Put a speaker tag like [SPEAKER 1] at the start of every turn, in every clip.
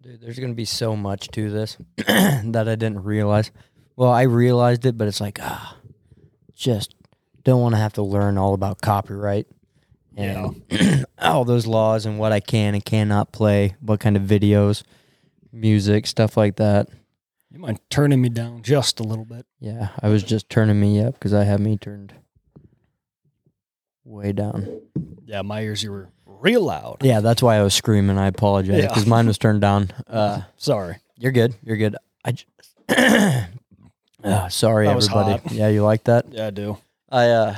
[SPEAKER 1] Dude, there's gonna be so much to this that I didn't realize. Well, I realized it, but it's like ah, just don't want to have to learn all about copyright and all those laws and what I can and cannot play, what kind of videos, music, stuff like that.
[SPEAKER 2] You mind turning me down just a little bit?
[SPEAKER 1] Yeah, I was just turning me up because I have me turned way down.
[SPEAKER 2] Yeah, my ears, you were real loud.
[SPEAKER 1] Yeah, that's why I was screaming. I apologize
[SPEAKER 2] Yeah.
[SPEAKER 1] because mine was turned down. Uh,
[SPEAKER 2] Sorry.
[SPEAKER 1] You're good. You're good. I just, Ah, sorry,
[SPEAKER 2] That was
[SPEAKER 1] everybody. Yeah, you like that?
[SPEAKER 2] Yeah, I do.
[SPEAKER 1] I, uh,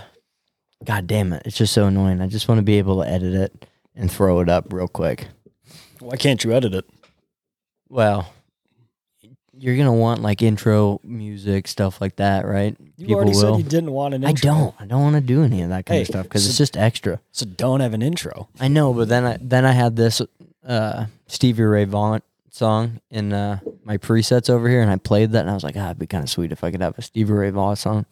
[SPEAKER 1] God damn it. It's just so annoying. I just want to be able to edit it and throw it up real quick.
[SPEAKER 2] Why can't you edit it?
[SPEAKER 1] Well, you're going to want like intro music, stuff like that, right?
[SPEAKER 2] You already said you didn't want an
[SPEAKER 1] I
[SPEAKER 2] intro.
[SPEAKER 1] don't. I don't want to do any of that kind of
[SPEAKER 2] Hey,
[SPEAKER 1] stuff because
[SPEAKER 2] so-
[SPEAKER 1] it's just extra.
[SPEAKER 2] So don't have an intro.
[SPEAKER 1] I know, but then I then I had this uh, Stevie Ray Vaughan song in uh, my presets over here, and I played that, and I was like, ah, it'd be kind of sweet if I could have a Stevie Ray Vaughan song,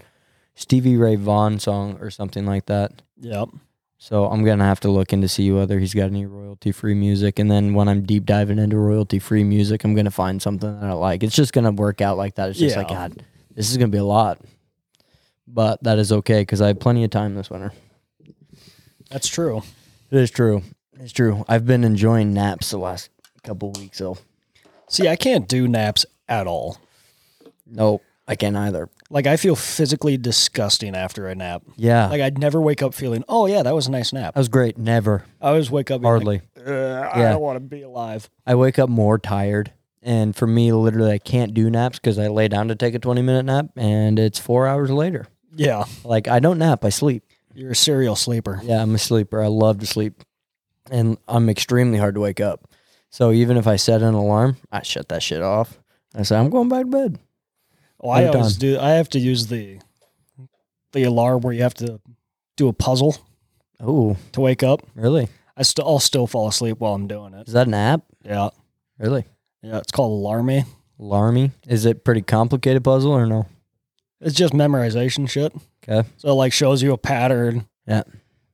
[SPEAKER 1] Stevie Ray Vaughan song, or something like that.
[SPEAKER 2] Yep.
[SPEAKER 1] So I'm gonna have to look in to see whether he's got any royalty free music, and then when I'm deep diving into royalty free music, I'm gonna find something that I like. It's just gonna work out like that. It's just like
[SPEAKER 2] Yeah.
[SPEAKER 1] God, this is gonna be a lot, but that is okay because I have plenty of time this winter.
[SPEAKER 2] That's true.
[SPEAKER 1] It is true. It's true. I've been enjoying naps the last couple weeks, though.
[SPEAKER 2] See, I can't do naps at all.
[SPEAKER 1] Nope, I can't either.
[SPEAKER 2] Like I feel physically disgusting after a nap.
[SPEAKER 1] Yeah,
[SPEAKER 2] Like I'd never wake up feeling, oh yeah, that was a nice nap.
[SPEAKER 1] that was great. Never,
[SPEAKER 2] I always wake up being
[SPEAKER 1] hardly.
[SPEAKER 2] Like, "Ugh, I
[SPEAKER 1] Yeah.
[SPEAKER 2] don't want to be alive.
[SPEAKER 1] I wake up more tired, and for me, literally, I can't do naps because I lay down to take a twenty-minute nap, and it's four hours later.
[SPEAKER 2] Yeah,
[SPEAKER 1] Like I don't nap; I sleep.
[SPEAKER 2] you're a serial sleeper.
[SPEAKER 1] Yeah, I'm a sleeper. I love to sleep, and I'm extremely hard to wake up. So even if I set an alarm, I shut that shit off. I say I'm going back to bed.
[SPEAKER 2] Oh, I
[SPEAKER 1] Every
[SPEAKER 2] always
[SPEAKER 1] time.
[SPEAKER 2] do. I have to use the the alarm where you have to do a puzzle
[SPEAKER 1] Oh,
[SPEAKER 2] to wake up.
[SPEAKER 1] really?
[SPEAKER 2] I still, I'll still fall asleep while I'm doing it.
[SPEAKER 1] Is that an app?
[SPEAKER 2] Yeah,
[SPEAKER 1] Really?
[SPEAKER 2] yeah. It's called Alarmy.
[SPEAKER 1] Larmy. Is it pretty complicated puzzle or no?
[SPEAKER 2] It's just memorization shit.
[SPEAKER 1] Okay.
[SPEAKER 2] So it like shows you a pattern.
[SPEAKER 1] Yeah.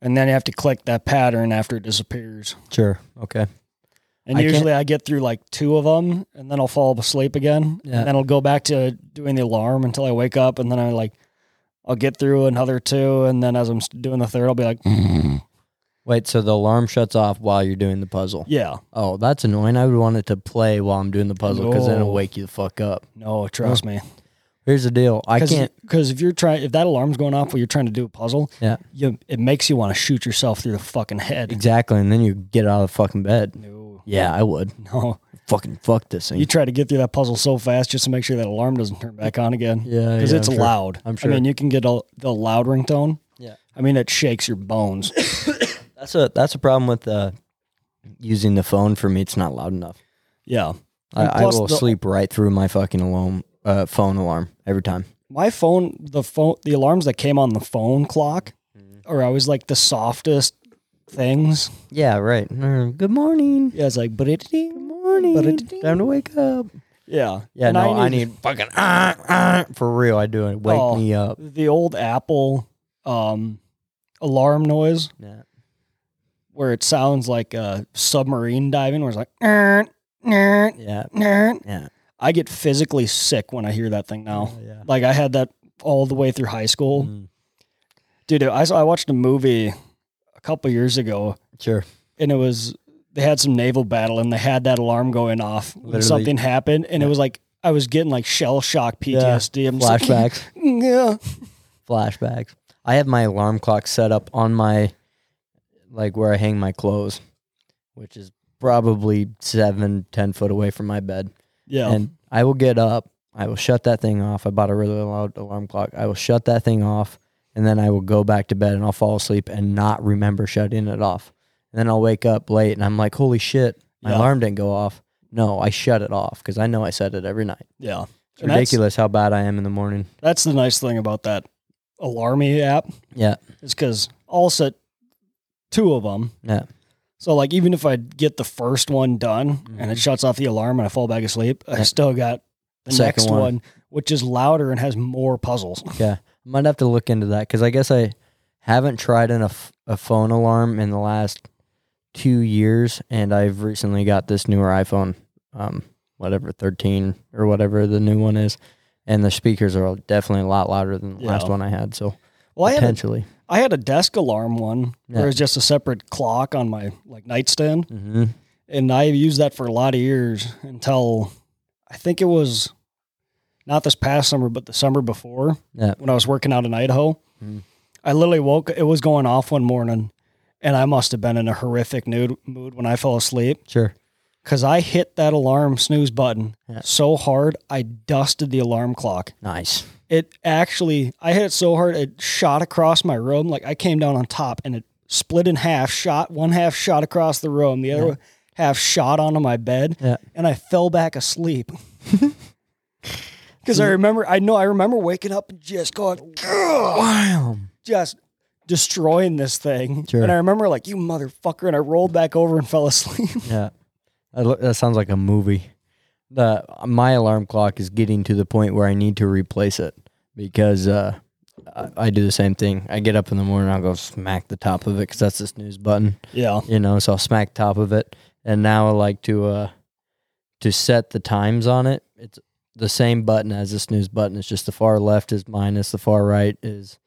[SPEAKER 2] And then you have to click that pattern after it disappears.
[SPEAKER 1] Sure. Okay.
[SPEAKER 2] And
[SPEAKER 1] I can't-
[SPEAKER 2] usually I get through like two of them and then I'll fall asleep again.
[SPEAKER 1] Yeah.
[SPEAKER 2] And then I'll go back to doing the alarm until I wake up. And then I like, I'll get through another two. And then as I'm s- doing the third, I'll be like,
[SPEAKER 1] Mm-hmm. Wait, so the alarm shuts off while you're doing the puzzle.
[SPEAKER 2] yeah,
[SPEAKER 1] Oh, that's annoying. I would want it to play while I'm doing the puzzle because then it'll
[SPEAKER 2] No.
[SPEAKER 1] wake you the fuck up.
[SPEAKER 2] no, trust me.
[SPEAKER 1] Here's the deal. I can't.
[SPEAKER 2] Because if you're trying, if that alarm's going off while you're trying to do a puzzle,
[SPEAKER 1] Yeah.
[SPEAKER 2] you, it makes you want to shoot yourself through the fucking head.
[SPEAKER 1] Exactly. And then you get out of the fucking bed.
[SPEAKER 2] No,
[SPEAKER 1] Yeah, I would.
[SPEAKER 2] no.
[SPEAKER 1] Fucking fuck this
[SPEAKER 2] You
[SPEAKER 1] thing.
[SPEAKER 2] try to get through that puzzle so fast just to make sure that alarm doesn't turn back on again.
[SPEAKER 1] Yeah.
[SPEAKER 2] because
[SPEAKER 1] yeah,
[SPEAKER 2] it's
[SPEAKER 1] I'm sure.
[SPEAKER 2] loud.
[SPEAKER 1] I'm
[SPEAKER 2] I
[SPEAKER 1] sure.
[SPEAKER 2] mean, you can get a, the loud ringtone.
[SPEAKER 1] Yeah.
[SPEAKER 2] I mean, it shakes your bones.
[SPEAKER 1] That's a that's a problem with uh, using the phone for me. It's not loud enough.
[SPEAKER 2] yeah.
[SPEAKER 1] I,
[SPEAKER 2] And
[SPEAKER 1] I
[SPEAKER 2] plus
[SPEAKER 1] will
[SPEAKER 2] the-
[SPEAKER 1] sleep right through my fucking alarm, uh, phone alarm every time.
[SPEAKER 2] My phone, the phone, the alarms that came on the phone clock
[SPEAKER 1] Mm.
[SPEAKER 2] are always like the softest things.
[SPEAKER 1] Yeah, right. Mm, Good morning.
[SPEAKER 2] Yeah, it's like, but it,
[SPEAKER 1] Good morning.
[SPEAKER 2] Ba-da-da-ding.
[SPEAKER 1] Time to wake up.
[SPEAKER 2] yeah,
[SPEAKER 1] Yeah,
[SPEAKER 2] And
[SPEAKER 1] no, I need, fucking uh, uh, for real. I do it. Wake
[SPEAKER 2] Oh.
[SPEAKER 1] me up.
[SPEAKER 2] the old Apple um, alarm noise
[SPEAKER 1] Yeah.
[SPEAKER 2] where it sounds like a submarine diving, where it's like, "Nerd, nerd,
[SPEAKER 1] Yeah.
[SPEAKER 2] nerd."
[SPEAKER 1] Yeah. Oh,
[SPEAKER 2] I get physically sick when I hear that thing now.
[SPEAKER 1] Yeah.
[SPEAKER 2] Like I had that all the way through high school.
[SPEAKER 1] Mm,
[SPEAKER 2] Dude, I saw I watched a movie a couple years ago
[SPEAKER 1] sure.
[SPEAKER 2] and it was they had some naval battle and they had that alarm going off when
[SPEAKER 1] Literally.
[SPEAKER 2] something happened and it was like I was getting like shell shock PTSD. I'm just like,
[SPEAKER 1] Flashbacks.
[SPEAKER 2] yeah.
[SPEAKER 1] flashbacks. I have my alarm clock set up on my, like where I hang my clothes, which is probably seven, ten foot away from my bed.
[SPEAKER 2] Yeah.
[SPEAKER 1] And I will get up. I will shut that thing off. I bought a really loud alarm clock. I will shut that thing off and then I will go back to bed and I'll fall asleep and not remember shutting it off. And then I'll wake up late and I'm like, holy shit, my
[SPEAKER 2] Yeah.
[SPEAKER 1] alarm didn't go off. No, I shut it off because I know I set it every night.
[SPEAKER 2] yeah.
[SPEAKER 1] It's
[SPEAKER 2] And that's-
[SPEAKER 1] ridiculous how bad I am in the morning.
[SPEAKER 2] That's the nice thing about that alarmy app
[SPEAKER 1] Yeah.
[SPEAKER 2] is because I'll set two of them.
[SPEAKER 1] Yeah.
[SPEAKER 2] So like even if I get the first one done
[SPEAKER 1] Mhm.
[SPEAKER 2] and it shuts off the alarm and I fall back asleep, I
[SPEAKER 1] Yeah.
[SPEAKER 2] still got the
[SPEAKER 1] Second
[SPEAKER 2] next
[SPEAKER 1] one.
[SPEAKER 2] one. which is louder and has more puzzles.
[SPEAKER 1] Might have to look into that because I guess I haven't tried in a, f- a phone alarm in the last two years, and I've recently got this newer iPhone um, whatever 13 or whatever the new one is. And the speakers are definitely a lot louder than the last
[SPEAKER 2] Yeah.
[SPEAKER 1] one I had. So
[SPEAKER 2] Well, I had a,
[SPEAKER 1] potentially.
[SPEAKER 2] I had a desk alarm one.
[SPEAKER 1] Yeah.
[SPEAKER 2] There was just a separate clock on my like nightstand.
[SPEAKER 1] hmm
[SPEAKER 2] and I used that for a lot of years until I think it was not this past summer, but the summer before
[SPEAKER 1] Yeah.
[SPEAKER 2] when I was working out in Idaho.
[SPEAKER 1] Mm.
[SPEAKER 2] I literally woke; it was going off one morning, and I must have been in a horrific mood mood when I fell asleep
[SPEAKER 1] Sure.
[SPEAKER 2] because I hit that alarm snooze button
[SPEAKER 1] Yeah.
[SPEAKER 2] so hard I dusted the alarm clock.
[SPEAKER 1] Nice.
[SPEAKER 2] It actually, I hit it so hard it shot across my room. Like I came down on top, and it split in half. Shot one half shot across the room, the other
[SPEAKER 1] Yeah.
[SPEAKER 2] half shot onto my bed
[SPEAKER 1] Yeah.
[SPEAKER 2] and I fell back asleep. Because I remember, I know, I remember waking up and just going, "Ugh,"
[SPEAKER 1] Wow.
[SPEAKER 2] just destroying this thing.
[SPEAKER 1] Sure.
[SPEAKER 2] And I remember, like, you motherfucker. And I rolled back over and fell asleep.
[SPEAKER 1] Yeah, that, lo- that sounds like a movie. The my alarm clock is getting to the point where I need to replace it because uh, I, I do the same thing. I get up in the morning, I'll go smack the top of it because that's the snooze button,
[SPEAKER 2] Yeah.
[SPEAKER 1] you know. So I'll smack top of it, and now I like to uh, to set the times on it. It's the same button as the snooze button. It's just the far left is minus, the far right is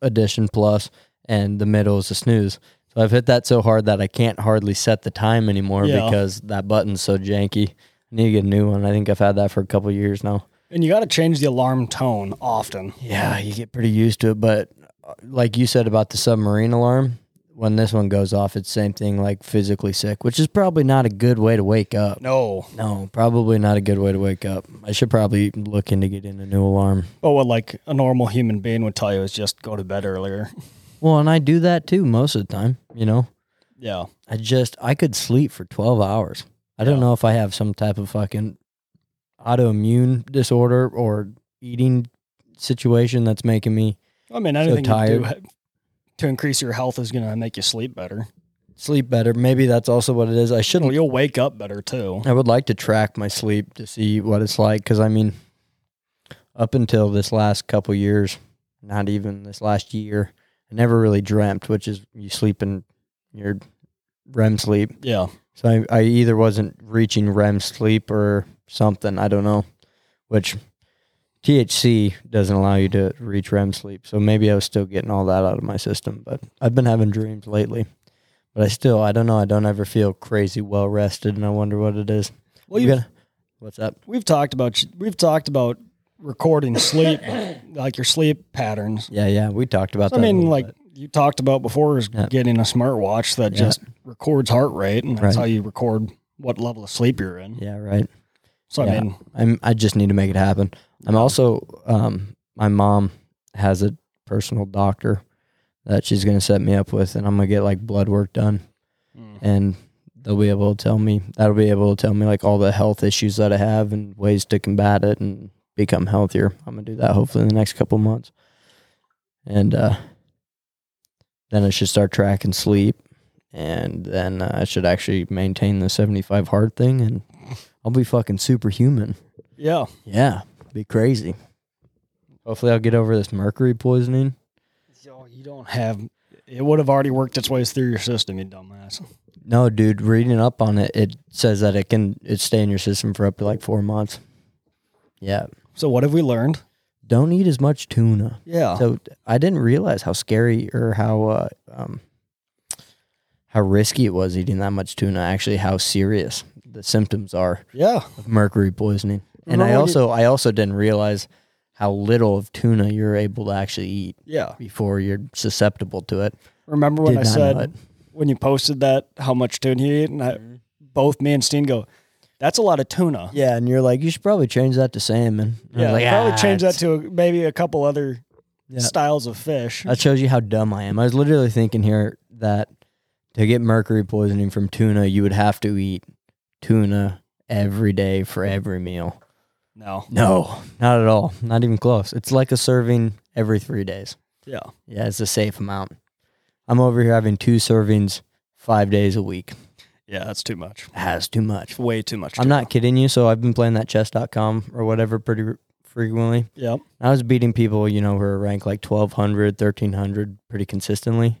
[SPEAKER 1] addition plus, and the middle is the snooze. So I've hit that so hard that I can't hardly set the time anymore
[SPEAKER 2] Yeah.
[SPEAKER 1] because that button's so janky. I need to get a new one. I think I've had that for a couple of years now.
[SPEAKER 2] And you got to change the alarm tone often.
[SPEAKER 1] Yeah, you get pretty used to it. But uh, like you said about the submarine alarm, when this one goes off, it's same thing like physically sick, which is probably not a good way to wake up.
[SPEAKER 2] No.
[SPEAKER 1] No, probably not a good way to wake up. I should probably look into getting a new alarm.
[SPEAKER 2] But what, like, a normal human being would tell you is just go to bed earlier.
[SPEAKER 1] Well, and I do that too most of the time, you know.
[SPEAKER 2] Yeah.
[SPEAKER 1] I just I could sleep for 12 hours. I don't
[SPEAKER 2] Yeah.
[SPEAKER 1] know if I have some type of fucking autoimmune disorder or eating situation that's making me
[SPEAKER 2] I mean, anything you
[SPEAKER 1] tired.
[SPEAKER 2] do ha- to increase your health is going to make you sleep better.
[SPEAKER 1] sleep better. Maybe that's also what it is. I shouldn't
[SPEAKER 2] Well, you'll wake up better too.
[SPEAKER 1] I would like to track my sleep to see what it's like because I mean, up until this last couple years, not even this last year, I never really dreamt, which is you sleep in your REM sleep.
[SPEAKER 2] Yeah.
[SPEAKER 1] So I, I either wasn't reaching REM sleep or something. I don't know, which THC doesn't allow you to reach REM sleep. So maybe I was still getting all that out of my system, but I've been having dreams lately. But I still, I don't know. I don't ever feel crazy well rested, and I wonder what it is.
[SPEAKER 2] Well,
[SPEAKER 1] You
[SPEAKER 2] you
[SPEAKER 1] gotta- what's up?
[SPEAKER 2] we've talked about we've talked about recording sleep like your sleep patterns
[SPEAKER 1] Yeah, yeah. We talked about
[SPEAKER 2] So, i
[SPEAKER 1] that. a
[SPEAKER 2] mean
[SPEAKER 1] little
[SPEAKER 2] like
[SPEAKER 1] bit.
[SPEAKER 2] you talked about before is
[SPEAKER 1] Yeah.
[SPEAKER 2] getting a smartwatch that
[SPEAKER 1] Yeah.
[SPEAKER 2] just records heart rate and
[SPEAKER 1] Right.
[SPEAKER 2] that's how you record what level of sleep you're in
[SPEAKER 1] yeah, right.
[SPEAKER 2] so
[SPEAKER 1] Yeah.
[SPEAKER 2] i mean
[SPEAKER 1] I'm. I just need to make it happen. I'm also. Um, my mom has a personal doctor that she's gonna set me up with, and I'm gonna get like blood work done,
[SPEAKER 2] mm,
[SPEAKER 1] and they'll be able to tell me. That'll be able to tell me like all the health issues that I have and ways to combat it and become healthier. I'm gonna do that hopefully in the next couple months, and uh, then I should start tracking sleep, and then uh, I should actually maintain the 75 hard thing, and I'll be fucking superhuman.
[SPEAKER 2] yeah
[SPEAKER 1] Yeah, be crazy. Hopefully, I'll get over this mercury poisoning.
[SPEAKER 2] so you don't have it would have already worked its ways through your system you dumbass
[SPEAKER 1] No, dude, reading up on it, it says that it can it stay in your system for up to like four months. Yeah,
[SPEAKER 2] so what have we learned
[SPEAKER 1] don't eat as much tuna.
[SPEAKER 2] yeah
[SPEAKER 1] So I didn't realize how scary or how uh, um, how risky it was eating that much tuna. Actually, how serious the symptoms are
[SPEAKER 2] yeah
[SPEAKER 1] of mercury poisoning. And
[SPEAKER 2] Remember when
[SPEAKER 1] I
[SPEAKER 2] you-
[SPEAKER 1] also I also didn't realize how little of tuna you're able to actually eat
[SPEAKER 2] yeah
[SPEAKER 1] before you're susceptible to it.
[SPEAKER 2] remember when
[SPEAKER 1] Did
[SPEAKER 2] i
[SPEAKER 1] not know
[SPEAKER 2] said
[SPEAKER 1] it. Mm-hmm.
[SPEAKER 2] when you posted that how much tuna you eat and I, both me and steen go that's a lot of tuna
[SPEAKER 1] Yeah, and you're like, you should probably change that to salmon. And I was
[SPEAKER 2] Yeah,
[SPEAKER 1] like,
[SPEAKER 2] probably
[SPEAKER 1] "Ah,
[SPEAKER 2] change that
[SPEAKER 1] it's-"
[SPEAKER 2] to a, maybe a couple other
[SPEAKER 1] Yeah.
[SPEAKER 2] styles of fish.
[SPEAKER 1] That shows you how dumb I am. I was literally thinking here that to get mercury poisoning from tuna, you would have to eat tuna every day for every meal.
[SPEAKER 2] no.
[SPEAKER 1] No, not at all. Not even close. It's like a serving every three days.
[SPEAKER 2] Yeah.
[SPEAKER 1] Yeah, it's a safe amount. I'm over here having two servings five days a week.
[SPEAKER 2] Yeah, that's too much.
[SPEAKER 1] That's too much.
[SPEAKER 2] It's way too much.
[SPEAKER 1] I'm not kidding you. So I've been playing that chess.com or whatever pretty r- frequently.
[SPEAKER 2] Yeah.
[SPEAKER 1] I was beating people, you know, who are ranked like 1200, 1300 pretty consistently.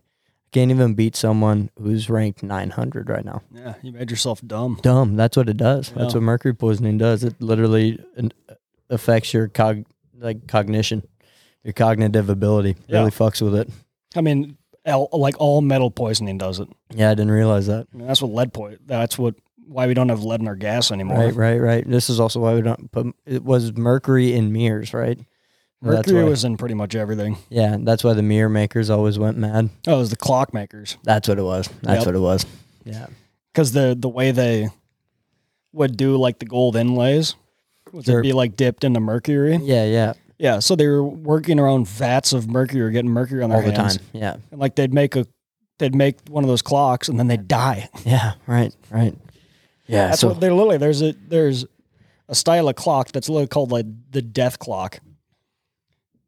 [SPEAKER 1] Can't even beat someone who's ranked 900 right now.
[SPEAKER 2] Yeah, you made yourself dumb.
[SPEAKER 1] Dumb. That's what it does. That's
[SPEAKER 2] Yeah.
[SPEAKER 1] what mercury poisoning does. It literally an- affects your cog like cognition, your cognitive ability.
[SPEAKER 2] Yeah.
[SPEAKER 1] Really fucks with it.
[SPEAKER 2] I mean, el- like all metal poisoning does it.
[SPEAKER 1] Yeah, I didn't realize that.
[SPEAKER 2] I mean, that's what lead point. That's what why we don't have lead in our gas anymore.
[SPEAKER 1] Right, right, right. This is also why we don't put it was mercury in mirrors, right? Well, that's
[SPEAKER 2] Mercury
[SPEAKER 1] why-
[SPEAKER 2] was in pretty much everything.
[SPEAKER 1] Yeah, that's why the mirror makers always went mad.
[SPEAKER 2] Oh, it was the clock makers
[SPEAKER 1] That's what it was. That's
[SPEAKER 2] Yep.
[SPEAKER 1] what it was. Yeah.
[SPEAKER 2] because the the way they would do like the gold inlays was
[SPEAKER 1] Sure.
[SPEAKER 2] it'd be like dipped into mercury.
[SPEAKER 1] Yeah, yeah.
[SPEAKER 2] Yeah, so they were working around vats of mercury, getting mercury on their
[SPEAKER 1] All the
[SPEAKER 2] hands.
[SPEAKER 1] time. Yeah.
[SPEAKER 2] and like they'd make a they'd make one of those clocks and then they'd die.
[SPEAKER 1] Yeah, right, right. Yeah.
[SPEAKER 2] That's
[SPEAKER 1] so
[SPEAKER 2] what they're literally there's a there's a style of clock that's literally called like the death clock,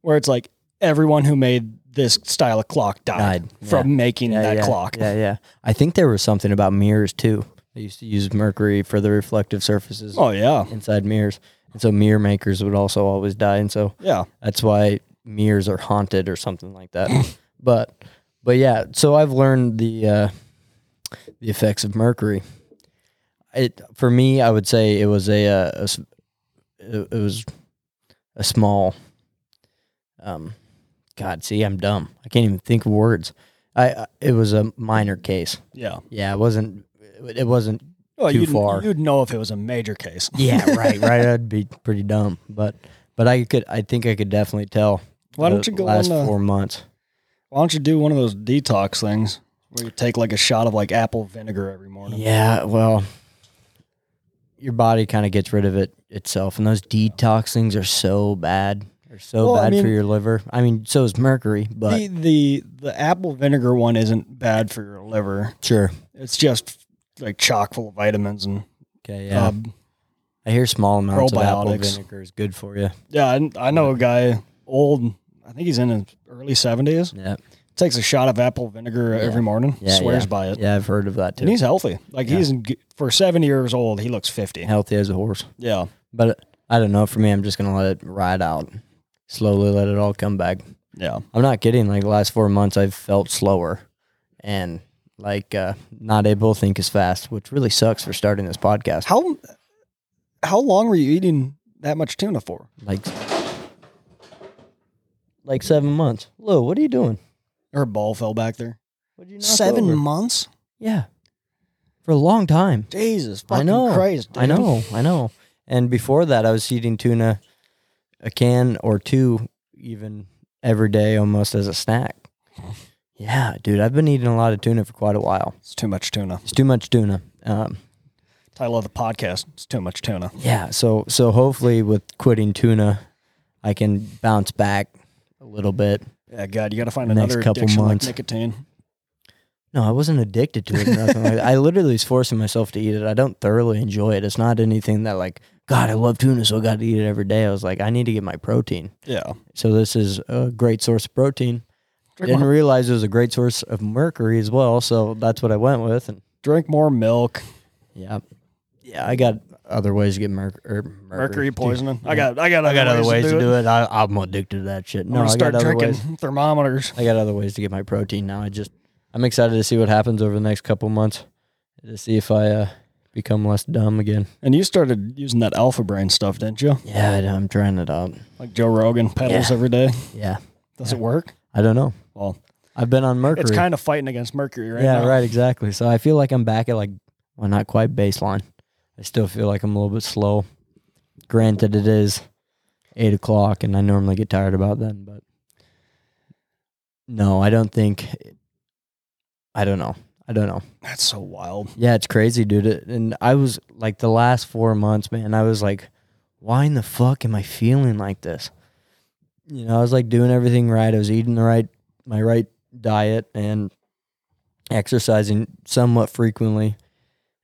[SPEAKER 2] where it's like everyone who made this style of clock died,
[SPEAKER 1] Died, yeah.
[SPEAKER 2] from making
[SPEAKER 1] yeah,
[SPEAKER 2] that
[SPEAKER 1] yeah,
[SPEAKER 2] clock.
[SPEAKER 1] Yeah, yeah. I think there was something about mirrors too. They used to use mercury for the reflective surfaces
[SPEAKER 2] Oh yeah,
[SPEAKER 1] inside mirrors. And so mirror makers would also always die. And so
[SPEAKER 2] yeah.
[SPEAKER 1] That's why mirrors are haunted or something like that. but but yeah, so I've learned the uh, the effects of mercury. It for me, I would say it was a, uh, a s- it it was a small um god, see, I'm dumb. I can't even think of words. I I- it was a minor case.
[SPEAKER 2] Yeah.
[SPEAKER 1] Yeah, it wasn't it wasn't
[SPEAKER 2] Well,
[SPEAKER 1] Too
[SPEAKER 2] you'd,
[SPEAKER 1] far.
[SPEAKER 2] You'd know if it was a major case.
[SPEAKER 1] yeah, right, right. I'd be pretty dumb, but but I could I think I could definitely tell.
[SPEAKER 2] Why
[SPEAKER 1] the
[SPEAKER 2] don't you go
[SPEAKER 1] last
[SPEAKER 2] on, uh,
[SPEAKER 1] 4 months?
[SPEAKER 2] Why don't you do one of those detox things where you take like a shot of like apple vinegar every morning?
[SPEAKER 1] Yeah, well, your body kind of gets rid of it itself, and those detox things are so bad. They're so
[SPEAKER 2] Well, I
[SPEAKER 1] bad for
[SPEAKER 2] mean-
[SPEAKER 1] your liver. I mean, so is mercury, but
[SPEAKER 2] The, the the apple vinegar one isn't bad for your liver.
[SPEAKER 1] sure.
[SPEAKER 2] It's just like chock full of vitamins and
[SPEAKER 1] Okay, yeah.
[SPEAKER 2] um,
[SPEAKER 1] I hear small amounts of apple
[SPEAKER 2] probiotics.
[SPEAKER 1] vinegar is good for you.
[SPEAKER 2] Yeah, I, I know a guy old. I think he's in his early seventies.
[SPEAKER 1] Yeah,
[SPEAKER 2] Takes a shot of apple vinegar every morning.
[SPEAKER 1] yeah,
[SPEAKER 2] swears
[SPEAKER 1] yeah.
[SPEAKER 2] by it.
[SPEAKER 1] yeah. I've heard of that
[SPEAKER 2] And
[SPEAKER 1] too.
[SPEAKER 2] he's healthy. Like he's in, g- for seventy years old. He looks fifty.
[SPEAKER 1] Healthy as a horse,
[SPEAKER 2] Yeah.
[SPEAKER 1] but I don't know. For me, I'm just gonna let it ride out. Slowly let it all come back.
[SPEAKER 2] Yeah.
[SPEAKER 1] I'm not kidding. Like the last four months, I've felt slower and like uh, not able to think as fast, which really sucks for starting this podcast.
[SPEAKER 2] How how long were you eating that much tuna for?
[SPEAKER 1] like like seven months. Lou, what are you doing?
[SPEAKER 2] Her ball fell back there.
[SPEAKER 1] What you knock
[SPEAKER 2] Seven
[SPEAKER 1] over?
[SPEAKER 2] months.
[SPEAKER 1] Yeah, for a long time.
[SPEAKER 2] Jesus
[SPEAKER 1] I
[SPEAKER 2] fucking
[SPEAKER 1] know.
[SPEAKER 2] Christ!
[SPEAKER 1] I
[SPEAKER 2] dude.
[SPEAKER 1] know. I know. And before that, I was eating tuna, a can or two, even every day, almost as a snack. Yeah, dude, I've been eating a lot of tuna for quite a while.
[SPEAKER 2] It's too much tuna.
[SPEAKER 1] It's too much tuna. Um,
[SPEAKER 2] Title of the podcast. It's too much tuna.
[SPEAKER 1] yeah, so so hopefully with quitting tuna, I can bounce back a little bit.
[SPEAKER 2] Yeah, God, you got to find
[SPEAKER 1] Next
[SPEAKER 2] another
[SPEAKER 1] couple
[SPEAKER 2] addiction
[SPEAKER 1] months.
[SPEAKER 2] like nicotine.
[SPEAKER 1] No, I wasn't addicted to it or nothing like that. I literally was forcing myself to eat it. I don't thoroughly enjoy it. It's not anything that like, God, I love tuna, so I got to eat it every day. I was like, I need to get my protein.
[SPEAKER 2] Yeah.
[SPEAKER 1] So this is a great source of protein.
[SPEAKER 2] Drink
[SPEAKER 1] Didn't
[SPEAKER 2] more,
[SPEAKER 1] realize it was a great source of mercury as well. So that's what I went with. And
[SPEAKER 2] drink more milk.
[SPEAKER 1] yeah, yeah, I got other ways to get merc- or mercury.
[SPEAKER 2] Mercury
[SPEAKER 1] Dude,
[SPEAKER 2] poisoning. I got. I got.
[SPEAKER 1] I got other ways to
[SPEAKER 2] it.
[SPEAKER 1] do it. I, I'm addicted to that shit.
[SPEAKER 2] I'm
[SPEAKER 1] No, I
[SPEAKER 2] gonna
[SPEAKER 1] got
[SPEAKER 2] start
[SPEAKER 1] other
[SPEAKER 2] drinking
[SPEAKER 1] ways.
[SPEAKER 2] thermometers.
[SPEAKER 1] I got other ways to get my protein now. I just I'm excited to see what happens over the next couple months to see if I uh, become less dumb again.
[SPEAKER 2] And you started using that alpha brain stuff, didn't you?
[SPEAKER 1] Yeah, I, am trying it out.
[SPEAKER 2] Like Joe Rogan pedals every day.
[SPEAKER 1] Yeah,
[SPEAKER 2] Does it work?
[SPEAKER 1] I don't know.
[SPEAKER 2] Well,
[SPEAKER 1] I've been on mercury.
[SPEAKER 2] it's kind of fighting against mercury right
[SPEAKER 1] yeah,
[SPEAKER 2] now.
[SPEAKER 1] right, exactly. So I feel like I'm back at like well, not quite baseline. I still feel like I'm a little bit slow. Granted, it is eight o'clock, and I normally get tired about then, but no, I don't think. I don't know. I don't know.
[SPEAKER 2] That's so wild.
[SPEAKER 1] Yeah, it's crazy, dude. It- And I was like the last four months, man. I was like, why in the fuck am I feeling like this? You know, I was like doing everything right. I was eating the right, my right diet, and exercising somewhat frequently,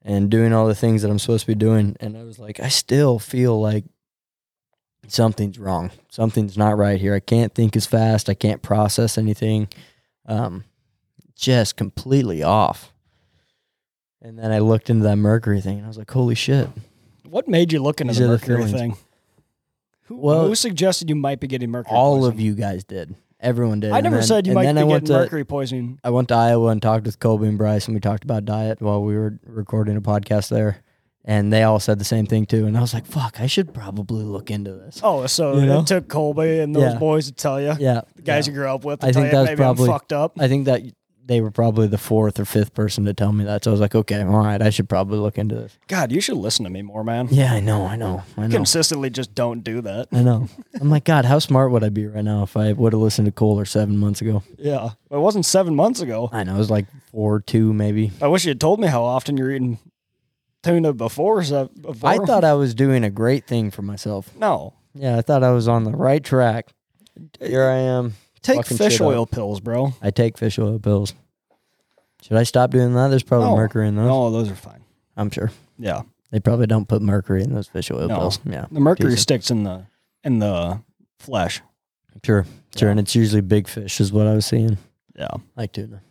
[SPEAKER 1] and doing all the things that I'm supposed to be doing. And I was like, I still feel like something's wrong. Something's not right here. I can't think as fast. I can't process anything. Um, just completely off. And then I looked into that mercury thing and I was like, holy shit.
[SPEAKER 2] What made you look into
[SPEAKER 1] These
[SPEAKER 2] the
[SPEAKER 1] are the
[SPEAKER 2] mercury
[SPEAKER 1] feelings.
[SPEAKER 2] thing? Who,
[SPEAKER 1] Well-
[SPEAKER 2] who suggested you might be getting mercury?
[SPEAKER 1] All of
[SPEAKER 2] poisoning?
[SPEAKER 1] you guys did. Everyone did.
[SPEAKER 2] I
[SPEAKER 1] And
[SPEAKER 2] never
[SPEAKER 1] then-
[SPEAKER 2] said you
[SPEAKER 1] and
[SPEAKER 2] might
[SPEAKER 1] then
[SPEAKER 2] be
[SPEAKER 1] I went
[SPEAKER 2] getting
[SPEAKER 1] to,
[SPEAKER 2] mercury poisoning.
[SPEAKER 1] I went to Iowa and talked with Colby and Bryce, and we talked about diet while we were recording a podcast there. And they all said the same thing too. And I was like, fuck, I should probably look into this.
[SPEAKER 2] Oh, so
[SPEAKER 1] You know?
[SPEAKER 2] it took Colby and those
[SPEAKER 1] Yeah.
[SPEAKER 2] boys to tell you.
[SPEAKER 1] Yeah.
[SPEAKER 2] The guys
[SPEAKER 1] yeah.
[SPEAKER 2] you grew up with to
[SPEAKER 1] I
[SPEAKER 2] tell
[SPEAKER 1] think
[SPEAKER 2] you
[SPEAKER 1] that's
[SPEAKER 2] maybe
[SPEAKER 1] probably-
[SPEAKER 2] I'm fucked up.
[SPEAKER 1] I think that they were probably the fourth or fifth person to tell me that. So I was like, okay, all right, I should probably look into this.
[SPEAKER 2] God, you should listen to me more, man.
[SPEAKER 1] Yeah, I know, I know, I know.
[SPEAKER 2] Consistently just don't do that.
[SPEAKER 1] I know. I'm like, God, how smart would I be right now if I would have listened to Kohler seven months ago?
[SPEAKER 2] Yeah. But it wasn't seven months ago.
[SPEAKER 1] I know, it was like four, two, maybe.
[SPEAKER 2] I wish you had told me how often you're eating tuna before. se- before.
[SPEAKER 1] I thought I was doing a great thing for myself.
[SPEAKER 2] No.
[SPEAKER 1] Yeah, I thought I was on the right track. Here I am.
[SPEAKER 2] Take
[SPEAKER 1] Fucking
[SPEAKER 2] fish
[SPEAKER 1] shit up.
[SPEAKER 2] oil pills, bro.
[SPEAKER 1] I take fish oil pills. Should I stop doing that? There's probably
[SPEAKER 2] No.
[SPEAKER 1] mercury in those.
[SPEAKER 2] No, those are fine.
[SPEAKER 1] I'm sure.
[SPEAKER 2] Yeah.
[SPEAKER 1] They probably don't put mercury in those fish oil
[SPEAKER 2] No.
[SPEAKER 1] pills. Yeah.
[SPEAKER 2] The mercury
[SPEAKER 1] Decent.
[SPEAKER 2] sticks in the in the flesh.
[SPEAKER 1] Sure. Sure.
[SPEAKER 2] Yeah.
[SPEAKER 1] And it's usually big fish is what I was seeing.
[SPEAKER 2] Yeah.
[SPEAKER 1] Like tuna.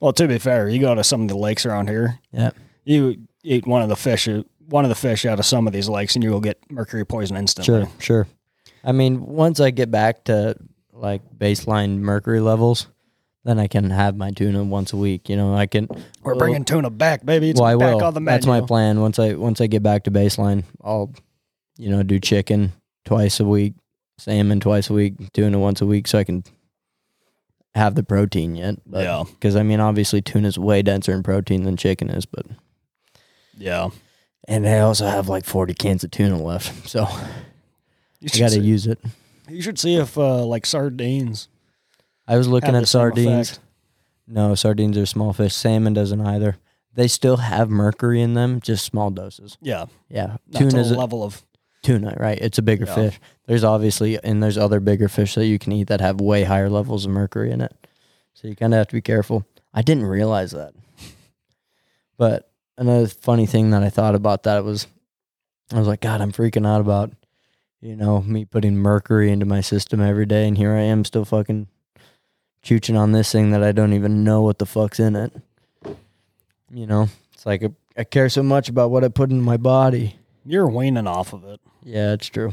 [SPEAKER 2] Well, to be fair, you go to some of the lakes around here.
[SPEAKER 1] Yeah.
[SPEAKER 2] You eat one of the fish one of the fish out of some of these lakes and you will get mercury poison instantly.
[SPEAKER 1] Sure. Sure. I mean, once I get back to like baseline mercury levels, then I can have my tuna once a week. You know, I can.
[SPEAKER 2] We're
[SPEAKER 1] Well,
[SPEAKER 2] bringing tuna back, baby. It's
[SPEAKER 1] well, I
[SPEAKER 2] back
[SPEAKER 1] will.
[SPEAKER 2] on the menu.
[SPEAKER 1] That's my plan. Once I once I get back to baseline, I'll you know do chicken twice a week, salmon twice a week, tuna once a week, so I can have the protein yet. But,
[SPEAKER 2] Yeah.
[SPEAKER 1] Because I mean, obviously, tuna's way denser in protein than chicken is, but
[SPEAKER 2] Yeah.
[SPEAKER 1] and I also have like forty cans of tuna left, so I
[SPEAKER 2] You should,
[SPEAKER 1] got to
[SPEAKER 2] see,
[SPEAKER 1] use it.
[SPEAKER 2] you should see if uh, like sardines.
[SPEAKER 1] I was looking
[SPEAKER 2] have
[SPEAKER 1] at
[SPEAKER 2] the same
[SPEAKER 1] sardines.
[SPEAKER 2] effect.
[SPEAKER 1] No, sardines are small fish. Salmon doesn't either. They still have mercury in them, just small doses.
[SPEAKER 2] Yeah.
[SPEAKER 1] Yeah,
[SPEAKER 2] Not to
[SPEAKER 1] tuna's
[SPEAKER 2] the level of
[SPEAKER 1] tuna, right? It's a bigger
[SPEAKER 2] Yeah.
[SPEAKER 1] fish. There's obviously and there's other bigger fish that you can eat that have way higher levels of mercury in it. So you kind of have to be careful. I didn't realize that. But another funny thing that I thought about that was I was like, God, I'm freaking out about, you know, me putting mercury into my system every day and here I am still fucking chooching on this thing that I don't even know what the fuck's in it. You know? It's like I I care so much about what I put in my body.
[SPEAKER 2] you're weaning off of it.
[SPEAKER 1] Yeah, it's true.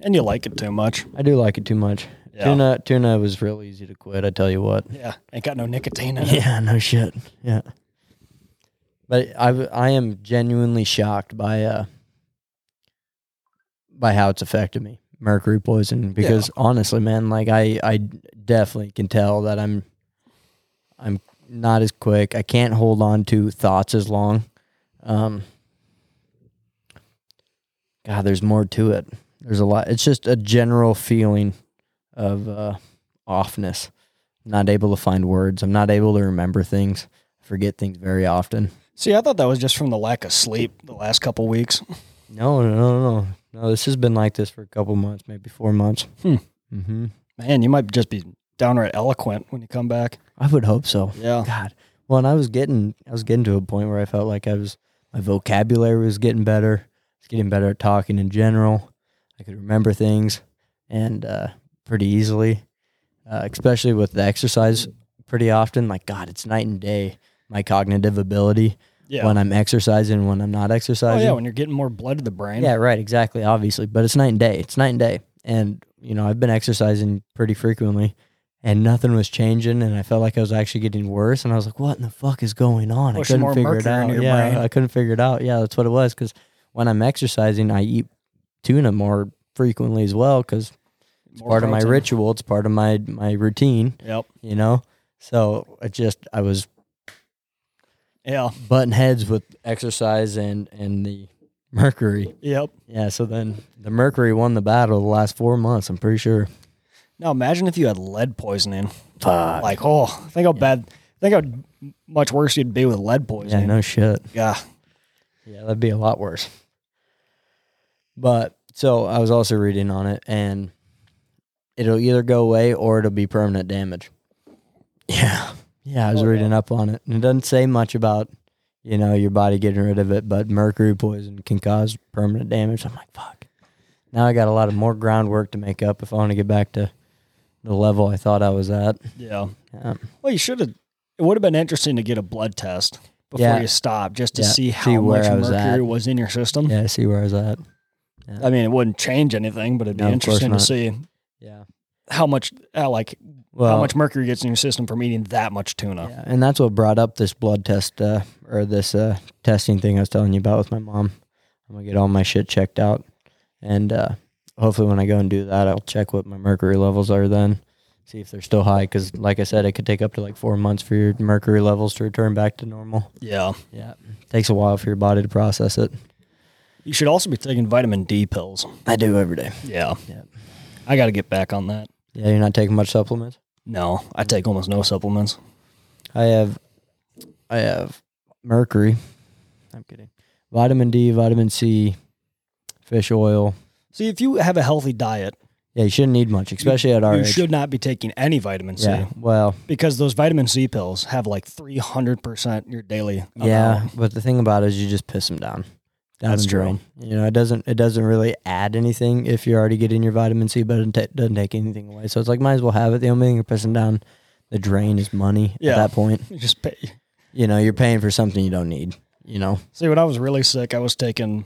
[SPEAKER 2] And you like it too much.
[SPEAKER 1] I do like it too much.
[SPEAKER 2] Yeah.
[SPEAKER 1] Tuna tuna was real easy to quit, I tell you what.
[SPEAKER 2] Yeah. Ain't got no nicotine in it.
[SPEAKER 1] Yeah, no shit. Yeah. But I w- I am genuinely shocked by uh by how it's affected me. Mercury poison because honestly, man, like I I definitely can tell that I'm I'm not as quick. I can't hold on to thoughts as long. Um God, there's more to it. There's a lot. It's just a general feeling of uh offness not able to find words. I'm not able to remember things. I forget things very often.
[SPEAKER 2] See, I thought that was just from the lack of sleep the last couple weeks.
[SPEAKER 1] No, no, no, no. No, this has been like this for a couple months, maybe four months.
[SPEAKER 2] Hmm.
[SPEAKER 1] hmm
[SPEAKER 2] Man, you might just be downright eloquent when you come back.
[SPEAKER 1] I would hope so.
[SPEAKER 2] Yeah.
[SPEAKER 1] God. Oh. Well, and I was getting, I was getting to a point where I felt like I was, my vocabulary was getting better. I was getting better at talking in general. I could remember things and uh, pretty easily, uh, especially with the exercise pretty often. Like, God, it's night and day, my cognitive ability.
[SPEAKER 2] Yeah.
[SPEAKER 1] when I'm exercising and when I'm not
[SPEAKER 2] oh,
[SPEAKER 1] exercising.
[SPEAKER 2] yeah. When you're getting more blood to the brain.
[SPEAKER 1] yeah, right, exactly, obviously. But it's night and day. It's night and day. And, you know, I've been exercising pretty frequently and nothing was changing and I felt like I was actually getting worse and I was like, What in the fuck is going on?
[SPEAKER 2] Pushing
[SPEAKER 1] I
[SPEAKER 2] more
[SPEAKER 1] couldn't figure it
[SPEAKER 2] mercury
[SPEAKER 1] out.
[SPEAKER 2] into your
[SPEAKER 1] yeah,
[SPEAKER 2] brain.
[SPEAKER 1] I couldn't figure it out. Yeah, that's what it was because when I'm exercising, I eat tuna more frequently as well because it's
[SPEAKER 2] more
[SPEAKER 1] part of my
[SPEAKER 2] protein.
[SPEAKER 1] ritual. It's part of my my routine.
[SPEAKER 2] Yep.
[SPEAKER 1] You know, so it just I was
[SPEAKER 2] Yeah.
[SPEAKER 1] button heads with exercise and and the mercury.
[SPEAKER 2] Yep.
[SPEAKER 1] Yeah, so then the mercury won the battle the last four months. I'm pretty sure.
[SPEAKER 2] Now imagine if you had lead poisoning.
[SPEAKER 1] Fuck.
[SPEAKER 2] Like, oh, think how bad, think how much worse you'd be with lead
[SPEAKER 1] Yeah,
[SPEAKER 2] poisoning.
[SPEAKER 1] no shit.
[SPEAKER 2] Yeah.
[SPEAKER 1] Yeah, that'd be a lot worse. But so I was also reading on it, and it'll either go away or it'll be permanent damage. Yeah, yeah. I was
[SPEAKER 2] Oh, yeah.
[SPEAKER 1] reading up on it, and it doesn't say much about you know your body getting rid of it, but mercury poison can cause permanent damage. I'm like, fuck. Now I got a lot of more groundwork to make up if I want to get back to the level I thought I was at.
[SPEAKER 2] Yeah.
[SPEAKER 1] Um,
[SPEAKER 2] Well, you should have. It would have been interesting to get a blood test before
[SPEAKER 1] Yeah.
[SPEAKER 2] you stop, just to
[SPEAKER 1] Yeah,
[SPEAKER 2] see how
[SPEAKER 1] see where
[SPEAKER 2] much
[SPEAKER 1] I was
[SPEAKER 2] mercury
[SPEAKER 1] at.
[SPEAKER 2] was in your system.
[SPEAKER 1] yeah, I see where I was at.
[SPEAKER 2] I mean, it wouldn't change anything, but it'd be
[SPEAKER 1] No, of course
[SPEAKER 2] interesting to
[SPEAKER 1] not.
[SPEAKER 2] see
[SPEAKER 1] Yeah,
[SPEAKER 2] how much, how, like,
[SPEAKER 1] Well,
[SPEAKER 2] How much mercury gets in your system from eating that much tuna?
[SPEAKER 1] yeah, and that's what brought up this blood test uh, or this uh, testing thing I was telling you about with my mom. I'm gonna get all my shit checked out, and uh, hopefully when I go and do that, I'll check what my mercury levels are then, see if they're still high. Because like I said, it could take up to like four months for your mercury levels to return back to normal.
[SPEAKER 2] Yeah.
[SPEAKER 1] Yeah, takes a while for your body to process it.
[SPEAKER 2] You should also be taking vitamin D pills.
[SPEAKER 1] I do every day.
[SPEAKER 2] Yeah.
[SPEAKER 1] Yep.
[SPEAKER 2] I got to get back on that.
[SPEAKER 1] Yeah, you're not taking much supplements.
[SPEAKER 2] No, I take almost no supplements.
[SPEAKER 1] I have, I have mercury. I'm kidding. Vitamin D, vitamin C, fish oil.
[SPEAKER 2] See, if you have a healthy diet,
[SPEAKER 1] Yeah, you shouldn't need much, especially at our
[SPEAKER 2] you
[SPEAKER 1] age.
[SPEAKER 2] should not be taking any vitamin C
[SPEAKER 1] yeah. Well,
[SPEAKER 2] because those vitamin C pills have like 300% your daily.
[SPEAKER 1] yeah,
[SPEAKER 2] amount.
[SPEAKER 1] but the thing about it is you just piss them down. down
[SPEAKER 2] That's
[SPEAKER 1] the drain. You know, it doesn't it doesn't really add anything if you're already getting your vitamin C, but it ta- doesn't take anything away. So it's like might as well have it. The only thing you're pissing down the drain is money
[SPEAKER 2] Yeah.
[SPEAKER 1] at that point.
[SPEAKER 2] You just pay.
[SPEAKER 1] You know, you're paying for something you don't need. You know,
[SPEAKER 2] See, when I was really sick, I was taking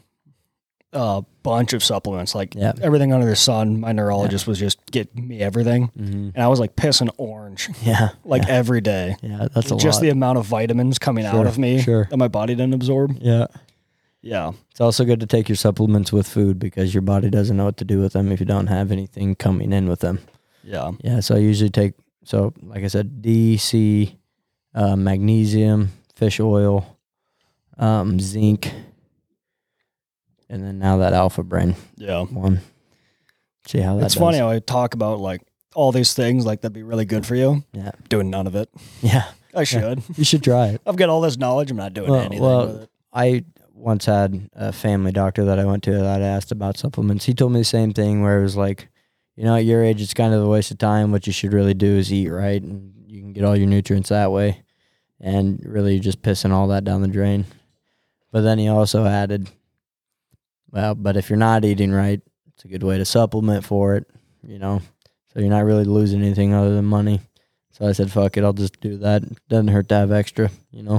[SPEAKER 2] a bunch of supplements, like
[SPEAKER 1] Yeah.
[SPEAKER 2] everything under the sun. My neurologist was just getting me everything,
[SPEAKER 1] Mhm.
[SPEAKER 2] and I was like pissing orange
[SPEAKER 1] yeah,
[SPEAKER 2] like
[SPEAKER 1] yeah,
[SPEAKER 2] every day.
[SPEAKER 1] yeah, that's a
[SPEAKER 2] just
[SPEAKER 1] lot.
[SPEAKER 2] the amount of vitamins coming out
[SPEAKER 1] Sure,
[SPEAKER 2] of me
[SPEAKER 1] sure.
[SPEAKER 2] that my body didn't absorb.
[SPEAKER 1] yeah.
[SPEAKER 2] Yeah,
[SPEAKER 1] It's also good to take your supplements with food because your body doesn't know what to do with them if you don't have anything coming in with them.
[SPEAKER 2] yeah,
[SPEAKER 1] Yeah, so I usually take so like I said, D, C, uh, magnesium, fish oil, um, zinc, and then now that alpha brain
[SPEAKER 2] yeah.
[SPEAKER 1] one. See how that
[SPEAKER 2] it's
[SPEAKER 1] does.
[SPEAKER 2] funny how I talk about like all these things like that'd be really good for you.
[SPEAKER 1] Yeah.
[SPEAKER 2] Doing none of it.
[SPEAKER 1] Yeah,
[SPEAKER 2] I should.
[SPEAKER 1] you should try it.
[SPEAKER 2] I've got all this knowledge. I'm not doing
[SPEAKER 1] Well,
[SPEAKER 2] anything
[SPEAKER 1] well,
[SPEAKER 2] with it.
[SPEAKER 1] I once had a family doctor that I went to that I asked about supplements. He told me the same thing where it was like, you know, at your age, it's kind of a waste of time. What you should really do is eat right, and you can get all your nutrients that way. And really, you're just pissing all that down the drain. But then he also added, well, but if you're not eating right, it's a good way to supplement for it, you know? So you're not really losing anything other than money. So I said, fuck it, I'll just do that. Doesn't hurt to have extra, you know?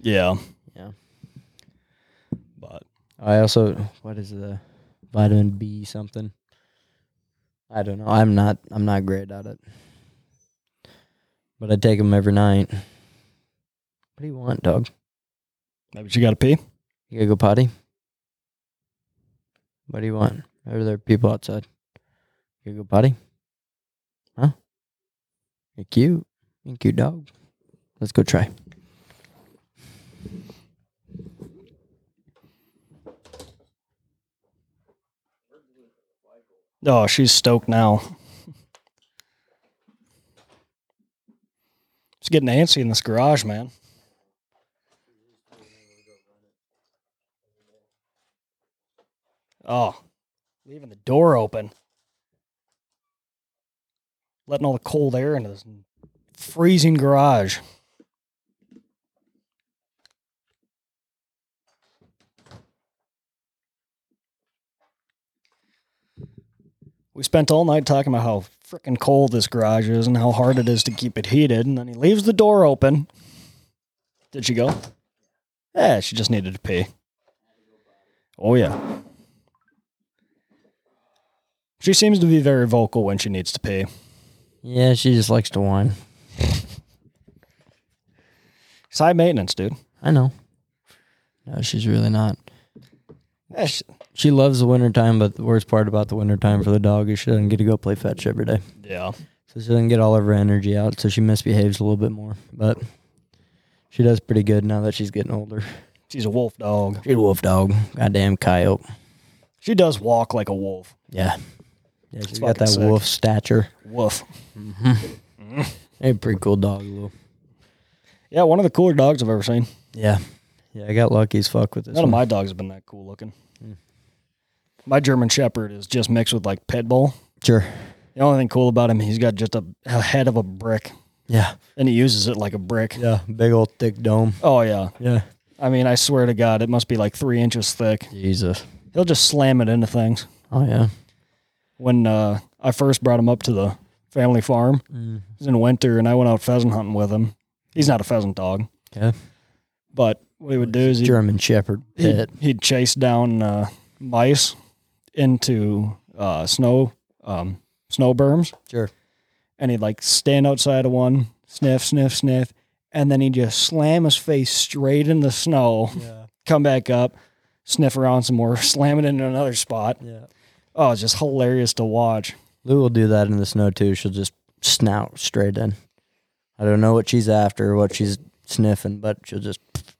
[SPEAKER 2] Yeah.
[SPEAKER 1] Yeah.
[SPEAKER 2] But
[SPEAKER 1] I also what is the vitamin B something? I don't know. I'm not I'm not great at it. But I take them every night. What do you want, dog?
[SPEAKER 2] maybe she got to pee.
[SPEAKER 1] You gotta go potty? What do you want? Are there people outside? You gotta go potty? Huh? You're cute. You're cute dog. Let's go try.
[SPEAKER 2] Oh, she's stoked now. She's getting antsy in this garage, man. Oh, leaving the door open. Letting all the cold air into this freezing garage. We spent all night talking about how freaking cold this garage is and how hard it is to keep it heated, and then he leaves the door open. Did she go? Yeah, she just needed to pee. Oh yeah. She seems to be very vocal when she needs to pee.
[SPEAKER 1] Yeah, she just likes to whine.
[SPEAKER 2] It's high maintenance, dude.
[SPEAKER 1] I know. No, she's really not.
[SPEAKER 2] Yeah, she-
[SPEAKER 1] She loves the wintertime, but the worst part about the wintertime for the dog is she doesn't get to go play fetch every day.
[SPEAKER 2] yeah.
[SPEAKER 1] So she doesn't get all of her energy out, so she misbehaves a little bit more. But she does pretty good now that she's getting older.
[SPEAKER 2] She's a wolf dog.
[SPEAKER 1] She's a wolf dog. Goddamn coyote.
[SPEAKER 2] She does walk like a wolf.
[SPEAKER 1] Yeah. Yeah, she's
[SPEAKER 2] That's
[SPEAKER 1] got
[SPEAKER 2] fucking
[SPEAKER 1] that
[SPEAKER 2] sick.
[SPEAKER 1] wolf stature.
[SPEAKER 2] Woof.
[SPEAKER 1] Hey, pretty cool dog, Lou.
[SPEAKER 2] Yeah, one of the cooler dogs I've ever seen.
[SPEAKER 1] Yeah. Yeah, I got lucky as fuck with this.
[SPEAKER 2] None of
[SPEAKER 1] one.
[SPEAKER 2] my dogs have been that cool looking. My German Shepherd is just mixed with like pit bull.
[SPEAKER 1] Sure.
[SPEAKER 2] The only thing cool about him, he's got just a, a head of a brick,
[SPEAKER 1] Yeah.
[SPEAKER 2] and he uses it like a brick.
[SPEAKER 1] Yeah. Big old thick dome.
[SPEAKER 2] Oh yeah,
[SPEAKER 1] Yeah.
[SPEAKER 2] I mean, I swear to God, it must be like three inches thick.
[SPEAKER 1] Jesus.
[SPEAKER 2] He'll just slam it into things.
[SPEAKER 1] Oh, yeah.
[SPEAKER 2] When uh, I first brought him up to the family farm,
[SPEAKER 1] Mm.
[SPEAKER 2] it was in winter, and I went out pheasant hunting with him. He's not a pheasant dog,
[SPEAKER 1] Yeah.
[SPEAKER 2] but what he would do is he'd,
[SPEAKER 1] German Shepherd
[SPEAKER 2] he'd,
[SPEAKER 1] pit.
[SPEAKER 2] he'd chase down uh, mice into uh, snow um, snow berms,
[SPEAKER 1] Sure.
[SPEAKER 2] and he'd like stand outside of one, sniff, sniff, sniff, and then he'd just slam his face straight in the snow,
[SPEAKER 1] Yeah.
[SPEAKER 2] come back up, sniff around some more, slam it into another spot.
[SPEAKER 1] Yeah.
[SPEAKER 2] Oh, it's just hilarious to watch.
[SPEAKER 1] Lou will do that in the snow too. She'll just snout straight in. I don't know what she's after, what she's sniffing, but she'll just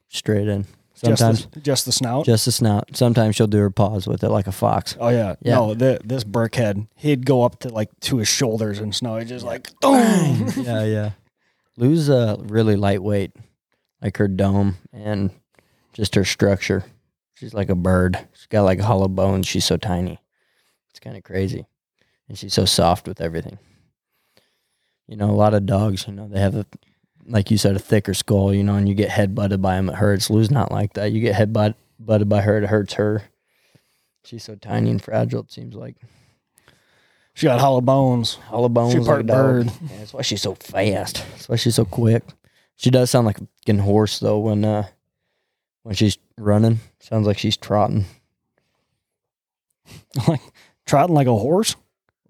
[SPEAKER 1] straight in. Sometimes
[SPEAKER 2] just the, just the snout.
[SPEAKER 1] just a snout. Sometimes she'll do her paws with it like a fox.
[SPEAKER 2] Oh yeah,
[SPEAKER 1] Yeah.
[SPEAKER 2] no. The, this brickhead, he'd go up to like to his shoulders and snow. He'd just like, boom.
[SPEAKER 1] yeah, yeah. Lou's uh, really lightweight, like her dome and just her structure. She's like a bird. She's got like hollow bones. She's so tiny. It's kind of crazy. And she's so soft with everything. You know, a lot of dogs, you know, they have a, like you said, a thicker skull, you know, and you get headbutted by them, it hurts. Lou's not like that. You get headbutt- butted by her, it hurts her. She's so tiny and fragile, it seems like.
[SPEAKER 2] she got hollow bones.
[SPEAKER 1] Hollow bones.
[SPEAKER 2] She
[SPEAKER 1] like
[SPEAKER 2] part
[SPEAKER 1] a dog.
[SPEAKER 2] bird.
[SPEAKER 1] Yeah, that's why she's so fast. That's why she's so quick. She does sound like a fucking horse though when uh when she's running. Sounds like she's trotting.
[SPEAKER 2] like trotting like a horse.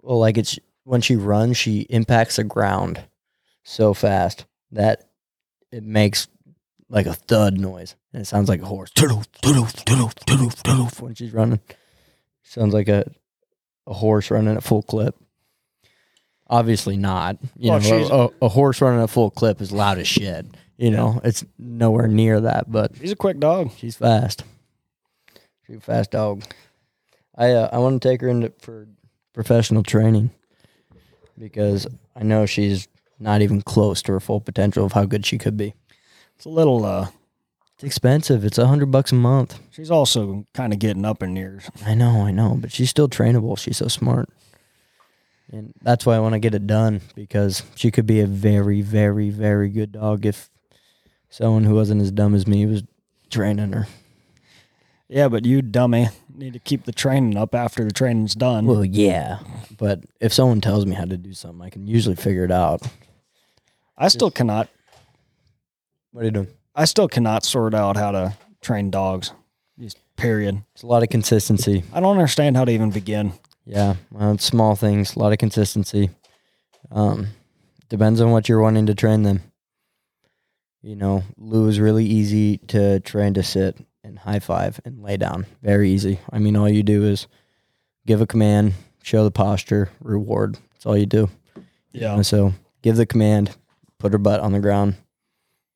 [SPEAKER 1] Well, like it's when she runs, she impacts the ground so fast that it makes like a thud noise, and it sounds like a horse. Tudoof, tudoof, tudoof, tudoof, tudoof When she's running, sounds like a a horse running at full clip. Obviously not. You
[SPEAKER 2] Well, she's-
[SPEAKER 1] know, a, a horse running at full clip is loud as shit. You know, it's nowhere near that, but
[SPEAKER 2] She's a quick dog.
[SPEAKER 1] She's fast. She's a fast dog. I uh, I want to take her into for professional training because I know she's not even close to her full potential of how good she could be.
[SPEAKER 2] It's a little. uh
[SPEAKER 1] It's expensive. It's a hundred bucks a month.
[SPEAKER 2] She's also kind of getting up in years.
[SPEAKER 1] I know, I know, but she's still trainable. She's so smart, and that's why I want to get it done because she could be a very, very, very good dog if someone who wasn't as dumb as me was training her.
[SPEAKER 2] Yeah, but you dummy need to keep the training up after the training's done.
[SPEAKER 1] Well, yeah, but if someone tells me how to do something, I can usually figure it out.
[SPEAKER 2] I still cannot.
[SPEAKER 1] What are you doing?
[SPEAKER 2] I still cannot sort out how to train dogs. Just period.
[SPEAKER 1] It's a lot of consistency.
[SPEAKER 2] I don't understand how to even begin.
[SPEAKER 1] Yeah, well, it's small things. A lot of consistency. Um, depends on what you're wanting to train them. You know, Lou is really easy to train to sit and high five and lay down. Very easy. I mean, all you do is give a command, show the posture, reward. That's all you do.
[SPEAKER 2] Yeah.
[SPEAKER 1] And so give the command, put her butt on the ground,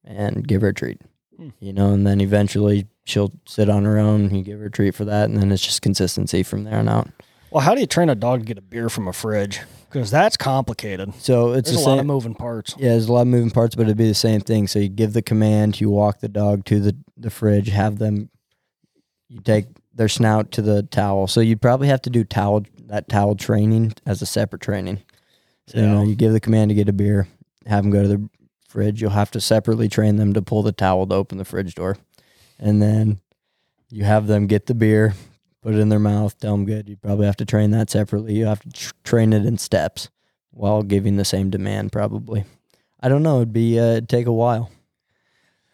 [SPEAKER 1] and give her a treat.
[SPEAKER 2] Hmm.
[SPEAKER 1] You know, and then eventually she'll sit on her own. You give her a treat for that, and then it's just consistency from there on out.
[SPEAKER 2] Well, how do you train a dog to get a beer from a fridge? Because that's complicated.
[SPEAKER 1] So it's
[SPEAKER 2] There's a
[SPEAKER 1] the
[SPEAKER 2] lot
[SPEAKER 1] same.
[SPEAKER 2] of moving parts.
[SPEAKER 1] yeah, there's a lot of moving parts, but it'd be the same thing. So you give the command, you walk the dog to the the fridge, have them. You take their snout to the towel. So you'd probably have to do towel that towel training as a separate training. So, you know,
[SPEAKER 2] Yeah.
[SPEAKER 1] you give the command to get a beer, have them go to the fridge. You'll have to separately train them to pull the towel to open the fridge door. And then you have them get the beer, put it in their mouth, tell them good. You probably have to train that separately. You have to tr- train it in steps while giving the same demand, probably. I don't know. It'd be, uh, it'd take a while.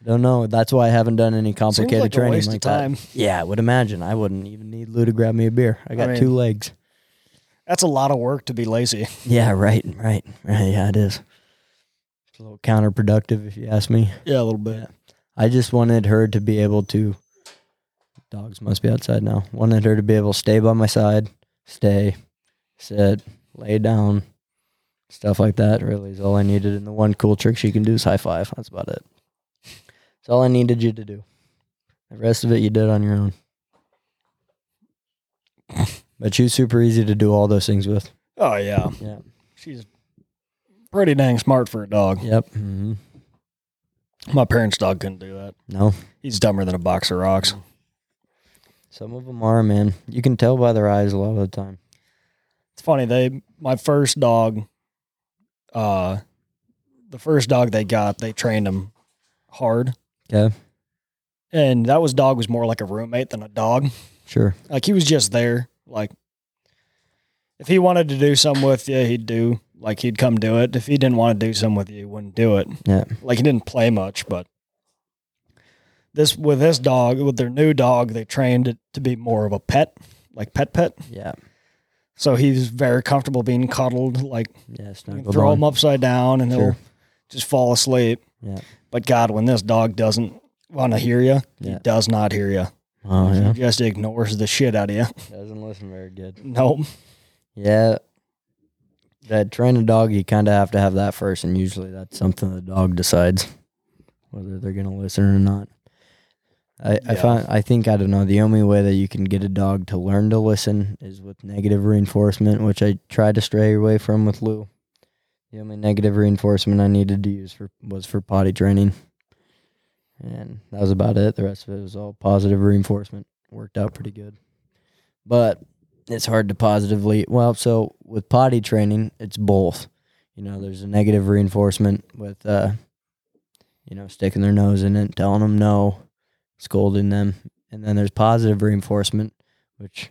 [SPEAKER 1] I don't know. That's why I haven't done any
[SPEAKER 2] Seems
[SPEAKER 1] complicated
[SPEAKER 2] like a
[SPEAKER 1] training
[SPEAKER 2] waste
[SPEAKER 1] like
[SPEAKER 2] of time.
[SPEAKER 1] that. Yeah, I would imagine. I wouldn't even need Lou to grab me a beer. I got
[SPEAKER 2] mean-
[SPEAKER 1] two legs.
[SPEAKER 2] That's a lot of work to be lazy.
[SPEAKER 1] Yeah, right, right, right. Yeah, it is. It's a little counterproductive, if you ask me.
[SPEAKER 2] Yeah, a little bit.
[SPEAKER 1] I just wanted her to be able to. Dogs must be outside now. Wanted her to be able to stay by my side, stay, sit, lay down, stuff like that. Really, is all I needed. And the one cool trick she can do is high five. That's about it. That's all I needed you to do. The rest of it you did on your own. But she's super easy to do all those things with.
[SPEAKER 2] Oh yeah.
[SPEAKER 1] Yeah.
[SPEAKER 2] She's pretty dang smart for a dog.
[SPEAKER 1] Yep. hmm
[SPEAKER 2] My parents' dog couldn't do that.
[SPEAKER 1] No.
[SPEAKER 2] He's dumber than a box of rocks.
[SPEAKER 1] Some of them are, man. You can tell by their eyes a lot of the time.
[SPEAKER 2] It's funny, they my first dog uh the first dog they got, they trained him hard.
[SPEAKER 1] Okay.
[SPEAKER 2] And that was dog was more like a roommate than a dog.
[SPEAKER 1] Sure.
[SPEAKER 2] Like he was just there. Like if he wanted to do something with you, he'd do. Like he'd come do it. If he didn't want to do something with you, he wouldn't do it.
[SPEAKER 1] Yeah.
[SPEAKER 2] Like he didn't play much, but this with this dog, with their new dog, they trained it to be more of a pet, like pet pet.
[SPEAKER 1] Yeah.
[SPEAKER 2] So he's very comfortable being cuddled. Like
[SPEAKER 1] Yeah, it's
[SPEAKER 2] you
[SPEAKER 1] not
[SPEAKER 2] can throw him upside down and
[SPEAKER 1] Sure.
[SPEAKER 2] he'll just fall asleep.
[SPEAKER 1] Yeah.
[SPEAKER 2] But God, when this dog doesn't want to hear you,
[SPEAKER 1] Yeah.
[SPEAKER 2] he does not hear you.
[SPEAKER 1] Oh yeah.
[SPEAKER 2] He just ignores the shit out of you.
[SPEAKER 1] Doesn't listen very good.
[SPEAKER 2] Nope.
[SPEAKER 1] Yeah. That train a dog, you kind of have to have that first, and usually that's something the dog decides whether they're going to listen or not. I, I
[SPEAKER 2] Yeah.
[SPEAKER 1] find I think I don't know the only way that you can get a dog to learn to listen is with negative reinforcement, which I tried to stray away from with Lou. The only negative reinforcement I needed to use for was for potty training, and that was about it. The rest of it was all positive reinforcement. Worked out pretty good, but it's hard to positively. Well, so with potty training, it's both. You know, there's a negative reinforcement with, uh, you know, sticking their nose in it, telling them no, scolding them, and then there's positive reinforcement, which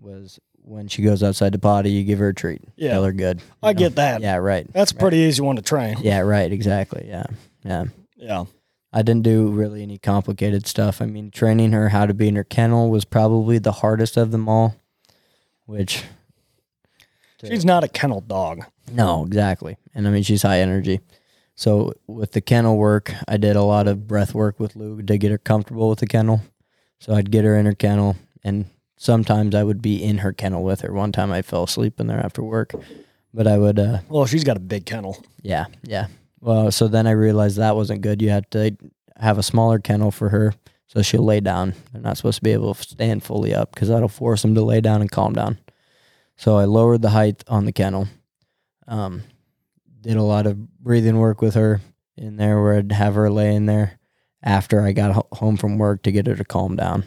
[SPEAKER 1] was when she goes outside to potty, you give her a treat,
[SPEAKER 2] Yeah.
[SPEAKER 1] tell her good. you
[SPEAKER 2] I
[SPEAKER 1] know?
[SPEAKER 2] get that.
[SPEAKER 1] Yeah, right.
[SPEAKER 2] That's a
[SPEAKER 1] right.
[SPEAKER 2] pretty easy one to train.
[SPEAKER 1] Yeah, right. Exactly. Yeah, yeah.
[SPEAKER 2] Yeah.
[SPEAKER 1] I didn't do really any complicated stuff. I mean, training her how to be in her kennel was probably the hardest of them all, which
[SPEAKER 2] She's not a kennel dog.
[SPEAKER 1] no, exactly. And I mean, she's high energy. So with the kennel work, I did a lot of breath work with Lou to get her comfortable with the kennel. So I'd get her in her kennel, and sometimes I would be in her kennel with her. One time I fell asleep in there after work, but I would uh,
[SPEAKER 2] Well, she's got a big kennel.
[SPEAKER 1] yeah, yeah. Well, so then I realized that wasn't good. You had to have a smaller kennel for her so she'll lay down. They're not supposed to be able to stand fully up because that'll force them to lay down and calm down. So I lowered the height on the kennel. Um, did a lot of breathing work with her in there where I'd have her lay in there after I got ho- home from work to get her to calm down.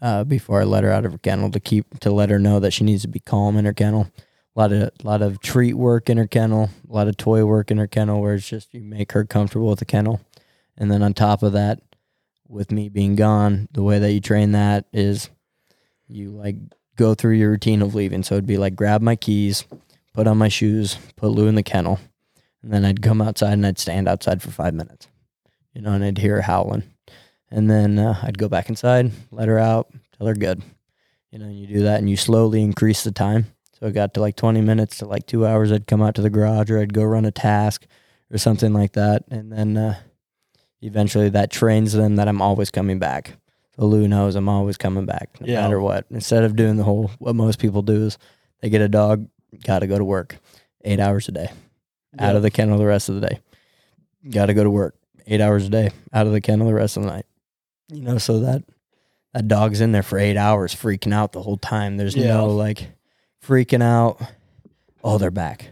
[SPEAKER 1] Uh, before I let her out of her kennel to keep to let her know that she needs to be calm in her kennel a lot of lot of treat work in her kennel, a lot of toy work in her kennel, where it's just you make her comfortable with the kennel, and then on top of that, with me being gone, the way that you train that is, you like go through your routine of leaving. So it'd be like grab my keys, put on my shoes, put Lou in the kennel, and then I'd come outside and I'd stand outside for five minutes, you know, and I'd hear her howling, and then uh, I'd go back inside, let her out, tell her good, you know, and you do that and you slowly increase the time. So it got to like 20 minutes to like two hours. I'd come out to the garage or I'd go run a task or something like that. And then uh, eventually that trains them that I'm always coming back. So Lou knows I'm always coming back no
[SPEAKER 2] Yeah.
[SPEAKER 1] matter what. Instead of doing the whole, what most people do is they get a dog, got to go to work eight hours a day, out of the kennel the rest of the day. Got to go to work eight hours a day, out of the kennel the rest of the night. You know, so that that dog's in there for eight hours freaking out the whole time. There's
[SPEAKER 2] Yeah.
[SPEAKER 1] no like freaking out. Oh, they're back.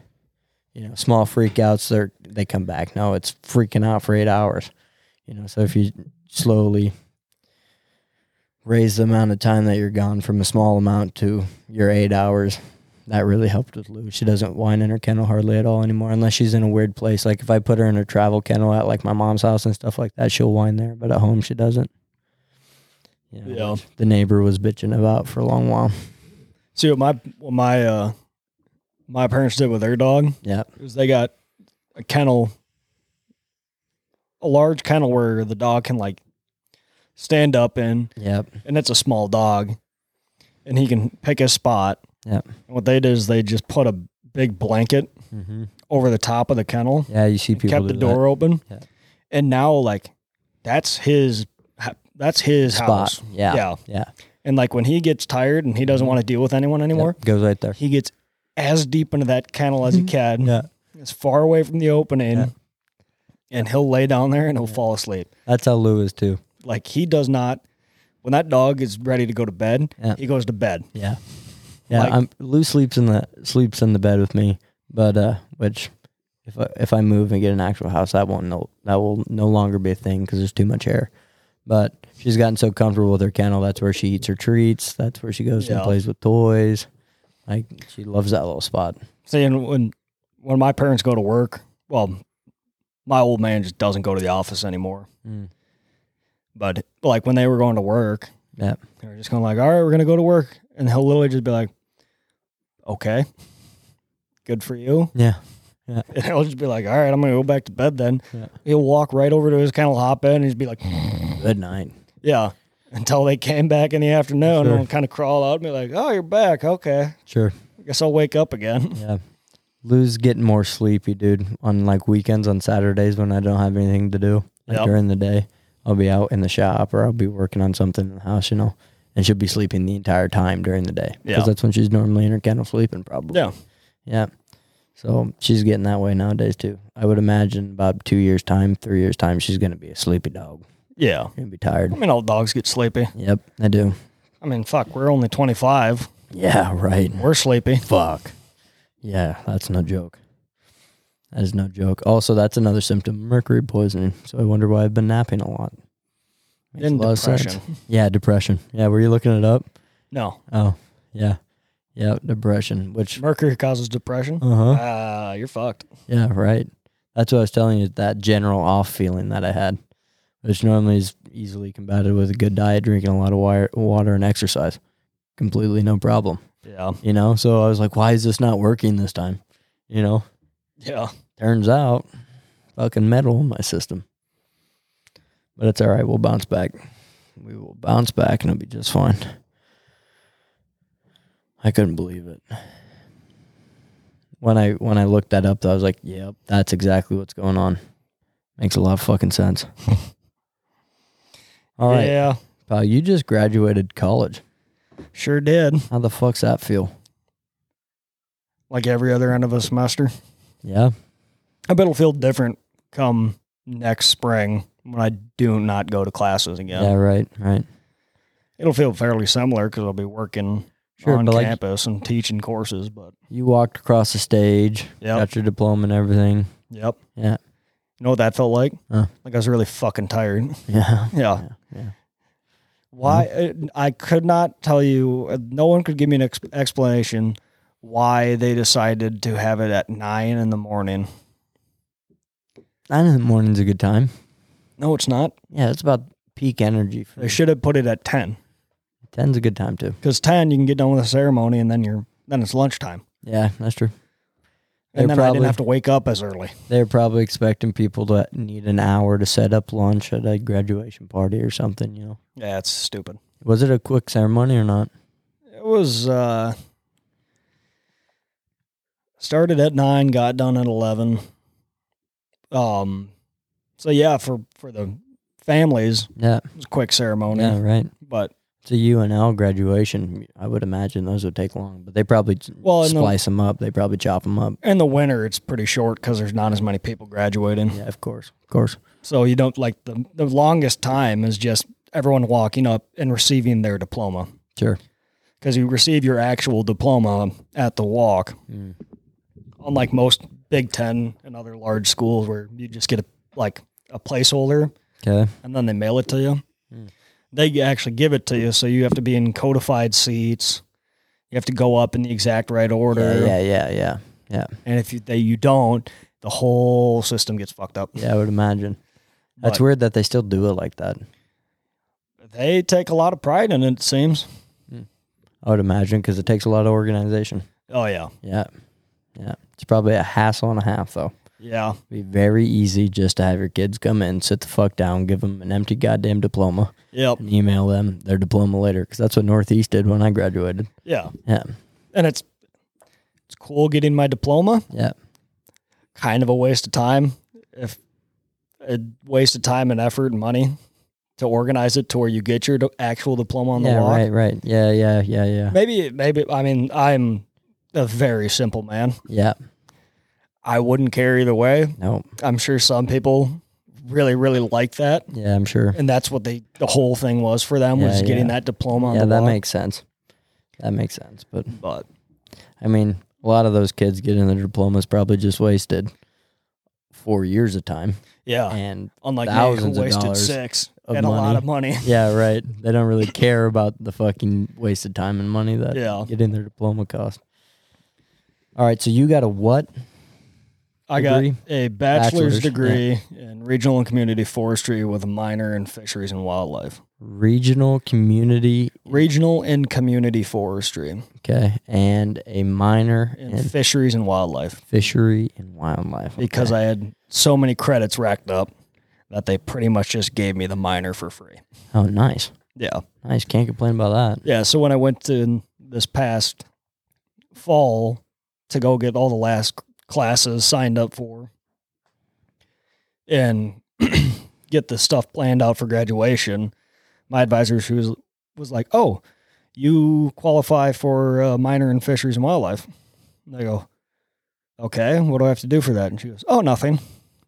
[SPEAKER 1] You know, small freak outs, they're they come back. No, it's freaking out for eight hours. You know, so if you slowly raise the amount of time that you're gone from a small amount to your eight hours, that really helped with Lou. She doesn't whine in her kennel hardly at all anymore unless she's in a weird place. Like if I put her in her travel kennel at like my mom's house and stuff like that, she'll whine there. But at home she doesn't. You know,
[SPEAKER 2] Yeah.
[SPEAKER 1] which The neighbor was bitching about for a long while.
[SPEAKER 2] See what my what my uh my parents did with their dog
[SPEAKER 1] Yeah.
[SPEAKER 2] is they got a kennel a large kennel where the dog can like stand up in
[SPEAKER 1] Yep.
[SPEAKER 2] and it's a small dog and he can pick his spot.
[SPEAKER 1] Yep.
[SPEAKER 2] And what they did is they just put a big blanket
[SPEAKER 1] Mm-hmm.
[SPEAKER 2] over the top of the kennel,
[SPEAKER 1] Yeah, you see people
[SPEAKER 2] kept
[SPEAKER 1] do
[SPEAKER 2] the door open.
[SPEAKER 1] Yeah.
[SPEAKER 2] And now like that's his ha- that's his
[SPEAKER 1] that. spot.
[SPEAKER 2] house.
[SPEAKER 1] Yeah.
[SPEAKER 2] yeah.
[SPEAKER 1] Yeah.
[SPEAKER 2] And like when he gets tired and he doesn't want to deal with anyone anymore,
[SPEAKER 1] Yep, Goes right there.
[SPEAKER 2] he gets as deep into that kennel as he can,
[SPEAKER 1] Mm-hmm. Yeah.
[SPEAKER 2] as far away from the opening,
[SPEAKER 1] Yeah.
[SPEAKER 2] and he'll lay down there and he'll fall asleep.
[SPEAKER 1] That's how Lou is too.
[SPEAKER 2] Like he does not. When that dog is ready to go to bed,
[SPEAKER 1] Yeah.
[SPEAKER 2] he goes to bed.
[SPEAKER 1] Yeah. Yeah.
[SPEAKER 2] Like-
[SPEAKER 1] I'm, Lou sleeps in the sleeps in the bed with me, but uh, which if I, if I move and get an actual house, that won't no that will no longer be a thing because there's too much hair. But she's gotten so comfortable with her kennel. That's where she eats her treats. That's where she goes and
[SPEAKER 2] Yeah.
[SPEAKER 1] plays with toys. Like she loves that little spot.
[SPEAKER 2] Saying when when my parents go to work, well, my old man just doesn't go to the office anymore.
[SPEAKER 1] Mm.
[SPEAKER 2] But like when they were going to work,
[SPEAKER 1] Yeah.
[SPEAKER 2] they were just going like, "All right, we're gonna go to work," and he'll literally just be like, "Okay, good for you."
[SPEAKER 1] Yeah.
[SPEAKER 2] And I'll just be like, all right, I'm going to go back to bed then.
[SPEAKER 1] Yeah.
[SPEAKER 2] He'll walk right over to his kennel, hop in, and he'd be like,
[SPEAKER 1] Good night.
[SPEAKER 2] yeah. Until they came back in the afternoon
[SPEAKER 1] Sure.
[SPEAKER 2] and kind of crawl out and be like, oh, you're back. Okay.
[SPEAKER 1] Sure.
[SPEAKER 2] guess I'll wake up again.
[SPEAKER 1] Yeah. Lou's getting more sleepy, dude, on like weekends, on Saturdays when I don't have anything to do. Like
[SPEAKER 2] Yep.
[SPEAKER 1] during the day, I'll be out in the shop or I'll be working on something in the house, you know, and she'll be sleeping the entire time during the day.
[SPEAKER 2] Yeah.
[SPEAKER 1] Because that's when she's normally in her kennel sleeping, probably.
[SPEAKER 2] Yeah.
[SPEAKER 1] Yeah. So she's getting that way nowadays, too. I would imagine about two years' time, three years' time, she's going to be a sleepy dog.
[SPEAKER 2] Yeah.
[SPEAKER 1] She's going to be tired.
[SPEAKER 2] I mean, all dogs get sleepy.
[SPEAKER 1] Yep, I do.
[SPEAKER 2] I mean, fuck, we're only 25.
[SPEAKER 1] Yeah, right.
[SPEAKER 2] We're sleepy.
[SPEAKER 1] Fuck. Yeah, that's no joke. That is no joke. Also, that's another symptom mercury poisoning. So I wonder why I've been napping a lot. Makes
[SPEAKER 2] In
[SPEAKER 1] a lot of sense.
[SPEAKER 2] depression.
[SPEAKER 1] Yeah, depression. Yeah, were you looking it up?
[SPEAKER 2] No.
[SPEAKER 1] Oh, yeah. Yeah, depression, which,
[SPEAKER 2] Mercury causes depression.
[SPEAKER 1] uh huh.
[SPEAKER 2] Ah, you're fucked.
[SPEAKER 1] Yeah, right. That's what I was telling you, that general off feeling that I had, which normally is easily combated with a good diet, drinking a lot of wire, water, and exercise. Completely no problem,
[SPEAKER 2] Yeah.
[SPEAKER 1] you know? So I was like, why is this not working this time? You know?
[SPEAKER 2] Yeah.
[SPEAKER 1] Turns out, fucking metal in my system. But it's all right. We'll bounce back. We will bounce back and it'll be just fine. I couldn't believe it. When I when I looked that up, though, I was like, "Yep, that's exactly what's going on." Makes a lot of fucking sense. All right,
[SPEAKER 2] Yeah.
[SPEAKER 1] pal, you just graduated college.
[SPEAKER 2] Sure did.
[SPEAKER 1] How the fuck's that feel?
[SPEAKER 2] Like every other end of a semester.
[SPEAKER 1] Yeah,
[SPEAKER 2] I bet it'll feel different come next spring when I do not go to classes again.
[SPEAKER 1] yeah, right, right.
[SPEAKER 2] It'll feel fairly similar because I'll be working
[SPEAKER 1] Sure,
[SPEAKER 2] on
[SPEAKER 1] but like
[SPEAKER 2] campus and teaching courses. But
[SPEAKER 1] you walked across the stage,
[SPEAKER 2] Yep.
[SPEAKER 1] got your diploma and everything.
[SPEAKER 2] yep.
[SPEAKER 1] Yeah.
[SPEAKER 2] You know what that felt like?
[SPEAKER 1] Huh.
[SPEAKER 2] Like I was really fucking tired.
[SPEAKER 1] Yeah.
[SPEAKER 2] yeah.
[SPEAKER 1] yeah.
[SPEAKER 2] Why? uh, I could not tell you. uh, No one could give me an ex- explanation why they decided to have it at nine in the morning.
[SPEAKER 1] Nine in the morning's a good time.
[SPEAKER 2] No, it's not.
[SPEAKER 1] Yeah, it's about peak energy for
[SPEAKER 2] They
[SPEAKER 1] me.
[SPEAKER 2] should have put it at ten
[SPEAKER 1] Ten's a good time too.
[SPEAKER 2] because ten you can get done with the ceremony and then you're then it's lunchtime
[SPEAKER 1] Yeah, that's true. They're
[SPEAKER 2] and then I
[SPEAKER 1] probably
[SPEAKER 2] didn't have to wake up as early.
[SPEAKER 1] they're probably expecting people to need an hour to set up lunch at a graduation party or something. You know,
[SPEAKER 2] Yeah, it's stupid.
[SPEAKER 1] was it a quick ceremony or not?
[SPEAKER 2] It was uh started at nine, got done at eleven. Um, so yeah, for for the families,
[SPEAKER 1] Yeah,
[SPEAKER 2] it was a quick ceremony,
[SPEAKER 1] yeah, right.
[SPEAKER 2] but
[SPEAKER 1] It's a UNL graduation. I would imagine those would take long, but they probably j-
[SPEAKER 2] Well, and the-
[SPEAKER 1] splice them up. They probably chop them up.
[SPEAKER 2] in the winter it's pretty short because there's not as many people graduating.
[SPEAKER 1] Yeah, of course, of course.
[SPEAKER 2] So you don't like the the longest time is just everyone walking up and receiving their diploma
[SPEAKER 1] Sure.
[SPEAKER 2] because you receive your actual diploma at the walk.
[SPEAKER 1] Mm.
[SPEAKER 2] unlike most Big Ten and other large schools where you just get a like a placeholder
[SPEAKER 1] Okay.
[SPEAKER 2] and then they mail it to you.
[SPEAKER 1] Hmm.
[SPEAKER 2] They actually give it to you, so you have to be in codified seats. You have to go up in the exact right order,
[SPEAKER 1] Yeah, yeah, yeah, yeah.
[SPEAKER 2] and if you, they, you don't, the whole system gets fucked up.
[SPEAKER 1] Yeah, I would imagine. That's
[SPEAKER 2] But
[SPEAKER 1] weird that they still do it like that.
[SPEAKER 2] They take a lot of pride in it. It seems.
[SPEAKER 1] I would imagine because it takes a lot of organization.
[SPEAKER 2] Oh yeah,
[SPEAKER 1] Yeah, yeah. It's probably a hassle and a half though.
[SPEAKER 2] yeah,
[SPEAKER 1] It'd be very easy just to have your kids come in, sit the fuck down, give them an empty goddamn diploma,
[SPEAKER 2] yep,
[SPEAKER 1] and email them their diploma later. Because that's what Northeast did when I graduated.
[SPEAKER 2] yeah.
[SPEAKER 1] Yeah,
[SPEAKER 2] And it's it's cool getting my diploma.
[SPEAKER 1] yeah,
[SPEAKER 2] kind of a waste of time if a waste of time and effort and money to organize it to where you get your d- actual diploma on the
[SPEAKER 1] yeah.
[SPEAKER 2] walk.
[SPEAKER 1] Right, right. Yeah, yeah, yeah, yeah,
[SPEAKER 2] Maybe, maybe, I mean, I'm a very simple man.
[SPEAKER 1] yeah.
[SPEAKER 2] I wouldn't care either way.
[SPEAKER 1] No,
[SPEAKER 2] I'm sure some people really, really like that.
[SPEAKER 1] yeah, I'm sure.
[SPEAKER 2] And that's what they, the whole thing was for them
[SPEAKER 1] Yeah,
[SPEAKER 2] was getting
[SPEAKER 1] yeah.
[SPEAKER 2] that diploma on
[SPEAKER 1] Yeah,
[SPEAKER 2] the
[SPEAKER 1] that
[SPEAKER 2] walk.
[SPEAKER 1] makes sense. That makes sense. But
[SPEAKER 2] but
[SPEAKER 1] I mean, a lot of those kids getting their diplomas probably just wasted four years of time
[SPEAKER 2] yeah,
[SPEAKER 1] and
[SPEAKER 2] unlike
[SPEAKER 1] thousands of
[SPEAKER 2] me, who wasted
[SPEAKER 1] dollars
[SPEAKER 2] six
[SPEAKER 1] of
[SPEAKER 2] and a lot
[SPEAKER 1] money.
[SPEAKER 2] of money.
[SPEAKER 1] Yeah, right. They don't really care about the fucking wasted time and money that
[SPEAKER 2] Yeah.
[SPEAKER 1] getting their diploma cost. All right, so you got a what?
[SPEAKER 2] I got
[SPEAKER 1] Degree?
[SPEAKER 2] a bachelor's,
[SPEAKER 1] Bachelor's,
[SPEAKER 2] degree in regional and community forestry with a minor in fisheries and wildlife.
[SPEAKER 1] Regional community,
[SPEAKER 2] Regional and community forestry
[SPEAKER 1] okay, and a minor
[SPEAKER 2] in
[SPEAKER 1] in
[SPEAKER 2] fisheries and wildlife
[SPEAKER 1] fishery and wildlife.
[SPEAKER 2] because I had so many credits racked up that they pretty much just gave me the minor for free.
[SPEAKER 1] I oh nice,
[SPEAKER 2] Yeah.
[SPEAKER 1] nice. Can't complain about that.
[SPEAKER 2] Yeah. So when I went to this past fall to go get all the last classes signed up for and get the stuff planned out for graduation. My advisor, she was was like, "Oh, you qualify for a minor in fisheries and wildlife." And I go, "Okay, what do I have to do for that?" And she goes, "Oh, nothing."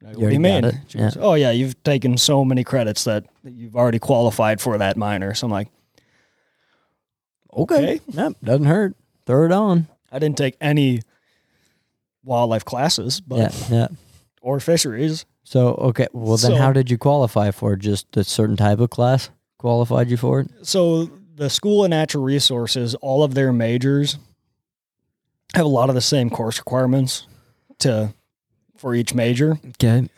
[SPEAKER 2] And
[SPEAKER 1] You
[SPEAKER 2] I go, what do you
[SPEAKER 1] already
[SPEAKER 2] mean?
[SPEAKER 1] got it.
[SPEAKER 2] She goes, "Oh yeah, you've taken so many credits that you've already qualified for that minor." So I'm like,
[SPEAKER 1] Okay.
[SPEAKER 2] Okay.
[SPEAKER 1] Yep. Doesn't hurt. Throw it on.
[SPEAKER 2] I didn't take any wildlife classes, but
[SPEAKER 1] yeah. Yeah.
[SPEAKER 2] or fisheries.
[SPEAKER 1] So okay. Well, then
[SPEAKER 2] So-
[SPEAKER 1] how did you qualify for it? just a certain type of class? Qualified you for it?
[SPEAKER 2] So the School of Natural Resources, all of their majors have a lot of the same course requirements to for each major.
[SPEAKER 1] Okay.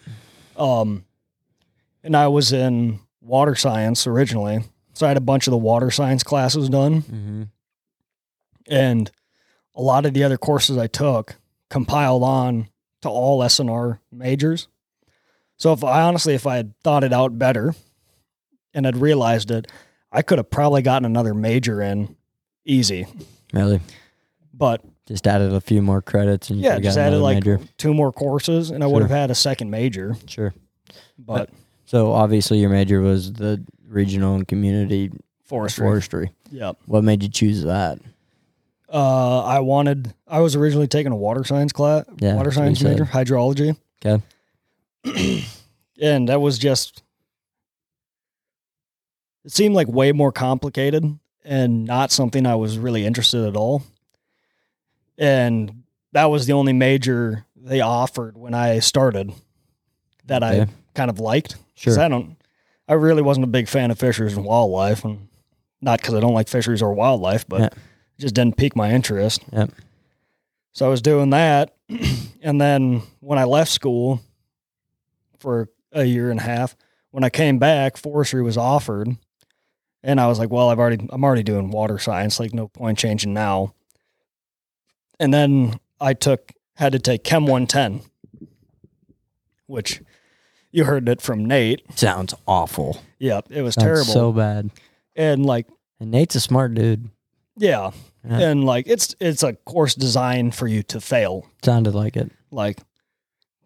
[SPEAKER 2] Um, and I was in water science originally, so I had a bunch of the water science classes done,
[SPEAKER 1] Mm-hmm.
[SPEAKER 2] and a lot of the other courses I took compiled on to all SNR majors. So if I honestly, if I had thought it out better and had realized it, I could have probably gotten another major in easy.
[SPEAKER 1] Really?
[SPEAKER 2] But
[SPEAKER 1] Just added a few more credits and you
[SPEAKER 2] yeah,
[SPEAKER 1] could've
[SPEAKER 2] just
[SPEAKER 1] got
[SPEAKER 2] added
[SPEAKER 1] another
[SPEAKER 2] like
[SPEAKER 1] major.
[SPEAKER 2] two more courses and I would
[SPEAKER 1] Sure.
[SPEAKER 2] have had a second major.
[SPEAKER 1] Sure.
[SPEAKER 2] But
[SPEAKER 1] So obviously your major was the regional and community
[SPEAKER 2] forestry.
[SPEAKER 1] forestry.
[SPEAKER 2] Yep.
[SPEAKER 1] What made you choose that?
[SPEAKER 2] Uh, I wanted. I was originally taking a water science class,
[SPEAKER 1] Yeah,
[SPEAKER 2] water
[SPEAKER 1] that's what you
[SPEAKER 2] science
[SPEAKER 1] said.
[SPEAKER 2] major, hydrology.
[SPEAKER 1] 'Kay.
[SPEAKER 2] and that was just. It seemed like way more complicated and not something I was really interested at all. And that was the only major they offered when I started that I
[SPEAKER 1] Okay.
[SPEAKER 2] kind of liked. 'Cause
[SPEAKER 1] Sure.
[SPEAKER 2] I don't. I really wasn't a big fan of fisheries and wildlife, and not because I don't like fisheries or wildlife, but
[SPEAKER 1] Yeah.
[SPEAKER 2] it just didn't pique my interest.
[SPEAKER 1] Yep.
[SPEAKER 2] So I was doing that, and then when I left school for a year and a half, when I came back, forestry was offered, and I was like, "Well, I've already I'm already doing water science. Like, no point changing now." And then I took had to take Chem 110, which you heard it from Nate.
[SPEAKER 1] Sounds awful.
[SPEAKER 2] Yep, it was
[SPEAKER 1] Sounds
[SPEAKER 2] terrible.
[SPEAKER 1] So bad.
[SPEAKER 2] and like
[SPEAKER 1] And Nate's a smart dude.
[SPEAKER 2] yeah,
[SPEAKER 1] Yeah.
[SPEAKER 2] and like it's it's a course designed for you to fail.
[SPEAKER 1] Sounded like it.
[SPEAKER 2] Like,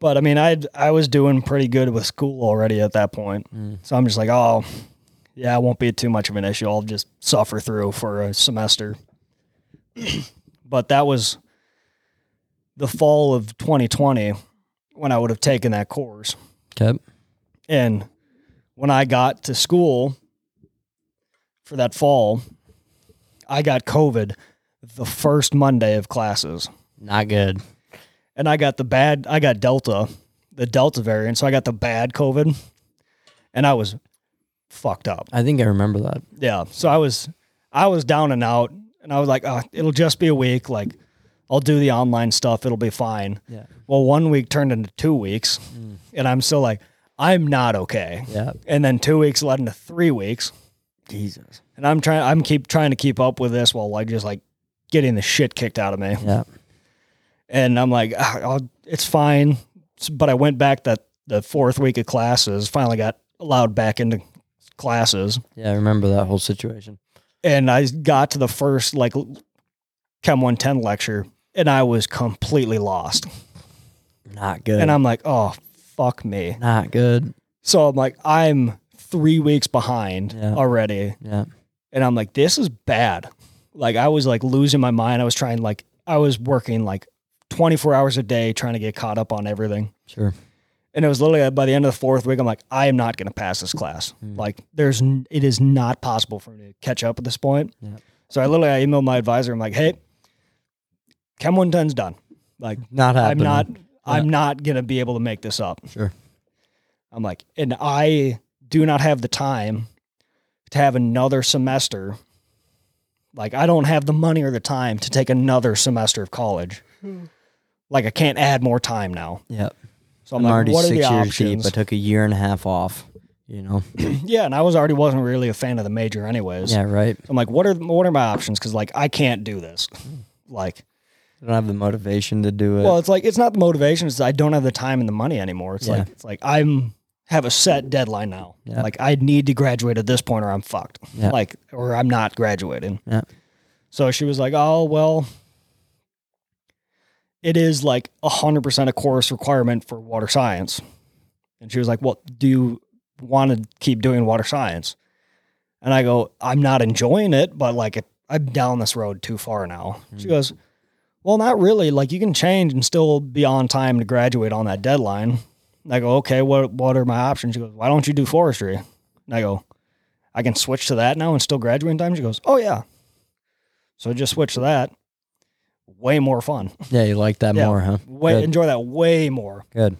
[SPEAKER 2] but I mean, I I was doing pretty good with school already at that point,
[SPEAKER 1] Mm.
[SPEAKER 2] so I'm just like, oh, yeah, it won't be too much of an issue. I'll just suffer through for a semester. but that was the fall of 2020 when I would have taken that course.
[SPEAKER 1] Okay.
[SPEAKER 2] And when I got to school for that fall, I got COVID the first Monday of classes.
[SPEAKER 1] Not good.
[SPEAKER 2] And I got the bad, I got Delta, the Delta variant. So I got the bad COVID and I was fucked up.
[SPEAKER 1] I think I remember that.
[SPEAKER 2] Yeah. So I was, I was down and out and I was like, oh, it'll just be a week. Like, I'll do the online stuff. It'll be fine.
[SPEAKER 1] Yeah.
[SPEAKER 2] Well, one week turned into two weeks
[SPEAKER 1] Mm.
[SPEAKER 2] and I'm still like, I'm not okay
[SPEAKER 1] Yeah.
[SPEAKER 2] and then two weeks led into three weeks
[SPEAKER 1] Jesus.
[SPEAKER 2] and i'm trying i'm keep trying to keep up with this while like just like getting the shit kicked out of me
[SPEAKER 1] Yeah.
[SPEAKER 2] and i'm like "Ah, I'll, it's fine S- but i went back that the fourth week of classes finally got allowed back into classes
[SPEAKER 1] Yeah. I remember that whole situation.
[SPEAKER 2] and i got to the first like l- chem 110 lecture and i was completely lost
[SPEAKER 1] Not good.
[SPEAKER 2] and i'm like oh fuck me
[SPEAKER 1] not good.
[SPEAKER 2] so i'm like i'm three weeks behind
[SPEAKER 1] Yeah.
[SPEAKER 2] already
[SPEAKER 1] Yeah.
[SPEAKER 2] and I'm like, this is bad. Like I was like losing my mind. I was trying like I was working like 24 hours a day trying to get caught up on everything.
[SPEAKER 1] Sure.
[SPEAKER 2] And it was literally uh, by the end of the fourth week, I'm like, I am not going to pass this class.
[SPEAKER 1] Mm.
[SPEAKER 2] Like there's, n- it is not possible for me to catch up at this point.
[SPEAKER 1] Yeah.
[SPEAKER 2] So I literally, I emailed my advisor. I'm like, hey, Chem 110's done. Like
[SPEAKER 1] Not
[SPEAKER 2] I'm
[SPEAKER 1] happening.
[SPEAKER 2] not, I'm not going to be able to make this up.
[SPEAKER 1] Sure.
[SPEAKER 2] I'm like, and I do not have the time to have another semester. Like, I don't have the money or the time to take another semester of college. Like, I can't add more time now.
[SPEAKER 1] Yeah.
[SPEAKER 2] So I'm,
[SPEAKER 1] I'm,
[SPEAKER 2] like,
[SPEAKER 1] already
[SPEAKER 2] what are
[SPEAKER 1] six
[SPEAKER 2] the
[SPEAKER 1] years
[SPEAKER 2] options?
[SPEAKER 1] deep. I took a year and a half off. You know.
[SPEAKER 2] yeah, and I was already wasn't really a fan of the major, anyways.
[SPEAKER 1] yeah. Right.
[SPEAKER 2] I'm like, what are what are my options? Because like, I can't do this.
[SPEAKER 1] Hmm.
[SPEAKER 2] Like,
[SPEAKER 1] I don't have the motivation to do it.
[SPEAKER 2] well, it's like it's not the motivation. It's I don't have the time and the money anymore. It's
[SPEAKER 1] Yeah.
[SPEAKER 2] like it's like I'm have a set deadline now.
[SPEAKER 1] Yeah.
[SPEAKER 2] Like I need to graduate at this point, or I'm fucked.
[SPEAKER 1] Yeah.
[SPEAKER 2] Like or I'm not graduating.
[SPEAKER 1] Yeah.
[SPEAKER 2] So she was like, "Oh well, it is like 100% a course requirement for water science. And she was like, Well, do you want to keep doing water science? And I go, I'm not enjoying it, but like, I'm down this road too far now. She
[SPEAKER 1] Mm.
[SPEAKER 2] goes, Well, not really. Like, you can change and still be on time to graduate on that deadline. And I go, Okay, what, what are my options? She goes, Why don't you do forestry? And I go, I can switch to that now and still graduate in time. She goes, Oh, yeah. So I just switched to that. Way more fun.
[SPEAKER 1] Yeah, you like that
[SPEAKER 2] Yeah.
[SPEAKER 1] more, huh?
[SPEAKER 2] Way
[SPEAKER 1] Good.
[SPEAKER 2] enjoy that way more.
[SPEAKER 1] Good.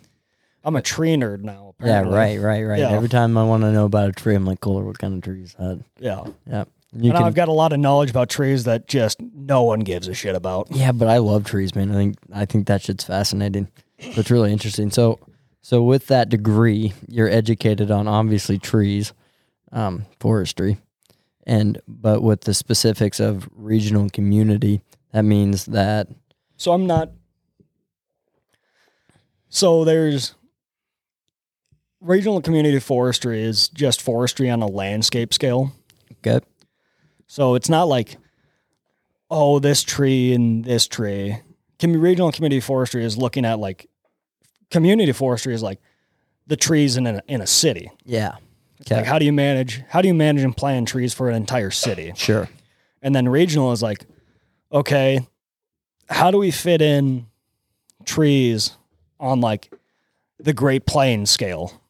[SPEAKER 2] I'm a tree nerd now.
[SPEAKER 1] Yeah,
[SPEAKER 2] Apparently.
[SPEAKER 1] right, right, right.
[SPEAKER 2] Yeah.
[SPEAKER 1] Every time I want to know about a tree, I'm like, "Cooler, what kind of tree is that?"
[SPEAKER 2] Yeah,
[SPEAKER 1] You
[SPEAKER 2] and
[SPEAKER 1] can,
[SPEAKER 2] I've got a lot of knowledge about trees that just no one gives a shit about.
[SPEAKER 1] yeah, but I love trees, man. I think I think that shit's fascinating. So it's really interesting. So, so with that degree, you're educated on obviously trees, um, forestry, and but with the specifics of regional community, that means that
[SPEAKER 2] So I'm not. So there's regional community forestry is just forestry on a landscape scale.
[SPEAKER 1] good.
[SPEAKER 2] So it's not like, oh, this tree and this tree. Can be regional community forestry is looking at like community forestry is like the trees in a, in a city.
[SPEAKER 1] Yeah.
[SPEAKER 2] Like how do you manage how do you manage and plan trees for an entire city?
[SPEAKER 1] Sure.
[SPEAKER 2] And then regional is like, okay, how do we fit in trees on like the Great Plains scale?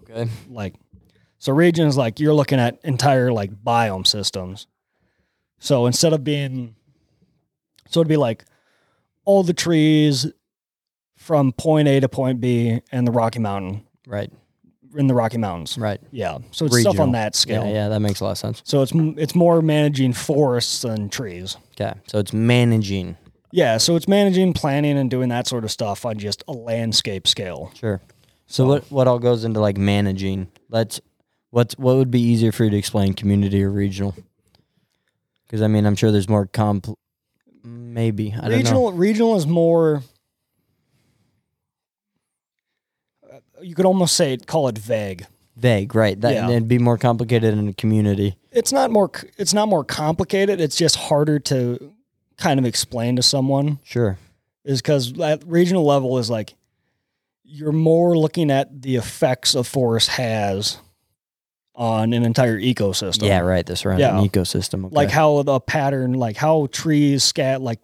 [SPEAKER 1] Okay.
[SPEAKER 2] Like, so region is like you're looking at entire like biome systems. So instead of being, so it'd be like all the trees from point A to point B and the Rocky Mountain
[SPEAKER 1] Right.
[SPEAKER 2] in the Rocky Mountains.
[SPEAKER 1] Right.
[SPEAKER 2] Yeah, so it's stuff on
[SPEAKER 1] Regional.
[SPEAKER 2] that scale.
[SPEAKER 1] Yeah. Yeah. That makes a lot of sense.
[SPEAKER 2] So it's m- it's more managing forests than trees.
[SPEAKER 1] Okay. So it's managing.
[SPEAKER 2] Yeah, so it's managing, planning, and doing that sort of stuff on just a landscape scale.
[SPEAKER 1] Sure. So what what all goes into like managing? Let's what's what would be easier for you to explain, community or regional? Because I mean, I'm sure there's more compl. Maybe I don't know.
[SPEAKER 2] regional regional is more. uh, You could almost say call it vague.
[SPEAKER 1] Vague, right? That
[SPEAKER 2] Yeah.
[SPEAKER 1] it'd be more complicated in a community.
[SPEAKER 2] It's not more c- it's not more complicated. It's just harder to kind of explain to someone.
[SPEAKER 1] Sure.
[SPEAKER 2] is because at regional level is like you're more looking at the effects a forest has on an entire ecosystem.
[SPEAKER 1] Yeah, right. The surrounding
[SPEAKER 2] Yeah.
[SPEAKER 1] ecosystem. Okay.
[SPEAKER 2] Like how the pattern, like how trees scat, like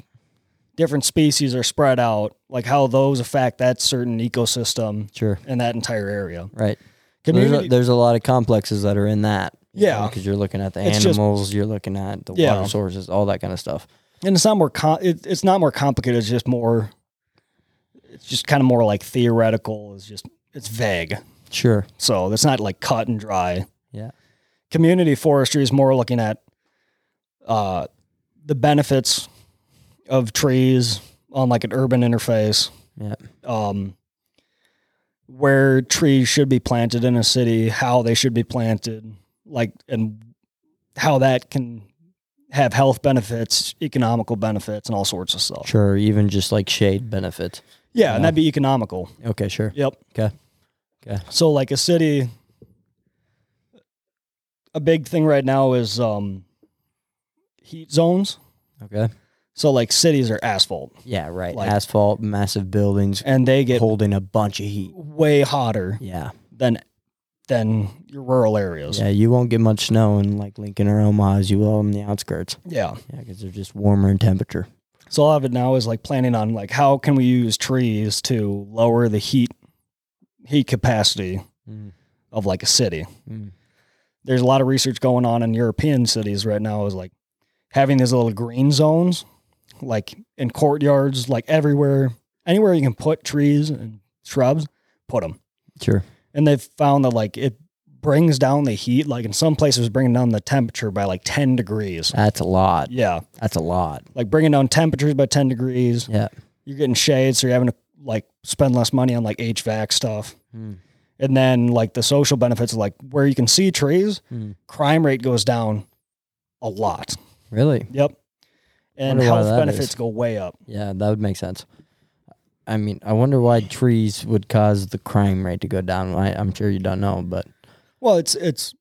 [SPEAKER 2] different species are spread out, like how those affect that certain ecosystem
[SPEAKER 1] sure.
[SPEAKER 2] and that entire area.
[SPEAKER 1] Right. So there's,
[SPEAKER 2] Community,
[SPEAKER 1] a, there's a lot of complexes that are in that.
[SPEAKER 2] Yeah.
[SPEAKER 1] Because you're looking at the
[SPEAKER 2] It's just-
[SPEAKER 1] animals, you're looking at the
[SPEAKER 2] Yeah.
[SPEAKER 1] water sources, all that kind of stuff.
[SPEAKER 2] and it's not more com- it, it's not more complicated. It's just more. It's just kind of more like theoretical. It's just it's vague.
[SPEAKER 1] Sure.
[SPEAKER 2] So it's not like cut and dry.
[SPEAKER 1] Yeah.
[SPEAKER 2] Community forestry is more looking at uh, the benefits of trees on like an urban interface.
[SPEAKER 1] Yeah.
[SPEAKER 2] Um, where trees should be planted in a city, how they should be planted, like, and how that can have health benefits, economical benefits, and all sorts of stuff.
[SPEAKER 1] Sure. Even just like shade benefits.
[SPEAKER 2] Yeah, and that'd be economical.
[SPEAKER 1] Okay. Sure.
[SPEAKER 2] Yep.
[SPEAKER 1] 'Kay. 'Kay.
[SPEAKER 2] So like a city a big thing right now is um heat zones.
[SPEAKER 1] Okay.
[SPEAKER 2] So like cities are asphalt
[SPEAKER 1] Yeah, right.
[SPEAKER 2] Like-
[SPEAKER 1] Asphalt, massive buildings
[SPEAKER 2] and they get
[SPEAKER 1] holding a bunch of heat.
[SPEAKER 2] way hotter
[SPEAKER 1] Yeah.
[SPEAKER 2] than than your rural areas.
[SPEAKER 1] Yeah, you won't get much snow in like Lincoln or Omaha as you will in the outskirts.
[SPEAKER 2] yeah.
[SPEAKER 1] Yeah, because they're just warmer in temperature.
[SPEAKER 2] So a lot of it now is like planning on like how can we use trees to lower the heat heat capacity
[SPEAKER 1] Mm.
[SPEAKER 2] of like a city.
[SPEAKER 1] Mm.
[SPEAKER 2] there's a lot of research going on in European cities right now is like having these little green zones, like in courtyards, like everywhere, anywhere you can put trees and shrubs, put them.
[SPEAKER 1] Sure.
[SPEAKER 2] And they've found that like it brings down the heat, like in some places, bringing down the temperature by like 10 degrees.
[SPEAKER 1] That's a lot.
[SPEAKER 2] Yeah.
[SPEAKER 1] That's a lot.
[SPEAKER 2] Like bringing down temperatures by 10 degrees.
[SPEAKER 1] Yeah.
[SPEAKER 2] You're getting shade. So you're having to like spend less money on like HVAC stuff.
[SPEAKER 1] Mm.
[SPEAKER 2] And then like the social benefits, of, like where you can see trees,
[SPEAKER 1] Mm.
[SPEAKER 2] crime rate goes down a lot.
[SPEAKER 1] Really?
[SPEAKER 2] Yep. And
[SPEAKER 1] Wonder why
[SPEAKER 2] health
[SPEAKER 1] that
[SPEAKER 2] benefits
[SPEAKER 1] is.
[SPEAKER 2] go way up.
[SPEAKER 1] Yeah, that would make sense. I mean, I wonder why trees would cause the crime rate to go down. I, I'm sure you don't know, but
[SPEAKER 2] Well, it's it's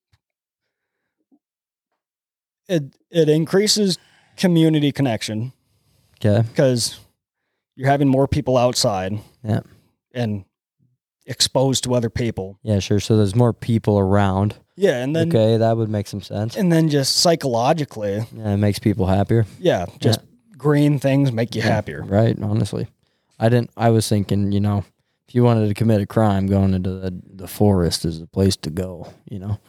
[SPEAKER 2] it it increases community connection
[SPEAKER 1] okay.
[SPEAKER 2] because you're having more people outside
[SPEAKER 1] Yeah.
[SPEAKER 2] and exposed to other people.
[SPEAKER 1] Yeah, sure. So there's more people around.
[SPEAKER 2] Yeah, and then
[SPEAKER 1] okay, that would make some sense.
[SPEAKER 2] and then just psychologically,
[SPEAKER 1] Yeah, it makes people happier.
[SPEAKER 2] yeah, just green things make you
[SPEAKER 1] Yeah.
[SPEAKER 2] happier.
[SPEAKER 1] Right, honestly. I didn't I was thinking, you know, if you wanted to commit a crime, going into the, the forest is the place to go, you know.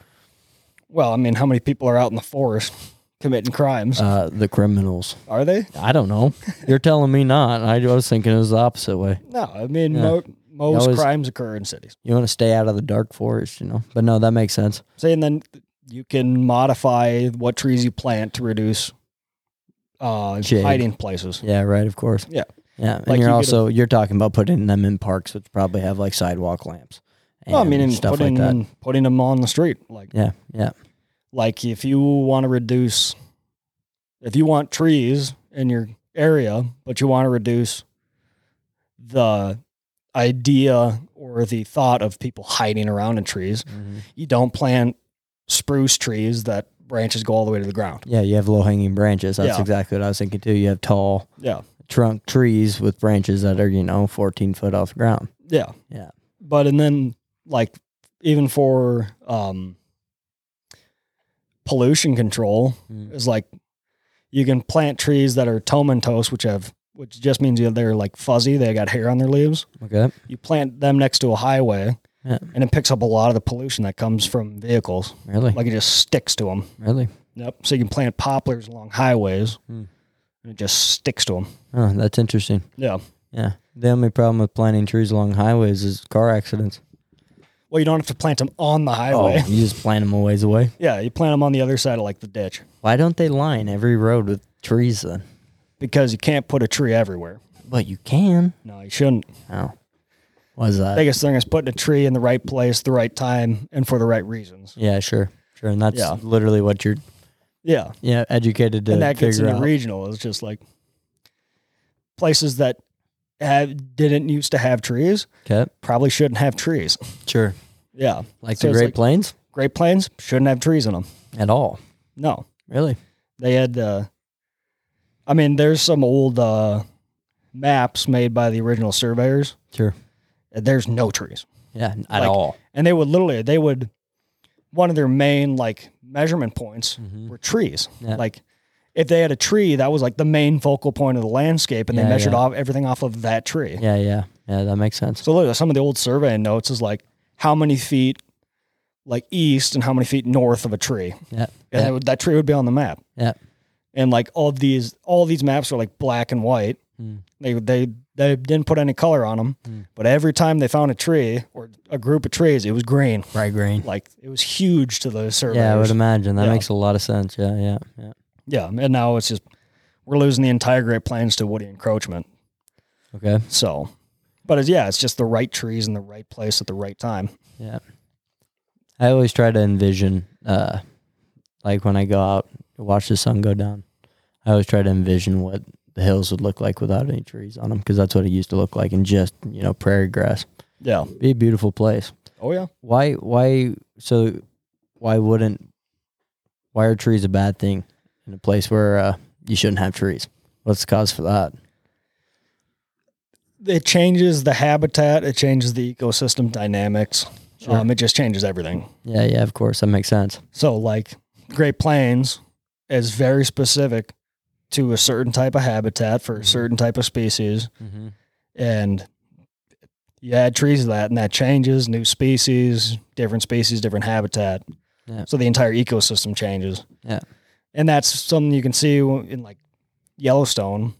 [SPEAKER 2] Well, I mean, how many people are out in the forest committing crimes?
[SPEAKER 1] Uh, the criminals.
[SPEAKER 2] are they?
[SPEAKER 1] I don't know. You're telling me not. I was thinking it was the opposite way.
[SPEAKER 2] No, I mean,
[SPEAKER 1] Yeah.
[SPEAKER 2] mo- most
[SPEAKER 1] always-
[SPEAKER 2] crimes occur in cities.
[SPEAKER 1] You want to stay out of the dark forest, you know. But no, that makes sense.
[SPEAKER 2] Say, and then you can modify what trees you plant to reduce uh,
[SPEAKER 1] Shade.
[SPEAKER 2] hiding places.
[SPEAKER 1] Yeah, right, of course.
[SPEAKER 2] Yeah.
[SPEAKER 1] Yeah. And
[SPEAKER 2] Like you
[SPEAKER 1] you're
[SPEAKER 2] could-
[SPEAKER 1] also you're talking about putting them in parks which probably have like sidewalk lamps.
[SPEAKER 2] Well, I mean,
[SPEAKER 1] and
[SPEAKER 2] and
[SPEAKER 1] stuff
[SPEAKER 2] putting
[SPEAKER 1] like that.
[SPEAKER 2] them- putting them on the street, like
[SPEAKER 1] Yeah, yeah.
[SPEAKER 2] like if you want to reduce, if you want trees in your area, but you want to reduce the idea or the thought of people hiding around in trees, you don't plant spruce trees that branches go all the way to the ground.
[SPEAKER 1] Yeah, you have low hanging branches. That's
[SPEAKER 2] Yeah.
[SPEAKER 1] exactly what I was thinking too. You have tall
[SPEAKER 2] Yeah,
[SPEAKER 1] trunk trees with branches that are, you know, 14 foot off the ground.
[SPEAKER 2] yeah,
[SPEAKER 1] Yeah.
[SPEAKER 2] But and then like even for um, pollution control, is like you can plant trees that are tomentose, which have which just means you know, they're like fuzzy, they got hair on their leaves.
[SPEAKER 1] Okay.
[SPEAKER 2] You plant them next to a highway,
[SPEAKER 1] Yeah.
[SPEAKER 2] and it picks up a lot of the pollution that comes from vehicles.
[SPEAKER 1] Really?
[SPEAKER 2] Like it just sticks to them.
[SPEAKER 1] really?
[SPEAKER 2] Yep. So you can plant poplars along highways,
[SPEAKER 1] Hmm.
[SPEAKER 2] and it just sticks to them.
[SPEAKER 1] Oh, that's interesting.
[SPEAKER 2] Yeah.
[SPEAKER 1] Yeah. The only problem with planting trees along highways is car accidents. Oh,
[SPEAKER 2] Well, you don't have to plant them on the highway.
[SPEAKER 1] you just plant them a ways away.
[SPEAKER 2] Yeah, you plant them on the other side of like the ditch
[SPEAKER 1] Why don't they line every road with trees then?
[SPEAKER 2] because you can't put a tree everywhere.
[SPEAKER 1] But you can.
[SPEAKER 2] No, you shouldn't.
[SPEAKER 1] Oh. Was that?
[SPEAKER 2] Biggest thing is putting a tree in the right place, the right time, and for the right reasons.
[SPEAKER 1] yeah, sure. Sure. And that's
[SPEAKER 2] Yeah.
[SPEAKER 1] literally what you're
[SPEAKER 2] Yeah.
[SPEAKER 1] yeah, educated to
[SPEAKER 2] and that gets
[SPEAKER 1] figure
[SPEAKER 2] into
[SPEAKER 1] out.
[SPEAKER 2] regional. It's just like places that have, didn't used to have trees
[SPEAKER 1] okay.
[SPEAKER 2] probably shouldn't have trees.
[SPEAKER 1] Sure.
[SPEAKER 2] Yeah,
[SPEAKER 1] Like
[SPEAKER 2] So
[SPEAKER 1] the
[SPEAKER 2] it's
[SPEAKER 1] Great
[SPEAKER 2] like-
[SPEAKER 1] Plains?
[SPEAKER 2] Great Plains shouldn't have trees in them.
[SPEAKER 1] At all.
[SPEAKER 2] No,
[SPEAKER 1] Really?
[SPEAKER 2] they had. Uh, I mean, there's some old uh, maps made by the original surveyors.
[SPEAKER 1] Sure.
[SPEAKER 2] and There's no trees,
[SPEAKER 1] Yeah. At
[SPEAKER 2] Like-
[SPEAKER 1] all.
[SPEAKER 2] and they would literally they would one of their main like measurement points
[SPEAKER 1] Mhm.
[SPEAKER 2] were trees.
[SPEAKER 1] Yeah.
[SPEAKER 2] Like if they had a tree, that was like the main focal point of the landscape, and they
[SPEAKER 1] Yeah,
[SPEAKER 2] measured
[SPEAKER 1] yeah.
[SPEAKER 2] off everything off of that tree.
[SPEAKER 1] Yeah, yeah. Yeah, that makes sense.
[SPEAKER 2] So look, some of the old surveying notes is like how many feet like east and how many feet north of a tree.
[SPEAKER 1] Yeah.
[SPEAKER 2] And
[SPEAKER 1] Yeah.
[SPEAKER 2] that, would, that tree would be on the map.
[SPEAKER 1] Yeah.
[SPEAKER 2] And like all of these, all these maps are like black and white.
[SPEAKER 1] Hmm.
[SPEAKER 2] They, they, they didn't put any color on them,
[SPEAKER 1] Hmm.
[SPEAKER 2] but every time they found a tree or a group of trees, it was green.
[SPEAKER 1] Bright green.
[SPEAKER 2] Like it was huge to those surveyors.
[SPEAKER 1] Yeah, I would imagine. That
[SPEAKER 2] Yeah.
[SPEAKER 1] makes a lot of sense. Yeah, yeah, yeah.
[SPEAKER 2] Yeah, and now it's just we're losing the entire Great Plains to woody encroachment.
[SPEAKER 1] Okay.
[SPEAKER 2] So, but it's, yeah, it's just the right trees in the right place at the right time.
[SPEAKER 1] Yeah. I always try to envision uh like when I go out watch the sun go down. I always try to envision what the hills would look like without any trees on them because that's what it used to look like in just, you know, prairie grass.
[SPEAKER 2] Yeah.
[SPEAKER 1] Be a beautiful place.
[SPEAKER 2] Oh yeah.
[SPEAKER 1] Why why so why wouldn't why are trees a bad thing in a place where uh you shouldn't have trees? What's the cause for that?
[SPEAKER 2] It changes the habitat. It changes the ecosystem dynamics.
[SPEAKER 1] Sure.
[SPEAKER 2] Um, it just changes everything.
[SPEAKER 1] Yeah, yeah, of course. That makes sense.
[SPEAKER 2] So like Great Plains is very specific to a certain type of habitat for a
[SPEAKER 1] Mhm.
[SPEAKER 2] certain type of species,
[SPEAKER 1] Mm-hmm.
[SPEAKER 2] and you add trees to that, and that changes new species, different species, different habitat.
[SPEAKER 1] Yeah.
[SPEAKER 2] So the entire ecosystem changes.
[SPEAKER 1] Yeah.
[SPEAKER 2] And that's something you can see in like Yellowstone.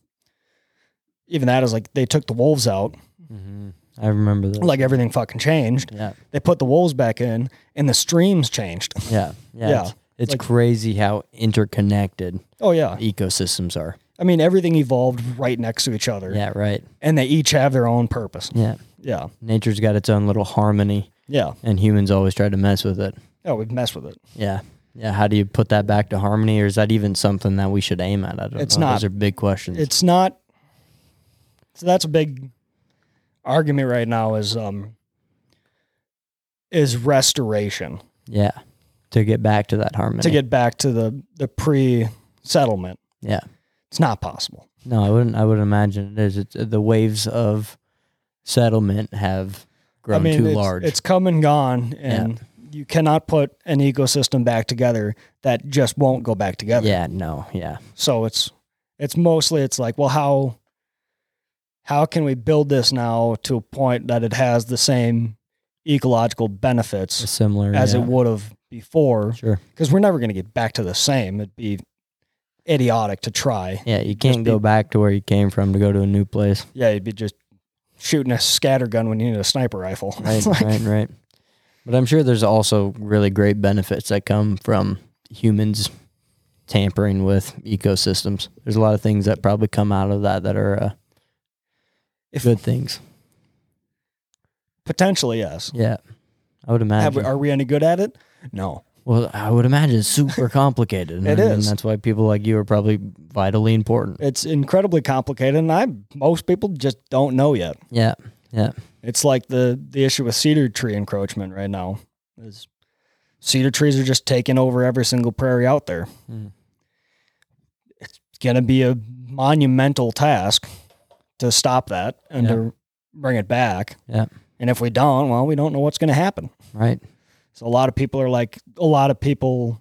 [SPEAKER 2] Even that is like they took the wolves out,
[SPEAKER 1] Mm-hmm. I remember that.
[SPEAKER 2] like everything fucking changed.
[SPEAKER 1] yeah,
[SPEAKER 2] They put the wolves back in, and the streams changed.
[SPEAKER 1] yeah, yeah.
[SPEAKER 2] Yeah,
[SPEAKER 1] It's, it's
[SPEAKER 2] like-
[SPEAKER 1] crazy how interconnected
[SPEAKER 2] Oh yeah,
[SPEAKER 1] ecosystems are.
[SPEAKER 2] I mean everything evolved right next to each other,
[SPEAKER 1] Yeah, right.
[SPEAKER 2] and they each have their own purpose.
[SPEAKER 1] Yeah,
[SPEAKER 2] Yeah,
[SPEAKER 1] nature's got its own little harmony,
[SPEAKER 2] yeah.
[SPEAKER 1] and humans always try to mess with it.
[SPEAKER 2] Oh, we've messed with it.
[SPEAKER 1] Yeah, yeah. How do you put that back to harmony, or is that even something that we should aim at? I don't
[SPEAKER 2] It's
[SPEAKER 1] know.
[SPEAKER 2] not.
[SPEAKER 1] Those are big questions.
[SPEAKER 2] It's not. So that's a big argument right now. Is um. Is restoration.
[SPEAKER 1] yeah, to get back to that harmony.
[SPEAKER 2] to get back to the the pre settlement.
[SPEAKER 1] yeah,
[SPEAKER 2] It's It's not possible.
[SPEAKER 1] No, I wouldn't. I would imagine it is. It's, the waves of settlement have grown
[SPEAKER 2] I mean,
[SPEAKER 1] too
[SPEAKER 2] it's,
[SPEAKER 1] large.
[SPEAKER 2] It's come and gone, and you cannot put an ecosystem back together that just won't go back together.
[SPEAKER 1] yeah, no, yeah,
[SPEAKER 2] So it's it's mostly it's like, well, how how can we build this now to a point that it has the same ecological benefits
[SPEAKER 1] it's similar
[SPEAKER 2] as
[SPEAKER 1] yeah.
[SPEAKER 2] it would have before?
[SPEAKER 1] Sure.
[SPEAKER 2] Because we're never going to get back to the same. It'd be idiotic to try.
[SPEAKER 1] Yeah, you can't
[SPEAKER 2] be-
[SPEAKER 1] go back to where you came from to go to a new place.
[SPEAKER 2] Yeah, you'd be just shooting a scatter gun when you need a sniper rifle.
[SPEAKER 1] Right,
[SPEAKER 2] It's like-
[SPEAKER 1] right, right. But I'm sure there's also really great benefits that come from humans tampering with ecosystems. There's a lot of things that probably come out of that that are uh,
[SPEAKER 2] If-
[SPEAKER 1] good things.
[SPEAKER 2] Potentially, yes.
[SPEAKER 1] Yeah, I would imagine.
[SPEAKER 2] Have we, are we any good at it? No.
[SPEAKER 1] well, I would imagine it's super complicated.
[SPEAKER 2] It
[SPEAKER 1] I mean,
[SPEAKER 2] is.
[SPEAKER 1] that's why people like you are probably vitally important.
[SPEAKER 2] It's incredibly complicated, and I most people just don't know yet.
[SPEAKER 1] Yeah, yeah.
[SPEAKER 2] It's like the the issue with cedar tree encroachment right now is cedar trees are just taking over every single prairie out there.
[SPEAKER 1] Mm.
[SPEAKER 2] It's gonna be a monumental task to stop that and to bring it back.
[SPEAKER 1] Yeah.
[SPEAKER 2] And if we don't, well, we don't know what's gonna happen.
[SPEAKER 1] Right.
[SPEAKER 2] So a lot of people are like, a lot of people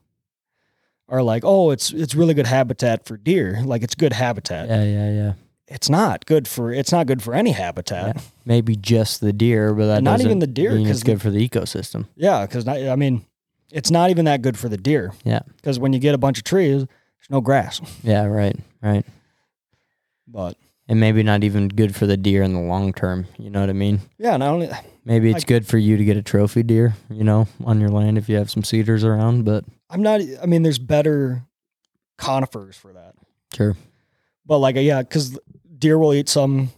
[SPEAKER 2] are like, oh, it's it's really good habitat for deer. Like it's good habitat.
[SPEAKER 1] Yeah, yeah, yeah.
[SPEAKER 2] It's not good for it's not good for any habitat.
[SPEAKER 1] Maybe just the deer, but that
[SPEAKER 2] Not
[SPEAKER 1] doesn't
[SPEAKER 2] even the deer,
[SPEAKER 1] mean it's
[SPEAKER 2] 'cause
[SPEAKER 1] good for the ecosystem.
[SPEAKER 2] Yeah, because I mean, it's not even that good for the deer.
[SPEAKER 1] Yeah.
[SPEAKER 2] Because when you get a bunch of trees, there's no grass.
[SPEAKER 1] Yeah. Right. Right.
[SPEAKER 2] But
[SPEAKER 1] and maybe not even good for the deer in the long term. You know what I mean?
[SPEAKER 2] yeah, not only
[SPEAKER 1] Maybe it's
[SPEAKER 2] I-
[SPEAKER 1] good for you to get a trophy deer, you know, on your land if you have some cedars around. But
[SPEAKER 2] I'm not. I mean, there's better conifers for that.
[SPEAKER 1] sure,
[SPEAKER 2] But like, yeah, because deer will eat some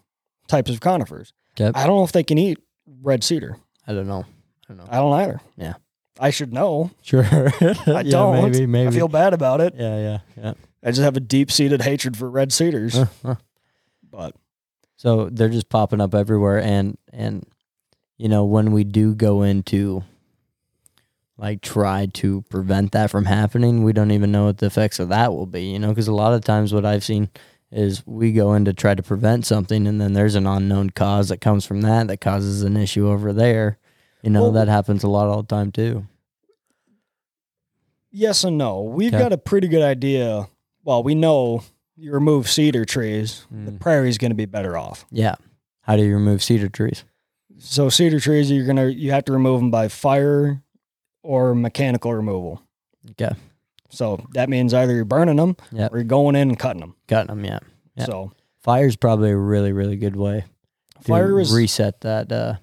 [SPEAKER 2] types of conifers.
[SPEAKER 1] Yep.
[SPEAKER 2] I don't know if they can eat red cedar.
[SPEAKER 1] I don't know. I don't know.
[SPEAKER 2] I don't either.
[SPEAKER 1] Yeah.
[SPEAKER 2] I should know.
[SPEAKER 1] Sure, I
[SPEAKER 2] don't.
[SPEAKER 1] Maybe, maybe.
[SPEAKER 2] I feel bad about it.
[SPEAKER 1] yeah, yeah, yeah.
[SPEAKER 2] I just have a deep seated hatred for red cedars.
[SPEAKER 1] Huh, huh.
[SPEAKER 2] But
[SPEAKER 1] So they're just popping up everywhere, and and you know when we do go into like try to prevent that from happening, we don't even know what the effects of that will be. You know, because a lot of times what I've seen is we go in to try to prevent something, and then there's an unknown cause that comes from that that causes an issue over there. You know
[SPEAKER 2] Well-
[SPEAKER 1] that happens a lot all the time too.
[SPEAKER 2] yes and no. We've
[SPEAKER 1] Okay.
[SPEAKER 2] got a pretty good idea. Well, we know you remove cedar trees, the
[SPEAKER 1] Mm.
[SPEAKER 2] prairie's going to be better off.
[SPEAKER 1] Yeah. How do you remove cedar trees?
[SPEAKER 2] So cedar trees, you're gonna you have to remove them by fire or mechanical removal.
[SPEAKER 1] Okay.
[SPEAKER 2] So that means either you're burning them
[SPEAKER 1] Yep.
[SPEAKER 2] or you're going in and cutting them.
[SPEAKER 1] Cutting them. Yeah. Yep.
[SPEAKER 2] So
[SPEAKER 1] Fire's probably a really really good way. to
[SPEAKER 2] fire is
[SPEAKER 1] reset that uh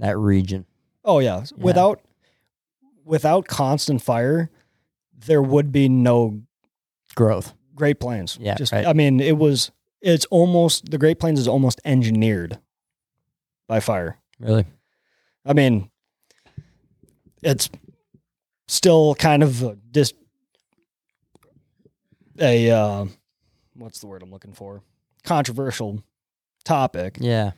[SPEAKER 1] that region.
[SPEAKER 2] Oh yeah.
[SPEAKER 1] Yeah.
[SPEAKER 2] Without without constant fire, there would be no
[SPEAKER 1] Growth.
[SPEAKER 2] Great Plains.
[SPEAKER 1] Yeah,
[SPEAKER 2] Just
[SPEAKER 1] right.
[SPEAKER 2] I mean, it was it's almost the Great Plains is almost engineered by fire.
[SPEAKER 1] Really?
[SPEAKER 2] I mean, it's still kind of a dis a uh, what's the word I'm looking for? Controversial topic.
[SPEAKER 1] Yeah.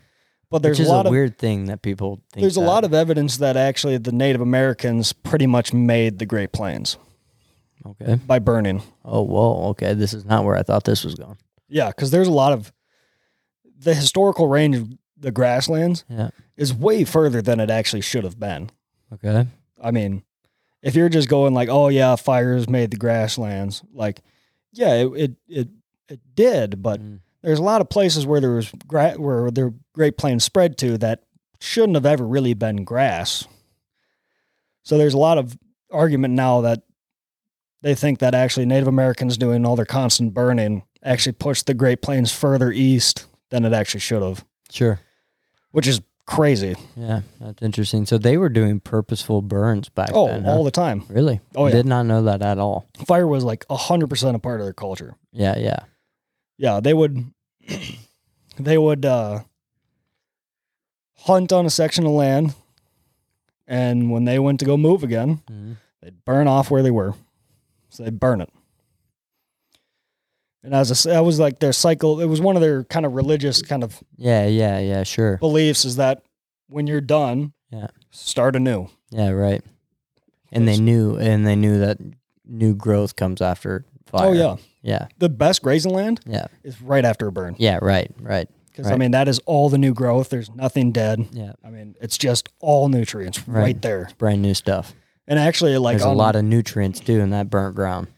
[SPEAKER 2] But there's
[SPEAKER 1] Which is
[SPEAKER 2] a
[SPEAKER 1] a,
[SPEAKER 2] lot of
[SPEAKER 1] weird thing that people think.
[SPEAKER 2] there's a
[SPEAKER 1] that-
[SPEAKER 2] lot of evidence that actually the Native Americans pretty much made the Great Plains
[SPEAKER 1] Okay.
[SPEAKER 2] by burning.
[SPEAKER 1] Oh whoa, okay. This is not where I thought this was going.
[SPEAKER 2] Yeah, because there's a lot of the historical range of the grasslands
[SPEAKER 1] Yeah.
[SPEAKER 2] is way further than it actually should have been.
[SPEAKER 1] Okay.
[SPEAKER 2] I mean, if you're just going like, oh yeah, fires made the grasslands, like, yeah, it it it, it did, but
[SPEAKER 1] Mm.
[SPEAKER 2] there's a lot of places where there was gra- where the Great Plains spread to that shouldn't have ever really been grass. So there's a lot of argument now that they think that actually Native Americans doing all their constant burning actually pushed the Great Plains further east than it actually should have,
[SPEAKER 1] Sure.
[SPEAKER 2] which is crazy.
[SPEAKER 1] Yeah. That's interesting. So they were doing purposeful burns back
[SPEAKER 2] Oh,
[SPEAKER 1] then. huh?
[SPEAKER 2] all the time.
[SPEAKER 1] really?
[SPEAKER 2] Oh, yeah.
[SPEAKER 1] Did not know that at all.
[SPEAKER 2] Fire was like 100% a part of their culture.
[SPEAKER 1] Yeah, yeah.
[SPEAKER 2] yeah they would they would uh hunt on a section of land and when they went to go move again
[SPEAKER 1] Mhm.
[SPEAKER 2] they'd burn off where they were so they'd burn it and as a, that was like their cycle it was one of their kind of religious kind of
[SPEAKER 1] Yeah, yeah, yeah, sure.
[SPEAKER 2] beliefs is that when you're done
[SPEAKER 1] Yeah.
[SPEAKER 2] start anew
[SPEAKER 1] Yeah, right. And they
[SPEAKER 2] Yes.
[SPEAKER 1] knew and they knew that new growth comes after fire.
[SPEAKER 2] Oh yeah,
[SPEAKER 1] yeah,
[SPEAKER 2] the best grazing land
[SPEAKER 1] yeah,
[SPEAKER 2] is right after a burn
[SPEAKER 1] yeah. Right, right.
[SPEAKER 2] because I
[SPEAKER 1] Right.
[SPEAKER 2] mean that is all the new growth. There's nothing dead.
[SPEAKER 1] Yeah,
[SPEAKER 2] I mean it's just all nutrients right,
[SPEAKER 1] Right.
[SPEAKER 2] there.
[SPEAKER 1] brand new stuff.
[SPEAKER 2] And actually, like
[SPEAKER 1] There's a
[SPEAKER 2] on-
[SPEAKER 1] lot of nutrients too in that burnt ground.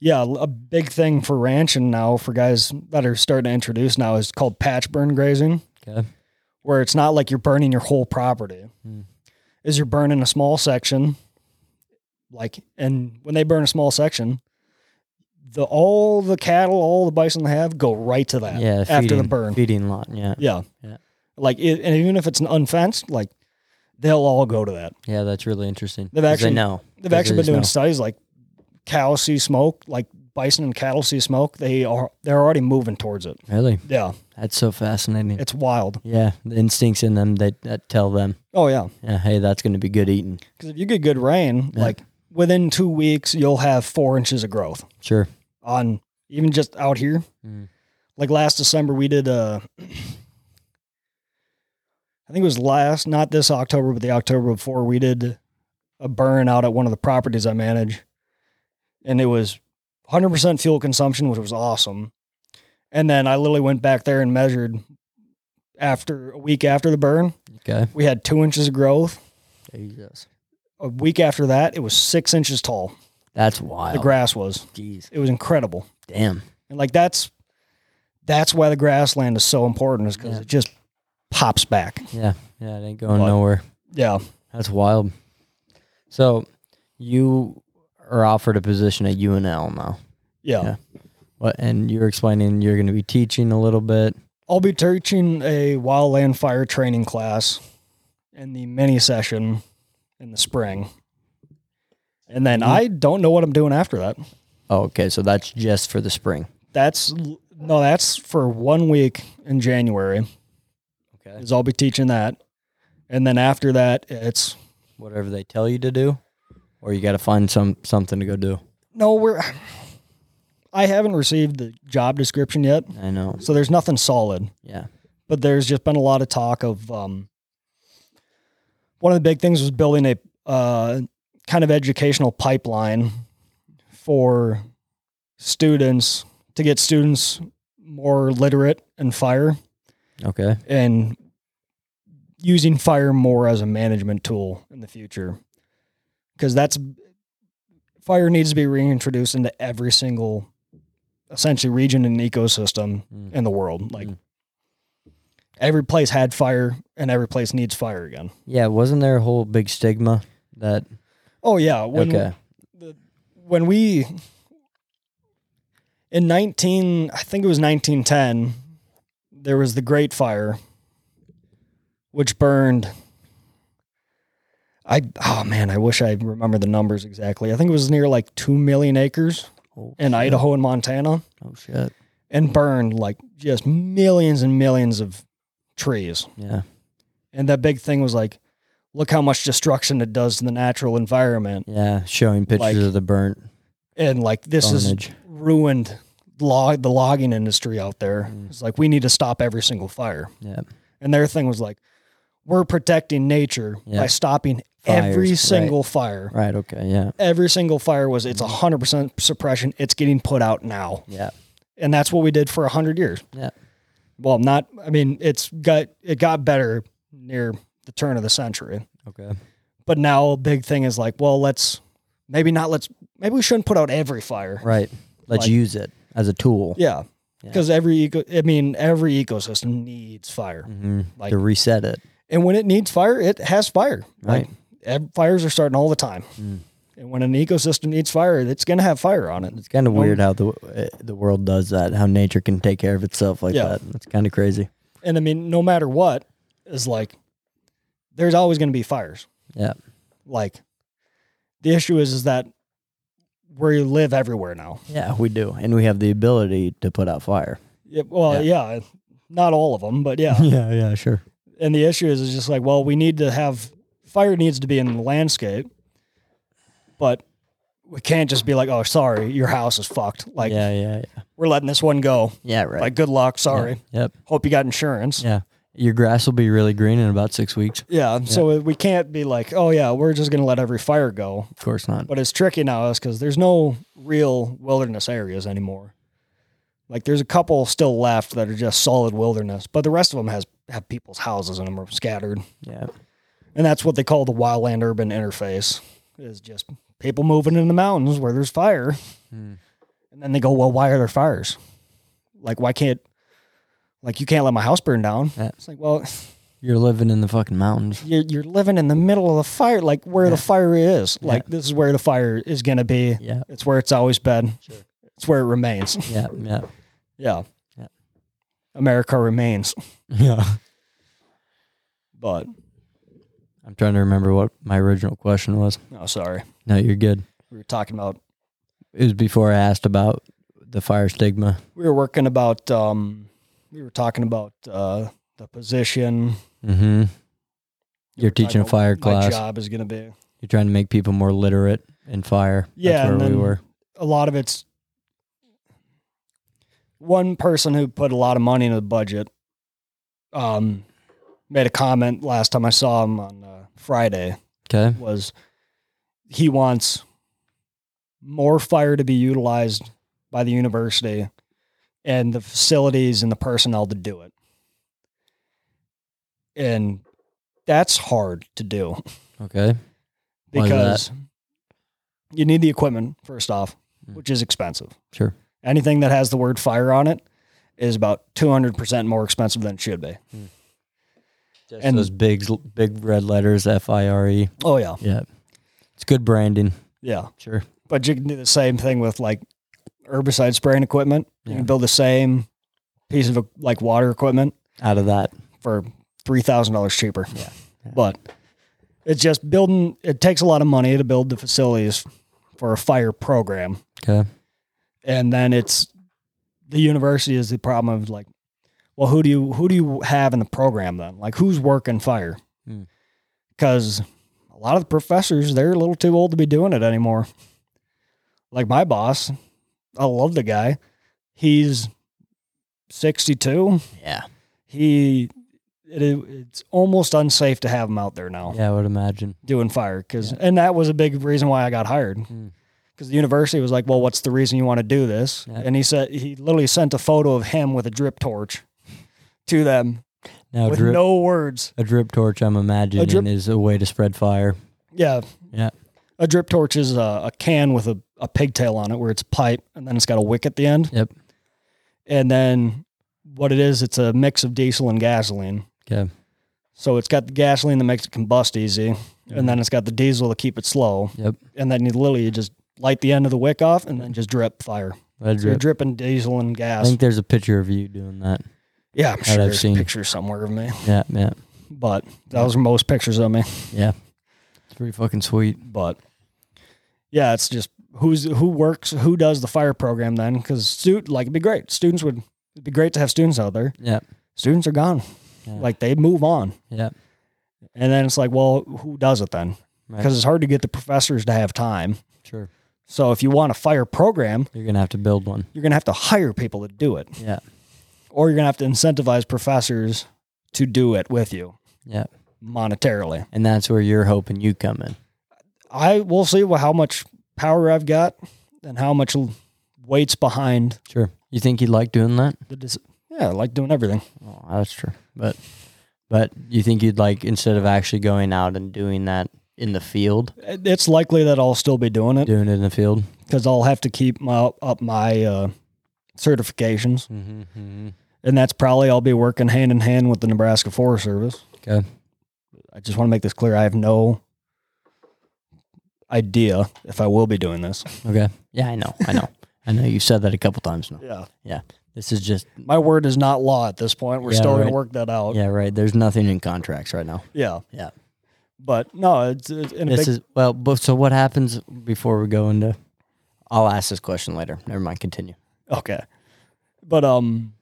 [SPEAKER 2] yeah, a big thing for ranching now for guys that are starting to introduce now is called patch burn grazing.
[SPEAKER 1] Okay.
[SPEAKER 2] where it's not like you're burning your whole property
[SPEAKER 1] Hmm.
[SPEAKER 2] is you're burning a small section like and when they burn a small section the all the cattle all the bison they have go right to that
[SPEAKER 1] Yeah,
[SPEAKER 2] after the
[SPEAKER 1] feeding-
[SPEAKER 2] burn
[SPEAKER 1] feeding lot. Yeah,
[SPEAKER 2] yeah
[SPEAKER 1] Yeah.
[SPEAKER 2] like it, and even if it's an unfenced like they'll all go to that
[SPEAKER 1] yeah. That's really interesting.
[SPEAKER 2] They've
[SPEAKER 1] 'Cause
[SPEAKER 2] actually-
[SPEAKER 1] they know.
[SPEAKER 2] they've
[SPEAKER 1] 'Cause they
[SPEAKER 2] actually been
[SPEAKER 1] just
[SPEAKER 2] doing
[SPEAKER 1] know.
[SPEAKER 2] studies like cows see smoke like bison and cattle see smoke they are they're already moving towards it
[SPEAKER 1] Really,
[SPEAKER 2] yeah
[SPEAKER 1] that's so fascinating.
[SPEAKER 2] it's wild
[SPEAKER 1] yeah, the instincts in them that, that tell them,
[SPEAKER 2] oh yeah
[SPEAKER 1] yeah, hey, that's going to be good eating.
[SPEAKER 2] Because if you get good rain,
[SPEAKER 1] Yeah.
[SPEAKER 2] like within two weeks, you'll have four inches of growth
[SPEAKER 1] Sure.
[SPEAKER 2] on even just out here.
[SPEAKER 1] Mm.
[SPEAKER 2] Like last December, we did, uh, I think it was last, not this October, but the October before, we did a burn out at one of the properties I manage. And it was 100% fuel consumption, which was awesome. And then I literally went back there and measured after a week after the burn,
[SPEAKER 1] Okay.
[SPEAKER 2] we had two inches of growth.
[SPEAKER 1] Jesus.
[SPEAKER 2] A week after that, it was six inches tall.
[SPEAKER 1] That's wild.
[SPEAKER 2] the grass was.
[SPEAKER 1] Jeez.
[SPEAKER 2] It was incredible.
[SPEAKER 1] Damn.
[SPEAKER 2] And like that's that's why the grassland is so important is because
[SPEAKER 1] Yeah.
[SPEAKER 2] it just pops back.
[SPEAKER 1] Yeah. Yeah. It ain't going
[SPEAKER 2] But-
[SPEAKER 1] nowhere.
[SPEAKER 2] Yeah.
[SPEAKER 1] That's wild. So you are offered a position at UNL now.
[SPEAKER 2] Yeah.
[SPEAKER 1] Yeah. What, and you're explaining you're going to be teaching a little bit.
[SPEAKER 2] I'll be teaching a wildland fire training class in the mini session in the spring. And
[SPEAKER 1] Mm-hmm.
[SPEAKER 2] then I don't know what I'm doing after that.
[SPEAKER 1] Oh, okay. So that's just for the spring.
[SPEAKER 2] That's no, that's for one week in January
[SPEAKER 1] Okay.
[SPEAKER 2] is I'll be teaching that. And then after that it's
[SPEAKER 1] Whatever they tell you to do, or you got to find some something to go do.
[SPEAKER 2] No, we're. I haven't received the job description yet,
[SPEAKER 1] I know.
[SPEAKER 2] so there's nothing solid.
[SPEAKER 1] Yeah.
[SPEAKER 2] But there's just been a lot of talk of. Um, one of the big things was building a uh, kind of educational pipeline for students to get students more literate in fire
[SPEAKER 1] Okay.
[SPEAKER 2] and using fire more as a management tool in the future because that's fire needs to be reintroduced into every single essentially region and ecosystem
[SPEAKER 1] Mm.
[SPEAKER 2] in the world like
[SPEAKER 1] Mm.
[SPEAKER 2] every place had fire and every place needs fire again
[SPEAKER 1] Yeah. Wasn't there a whole big stigma that?
[SPEAKER 2] oh yeah when,
[SPEAKER 1] okay.
[SPEAKER 2] the, when we in 19 i think it was 1910 there was the great fire which burned i oh man i wish i remember the numbers exactly i think it was near like 2 million acres
[SPEAKER 1] Oh,
[SPEAKER 2] in
[SPEAKER 1] shit.
[SPEAKER 2] idaho and montana
[SPEAKER 1] Oh shit.
[SPEAKER 2] and burned like just millions and millions of trees
[SPEAKER 1] Yeah.
[SPEAKER 2] and that big thing was like look how much destruction it does to the natural environment
[SPEAKER 1] Yeah. Showing pictures
[SPEAKER 2] Like-
[SPEAKER 1] of the burnt
[SPEAKER 2] and like this is
[SPEAKER 1] carnage.
[SPEAKER 2] ruined log the logging industry out there.
[SPEAKER 1] Mm.
[SPEAKER 2] It's like we need to stop every single fire.
[SPEAKER 1] Yeah.
[SPEAKER 2] And their thing was like, we're protecting nature
[SPEAKER 1] Yeah.
[SPEAKER 2] by stopping
[SPEAKER 1] Fires,
[SPEAKER 2] every
[SPEAKER 1] right.
[SPEAKER 2] single fire.
[SPEAKER 1] Right. Okay. Yeah.
[SPEAKER 2] Every single fire was it's hundred percent suppression. It's getting put out now,
[SPEAKER 1] Yeah.
[SPEAKER 2] and that's what we did for hundred years.
[SPEAKER 1] Yeah.
[SPEAKER 2] Well, not. I mean, it's got it got better near the turn of the century,
[SPEAKER 1] Okay.
[SPEAKER 2] but now a big thing is like, well, let's maybe not. Let's maybe we shouldn't put out every fire.
[SPEAKER 1] Right. Let's
[SPEAKER 2] Like-
[SPEAKER 1] use it as a tool Yeah.
[SPEAKER 2] Yeah. Because every eco, I mean, every ecosystem needs fire,
[SPEAKER 1] Mhm.
[SPEAKER 2] like-
[SPEAKER 1] to reset it.
[SPEAKER 2] and when it needs fire, it has fire.
[SPEAKER 1] Right.
[SPEAKER 2] Like, ev- fires are starting all the time,
[SPEAKER 1] Mm.
[SPEAKER 2] and when an ecosystem needs fire, it's going to have fire on it.
[SPEAKER 1] It's kind of weird how the uh, the world does that. How nature can take care of itself like
[SPEAKER 2] Yeah.
[SPEAKER 1] that. It's kind of crazy.
[SPEAKER 2] And I mean, no matter what, is like there's always going to be fires.
[SPEAKER 1] Yeah.
[SPEAKER 2] Like the issue is, is that we live everywhere now.
[SPEAKER 1] Yeah, we do, and we have the ability to put out fire.
[SPEAKER 2] Yeah, well, yeah, not all of them, but yeah.
[SPEAKER 1] yeah, yeah, sure.
[SPEAKER 2] and the issue is, is just like well we need to have fire needs to be in the landscape but we can't just be like oh sorry your house is fucked like
[SPEAKER 1] yeah, yeah, yeah,
[SPEAKER 2] we're letting this one go
[SPEAKER 1] yeah. Right.
[SPEAKER 2] like good luck
[SPEAKER 1] Yeah,
[SPEAKER 2] sorry
[SPEAKER 1] Yep.
[SPEAKER 2] hope you got insurance
[SPEAKER 1] Yeah. Your grass will be really green in about six weeks.
[SPEAKER 2] Yeah, so we can't be like, oh yeah, we're just gonna let every fire go.
[SPEAKER 1] Of course not.
[SPEAKER 2] But it's tricky now is because there's no real wilderness areas anymore. Like there's a couple still left that are just solid wilderness, but the rest of them has have people's houses in them are scattered,
[SPEAKER 1] Yeah.
[SPEAKER 2] and that's what they call the wildland urban interface. Is just people moving in the mountains where there's fire,
[SPEAKER 1] Hmm.
[SPEAKER 2] and then they go, well, why are there fires? Like why can't, like you can't let my house burn down?
[SPEAKER 1] Yeah.
[SPEAKER 2] It's like well,
[SPEAKER 1] You're living in the fucking mountains.
[SPEAKER 2] you're, you're living in the middle of the fire, like where
[SPEAKER 1] Yeah.
[SPEAKER 2] the fire is.
[SPEAKER 1] Yeah.
[SPEAKER 2] Like this is where the fire is going to be.
[SPEAKER 1] Yeah.
[SPEAKER 2] It's where it's always been.
[SPEAKER 1] Sure.
[SPEAKER 2] It's where it remains.
[SPEAKER 1] Yeah. Yeah.
[SPEAKER 2] yeah.
[SPEAKER 1] Yeah.
[SPEAKER 2] America remains.
[SPEAKER 1] Yeah.
[SPEAKER 2] But
[SPEAKER 1] I'm trying to remember what my original question was.
[SPEAKER 2] no, oh, sorry.
[SPEAKER 1] No, you're good.
[SPEAKER 2] We were talking about
[SPEAKER 1] It was before I asked about the fire stigma.
[SPEAKER 2] we were working about um we were talking about uh the position
[SPEAKER 1] Mm-hmm.
[SPEAKER 2] We
[SPEAKER 1] You're
[SPEAKER 2] were talking
[SPEAKER 1] teaching a
[SPEAKER 2] about
[SPEAKER 1] fire
[SPEAKER 2] what My
[SPEAKER 1] class.
[SPEAKER 2] job is going to be
[SPEAKER 1] You're trying to make people more literate in fire.
[SPEAKER 2] Yeah,
[SPEAKER 1] That's where
[SPEAKER 2] and
[SPEAKER 1] we
[SPEAKER 2] then-
[SPEAKER 1] were.
[SPEAKER 2] a lot of it's one person who put a lot of money into the budget um made a comment last time I saw him on uh, Friday
[SPEAKER 1] Okay.
[SPEAKER 2] was he wants more fire to be utilized by the university and the facilities and the personnel to do it. And that's hard to do
[SPEAKER 1] Okay. Why is that?
[SPEAKER 2] because you need the equipment first off,
[SPEAKER 1] Mm.
[SPEAKER 2] which is expensive.
[SPEAKER 1] Sure.
[SPEAKER 2] Anything that has the word fire on it is about 200% more expensive than it should be.
[SPEAKER 1] and
[SPEAKER 2] And-
[SPEAKER 1] those big, big red letters, F I R E.
[SPEAKER 2] Oh yeah.
[SPEAKER 1] Yeah. It's good branding.
[SPEAKER 2] Yeah.
[SPEAKER 1] Sure.
[SPEAKER 2] But you can do the same thing with like herbicide spraying equipment. You
[SPEAKER 1] Yeah.
[SPEAKER 2] can build the same piece of e, like water equipment
[SPEAKER 1] Out of that.
[SPEAKER 2] for three thousand dollars cheaper.
[SPEAKER 1] Yeah. Yeah.
[SPEAKER 2] But it's just building. It takes a lot of money to build the facilities for a fire program,
[SPEAKER 1] Okay.
[SPEAKER 2] and then it's the university is the problem of like, well, who do you who do you have in the program then? Like, who's working fire?
[SPEAKER 1] Hmm.
[SPEAKER 2] Because a lot of the professors they're a little too old to be doing it anymore. Like my boss, I love the guy. He's sixty two
[SPEAKER 1] Yeah.
[SPEAKER 2] he it, it's almost unsafe to have him out there now
[SPEAKER 1] Yeah, I would imagine.
[SPEAKER 2] doing fire because
[SPEAKER 1] Yeah.
[SPEAKER 2] and that was a big reason why I got hired because
[SPEAKER 1] Mm.
[SPEAKER 2] the university was like, well, what's the reason you want to do this?
[SPEAKER 1] Yeah.
[SPEAKER 2] And he said he literally sent a photo of him with a drip torch to them
[SPEAKER 1] Now,
[SPEAKER 2] with
[SPEAKER 1] drip,
[SPEAKER 2] no words.
[SPEAKER 1] a drip torch, I'm imagining,
[SPEAKER 2] drip-
[SPEAKER 1] is a way to spread fire.
[SPEAKER 2] Yeah,
[SPEAKER 1] Yeah.
[SPEAKER 2] a drip torch is a, a can with a, a pigtail on it where it's a pipe and then it's got a wick at the end.
[SPEAKER 1] Yep.
[SPEAKER 2] And then what it is, it's a mix of diesel and gasoline.
[SPEAKER 1] Okay.
[SPEAKER 2] So it's got the gasoline that makes it combust easy,
[SPEAKER 1] Mhm.
[SPEAKER 2] and then it's got the diesel to keep it slow.
[SPEAKER 1] Yep.
[SPEAKER 2] And then you literally just light the end of the wick off, and then just drip fire.
[SPEAKER 1] Let it
[SPEAKER 2] So you're
[SPEAKER 1] drip.
[SPEAKER 2] dripping diesel and
[SPEAKER 1] I
[SPEAKER 2] gas.
[SPEAKER 1] think there's a picture of you doing that.
[SPEAKER 2] yeah, I'm
[SPEAKER 1] I've
[SPEAKER 2] sure there's
[SPEAKER 1] seen.
[SPEAKER 2] a picture somewhere of me,
[SPEAKER 1] Yeah, yeah.
[SPEAKER 2] but those are most pictures of me.
[SPEAKER 1] It's pretty fucking sweet.
[SPEAKER 2] But yeah, it's just who's who works, who does the fire program then? Because student, like it'd be great. Students would it'd be great to have students out there.
[SPEAKER 1] Yeah.
[SPEAKER 2] Students are gone,
[SPEAKER 1] Yeah.
[SPEAKER 2] like they move on.
[SPEAKER 1] Yeah.
[SPEAKER 2] And then it's like, well, who does it then?
[SPEAKER 1] Right.
[SPEAKER 2] Because it's hard to get the professors to have time.
[SPEAKER 1] Sure.
[SPEAKER 2] So if you want a fire program,
[SPEAKER 1] You're going to have to build one.
[SPEAKER 2] you're going to have to hire people to do it,
[SPEAKER 1] Yeah.
[SPEAKER 2] or you're going to have to incentivize professors to do it with you
[SPEAKER 1] Yeah.
[SPEAKER 2] monetarily.
[SPEAKER 1] And that's where you're hoping you come in.
[SPEAKER 2] I will see wh- how much power I've got and how much l- weight's behind
[SPEAKER 1] Sure. You think you'd like doing that?
[SPEAKER 2] the. Dis- yeah, I like doing everything.
[SPEAKER 1] Oh, that's true. But, but you think you'd like, instead of actually going out and doing that in the field,
[SPEAKER 2] It- It's likely that I'll still be doing it
[SPEAKER 1] doing it in the field?
[SPEAKER 2] because I'll have to keep my up my uh, certifications,
[SPEAKER 1] Mm-hmm,
[SPEAKER 2] and that's probably I'll be working hand in hand with the Nebraska Forest Service.
[SPEAKER 1] Okay.
[SPEAKER 2] I just want to make this clear. I have no idea if I will be doing this.
[SPEAKER 1] Okay. Yeah, I know. I know. I know you said that a couple times now.
[SPEAKER 2] Yeah.
[SPEAKER 1] This is just,
[SPEAKER 2] My word is not law at this point. We're
[SPEAKER 1] Yeah,
[SPEAKER 2] still going
[SPEAKER 1] right.
[SPEAKER 2] to work that out. Yeah.
[SPEAKER 1] yeah, right. There's nothing in contracts right now.
[SPEAKER 2] Yeah.
[SPEAKER 1] Yeah.
[SPEAKER 2] But no, it's, it's in a
[SPEAKER 1] This
[SPEAKER 2] big,
[SPEAKER 1] is, well, but so what happens before we go into, I'll ask this question later. Never mind. Continue.
[SPEAKER 2] okay. But um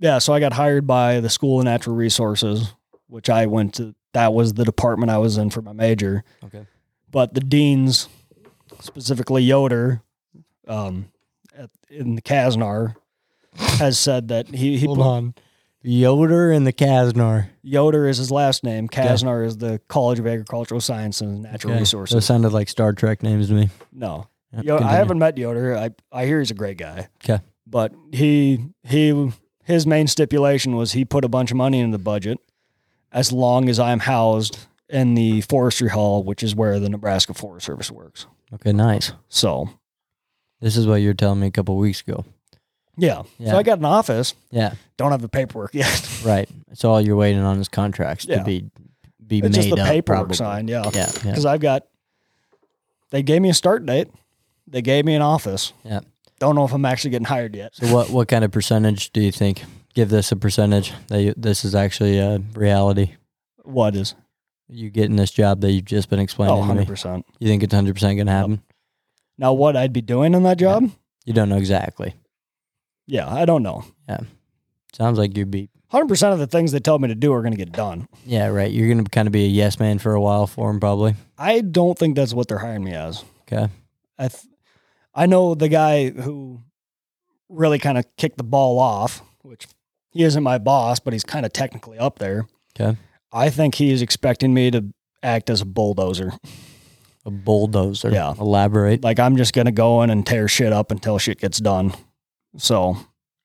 [SPEAKER 2] yeah, so I got hired by the School of Natural Resources, which I went to that was the department I was in for my major.
[SPEAKER 1] Okay.
[SPEAKER 2] but the deans, specifically Yoder, um, at, in the Kaznar, has said that he he
[SPEAKER 1] Hold
[SPEAKER 2] put-
[SPEAKER 1] on. Yoder and the Kaznar.
[SPEAKER 2] Yoder is his last name. Kasnar is the College of Agricultural Science and Natural
[SPEAKER 1] Okay. Those
[SPEAKER 2] Resources.
[SPEAKER 1] sounded like Star Trek names to me.
[SPEAKER 2] No,
[SPEAKER 1] Yeah,
[SPEAKER 2] Yo- I
[SPEAKER 1] continue.
[SPEAKER 2] haven't met Yoder. I I hear he's a great guy.
[SPEAKER 1] 'Kay.
[SPEAKER 2] but he he his main stipulation was he put a bunch of money in the budget as long as I'm housed in the forestry hall, which is where the Nebraska Forest Service works.
[SPEAKER 1] Okay, nice.
[SPEAKER 2] So
[SPEAKER 1] This is what you were telling me a couple weeks ago.
[SPEAKER 2] yeah,
[SPEAKER 1] Yeah.
[SPEAKER 2] so I got an office.
[SPEAKER 1] Yeah,
[SPEAKER 2] Don't have the paperwork yet.
[SPEAKER 1] right. It's all you're waiting on is contracts
[SPEAKER 2] Yeah.
[SPEAKER 1] to be be made
[SPEAKER 2] it's just the
[SPEAKER 1] up.
[SPEAKER 2] paperwork
[SPEAKER 1] probably.
[SPEAKER 2] signed. Yeah,
[SPEAKER 1] Yeah, yeah.
[SPEAKER 2] because I've got. They gave me a start date. They gave me an office.
[SPEAKER 1] Yeah.
[SPEAKER 2] Don't know if I'm actually getting hired yet.
[SPEAKER 1] So what what kind of percentage do you think? Give this a percentage that you, this is actually a reality.
[SPEAKER 2] What is?
[SPEAKER 1] You getting this job that you've just been
[SPEAKER 2] Oh,
[SPEAKER 1] explaining to
[SPEAKER 2] 100
[SPEAKER 1] me.
[SPEAKER 2] percent.
[SPEAKER 1] You think it's hundred percent going to happen?
[SPEAKER 2] Now, what I'd be doing in that job?
[SPEAKER 1] You don't know exactly.
[SPEAKER 2] Yeah, I don't know.
[SPEAKER 1] Sounds like you'd be
[SPEAKER 2] 100 percent of the things they tell me to do are going to get done.
[SPEAKER 1] yeah right. You're going to kind of be a yes man for a while for him probably.
[SPEAKER 2] I don't think that's what they're hiring me as.
[SPEAKER 1] Okay.
[SPEAKER 2] I, th- I know the guy who really kind of kicked the ball off, which he isn't my boss, but he's kind of technically up there.
[SPEAKER 1] Okay.
[SPEAKER 2] I think he's expecting me to act as a bulldozer.
[SPEAKER 1] A bulldozer.
[SPEAKER 2] Yeah.
[SPEAKER 1] Elaborate.
[SPEAKER 2] Like I'm just gonna go in and tear shit up until shit gets done. So,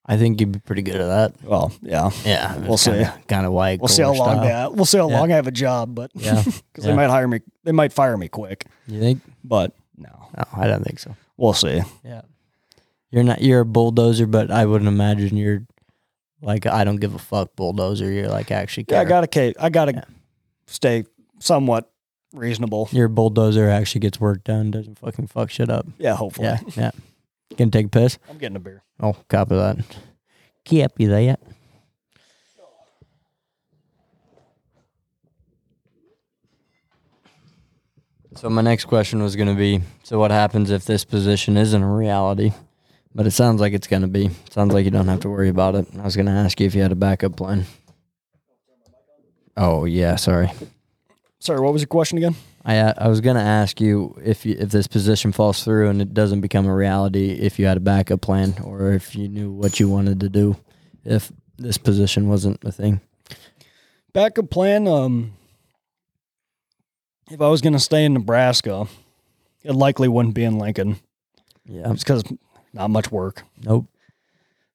[SPEAKER 1] I think you'd be pretty good at that.
[SPEAKER 2] well, yeah,
[SPEAKER 1] Yeah.
[SPEAKER 2] We'll see.
[SPEAKER 1] Kind of white.
[SPEAKER 2] we'll see how
[SPEAKER 1] collar
[SPEAKER 2] long
[SPEAKER 1] style.
[SPEAKER 2] that. We'll see how
[SPEAKER 1] Yeah.
[SPEAKER 2] long I have a job, but
[SPEAKER 1] Yeah.
[SPEAKER 2] because
[SPEAKER 1] Yeah.
[SPEAKER 2] they might hire me, they might fire me quick.
[SPEAKER 1] You think?
[SPEAKER 2] But no,
[SPEAKER 1] No, I don't think so.
[SPEAKER 2] we'll see.
[SPEAKER 1] Yeah. You're not you're a bulldozer, but I wouldn't imagine you're like I don't give a fuck bulldozer. You're like actually care.
[SPEAKER 2] Yeah, I gotta, ca- I gotta
[SPEAKER 1] Yeah.
[SPEAKER 2] stay somewhat reasonable.
[SPEAKER 1] your bulldozer actually gets work done, doesn't fucking fuck shit up.
[SPEAKER 2] Yeah, hopefully,
[SPEAKER 1] Yeah, yeah. Gonna take a piss?
[SPEAKER 2] I'm getting a beer.
[SPEAKER 1] Oh, copy that. Copy that. So my next question was gonna be so what happens if this position isn't a reality? But it sounds like it's gonna be. Sounds like you don't have to worry about it. I was gonna ask you if you had a backup plan. Oh yeah, sorry.
[SPEAKER 2] Sorry, what was your question again?
[SPEAKER 1] I uh, I was gonna ask you if you, if this position falls through and it doesn't become a reality, if you had a backup plan or if you knew what you wanted to do, if this position wasn't a thing.
[SPEAKER 2] Backup plan. Um, if I was gonna stay in Nebraska, it likely wouldn't be in Lincoln,
[SPEAKER 1] Yeah.
[SPEAKER 2] because not much work.
[SPEAKER 1] Um, Nope.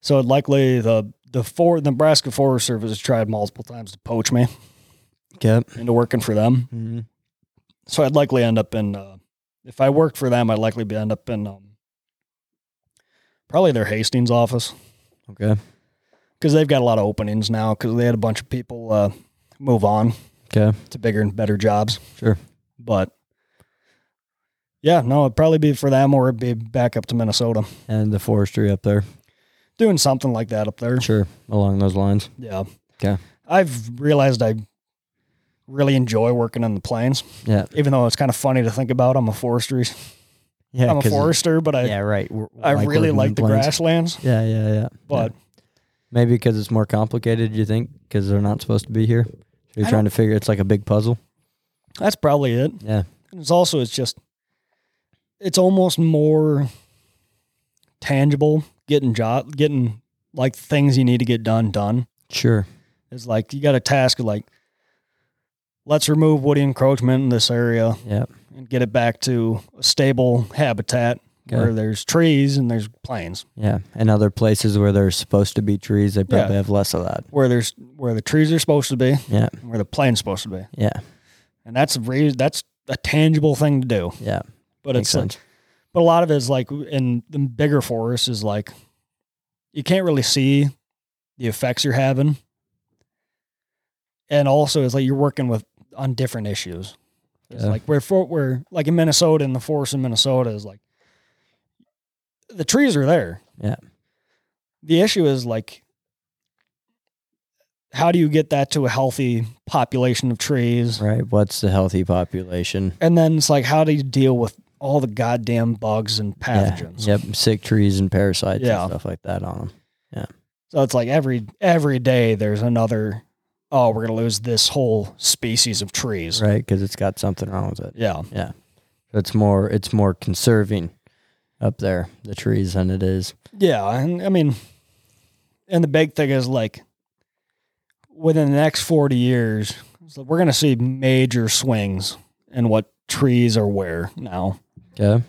[SPEAKER 2] So it likely the the for Nebraska Forest Service has tried multiple times to poach me
[SPEAKER 1] Yep.
[SPEAKER 2] into working for them.
[SPEAKER 1] hmm
[SPEAKER 2] So I'd likely end up in uh, if I worked for them, I'd likely be end up in um, probably their Hastings office
[SPEAKER 1] Okay.
[SPEAKER 2] because they've got a lot of openings now because they had a bunch of people uh, move on
[SPEAKER 1] Okay.
[SPEAKER 2] to bigger and better jobs.
[SPEAKER 1] Sure.
[SPEAKER 2] But yeah, no, it'd probably be for them or it'd be back up to Minnesota
[SPEAKER 1] And the forestry up there.
[SPEAKER 2] doing something like that up there.
[SPEAKER 1] Sure. Along those lines.
[SPEAKER 2] Yeah.
[SPEAKER 1] 'Kay.
[SPEAKER 2] I've realized I really enjoy working on the plains,
[SPEAKER 1] Yeah.
[SPEAKER 2] even though it's kind of funny to think about. I'm a forestry,
[SPEAKER 1] Yeah.
[SPEAKER 2] I'm a
[SPEAKER 1] 'cause-
[SPEAKER 2] forester, but I
[SPEAKER 1] Yeah. Right. We're-
[SPEAKER 2] I really
[SPEAKER 1] working in
[SPEAKER 2] like the
[SPEAKER 1] plains.
[SPEAKER 2] grasslands.
[SPEAKER 1] Yeah. Yeah. Yeah.
[SPEAKER 2] But
[SPEAKER 1] Maybe because it's more complicated. You think because they're not supposed to be here. So you're
[SPEAKER 2] I
[SPEAKER 1] trying to figure. It's like a big puzzle.
[SPEAKER 2] that's probably it.
[SPEAKER 1] Yeah.
[SPEAKER 2] And it's also it's just it's almost more tangible getting job getting like things you need to get done done.
[SPEAKER 1] Sure.
[SPEAKER 2] It's like you got a task of like let's remove woody encroachment in this area
[SPEAKER 1] Yeah.
[SPEAKER 2] and get it back to a stable habitat
[SPEAKER 1] Okay.
[SPEAKER 2] where there's trees and there's plains.
[SPEAKER 1] Yeah, and other places where there's supposed to be trees, they probably
[SPEAKER 2] Yeah.
[SPEAKER 1] have less of that.
[SPEAKER 2] Where there's where the trees are supposed to be,
[SPEAKER 1] Yeah,
[SPEAKER 2] and where the plains supposed to be.
[SPEAKER 1] yeah,
[SPEAKER 2] And that's a re- that's a tangible thing to do.
[SPEAKER 1] yeah.
[SPEAKER 2] But
[SPEAKER 1] Makes
[SPEAKER 2] it's like
[SPEAKER 1] sense.
[SPEAKER 2] But a lot of it is like in the bigger forests is like you can't really see the effects you're having. And also it's like you're working with on different issues. It's
[SPEAKER 1] Yeah.
[SPEAKER 2] like we're for we're like in Minnesota and the forest in Minnesota is like the trees are there.
[SPEAKER 1] Yeah.
[SPEAKER 2] The issue is like how do you get that to a healthy population of trees?
[SPEAKER 1] right. What's the healthy population?
[SPEAKER 2] And then it's like how do you deal with all the goddamn bugs and pathogens?
[SPEAKER 1] Yeah. Yep. Sick trees and parasites
[SPEAKER 2] Yeah.
[SPEAKER 1] and stuff like that on them.
[SPEAKER 2] So it's like every every day there's another. Oh, we're gonna lose this whole species of trees.
[SPEAKER 1] Right, because it's got something wrong with it.
[SPEAKER 2] Yeah,
[SPEAKER 1] It's more. It's more conserving up there the trees than it is.
[SPEAKER 2] yeah. And I mean, and the big thing is like within the next 40 years, so we're going to see major swings in what trees are where now.
[SPEAKER 1] Okay.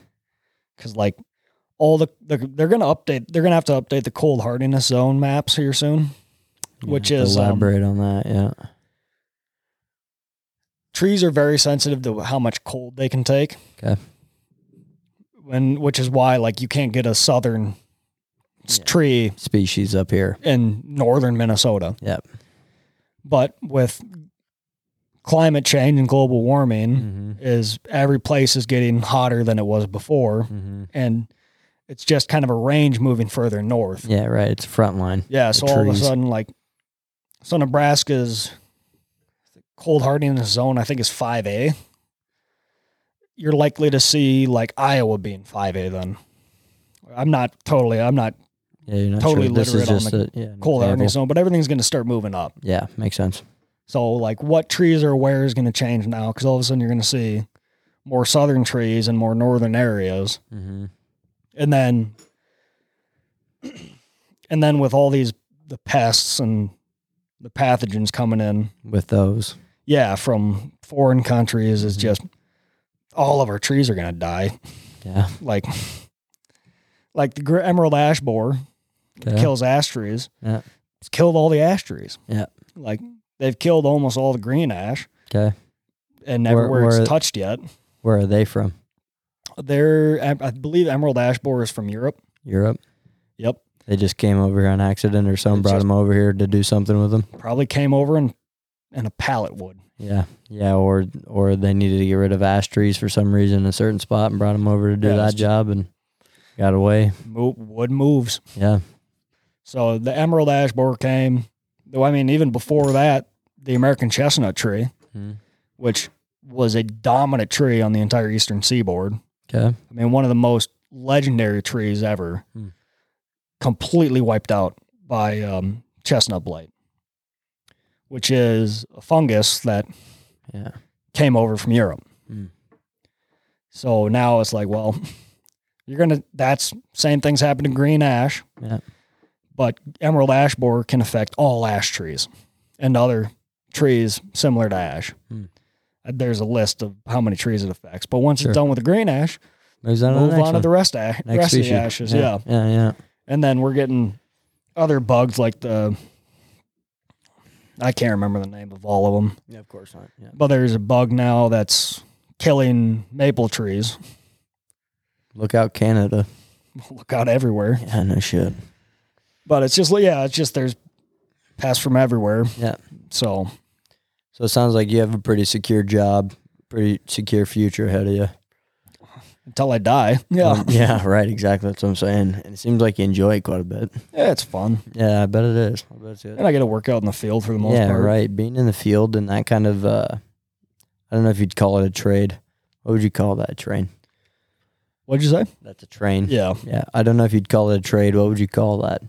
[SPEAKER 2] Because, like, all the, the they're going to update, they're going to have to update the cold hardiness zone maps here soon. Which
[SPEAKER 1] Yeah,
[SPEAKER 2] is, um,
[SPEAKER 1] elaborate on that. Yeah.
[SPEAKER 2] trees are very sensitive to how much cold they can take.
[SPEAKER 1] Okay.
[SPEAKER 2] And which is why like you can't get a southern s-
[SPEAKER 1] Yeah.
[SPEAKER 2] tree
[SPEAKER 1] Species up here.
[SPEAKER 2] in northern Minnesota.
[SPEAKER 1] Yep.
[SPEAKER 2] But with climate change and global warming
[SPEAKER 1] Mm-hmm.
[SPEAKER 2] is every place is getting hotter than it was before
[SPEAKER 1] Mm-hmm.
[SPEAKER 2] and it's just kind of a range moving further north.
[SPEAKER 1] Yeah. Right. It's front line.
[SPEAKER 2] Yeah, so all of a
[SPEAKER 1] trees.
[SPEAKER 2] sudden like so Nebraska's cold hardiness zone I think is 5A. You're likely to see like Iowa being 5A then. I'm not totally I'm not
[SPEAKER 1] Yeah. You're not
[SPEAKER 2] Totally
[SPEAKER 1] sure. This is
[SPEAKER 2] literate on
[SPEAKER 1] just
[SPEAKER 2] the
[SPEAKER 1] a, yeah, an
[SPEAKER 2] cold hardiness
[SPEAKER 1] example.
[SPEAKER 2] zone, but everything's going to start moving up.
[SPEAKER 1] Yeah. Makes sense.
[SPEAKER 2] So like what trees are where is going to change now cuz all of a sudden you're going to see more southern trees and more northern areas.
[SPEAKER 1] Mm-hmm.
[SPEAKER 2] and then and then with all these the pests and the pathogens coming in
[SPEAKER 1] With those.
[SPEAKER 2] yeah from foreign countries is
[SPEAKER 1] Mhm.
[SPEAKER 2] just all of our trees are going to die
[SPEAKER 1] Yeah.
[SPEAKER 2] like like the gr- emerald ash borer
[SPEAKER 1] Okay.
[SPEAKER 2] kills ash trees
[SPEAKER 1] Yeah.
[SPEAKER 2] it's killed all the ash trees
[SPEAKER 1] Yeah.
[SPEAKER 2] like they've killed almost all the green ash
[SPEAKER 1] Okay.
[SPEAKER 2] and
[SPEAKER 1] Where-
[SPEAKER 2] everywhere
[SPEAKER 1] where-
[SPEAKER 2] it's touched yet
[SPEAKER 1] Where are they from?
[SPEAKER 2] they're I I believe emerald ash borer is from europe
[SPEAKER 1] Europe.
[SPEAKER 2] yep
[SPEAKER 1] They just came over here on accident, or someone
[SPEAKER 2] It's
[SPEAKER 1] brought
[SPEAKER 2] just-
[SPEAKER 1] them over here to do something with them.
[SPEAKER 2] probably came over in in a pallet wood
[SPEAKER 1] Yeah, yeah, or or they needed to get rid of ash trees for some reason in a certain spot and brought them over to do
[SPEAKER 2] Yeah, it's
[SPEAKER 1] that
[SPEAKER 2] just-
[SPEAKER 1] job and got away.
[SPEAKER 2] Mo- wood moves.
[SPEAKER 1] Yeah,
[SPEAKER 2] So the emerald ash borer came. Though I mean, even before that, the American chestnut tree,
[SPEAKER 1] Mhm.
[SPEAKER 2] which was a dominant tree on the entire eastern seaboard.
[SPEAKER 1] okay,
[SPEAKER 2] I mean, one of the most legendary trees ever,
[SPEAKER 1] Hmm.
[SPEAKER 2] completely wiped out by um, chestnut blight, which is a fungus that
[SPEAKER 1] yeah,
[SPEAKER 2] came over from Europe.
[SPEAKER 1] Hmm.
[SPEAKER 2] So now it's like, well, you're gonna. That's same things happen to green ash,
[SPEAKER 1] Yeah.
[SPEAKER 2] but emerald ash borer can affect all ash trees and other trees similar to ash.
[SPEAKER 1] Hmm.
[SPEAKER 2] Uh, There's a list of how many trees it affects, but once
[SPEAKER 1] Sure.
[SPEAKER 2] it's done with the green ash,
[SPEAKER 1] moves on
[SPEAKER 2] move
[SPEAKER 1] to the next
[SPEAKER 2] on to
[SPEAKER 1] one.
[SPEAKER 2] the rest ash,
[SPEAKER 1] next
[SPEAKER 2] rest of
[SPEAKER 1] species.
[SPEAKER 2] the ashes.
[SPEAKER 1] yeah,
[SPEAKER 2] yeah,
[SPEAKER 1] yeah, yeah.
[SPEAKER 2] and then we're getting other bugs like the. I can't remember the name of all of them.
[SPEAKER 1] of course not. Yeah,
[SPEAKER 2] But there's a bug now that's killing maple trees.
[SPEAKER 1] look out, Canada.
[SPEAKER 2] Look out everywhere.
[SPEAKER 1] Yeah, no shit.
[SPEAKER 2] But it's just, yeah, it's just there's pests from everywhere.
[SPEAKER 1] Yeah.
[SPEAKER 2] So,
[SPEAKER 1] So it sounds like you have a pretty secure job, pretty secure future ahead of you.
[SPEAKER 2] until I die. Yeah.
[SPEAKER 1] Um, yeah, right. Exactly. That's what I'm saying. And it seems like you enjoy it quite a bit.
[SPEAKER 2] yeah, it's fun.
[SPEAKER 1] Yeah, I bet it is. I bet it's good.
[SPEAKER 2] And I get to work out in the field for the most
[SPEAKER 1] yeah,
[SPEAKER 2] part.
[SPEAKER 1] right. Being in the field and that kind of, uh, I don't know if you'd call it a trade. What would you call that train?
[SPEAKER 2] What'd you say?
[SPEAKER 1] That's a train.
[SPEAKER 2] Yeah.
[SPEAKER 1] Yeah. I don't know if you'd call it a trade. What would you call that?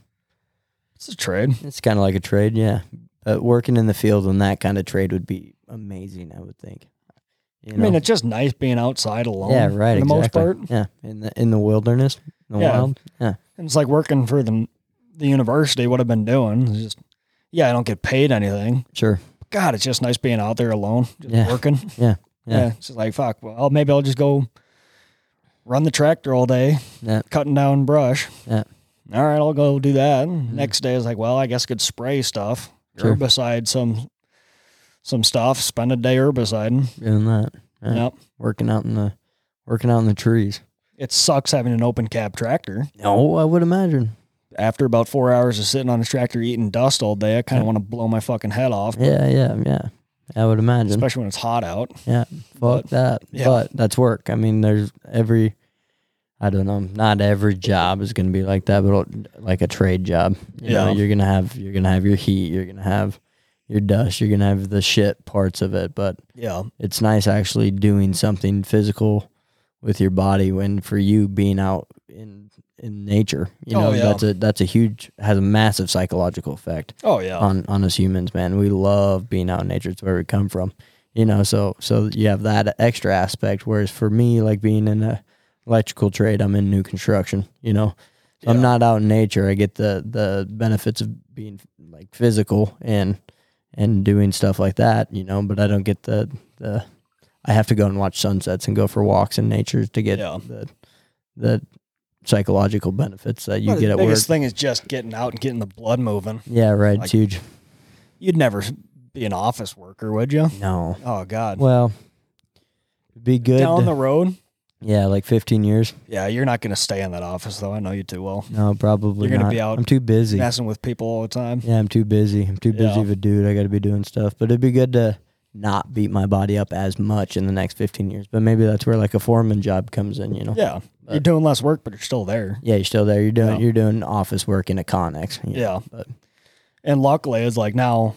[SPEAKER 2] It's a trade.
[SPEAKER 1] It's kind of like a trade. Yeah. But working in the field and that kind of trade would be amazing, I would think. You
[SPEAKER 2] I mean, it's just nice being outside alone.
[SPEAKER 1] yeah, right.
[SPEAKER 2] For the most
[SPEAKER 1] exactly.
[SPEAKER 2] part.
[SPEAKER 1] Yeah. In the, in the wilderness, in the
[SPEAKER 2] Yeah.
[SPEAKER 1] wild. Yeah.
[SPEAKER 2] And it's like working for the, the university, what I've been doing is just, yeah, I don't get paid anything.
[SPEAKER 1] Sure.
[SPEAKER 2] God, it's just nice being out there alone, just
[SPEAKER 1] Yeah.
[SPEAKER 2] working.
[SPEAKER 1] Yeah. Yeah.
[SPEAKER 2] Yeah. It's just like, fuck, well, maybe I'll just go run the tractor all day,
[SPEAKER 1] Yeah.
[SPEAKER 2] cutting down brush.
[SPEAKER 1] Yeah. Mm-hmm.
[SPEAKER 2] All right, I'll go do that. Next day, I was like, well, I guess I could spray stuff,
[SPEAKER 1] Sure.
[SPEAKER 2] herbicide some some stuff, spend a day herbiciding.
[SPEAKER 1] Doing that. Yeah.
[SPEAKER 2] Yep.
[SPEAKER 1] Working out in the, working out in the trees.
[SPEAKER 2] It sucks having an open cab tractor.
[SPEAKER 1] No, I would imagine.
[SPEAKER 2] After about four hours of sitting on a tractor eating dust all day, I kind of want to blow my fucking head off,
[SPEAKER 1] Yeah. Yeah. Yeah. I would imagine.
[SPEAKER 2] especially when it's hot out.
[SPEAKER 1] Fuck that.
[SPEAKER 2] yeah.
[SPEAKER 1] But that's work. I mean, there's every, I don't know, not every job is going to be like that, but it'll- like a trade job. You know,
[SPEAKER 2] Yeah.
[SPEAKER 1] you're going to have, you're going to have your heat, you're going to have your dust, you're going to have the shit parts of it. But
[SPEAKER 2] Yeah.
[SPEAKER 1] it's nice actually doing something physical with your body when for you being out in, in nature, you
[SPEAKER 2] Oh,
[SPEAKER 1] know,
[SPEAKER 2] yeah.
[SPEAKER 1] that's a, that's a huge, has a massive psychological effect
[SPEAKER 2] Oh, yeah.
[SPEAKER 1] on on us humans, man. We love being out in nature. It's where we come from, you know. So so you have that extra aspect. Whereas for me, like being in a electrical trade, I'm in new construction. You know, so I'm
[SPEAKER 2] Yeah.
[SPEAKER 1] not out in nature. I get the the benefits of being like physical and and doing stuff like that, you know, but I don't get the, the I have to go and watch sunsets and go for walks in nature to get
[SPEAKER 2] Yeah.
[SPEAKER 1] the the psychological benefits that you get at
[SPEAKER 2] the
[SPEAKER 1] work.
[SPEAKER 2] biggest thing is just getting out and getting the blood moving.
[SPEAKER 1] Yeah, right.
[SPEAKER 2] like-
[SPEAKER 1] it's huge.
[SPEAKER 2] You'd never be an office worker, would you?
[SPEAKER 1] No.
[SPEAKER 2] Oh God.
[SPEAKER 1] Well, it'd be good.
[SPEAKER 2] Down
[SPEAKER 1] to-
[SPEAKER 2] the road.
[SPEAKER 1] yeah, like 15 years.
[SPEAKER 2] Yeah, you're not going to stay in that office though. I know you too well.
[SPEAKER 1] No, probably
[SPEAKER 2] You're gonna
[SPEAKER 1] not.
[SPEAKER 2] be out
[SPEAKER 1] I'm too busy.
[SPEAKER 2] Messing with people all the time.
[SPEAKER 1] Yeah, I'm too busy. I'm too busy
[SPEAKER 2] Yeah.
[SPEAKER 1] of a dude. I got to be doing stuff. But it'd be good to not beat my body up as much in the next 15 years. But maybe that's where like a foreman job comes in, you know?
[SPEAKER 2] Yeah, you're doing less work, but you're still there.
[SPEAKER 1] Yeah, you're still there. You're doing
[SPEAKER 2] Yeah.
[SPEAKER 1] you're doing office work in a Connex. you know,
[SPEAKER 2] Yeah.
[SPEAKER 1] but
[SPEAKER 2] And luckily, it's like now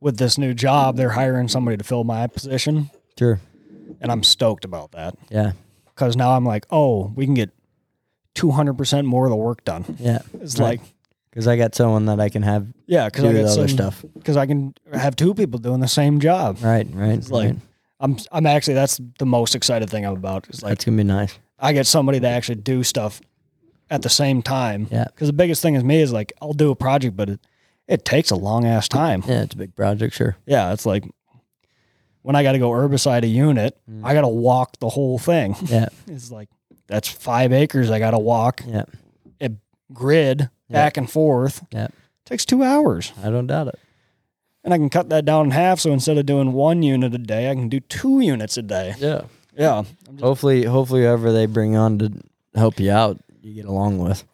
[SPEAKER 2] with this new job, they're hiring somebody to fill my position,
[SPEAKER 1] sure.
[SPEAKER 2] and I'm stoked about that
[SPEAKER 1] Yeah,
[SPEAKER 2] because now I'm like, oh, we can get 200 percent more of the work done.
[SPEAKER 1] yeah.
[SPEAKER 2] It's
[SPEAKER 1] Right.
[SPEAKER 2] like,
[SPEAKER 1] Because I got someone that I can have
[SPEAKER 2] yeah, because
[SPEAKER 1] do
[SPEAKER 2] I
[SPEAKER 1] the
[SPEAKER 2] got
[SPEAKER 1] other
[SPEAKER 2] some
[SPEAKER 1] stuff.
[SPEAKER 2] because I can have two people doing the same job.
[SPEAKER 1] Right, right.
[SPEAKER 2] It's like
[SPEAKER 1] right.
[SPEAKER 2] I'm I'm actually that's the most excited thing I'm about. It's like
[SPEAKER 1] that's gonna be nice.
[SPEAKER 2] I get somebody to actually do stuff at the same time.
[SPEAKER 1] Yeah.
[SPEAKER 2] Because the biggest thing is me is like I'll do a project, but it, it takes a long ass time.
[SPEAKER 1] Yeah, it's a big project, sure.
[SPEAKER 2] Yeah, it's like when I got to go herbicide a unit,
[SPEAKER 1] Mm.
[SPEAKER 2] I got to walk the whole thing.
[SPEAKER 1] Yeah,
[SPEAKER 2] It's like that's five acres I got to walk
[SPEAKER 1] yeah,
[SPEAKER 2] grid back and forth.
[SPEAKER 1] yeah.
[SPEAKER 2] takes two hours,
[SPEAKER 1] I don't doubt it.
[SPEAKER 2] and I can cut that down in half. So instead of doing one unit a day, I can do two units a day.
[SPEAKER 1] Yeah.
[SPEAKER 2] Yeah,
[SPEAKER 1] Hopefully, hopefully, whoever they bring on to help you out, you get along with.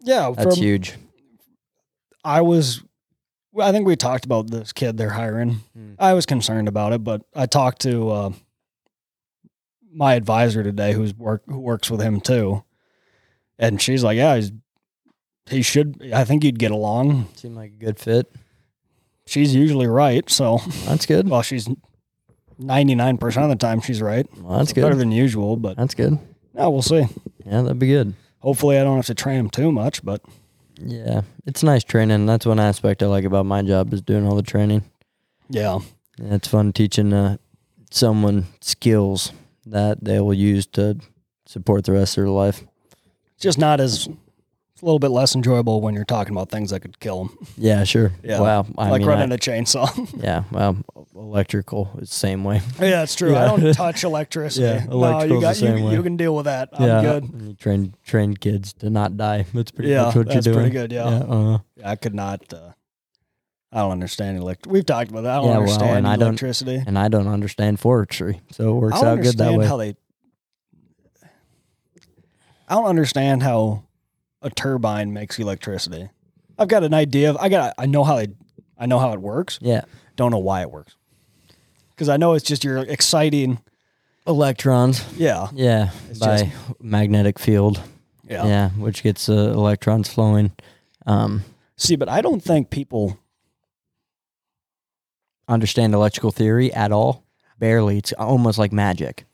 [SPEAKER 2] yeah.
[SPEAKER 1] That's
[SPEAKER 2] from-
[SPEAKER 1] huge.
[SPEAKER 2] I was, well, I think we talked about this kid they're hiring.
[SPEAKER 1] Hmm.
[SPEAKER 2] I was concerned about it, but I talked to uh, my advisor today, who's work who works with him too, and she's like, "Yeah, he's, he should. I think you'd get along."
[SPEAKER 1] Seemed like a good fit.
[SPEAKER 2] She's usually right, so
[SPEAKER 1] That's good.
[SPEAKER 2] well, she's ninety nine percent of the time she's right.
[SPEAKER 1] Well, that's
[SPEAKER 2] It's better
[SPEAKER 1] good.
[SPEAKER 2] than usual, but
[SPEAKER 1] That's good.
[SPEAKER 2] yeah, we'll see.
[SPEAKER 1] Yeah, that'd be good.
[SPEAKER 2] Hopefully, I don't have to train him too much, but
[SPEAKER 1] Yeah, it's nice training. That's one aspect I like about my job is doing all the training.
[SPEAKER 2] yeah,
[SPEAKER 1] Yeah, it's fun teaching uh, someone skills that they will use to support the rest of their life.
[SPEAKER 2] just not as. It's a little bit less enjoyable when you're talking about things that could kill him.
[SPEAKER 1] Yeah, sure.
[SPEAKER 2] Yeah.
[SPEAKER 1] Wow. I
[SPEAKER 2] like
[SPEAKER 1] mean,
[SPEAKER 2] running
[SPEAKER 1] I-
[SPEAKER 2] a chainsaw.
[SPEAKER 1] yeah. Well, electrical is the same way.
[SPEAKER 2] yeah, that's true. I
[SPEAKER 1] Yeah.
[SPEAKER 2] don't touch electricity.
[SPEAKER 1] Yeah,
[SPEAKER 2] no, you
[SPEAKER 1] electrical's
[SPEAKER 2] got
[SPEAKER 1] the same
[SPEAKER 2] you,
[SPEAKER 1] way.
[SPEAKER 2] you can deal with that. I'm good.
[SPEAKER 1] You train train kids to not die. That's pretty
[SPEAKER 2] Yeah,
[SPEAKER 1] much what
[SPEAKER 2] that's
[SPEAKER 1] you're doing.
[SPEAKER 2] pretty good. Yeah,
[SPEAKER 1] uh,
[SPEAKER 2] I could not. Uh, I don't understand electricity. We've talked about that. I don't
[SPEAKER 1] Yeah, well,
[SPEAKER 2] understand
[SPEAKER 1] and I don't-
[SPEAKER 2] electricity.
[SPEAKER 1] and I don't understand forestry, so it works
[SPEAKER 2] I don't
[SPEAKER 1] out good that
[SPEAKER 2] understand
[SPEAKER 1] way.
[SPEAKER 2] how they. I don't understand how a turbine makes electricity. I've got an idea of. I got. I know how they. I know how it works.
[SPEAKER 1] yeah,
[SPEAKER 2] Don't know why it works. Because I know it's just your exciting.
[SPEAKER 1] electrons.
[SPEAKER 2] Yeah.
[SPEAKER 1] Yeah,
[SPEAKER 2] It's
[SPEAKER 1] by magnetic field.
[SPEAKER 2] Yeah.
[SPEAKER 1] Yeah, which gets uh, electrons flowing. Um,
[SPEAKER 2] See, but I don't think people
[SPEAKER 1] understand electrical theory at all? Barely. It's almost like magic.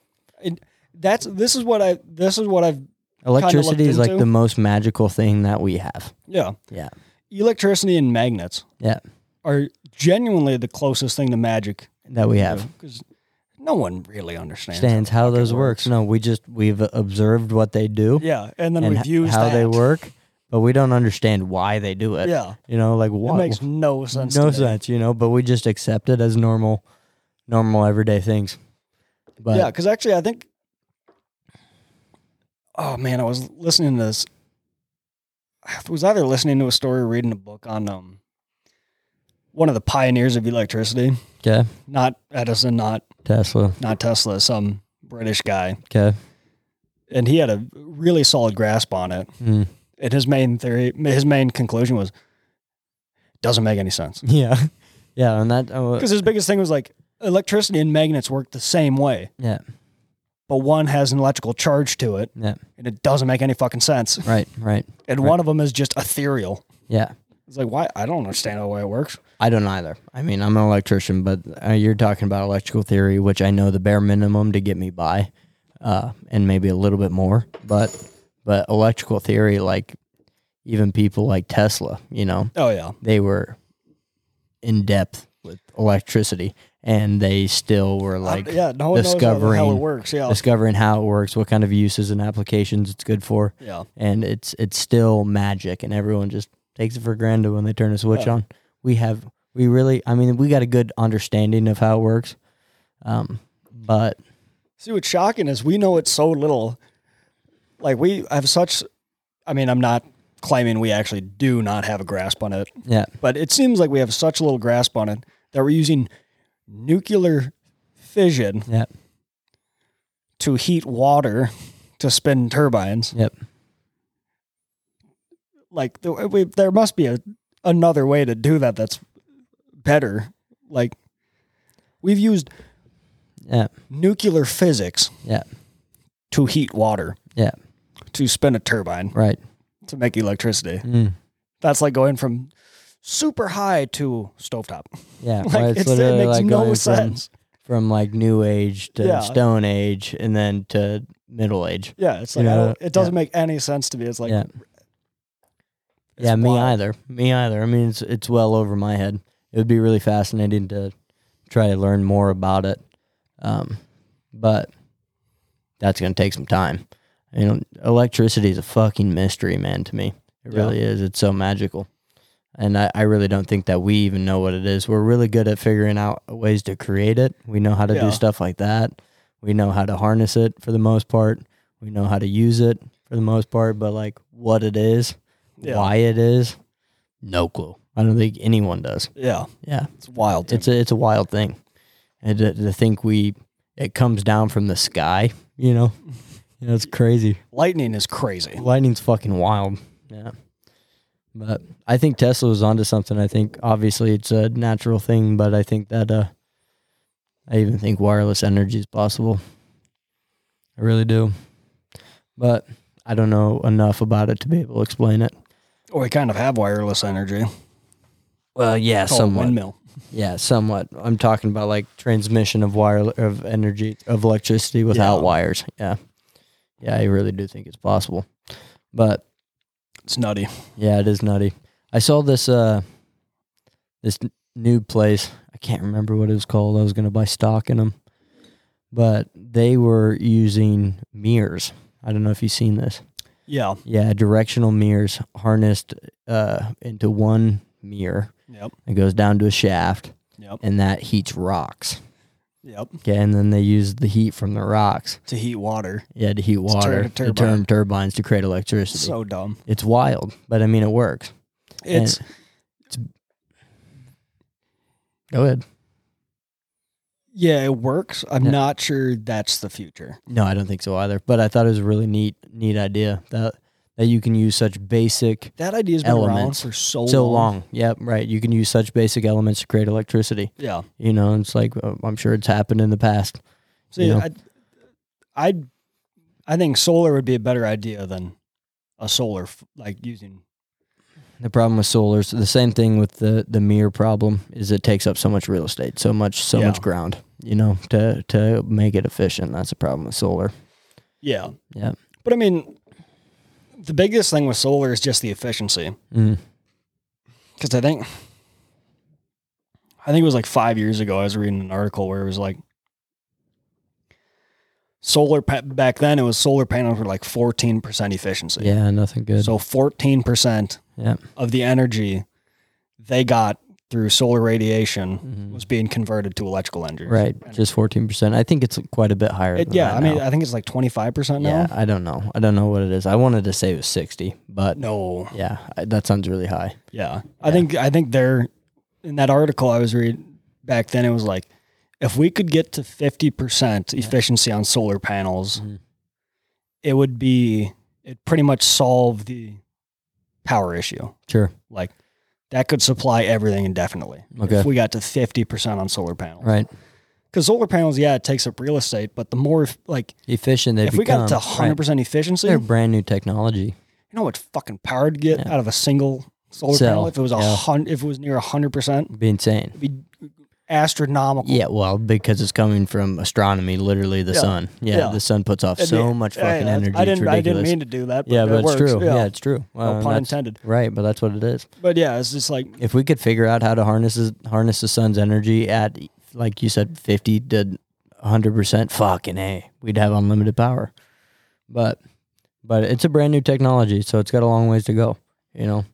[SPEAKER 2] that's this is what I this is what I've
[SPEAKER 1] Electricity is like
[SPEAKER 2] into.
[SPEAKER 1] the most magical thing that we have.
[SPEAKER 2] yeah
[SPEAKER 1] Yeah.
[SPEAKER 2] electricity and magnets
[SPEAKER 1] Yeah,
[SPEAKER 2] are genuinely the closest thing to magic
[SPEAKER 1] that we have.
[SPEAKER 2] because no one really understands.
[SPEAKER 1] Understands how those works. No, we just we've observed what they do.
[SPEAKER 2] Yeah, and then
[SPEAKER 1] and
[SPEAKER 2] we've used
[SPEAKER 1] how they
[SPEAKER 2] that.
[SPEAKER 1] work, but we don't understand why they do it.
[SPEAKER 2] Yeah,
[SPEAKER 1] You know, like
[SPEAKER 2] it
[SPEAKER 1] why
[SPEAKER 2] makes no sense.
[SPEAKER 1] no
[SPEAKER 2] to me.
[SPEAKER 1] sense, you know, but we just accept it as normal normal everyday things. But
[SPEAKER 2] yeah, because actually, I think. Oh man, I was listening to this. I was either listening to a story, or reading a book on um. One of the pioneers of electricity,
[SPEAKER 1] okay.
[SPEAKER 2] not Edison, not
[SPEAKER 1] Tesla.
[SPEAKER 2] not Tesla, some British guy,
[SPEAKER 1] Okay.
[SPEAKER 2] and he had a really solid grasp on it.
[SPEAKER 1] Mm.
[SPEAKER 2] And his main theory, his main conclusion was, doesn't make any sense.
[SPEAKER 1] Yeah. Yeah, and that oh,
[SPEAKER 2] Because his biggest thing was like electricity and magnets work the same way,
[SPEAKER 1] yeah,
[SPEAKER 2] but one has an electrical charge to it,
[SPEAKER 1] yeah.
[SPEAKER 2] and it doesn't make any fucking sense.
[SPEAKER 1] Right, right.
[SPEAKER 2] And
[SPEAKER 1] Right.
[SPEAKER 2] one of them is just ethereal.
[SPEAKER 1] Yeah.
[SPEAKER 2] It's like why I don't understand the way it works.
[SPEAKER 1] I don't either. I mean, I'm an electrician, but uh, you're talking about electrical theory, which I know the bare minimum to get me by, uh, and maybe a little bit more. But but electrical theory, like even people like Tesla, you know,
[SPEAKER 2] Oh yeah,
[SPEAKER 1] they were in depth with electricity, and they still were like
[SPEAKER 2] I- Um, yeah. No one knows how the hell it
[SPEAKER 1] discovering-
[SPEAKER 2] works. Yeah,
[SPEAKER 1] discovering how it works, what kind of uses and applications it's good for,
[SPEAKER 2] yeah.
[SPEAKER 1] and it's it's still magic, and everyone just takes it for granted when they turn a switch
[SPEAKER 2] Yeah.
[SPEAKER 1] on. We have we really, I mean, we got a good understanding of how it works. Um, but
[SPEAKER 2] See, what's shocking is we know it so little. Like we have such. I mean, I'm not claiming we actually do not have a grasp on it,
[SPEAKER 1] yeah,
[SPEAKER 2] but it seems like we have such little grasp on it that we're using nuclear fission
[SPEAKER 1] yeah,
[SPEAKER 2] to heat water to spin turbines.
[SPEAKER 1] Yep.
[SPEAKER 2] Like the, uh, we, there must be a another way to do that that's better. Like we've used
[SPEAKER 1] yeah,
[SPEAKER 2] nuclear physics
[SPEAKER 1] Yeah.
[SPEAKER 2] to heat water.
[SPEAKER 1] Yeah.
[SPEAKER 2] To spin a turbine
[SPEAKER 1] right.
[SPEAKER 2] to make electricity.
[SPEAKER 1] Mm,
[SPEAKER 2] That's like going from super high to stovetop.
[SPEAKER 1] yeah,
[SPEAKER 2] Like
[SPEAKER 1] right,
[SPEAKER 2] it's, it makes no sense.
[SPEAKER 1] From, from like New Age to
[SPEAKER 2] Yeah.
[SPEAKER 1] Stone Age and then to Middle Age.
[SPEAKER 2] Yeah, it's like I
[SPEAKER 1] Yeah,
[SPEAKER 2] don't,
[SPEAKER 1] yeah.
[SPEAKER 2] it doesn't make any sense to me. It's like
[SPEAKER 1] yeah,
[SPEAKER 2] it's
[SPEAKER 1] yeah, me
[SPEAKER 2] wild.
[SPEAKER 1] either. Me either. I mean, it's it's well over my head. It would be really fascinating to try to learn more about it, um, but that's going to take some time. You know, electricity is a fucking mystery, man. To me, it
[SPEAKER 2] Yeah.
[SPEAKER 1] really is. It's so magical, and I, I really don't think that we even know what it is. We're really good at figuring out ways to create it. We know how to
[SPEAKER 2] Yeah.
[SPEAKER 1] do stuff like that. We know how to harness it for the most part. We know how to use it for the most part. But like, what it is,
[SPEAKER 2] Yeah.
[SPEAKER 1] why it is, no clue. I don't think anyone does.
[SPEAKER 2] Yeah,
[SPEAKER 1] Yeah,
[SPEAKER 2] it's wild. to
[SPEAKER 1] it's a it's a wild thing, and to, to think we it comes down from the sky. You know, you know it's crazy.
[SPEAKER 2] Lightning is crazy.
[SPEAKER 1] Lightning's fucking wild. Yeah, but I think Tesla was onto something. I think obviously it's a natural thing, but I think that uh, I even think wireless energy is possible. I really do, but I don't know enough about it to be able to explain it.
[SPEAKER 2] Or we kind of have wireless energy.
[SPEAKER 1] Well, yeah,
[SPEAKER 2] Called windmill.
[SPEAKER 1] Yeah, somewhat. I'm talking about like transmission of wire of energy of electricity without
[SPEAKER 2] Yeah.
[SPEAKER 1] wires. Yeah, yeah, I really do think it's possible, but
[SPEAKER 2] It's nutty.
[SPEAKER 1] yeah, it is nutty. I saw this uh this n- new place. I can't remember what it was called. I was gonna buy stock in them, but they were using mirrors. I don't know if you've seen this.
[SPEAKER 2] Yeah.
[SPEAKER 1] Yeah, directional mirrors harnessed uh, into one mirror.
[SPEAKER 2] Yep.
[SPEAKER 1] It goes down to a shaft,
[SPEAKER 2] Yep.
[SPEAKER 1] and that heats rocks.
[SPEAKER 2] Yep.
[SPEAKER 1] Okay, and then they use the heat from the rocks,
[SPEAKER 2] To heat water.
[SPEAKER 1] yeah, to heat water,
[SPEAKER 2] turn a
[SPEAKER 1] to
[SPEAKER 2] turbine.
[SPEAKER 1] turn turbines to create electricity.
[SPEAKER 2] So dumb.
[SPEAKER 1] it's wild, but I mean it works.
[SPEAKER 2] It's
[SPEAKER 1] Go ahead.
[SPEAKER 2] yeah, it works. I'm
[SPEAKER 1] Yeah.
[SPEAKER 2] not sure that's the future.
[SPEAKER 1] No, I don't think so either. But I thought it was a really neat, neat idea that that you can use such basic
[SPEAKER 2] That idea's been
[SPEAKER 1] Elements.
[SPEAKER 2] around for so,
[SPEAKER 1] so long. Yep, right. You can use such basic elements to create electricity.
[SPEAKER 2] Yeah.
[SPEAKER 1] You know, and it's like uh, I'm sure it's happened in the past.
[SPEAKER 2] See,
[SPEAKER 1] You know?
[SPEAKER 2] I, I, I think solar would be a better idea than a solar f- like using.
[SPEAKER 1] The problem with solar is the same thing with the the mirror problem is it takes up so much real estate, so much so
[SPEAKER 2] Yeah.
[SPEAKER 1] much ground, you know, to to make it efficient. That's the problem with solar.
[SPEAKER 2] Yeah.
[SPEAKER 1] Yeah.
[SPEAKER 2] But I mean, the biggest thing with solar is just the efficiency.
[SPEAKER 1] Mm.
[SPEAKER 2] because I think I think it was like five years ago. I was reading an article where it was like solar pa- back then. It was solar panels were like fourteen percent efficiency.
[SPEAKER 1] Yeah, nothing good.
[SPEAKER 2] So fourteen percent
[SPEAKER 1] Yeah.
[SPEAKER 2] of the energy they got through solar radiation
[SPEAKER 1] Mhm.
[SPEAKER 2] was being converted to electrical energy.
[SPEAKER 1] right, just fourteen percent. I think it's quite a bit higher.
[SPEAKER 2] It-
[SPEAKER 1] than
[SPEAKER 2] yeah.
[SPEAKER 1] that
[SPEAKER 2] I mean,
[SPEAKER 1] now.
[SPEAKER 2] I think it's like twenty five percent now.
[SPEAKER 1] yeah, I don't know. I don't know what it is. I wanted to say it was sixty, but
[SPEAKER 2] No.
[SPEAKER 1] yeah, I, that sounds really high.
[SPEAKER 2] Yeah. I think I think they're in that article I was reading back then it was like if we could get to 50% efficiency on solar panels,
[SPEAKER 1] Mhm.
[SPEAKER 2] it would be it pretty much solve the power issue.
[SPEAKER 1] Sure.
[SPEAKER 2] Like that could supply everything indefinitely.
[SPEAKER 1] Okay.
[SPEAKER 2] If we got to 50% on solar panels.
[SPEAKER 1] Right.
[SPEAKER 2] Cuz solar panels yeah, it takes up real estate, but the more if- like
[SPEAKER 1] Efficient. They
[SPEAKER 2] if we got to
[SPEAKER 1] become, right.
[SPEAKER 2] 100% efficiency,
[SPEAKER 1] They're
[SPEAKER 2] you
[SPEAKER 1] brand new technology.
[SPEAKER 2] know what fucking power to get
[SPEAKER 1] Yeah.
[SPEAKER 2] out of a single solar
[SPEAKER 1] Cell,
[SPEAKER 2] panel if it was a
[SPEAKER 1] yeah.
[SPEAKER 2] hundred if it was near 100%?
[SPEAKER 1] Be insane.
[SPEAKER 2] be astronomical.
[SPEAKER 1] Yeah, well, because it's coming from astronomy, literally the
[SPEAKER 2] Yeah.
[SPEAKER 1] sun. Yeah,
[SPEAKER 2] Yeah.
[SPEAKER 1] the sun puts off
[SPEAKER 2] It'd
[SPEAKER 1] so
[SPEAKER 2] be-
[SPEAKER 1] much
[SPEAKER 2] Hey,
[SPEAKER 1] fucking
[SPEAKER 2] that's-
[SPEAKER 1] energy.
[SPEAKER 2] I didn't.
[SPEAKER 1] it's
[SPEAKER 2] I didn't
[SPEAKER 1] ridiculous.
[SPEAKER 2] mean to do that. But
[SPEAKER 1] yeah,
[SPEAKER 2] that
[SPEAKER 1] but it's
[SPEAKER 2] works.
[SPEAKER 1] true. Yeah. it's true.
[SPEAKER 2] No
[SPEAKER 1] Well,
[SPEAKER 2] pun
[SPEAKER 1] that's-
[SPEAKER 2] intended.
[SPEAKER 1] Right, but that's what it is.
[SPEAKER 2] But yeah, it's just like
[SPEAKER 1] If we could figure out how to harness his, harness the sun's energy at, like you said, fifty to hundred percent, fucking a, we'd have unlimited power. But, but it's a brand new technology, so it's got a long ways to go. You know,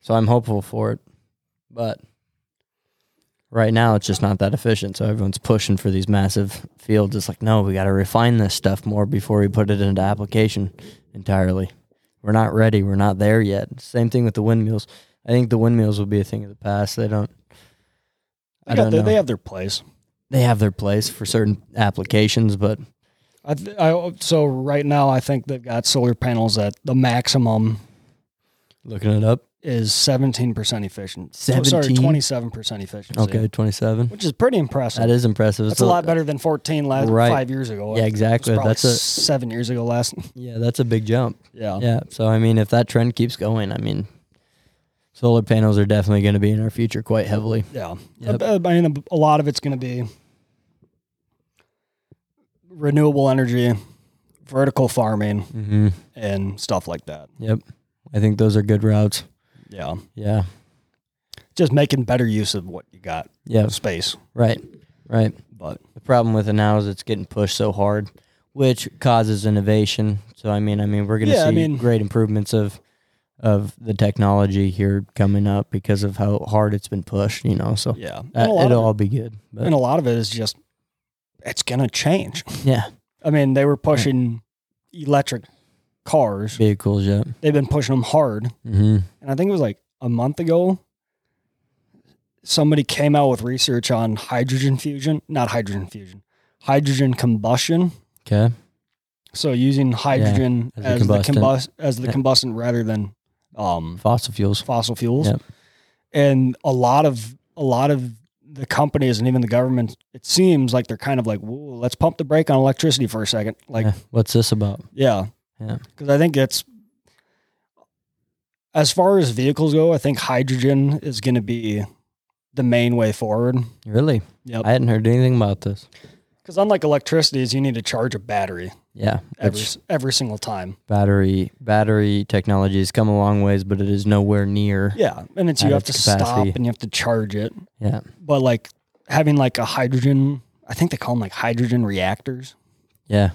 [SPEAKER 1] so I'm hopeful for it. But Right now, it's just not that efficient. So everyone's pushing for these massive fields. It's like, no, we got to refine this stuff more before we put it into application entirely. We're not ready. We're not there yet. Same thing with the windmills. I think the windmills will be a thing of the past. They don't.
[SPEAKER 2] They
[SPEAKER 1] I
[SPEAKER 2] got
[SPEAKER 1] don't
[SPEAKER 2] their-
[SPEAKER 1] know.
[SPEAKER 2] They have their place.
[SPEAKER 1] They have their place for certain applications, but
[SPEAKER 2] I, th- I so right now I think they've got solar panels that the maximum
[SPEAKER 1] looking it up,
[SPEAKER 2] is seventeen percent efficient. So- Sorry,
[SPEAKER 1] 17?
[SPEAKER 2] twenty-seven percent efficiency.
[SPEAKER 1] okay, twenty-seven.
[SPEAKER 2] which is pretty impressive.
[SPEAKER 1] That is impressive.
[SPEAKER 2] That's
[SPEAKER 1] It's
[SPEAKER 2] a lot better than fourteen last
[SPEAKER 1] Right.
[SPEAKER 2] five years ago.
[SPEAKER 1] Yeah,
[SPEAKER 2] It was
[SPEAKER 1] exactly.
[SPEAKER 2] probably
[SPEAKER 1] That's a
[SPEAKER 2] seven years ago last.
[SPEAKER 1] yeah, that's a big jump.
[SPEAKER 2] Yeah.
[SPEAKER 1] Yeah. So I mean, if that trend keeps going, I mean, solar panels are definitely going to be in our future quite heavily.
[SPEAKER 2] Yeah.
[SPEAKER 1] Yep.
[SPEAKER 2] Uh, I mean, a lot of it's going to be renewable energy, vertical farming,
[SPEAKER 1] Mm-hmm.
[SPEAKER 2] and stuff like that.
[SPEAKER 1] Yep. I think those are good routes.
[SPEAKER 2] Yeah.
[SPEAKER 1] Yeah.
[SPEAKER 2] Just making better use of what you got,
[SPEAKER 1] Yeah.
[SPEAKER 2] space.
[SPEAKER 1] Right. Right.
[SPEAKER 2] But
[SPEAKER 1] The problem with it now is it's getting pushed so hard, which causes innovation. So I mean, I mean, we're going to
[SPEAKER 2] Yeah,
[SPEAKER 1] see
[SPEAKER 2] I mean-
[SPEAKER 1] great improvements of of the technology here coming up because of how hard it's been pushed. You know, so
[SPEAKER 2] yeah, and,
[SPEAKER 1] uh,
[SPEAKER 2] a lot
[SPEAKER 1] it'll
[SPEAKER 2] of,
[SPEAKER 1] all uh, be good.
[SPEAKER 2] it-
[SPEAKER 1] But
[SPEAKER 2] and a lot of it is just it's going to change.
[SPEAKER 1] yeah,
[SPEAKER 2] I mean, they were pushing electric cars.
[SPEAKER 1] vehicles. Mm-hmm. Yeah.
[SPEAKER 2] They've been pushing them hard.
[SPEAKER 1] Mm-hmm.
[SPEAKER 2] and I think it was like a month ago, somebody came out with research on hydrogen fusion, not hydrogen fusion, hydrogen combustion.
[SPEAKER 1] Okay.
[SPEAKER 2] So using hydrogen
[SPEAKER 1] as a
[SPEAKER 2] as, the
[SPEAKER 1] combustant.
[SPEAKER 2] combust as the
[SPEAKER 1] Yeah.
[SPEAKER 2] combustant rather than um,
[SPEAKER 1] Fossil fuels.
[SPEAKER 2] fossil fuels,
[SPEAKER 1] Yep.
[SPEAKER 2] and a lot of a lot of the companies and even the government, it seems like they're kind of like, Whoa, let's pump the brake on electricity for a second. Like,
[SPEAKER 1] Yeah. What's this about?
[SPEAKER 2] yeah.
[SPEAKER 1] Yeah.
[SPEAKER 2] Because I think it's, as far as vehicles go, I think hydrogen is going to be the main way forward.
[SPEAKER 1] Really?
[SPEAKER 2] Yep.
[SPEAKER 1] I hadn't heard anything about this.
[SPEAKER 2] Because unlike electricity, is you need to charge a battery
[SPEAKER 1] Yeah,
[SPEAKER 2] every
[SPEAKER 1] which
[SPEAKER 2] s- every single time.
[SPEAKER 1] battery battery technology has come a long ways, but it is nowhere near.
[SPEAKER 2] Yeah, and it's you
[SPEAKER 1] At
[SPEAKER 2] have to
[SPEAKER 1] its
[SPEAKER 2] stop
[SPEAKER 1] capacity.
[SPEAKER 2] and you have to charge it.
[SPEAKER 1] Yeah,
[SPEAKER 2] But like having like a hydrogen, I think they call them like hydrogen reactors.
[SPEAKER 1] yeah,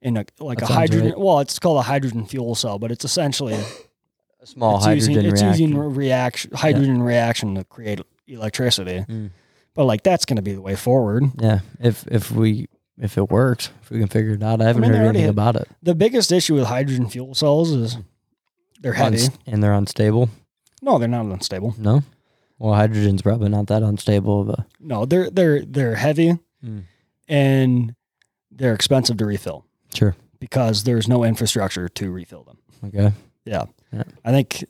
[SPEAKER 2] And a, like
[SPEAKER 1] That
[SPEAKER 2] a
[SPEAKER 1] sounds
[SPEAKER 2] hydrogen,
[SPEAKER 1] right.
[SPEAKER 2] well, it's called a hydrogen fuel cell, but it's essentially
[SPEAKER 1] a small
[SPEAKER 2] it's
[SPEAKER 1] hydrogen
[SPEAKER 2] using,
[SPEAKER 1] reactor.
[SPEAKER 2] It's using reaction, hydrogen reaction to create electricity.
[SPEAKER 1] Mm.
[SPEAKER 2] But like that's going to be the way forward.
[SPEAKER 1] yeah, if if we if it works, if we can figure it out, I haven't
[SPEAKER 2] mean, they
[SPEAKER 1] heard
[SPEAKER 2] already
[SPEAKER 1] anything
[SPEAKER 2] had-
[SPEAKER 1] about it.
[SPEAKER 2] The biggest issue with hydrogen fuel cells is they're heavy.
[SPEAKER 1] Unst- and they're unstable.
[SPEAKER 2] no, they're not unstable.
[SPEAKER 1] No, well, hydrogen's probably not that unstable. But
[SPEAKER 2] No, they're they're they're heavy
[SPEAKER 1] Mm.
[SPEAKER 2] and they're expensive to refill
[SPEAKER 1] sure,
[SPEAKER 2] because there's no infrastructure to refill them.
[SPEAKER 1] okay,
[SPEAKER 2] Yeah.
[SPEAKER 1] Yeah.
[SPEAKER 2] I think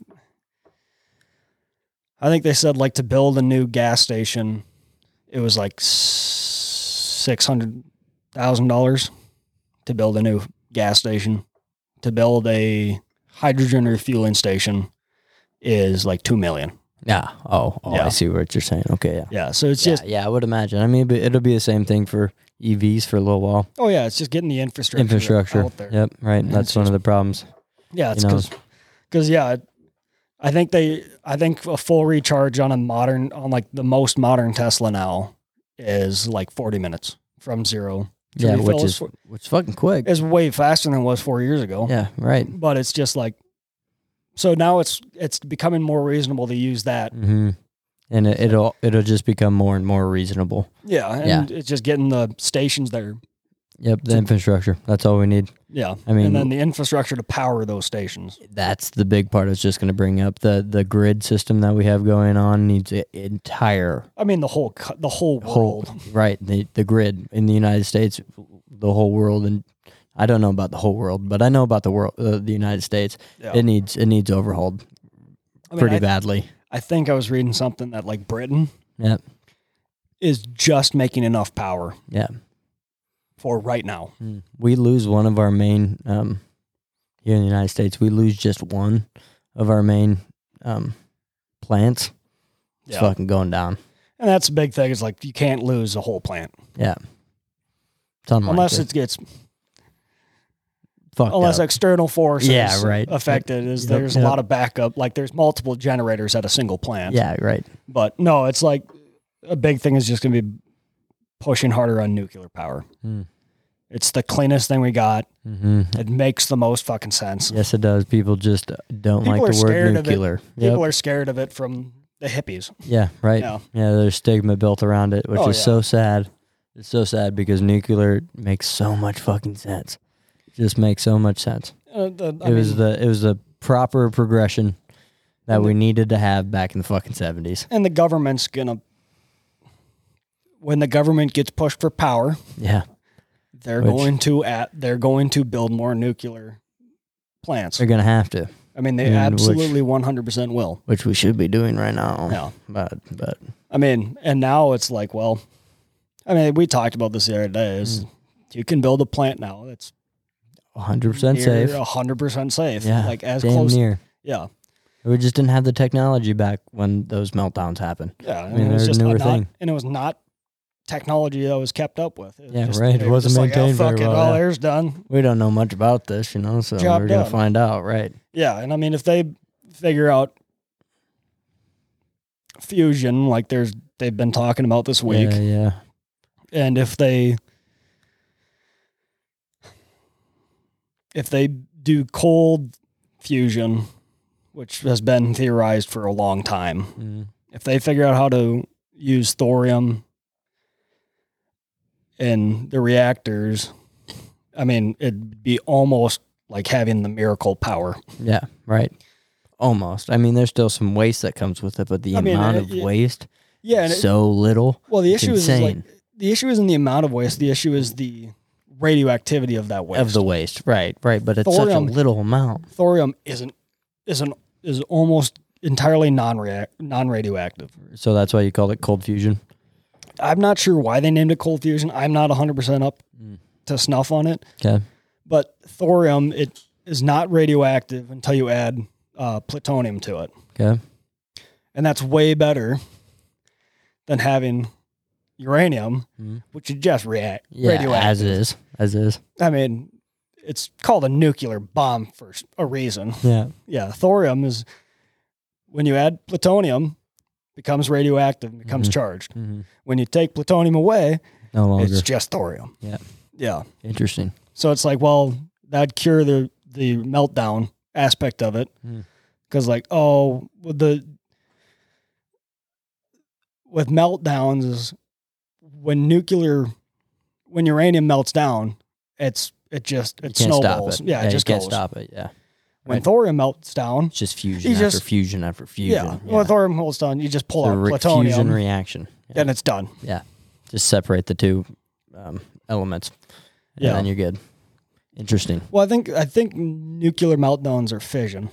[SPEAKER 2] I think they said like to build a new gas station it was like $600,000 to build a new gas station. To build a hydrogen refueling station is like 2 million.
[SPEAKER 1] yeah. Oh, oh
[SPEAKER 2] Yeah.
[SPEAKER 1] I see what you're saying. Okay, yeah,
[SPEAKER 2] Yeah, so it's
[SPEAKER 1] yeah,
[SPEAKER 2] just
[SPEAKER 1] yeah. I would imagine. I mean, it'll be, it'll be the same thing for EVs for a little while.
[SPEAKER 2] oh yeah, it's just getting the infrastructure,
[SPEAKER 1] Infrastructure.
[SPEAKER 2] out there.
[SPEAKER 1] Yep, right.
[SPEAKER 2] And
[SPEAKER 1] That's
[SPEAKER 2] it's
[SPEAKER 1] one
[SPEAKER 2] just-
[SPEAKER 1] of the problems.
[SPEAKER 2] Yeah, it's
[SPEAKER 1] You know.
[SPEAKER 2] because because yeah, it- I think they I think a full recharge on a modern on like the most modern Tesla now is like forty minutes from zero. to
[SPEAKER 1] Yeah,
[SPEAKER 2] refill.
[SPEAKER 1] which
[SPEAKER 2] It's
[SPEAKER 1] is
[SPEAKER 2] fo-
[SPEAKER 1] which is fucking quick.
[SPEAKER 2] it's way faster than it was four years ago.
[SPEAKER 1] Yeah, right.
[SPEAKER 2] But it's just like so now it's it's becoming more reasonable to use that.
[SPEAKER 1] hmm And it, it'll it'll just become more and more reasonable.
[SPEAKER 2] Yeah, and it's just getting the stations there.
[SPEAKER 1] Yep, the infrastructure. That's all we need.
[SPEAKER 2] Yeah,
[SPEAKER 1] I mean-
[SPEAKER 2] and then the infrastructure to power those stations.
[SPEAKER 1] That's the big part. I was just going to bring up the the grid system that we have going on needs an entire
[SPEAKER 2] I mean the whole co- the whole
[SPEAKER 1] whole
[SPEAKER 2] world.
[SPEAKER 1] right the the grid in the United States, the whole world, and I don't know about the whole world, but I know about the world, uh, the United States.
[SPEAKER 2] Yeah.
[SPEAKER 1] It needs it needs overhauled
[SPEAKER 2] I mean,
[SPEAKER 1] pretty
[SPEAKER 2] I-
[SPEAKER 1] badly.
[SPEAKER 2] I think I was reading something that like Britain
[SPEAKER 1] Yep.
[SPEAKER 2] is just making enough power
[SPEAKER 1] Yeah.
[SPEAKER 2] for right now.
[SPEAKER 1] Mm. We lose one of our main um, here in the United States. We lose just one of our main um, plants. It's fucking going down.
[SPEAKER 2] And that's the big thing is like you can't lose a whole plant
[SPEAKER 1] Yeah, it's unlikely.
[SPEAKER 2] unless it gets
[SPEAKER 1] Fucked
[SPEAKER 2] unless
[SPEAKER 1] up.
[SPEAKER 2] external forces
[SPEAKER 1] Yeah, right.
[SPEAKER 2] affect it is
[SPEAKER 1] Yep,
[SPEAKER 2] there's a
[SPEAKER 1] yep.
[SPEAKER 2] lot of backup like there's multiple generators at a single plant.
[SPEAKER 1] yeah, right.
[SPEAKER 2] But no, it's like a big thing is just going to be pushing harder on nuclear power.
[SPEAKER 1] Hmm.
[SPEAKER 2] It's the cleanest thing we got.
[SPEAKER 1] hmm
[SPEAKER 2] It makes the most fucking sense.
[SPEAKER 1] Yes, it does. People just don't
[SPEAKER 2] People
[SPEAKER 1] like
[SPEAKER 2] are
[SPEAKER 1] the
[SPEAKER 2] scared
[SPEAKER 1] word
[SPEAKER 2] of it.
[SPEAKER 1] nuclear. Yep.
[SPEAKER 2] People are scared of it from The hippies.
[SPEAKER 1] Yeah, right.
[SPEAKER 2] Yeah.
[SPEAKER 1] Yeah, there's stigma built around it, which
[SPEAKER 2] Oh,
[SPEAKER 1] is
[SPEAKER 2] yeah.
[SPEAKER 1] so sad. It's so sad because nuclear makes so much fucking sense. Just makes so much sense.
[SPEAKER 2] Uh, the, I
[SPEAKER 1] it was
[SPEAKER 2] mean-
[SPEAKER 1] the it was the proper progression that
[SPEAKER 2] And
[SPEAKER 1] we needed to have back in the fucking seventies.
[SPEAKER 2] and the government's gonna. When the government gets pushed for power,
[SPEAKER 1] Yeah,
[SPEAKER 2] they're
[SPEAKER 1] Which-
[SPEAKER 2] going to at they're going to build more nuclear plants.
[SPEAKER 1] they're gonna have to,
[SPEAKER 2] I mean, they
[SPEAKER 1] and which- Oh.
[SPEAKER 2] absolutely one hundred percent will.
[SPEAKER 1] which we should be doing right now.
[SPEAKER 2] Yeah.
[SPEAKER 1] but but
[SPEAKER 2] I mean, and now it's like, well, I mean, we talked about this the other day. Is
[SPEAKER 1] Mm.
[SPEAKER 2] you can build a plant now that's
[SPEAKER 1] hundred percent safe.
[SPEAKER 2] hundred percent safe.
[SPEAKER 1] Yeah,
[SPEAKER 2] like uh, as
[SPEAKER 1] damn
[SPEAKER 2] close.
[SPEAKER 1] near.
[SPEAKER 2] Yeah,
[SPEAKER 1] We just didn't have the technology back when those meltdowns happened.
[SPEAKER 2] yeah.
[SPEAKER 1] mean,
[SPEAKER 2] and it was
[SPEAKER 1] there's
[SPEAKER 2] just
[SPEAKER 1] newer
[SPEAKER 2] not,
[SPEAKER 1] thing.
[SPEAKER 2] and it was not technology that was kept up with. It was
[SPEAKER 1] Yeah,
[SPEAKER 2] just-
[SPEAKER 1] right, it
[SPEAKER 2] was
[SPEAKER 1] wasn't
[SPEAKER 2] just like,
[SPEAKER 1] maintained
[SPEAKER 2] oh,
[SPEAKER 1] very
[SPEAKER 2] fuck it,
[SPEAKER 1] well,
[SPEAKER 2] all
[SPEAKER 1] yeah.
[SPEAKER 2] air's done.
[SPEAKER 1] We don't know much about this, you know, so
[SPEAKER 2] Job
[SPEAKER 1] we're gonna
[SPEAKER 2] done.
[SPEAKER 1] find out, right?
[SPEAKER 2] Yeah, and I mean, if they figure out fusion, like there's they've been talking about this week,
[SPEAKER 1] Yeah, yeah.
[SPEAKER 2] and if they if they do cold fusion, which has been theorized for a long time,
[SPEAKER 1] Mm.
[SPEAKER 2] if they figure out how to use thorium in the reactors, I mean, it'd be almost like having the miracle power.
[SPEAKER 1] Yeah, right. Almost. I mean, there's still some waste that comes with it, but the
[SPEAKER 2] I mean,
[SPEAKER 1] amount
[SPEAKER 2] uh,
[SPEAKER 1] of
[SPEAKER 2] y-
[SPEAKER 1] waste,
[SPEAKER 2] Yeah, and it-
[SPEAKER 1] so little.
[SPEAKER 2] Well, the
[SPEAKER 1] It's
[SPEAKER 2] issue is, is like
[SPEAKER 1] insane.
[SPEAKER 2] the issue isn't the amount of waste. The issue is the radioactivity of that waste.
[SPEAKER 1] of the waste. Right, right. But it's
[SPEAKER 2] Thorium.
[SPEAKER 1] such a little amount.
[SPEAKER 2] thorium isn't isn't is almost entirely non non radioactive.
[SPEAKER 1] So that's why you called it cold fusion.
[SPEAKER 2] I'm not sure why they named it cold fusion. I'm not 100 percent up
[SPEAKER 1] Mm.
[SPEAKER 2] to snuff on it,
[SPEAKER 1] Okay.
[SPEAKER 2] but thorium it is not radioactive until you add uh, plutonium to it,
[SPEAKER 1] Okay.
[SPEAKER 2] and that's way better than having uranium,
[SPEAKER 1] Mm.
[SPEAKER 2] which is just rea-
[SPEAKER 1] Yeah,
[SPEAKER 2] radioactive.
[SPEAKER 1] as is. As is.
[SPEAKER 2] I mean, it's called a nuclear bomb for s- a reason.
[SPEAKER 1] Yeah.
[SPEAKER 2] Yeah, thorium is when you add plutonium becomes radioactive, becomes
[SPEAKER 1] Mhm.
[SPEAKER 2] charged.
[SPEAKER 1] hmm
[SPEAKER 2] When you take plutonium away,
[SPEAKER 1] No longer.
[SPEAKER 2] it's just thorium.
[SPEAKER 1] Yeah.
[SPEAKER 2] Yeah.
[SPEAKER 1] Interesting.
[SPEAKER 2] So it's like, well, that'd cure the the meltdown aspect of it.
[SPEAKER 1] Mm.
[SPEAKER 2] Cuz like, oh, with the with meltdowns is when nuclear when uranium melts down, it's it just it
[SPEAKER 1] You can't
[SPEAKER 2] snowballs.
[SPEAKER 1] stop it.
[SPEAKER 2] Yeah, it
[SPEAKER 1] you
[SPEAKER 2] just
[SPEAKER 1] can't
[SPEAKER 2] goes.
[SPEAKER 1] stop it. Yeah.
[SPEAKER 2] When
[SPEAKER 1] Right.
[SPEAKER 2] thorium melts down,
[SPEAKER 1] It's just fusion
[SPEAKER 2] You
[SPEAKER 1] after
[SPEAKER 2] just-
[SPEAKER 1] fusion after fusion.
[SPEAKER 2] yeah, when thorium melts down, you just pull
[SPEAKER 1] the
[SPEAKER 2] out
[SPEAKER 1] re-
[SPEAKER 2] plutonium
[SPEAKER 1] fusion reaction. Yeah.
[SPEAKER 2] and it's done.
[SPEAKER 1] Just separate the two um, elements. And
[SPEAKER 2] Yeah.
[SPEAKER 1] then you're good. Interesting.
[SPEAKER 2] Well, I think I think nuclear meltdowns are fission.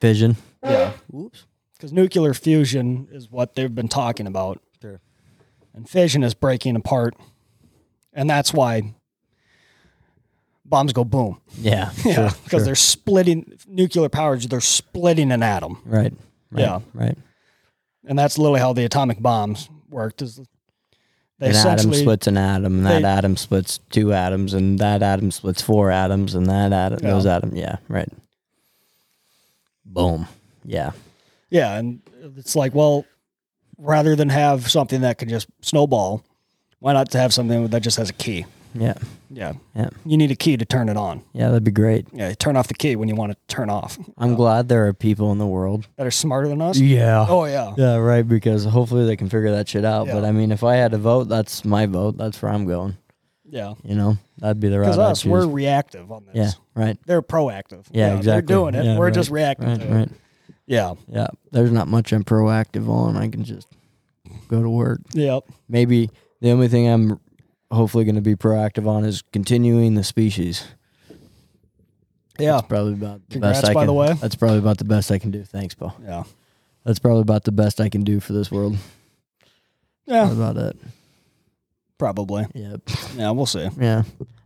[SPEAKER 1] Fission.
[SPEAKER 2] Yeah,
[SPEAKER 1] Oops.
[SPEAKER 2] because nuclear fusion is what they've been talking about.
[SPEAKER 1] Sure.
[SPEAKER 2] And fission is breaking apart, and that's why bombs go boom.
[SPEAKER 1] Yeah.
[SPEAKER 2] Yeah,
[SPEAKER 1] sure,
[SPEAKER 2] because
[SPEAKER 1] sure.
[SPEAKER 2] they're splitting nuclear powers. They're splitting an atom,
[SPEAKER 1] Right. right
[SPEAKER 2] Yeah.
[SPEAKER 1] Right.
[SPEAKER 2] and that's literally how the atomic bombs worked. Is they
[SPEAKER 1] an atom
[SPEAKER 2] essentially
[SPEAKER 1] splits an atom, and that
[SPEAKER 2] they-
[SPEAKER 1] atom splits two atoms, and that atom splits four atoms, and that atom,
[SPEAKER 2] Yeah.
[SPEAKER 1] those atoms. Yeah, right. Boom. Yeah.
[SPEAKER 2] Yeah, and it's like, well, rather than have something that could just snowball, why not have something that just has a key?
[SPEAKER 1] Yeah.
[SPEAKER 2] Yeah.
[SPEAKER 1] Yeah.
[SPEAKER 2] You need a key to turn it on.
[SPEAKER 1] Yeah, that'd be great.
[SPEAKER 2] Yeah, you turn off the key when you want to turn off.
[SPEAKER 1] I'm glad there are people in the world.
[SPEAKER 2] That are smarter than us.
[SPEAKER 1] Yeah.
[SPEAKER 2] Oh yeah.
[SPEAKER 1] Yeah, right, because hopefully they can figure that shit out. But
[SPEAKER 2] Yeah.
[SPEAKER 1] I mean, if I had to vote, that's my vote. That's where I'm going.
[SPEAKER 2] Yeah.
[SPEAKER 1] You know, that'd be the
[SPEAKER 2] Because
[SPEAKER 1] route I'd
[SPEAKER 2] us,
[SPEAKER 1] choose.
[SPEAKER 2] we're reactive on this.
[SPEAKER 1] yeah, right.
[SPEAKER 2] They're proactive.
[SPEAKER 1] Yeah, exactly.
[SPEAKER 2] They're doing it.
[SPEAKER 1] Yeah,
[SPEAKER 2] we're
[SPEAKER 1] right,
[SPEAKER 2] just reacting
[SPEAKER 1] Right,
[SPEAKER 2] to it.
[SPEAKER 1] right.
[SPEAKER 2] Yeah.
[SPEAKER 1] Yeah. There's not much I'm proactive on. I can just go to work.
[SPEAKER 2] Yep.
[SPEAKER 1] maybe the only thing I'm hopefully going to be proactive on is continuing the species.
[SPEAKER 2] Yeah.
[SPEAKER 1] That's probably about the
[SPEAKER 2] Congrats,
[SPEAKER 1] best I
[SPEAKER 2] by
[SPEAKER 1] can.
[SPEAKER 2] the way.
[SPEAKER 1] That's probably about the best I can do. Thanks, Paul.
[SPEAKER 2] Yeah.
[SPEAKER 1] That's probably about the best I can do for this world. That's
[SPEAKER 2] Yeah.
[SPEAKER 1] about it.
[SPEAKER 2] Probably.
[SPEAKER 1] Yep.
[SPEAKER 2] Yeah, we'll see.
[SPEAKER 1] Yeah.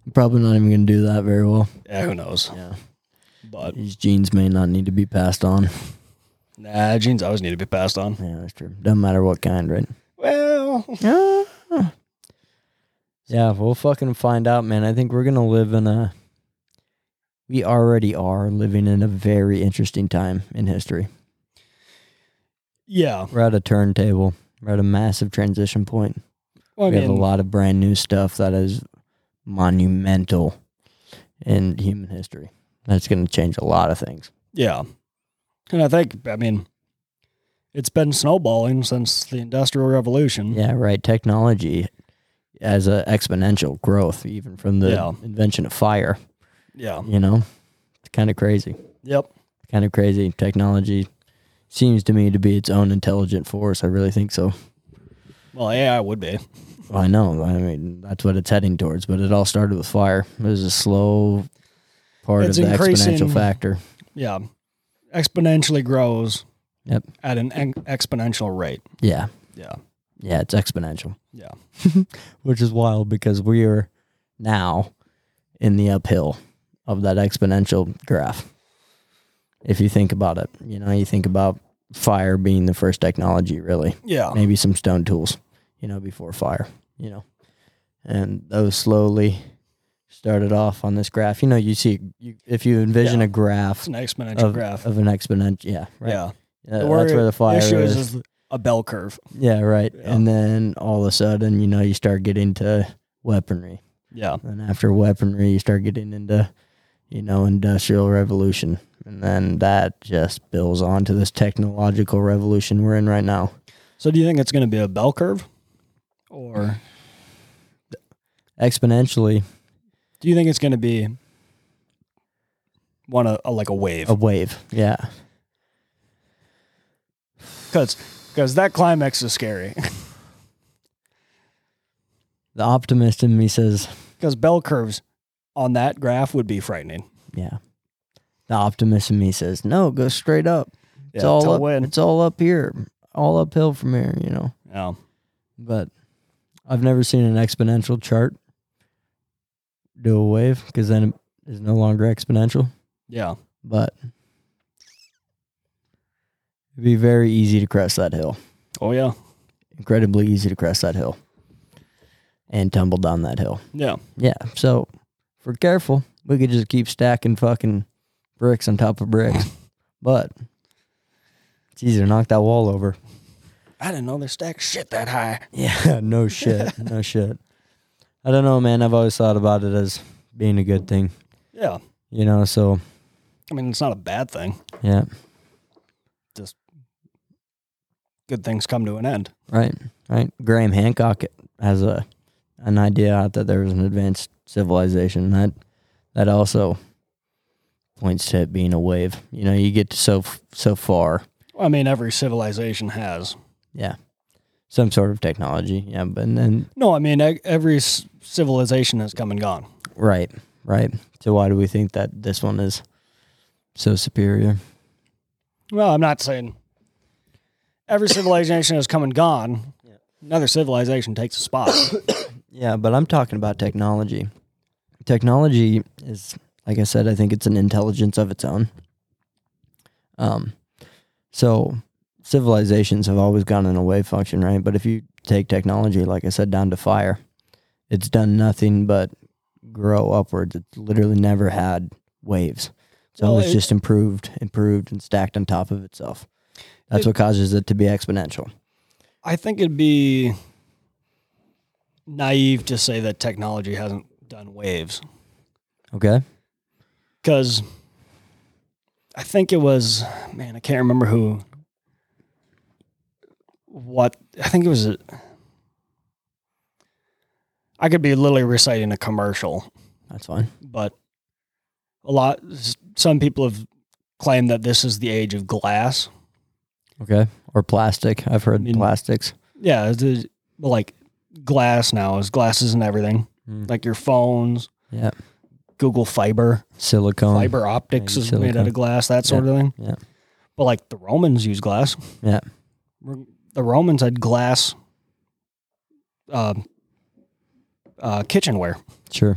[SPEAKER 1] I'm probably not even going to do that very well.
[SPEAKER 2] Yeah, who knows?
[SPEAKER 1] Yeah.
[SPEAKER 2] But
[SPEAKER 1] These genes may not need to be passed on.
[SPEAKER 2] nah, genes always need to be passed on.
[SPEAKER 1] Yeah, that's true. Doesn't matter what kind, right?
[SPEAKER 2] Well,
[SPEAKER 1] Ah. Yeah, we'll fucking find out, man. I think we're gonna live in a. We already are living in a very interesting time in history.
[SPEAKER 2] yeah.
[SPEAKER 1] We're at a turntable. We're at a massive transition point.
[SPEAKER 2] Well, I
[SPEAKER 1] we
[SPEAKER 2] mean,
[SPEAKER 1] have a lot of brand new stuff that is monumental in human history. That's gonna change a lot of things.
[SPEAKER 2] Yeah. And I think, I mean, It's been snowballing since the Industrial Revolution.
[SPEAKER 1] Yeah, right. Technology as a exponential growth, even from the
[SPEAKER 2] Yeah.
[SPEAKER 1] invention of fire.
[SPEAKER 2] Yeah.
[SPEAKER 1] You know, it's kind of crazy.
[SPEAKER 2] Yep.
[SPEAKER 1] Kind of crazy. Technology seems to me to be its own intelligent force. I really think so.
[SPEAKER 2] Well, AI would be.
[SPEAKER 1] I know. I mean, that's what it's heading towards. But it all started with fire. It was a slow part
[SPEAKER 2] It's
[SPEAKER 1] of the
[SPEAKER 2] increasing-
[SPEAKER 1] exponential factor.
[SPEAKER 2] Yeah. Exponentially grows
[SPEAKER 1] Yep.
[SPEAKER 2] at an en- exponential rate.
[SPEAKER 1] Yeah,
[SPEAKER 2] Yeah.
[SPEAKER 1] yeah, it's exponential.
[SPEAKER 2] Yeah.
[SPEAKER 1] which is wild because we are now in the uphill of that exponential graph. If you think about it, you know, you think about fire being the first technology, really,
[SPEAKER 2] Yeah.
[SPEAKER 1] Oh. maybe some stone tools, you know, before fire, you know, and those slowly started off on this graph. You know, you see, you, if you envision
[SPEAKER 2] Yeah.
[SPEAKER 1] a graph
[SPEAKER 2] It's an exponential
[SPEAKER 1] of,
[SPEAKER 2] graph.
[SPEAKER 1] of an exponential, yeah, right.
[SPEAKER 2] Yeah.
[SPEAKER 1] Uh,
[SPEAKER 2] The wor-
[SPEAKER 1] that's where the fire
[SPEAKER 2] issue
[SPEAKER 1] is.
[SPEAKER 2] is a bell curve.
[SPEAKER 1] Yeah, right.
[SPEAKER 2] Yeah.
[SPEAKER 1] And then all of a sudden, you know, you start getting to weaponry.
[SPEAKER 2] Yeah.
[SPEAKER 1] And after weaponry, you start getting into, you know, industrial revolution. And then that just builds on to this technological revolution we're in right now.
[SPEAKER 2] So do you think it's going to be a bell curve? Or
[SPEAKER 1] Exponentially,
[SPEAKER 2] do you think it's going to be one of a, like a wave?
[SPEAKER 1] a wave. Yeah.
[SPEAKER 2] Cuz cuz that climax is scary.
[SPEAKER 1] The optimist in me says,
[SPEAKER 2] Cuz bell curves on that graph would be frightening.
[SPEAKER 1] yeah. The optimist in me says, no, go straight up. It's all
[SPEAKER 2] till
[SPEAKER 1] up.
[SPEAKER 2] when.
[SPEAKER 1] It's all up here, all uphill from here, you know.
[SPEAKER 2] Yeah.
[SPEAKER 1] but I've never seen an exponential chart do a wave because then it is no longer exponential.
[SPEAKER 2] Yeah.
[SPEAKER 1] But it'd be very easy to cross that hill,
[SPEAKER 2] Oh yeah.
[SPEAKER 1] incredibly easy to cross that hill and tumble down that hill.
[SPEAKER 2] Yeah.
[SPEAKER 1] Yeah. So if we're careful, we could just keep stacking fucking bricks on top of bricks. but it's easy to knock that wall over.
[SPEAKER 2] I didn't know they stacked shit that high.
[SPEAKER 1] Yeah, no shit. No shit. I don't know, man. I've always thought about it as being a good thing,
[SPEAKER 2] Yeah.
[SPEAKER 1] you know? So,
[SPEAKER 2] I mean, it's not a bad thing.
[SPEAKER 1] yeah,
[SPEAKER 2] Good things come to an end.
[SPEAKER 1] right, right. Graham Hancock has a an idea out that there was an advanced civilization that that also points to it being a wave. You know, you get to so f- so far,
[SPEAKER 2] I mean, every civilization has.
[SPEAKER 1] some sort of technology, yeah, but then
[SPEAKER 2] No, I mean, e- every s- civilization has come and gone.
[SPEAKER 1] right, right. So why do we think that this one is so superior?
[SPEAKER 2] Well, I'm not saying every civilization has come and gone.
[SPEAKER 1] Yeah.
[SPEAKER 2] Another civilization takes a spot.
[SPEAKER 1] Yeah, but I'm talking about technology. Technology is, like I said, I think it's an intelligence of its own. Um, so civilizations have always gone in a wave function, right? But if you take technology, like I said, down to fire, it's done nothing but grow upwards. It's literally never had waves. It's
[SPEAKER 2] Well,
[SPEAKER 1] always
[SPEAKER 2] it-
[SPEAKER 1] just improved, improved, and stacked on top of itself. That's
[SPEAKER 2] It-
[SPEAKER 1] what causes it to be exponential.
[SPEAKER 2] I think it'd be naive to say that technology hasn't done waves
[SPEAKER 1] Okay.
[SPEAKER 2] because I think it was, man, I can't remember who, what, I think it was, a, I could be literally reciting a commercial.
[SPEAKER 1] That's fine.
[SPEAKER 2] but a lot some people have claimed that this is the age of glass
[SPEAKER 1] Okay. Or plastic. I've heard
[SPEAKER 2] I mean,
[SPEAKER 1] plastics.
[SPEAKER 2] yeah it's- it's like glass now is glasses and everything
[SPEAKER 1] Mm.
[SPEAKER 2] like your phones
[SPEAKER 1] Yeah.
[SPEAKER 2] google fiber
[SPEAKER 1] silicone.
[SPEAKER 2] fiber optics
[SPEAKER 1] Oh, yeah,
[SPEAKER 2] is made out
[SPEAKER 1] silicone.
[SPEAKER 2] of glass that sort of thing
[SPEAKER 1] yeah.
[SPEAKER 2] but like the romans used glass
[SPEAKER 1] Yeah.
[SPEAKER 2] R- the romans had glass um uh, kitchenware
[SPEAKER 1] Sure.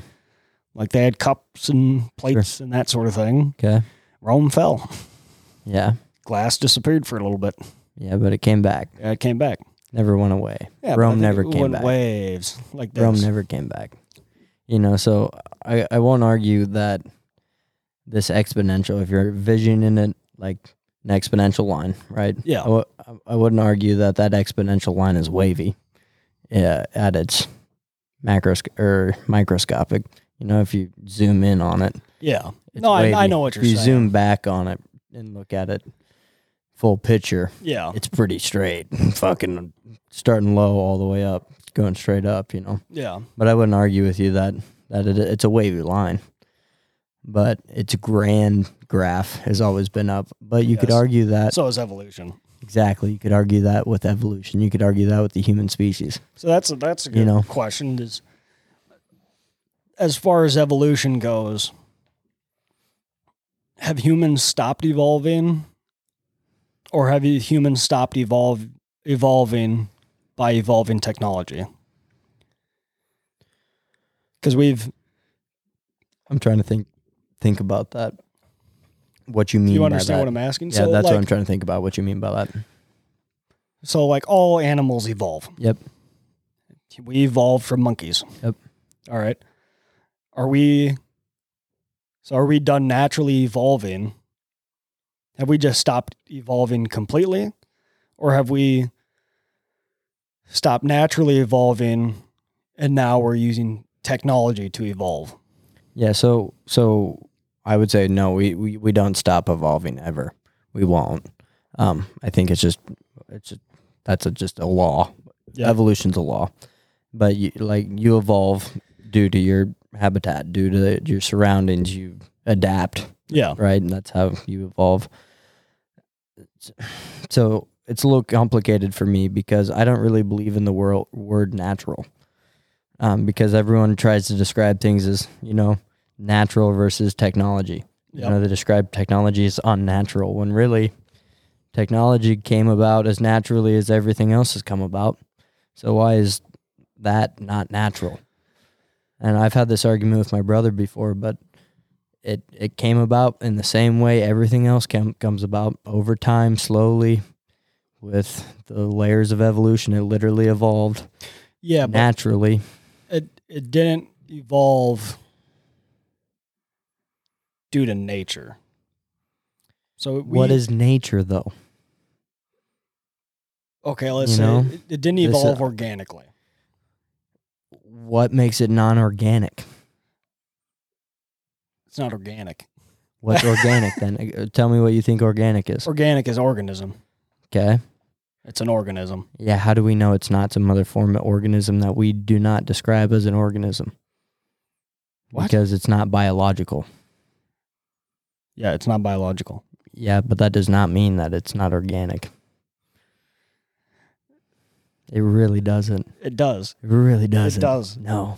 [SPEAKER 2] like they had cups and plates and that sort of thing
[SPEAKER 1] Okay.
[SPEAKER 2] rome fell
[SPEAKER 1] Yeah.
[SPEAKER 2] glass disappeared for a little bit
[SPEAKER 1] Yeah, but it came back.
[SPEAKER 2] Yeah, it came back
[SPEAKER 1] Never went away.
[SPEAKER 2] Yeah,
[SPEAKER 1] Rome never came
[SPEAKER 2] went
[SPEAKER 1] back.
[SPEAKER 2] Waves like this.
[SPEAKER 1] Rome never came back. You know, so I, I won't argue that this exponential, if you're visioning it like an exponential line, right? I
[SPEAKER 2] Yeah,
[SPEAKER 1] w- I wouldn't argue that that exponential line is wavy uh, at its macros or microscopic. You know, if you zoom in on it,
[SPEAKER 2] yeah.
[SPEAKER 1] It's
[SPEAKER 2] No, I, I
[SPEAKER 1] wavy.
[SPEAKER 2] know what
[SPEAKER 1] If
[SPEAKER 2] you're
[SPEAKER 1] you
[SPEAKER 2] saying.
[SPEAKER 1] zoom back on it and look at it full picture,
[SPEAKER 2] Yeah.
[SPEAKER 1] Oh. it's pretty straight. Fucking starting low all the way up, going straight up, you know.
[SPEAKER 2] Yeah.
[SPEAKER 1] But I wouldn't argue with you that that it, it's a wavy line. But its grand graph has always been up. But you could
[SPEAKER 2] Yes.
[SPEAKER 1] argue that
[SPEAKER 2] So is evolution.
[SPEAKER 1] exactly. You could argue that with evolution. You could argue that with the human species.
[SPEAKER 2] So that's a, that's a good
[SPEAKER 1] You know.
[SPEAKER 2] question. Is as far as evolution goes, have humans stopped evolving, or have you- humans stopped evolve evolving by evolving technology? Because we've,
[SPEAKER 1] I'm trying to think think about that. What you mean?
[SPEAKER 2] do you
[SPEAKER 1] by
[SPEAKER 2] understand
[SPEAKER 1] that.
[SPEAKER 2] what I'm asking?
[SPEAKER 1] Yeah,
[SPEAKER 2] so
[SPEAKER 1] that's
[SPEAKER 2] like,
[SPEAKER 1] what I'm trying to think about. What you mean by that?
[SPEAKER 2] So like all animals evolve.
[SPEAKER 1] Yep.
[SPEAKER 2] We evolved from monkeys.
[SPEAKER 1] Yep.
[SPEAKER 2] All right. Are we so are we done naturally evolving? Have we just stopped evolving completely? Or have we stopped naturally evolving and now we're using technology to evolve?
[SPEAKER 1] Yeah. So so I would say no. We we, we don't stop evolving ever. We won't. Um, I think it's just it's just, that's a, just a law.
[SPEAKER 2] Yeah.
[SPEAKER 1] Evolution's a law, but you, like you evolve due to your habitat, due to your surroundings. You adapt.
[SPEAKER 2] Yeah.
[SPEAKER 1] right? And that's how you evolve. So it's a little complicated for me because I don't really believe in the world, word natural. Um, because everyone tries to describe things as, you know, natural versus technology.
[SPEAKER 2] Yep.
[SPEAKER 1] You know, they describe technology as unnatural when really technology came about as naturally as everything else has come about. So why is that not natural? And I've had this argument with my brother before, but it it came about in the same way everything else com- comes about over time, slowly, with the layers of evolution. It literally evolved
[SPEAKER 2] Yeah, but
[SPEAKER 1] naturally.
[SPEAKER 2] it it didn't evolve due to nature. So we,
[SPEAKER 1] what is nature, though?
[SPEAKER 2] okay? Let's
[SPEAKER 1] you
[SPEAKER 2] say
[SPEAKER 1] know,
[SPEAKER 2] it, it didn't
[SPEAKER 1] this, uh,
[SPEAKER 2] evolve organically.
[SPEAKER 1] What makes it non-organic?
[SPEAKER 2] It's not organic.
[SPEAKER 1] What's organic then? Uh, Tell me what you think organic is.
[SPEAKER 2] Organic is organism.
[SPEAKER 1] Okay.
[SPEAKER 2] It's an organism.
[SPEAKER 1] Yeah. How do we know it's not some other form of organism that we do not describe as an organism?
[SPEAKER 2] What?
[SPEAKER 1] Because it's not biological.
[SPEAKER 2] Yeah, it's not biological.
[SPEAKER 1] Yeah, but that does not mean that it's not organic. It really doesn't.
[SPEAKER 2] It does.
[SPEAKER 1] It really doesn't.
[SPEAKER 2] does.
[SPEAKER 1] No.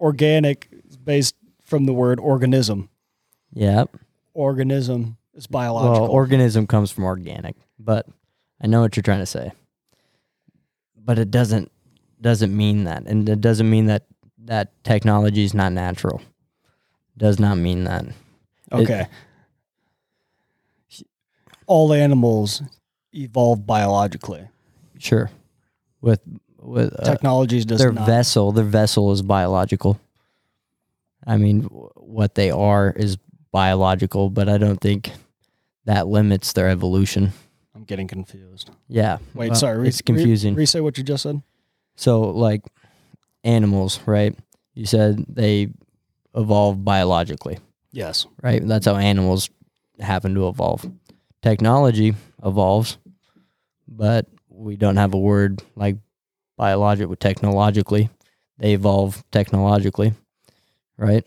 [SPEAKER 2] Organic is based from the word organism.
[SPEAKER 1] Yep.
[SPEAKER 2] Organism is biological.
[SPEAKER 1] Well, organism comes from organic, but I know what you're trying to say. But it doesn't doesn't mean that, and it doesn't mean that that technology is not natural. Does not mean that. it-
[SPEAKER 2] okay. All animals evolve biologically.
[SPEAKER 1] Sure. With with uh,
[SPEAKER 2] Technologies does
[SPEAKER 1] their
[SPEAKER 2] not.
[SPEAKER 1] vessel their vessel is biological i mean w- what they are is biological but i don't think that limits their evolution
[SPEAKER 2] I'm getting confused.
[SPEAKER 1] yeah
[SPEAKER 2] Wait,
[SPEAKER 1] well,
[SPEAKER 2] sorry. re-
[SPEAKER 1] it's confusing
[SPEAKER 2] Re, re- say what you just said.
[SPEAKER 1] so like animals right you said they evolve biologically
[SPEAKER 2] Yes.
[SPEAKER 1] right that's how animals happen to evolve technology evolves but we don't have a word like biologic with technologically they evolve technologically right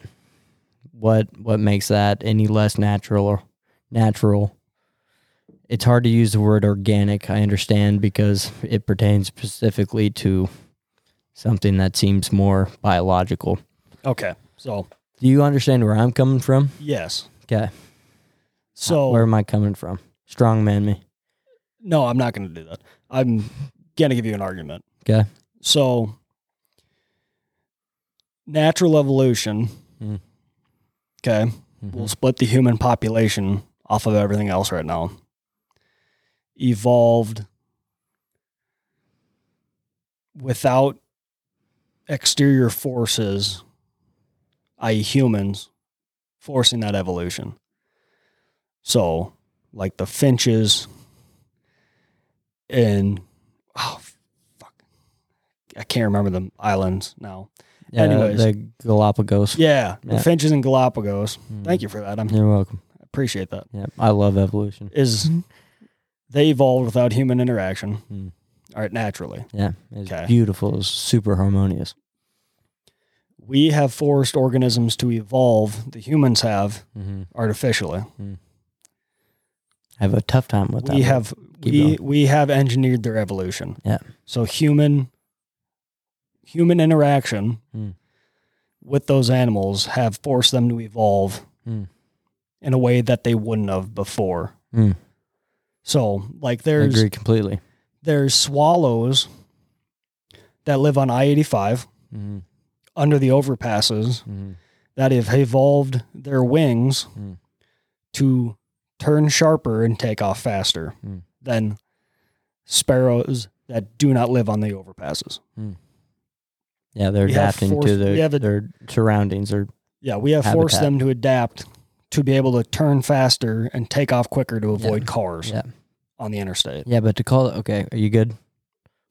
[SPEAKER 1] what what makes that any less natural or natural it's hard to use the word organic i understand because it pertains specifically to something that seems more biological
[SPEAKER 2] Okay. So
[SPEAKER 1] do you understand where i'm coming from
[SPEAKER 2] yes.
[SPEAKER 1] okay Uh,
[SPEAKER 2] So
[SPEAKER 1] where am i coming from strongman me
[SPEAKER 2] No, I'm not going to do that. I'm going to give you an argument.
[SPEAKER 1] Okay.
[SPEAKER 2] So, natural evolution.
[SPEAKER 1] Mm.
[SPEAKER 2] Okay.
[SPEAKER 1] Mhm.
[SPEAKER 2] We'll split the human population off of everything else right now. Evolved without exterior forces, i.e., humans, forcing that evolution. So, like the finches and oh fuck, I can't remember the islands now.
[SPEAKER 1] Yeah,
[SPEAKER 2] Anyways.
[SPEAKER 1] the Galapagos.
[SPEAKER 2] Yeah,
[SPEAKER 1] Yeah.
[SPEAKER 2] the finches and
[SPEAKER 1] Mm-hmm.
[SPEAKER 2] Galapagos. Thank you for that. I'm, I
[SPEAKER 1] You're welcome.
[SPEAKER 2] appreciate that.
[SPEAKER 1] Yeah, I love evolution.
[SPEAKER 2] Is They evolved without human interaction.
[SPEAKER 1] Hmm.
[SPEAKER 2] All right, naturally.
[SPEAKER 1] Yeah, it's
[SPEAKER 2] Okay.
[SPEAKER 1] beautiful. It's super harmonious.
[SPEAKER 2] We have forced organisms to evolve, the humans have
[SPEAKER 1] Mm-hmm.
[SPEAKER 2] artificially.
[SPEAKER 1] I have a tough time with that.
[SPEAKER 2] we have
[SPEAKER 1] Keep
[SPEAKER 2] we
[SPEAKER 1] going.
[SPEAKER 2] we have engineered their evolution.
[SPEAKER 1] Yeah.
[SPEAKER 2] So human human interaction
[SPEAKER 1] Hmm.
[SPEAKER 2] with those animals have forced them to evolve
[SPEAKER 1] Hmm.
[SPEAKER 2] in a way that they wouldn't have before.
[SPEAKER 1] Hmm.
[SPEAKER 2] So like
[SPEAKER 1] I
[SPEAKER 2] there's
[SPEAKER 1] agree completely.
[SPEAKER 2] there's swallows that live on I eighty five
[SPEAKER 1] Mm-hmm.
[SPEAKER 2] under the overpasses
[SPEAKER 1] Mm-hmm.
[SPEAKER 2] that have evolved their wings
[SPEAKER 1] Hmm.
[SPEAKER 2] to turn sharper and take off faster
[SPEAKER 1] Hmm.
[SPEAKER 2] than sparrows that do not live on the overpasses.
[SPEAKER 1] Yeah, they're
[SPEAKER 2] We have
[SPEAKER 1] adapting
[SPEAKER 2] forced-
[SPEAKER 1] to their,
[SPEAKER 2] we have a-
[SPEAKER 1] their surroundings. Or
[SPEAKER 2] Yeah, we have forced
[SPEAKER 1] Habitat.
[SPEAKER 2] them to adapt to be able to turn faster and take off quicker to avoid cars
[SPEAKER 1] yeah.
[SPEAKER 2] on the interstate.
[SPEAKER 1] yeah, but to call it okay, are you good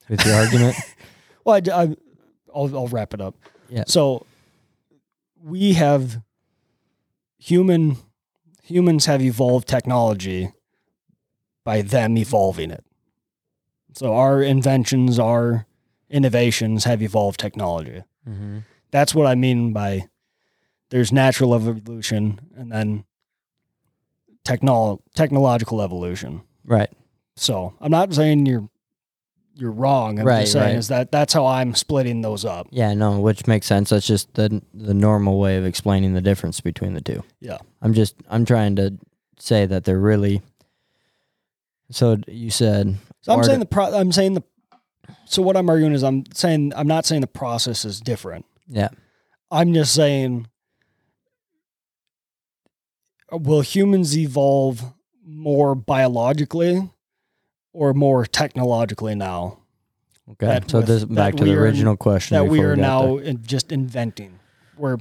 [SPEAKER 1] with your argument?
[SPEAKER 2] Well, I, will I'll wrap it up.
[SPEAKER 1] Yeah.
[SPEAKER 2] So we have human humans have evolved technology by them evolving it. So our inventions, our innovations have evolved technology.
[SPEAKER 1] Mm-hmm.
[SPEAKER 2] That's what I mean by there's natural evolution and then technol technological evolution.
[SPEAKER 1] Right.
[SPEAKER 2] So I'm not saying you're you're wrong. I'm
[SPEAKER 1] Right,
[SPEAKER 2] just saying
[SPEAKER 1] right.
[SPEAKER 2] is that that's how I'm splitting those up.
[SPEAKER 1] Yeah, no, which makes sense. That's just the the normal way of explaining the difference between the two.
[SPEAKER 2] Yeah.
[SPEAKER 1] I'm just I'm trying to say that they're really So you said
[SPEAKER 2] So I'm
[SPEAKER 1] Or
[SPEAKER 2] saying
[SPEAKER 1] the-
[SPEAKER 2] the pro- I'm saying the so what I'm arguing is I'm saying I'm not saying the process is different.
[SPEAKER 1] yeah.
[SPEAKER 2] I'm just saying uh, will humans evolve more biologically or more technologically now
[SPEAKER 1] Okay.
[SPEAKER 2] That
[SPEAKER 1] so
[SPEAKER 2] with-
[SPEAKER 1] this
[SPEAKER 2] that
[SPEAKER 1] back to the
[SPEAKER 2] we are-
[SPEAKER 1] original question
[SPEAKER 2] that we
[SPEAKER 1] before
[SPEAKER 2] are
[SPEAKER 1] got
[SPEAKER 2] now in- just inventing. We're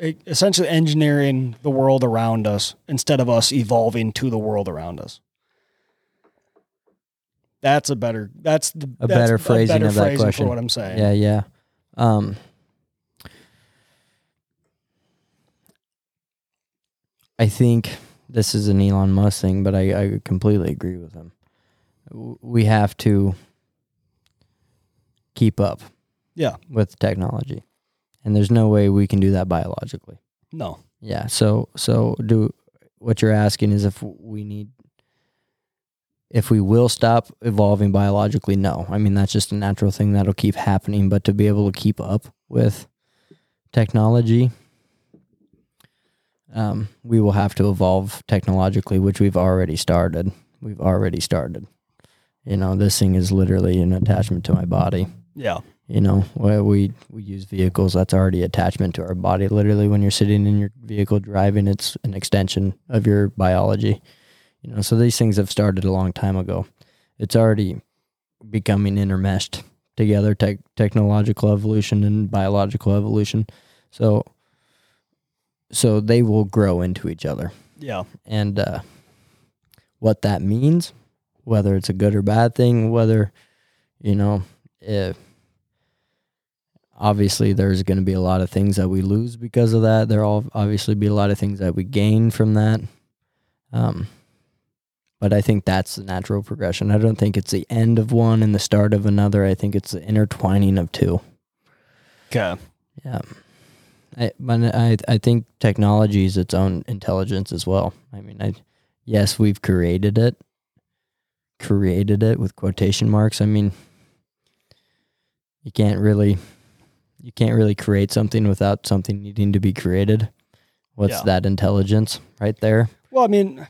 [SPEAKER 2] e- essentially engineering the world around us instead of us evolving to the world around us. That's a better. That's the
[SPEAKER 1] A
[SPEAKER 2] that's
[SPEAKER 1] better phrasing
[SPEAKER 2] better
[SPEAKER 1] of that
[SPEAKER 2] phrasing
[SPEAKER 1] question.
[SPEAKER 2] For what I'm saying.
[SPEAKER 1] there. Yeah, yeah. Um I think this is an Elon Musk thing, but I, I completely agree with him. W- We have to keep up.
[SPEAKER 2] Yeah.
[SPEAKER 1] with technology. And there's no way we can do that biologically.
[SPEAKER 2] No.
[SPEAKER 1] Yeah. So so do what you're asking is if we need if we will stop evolving biologically, no. I mean that's just a natural thing that'll keep happening, but to be able to keep up with technology um, we will have to evolve technologically, which we've already started. We've already started. You know, this thing is literally an attachment to my body
[SPEAKER 2] Yeah.
[SPEAKER 1] you know where we we use vehicles that's already attachment to our body literally when you're sitting in your vehicle driving it's an extension of your biology you know so these things have started a long time ago it's already becoming intermeshed together tech technological evolution and biological evolution so so they will grow into each other
[SPEAKER 2] Yeah.
[SPEAKER 1] and uh, what that means, whether it's a good or bad thing, whether, you know, if obviously there's going to be a lot of things that we lose because of that. There'll obviously be a lot of things that we gain from that. Um, but I think that's the natural progression. I don't think it's the end of one and the start of another. I think it's the intertwining of two.
[SPEAKER 2] Okay.
[SPEAKER 1] Yeah. I, but I, I think technology is its own intelligence as well. I mean, I, yes, we've created it, created it with quotation marks. I mean, you can't really, you can't really create something without something needing to be created. What's
[SPEAKER 2] Yeah.
[SPEAKER 1] that intelligence right there?
[SPEAKER 2] Well, I mean,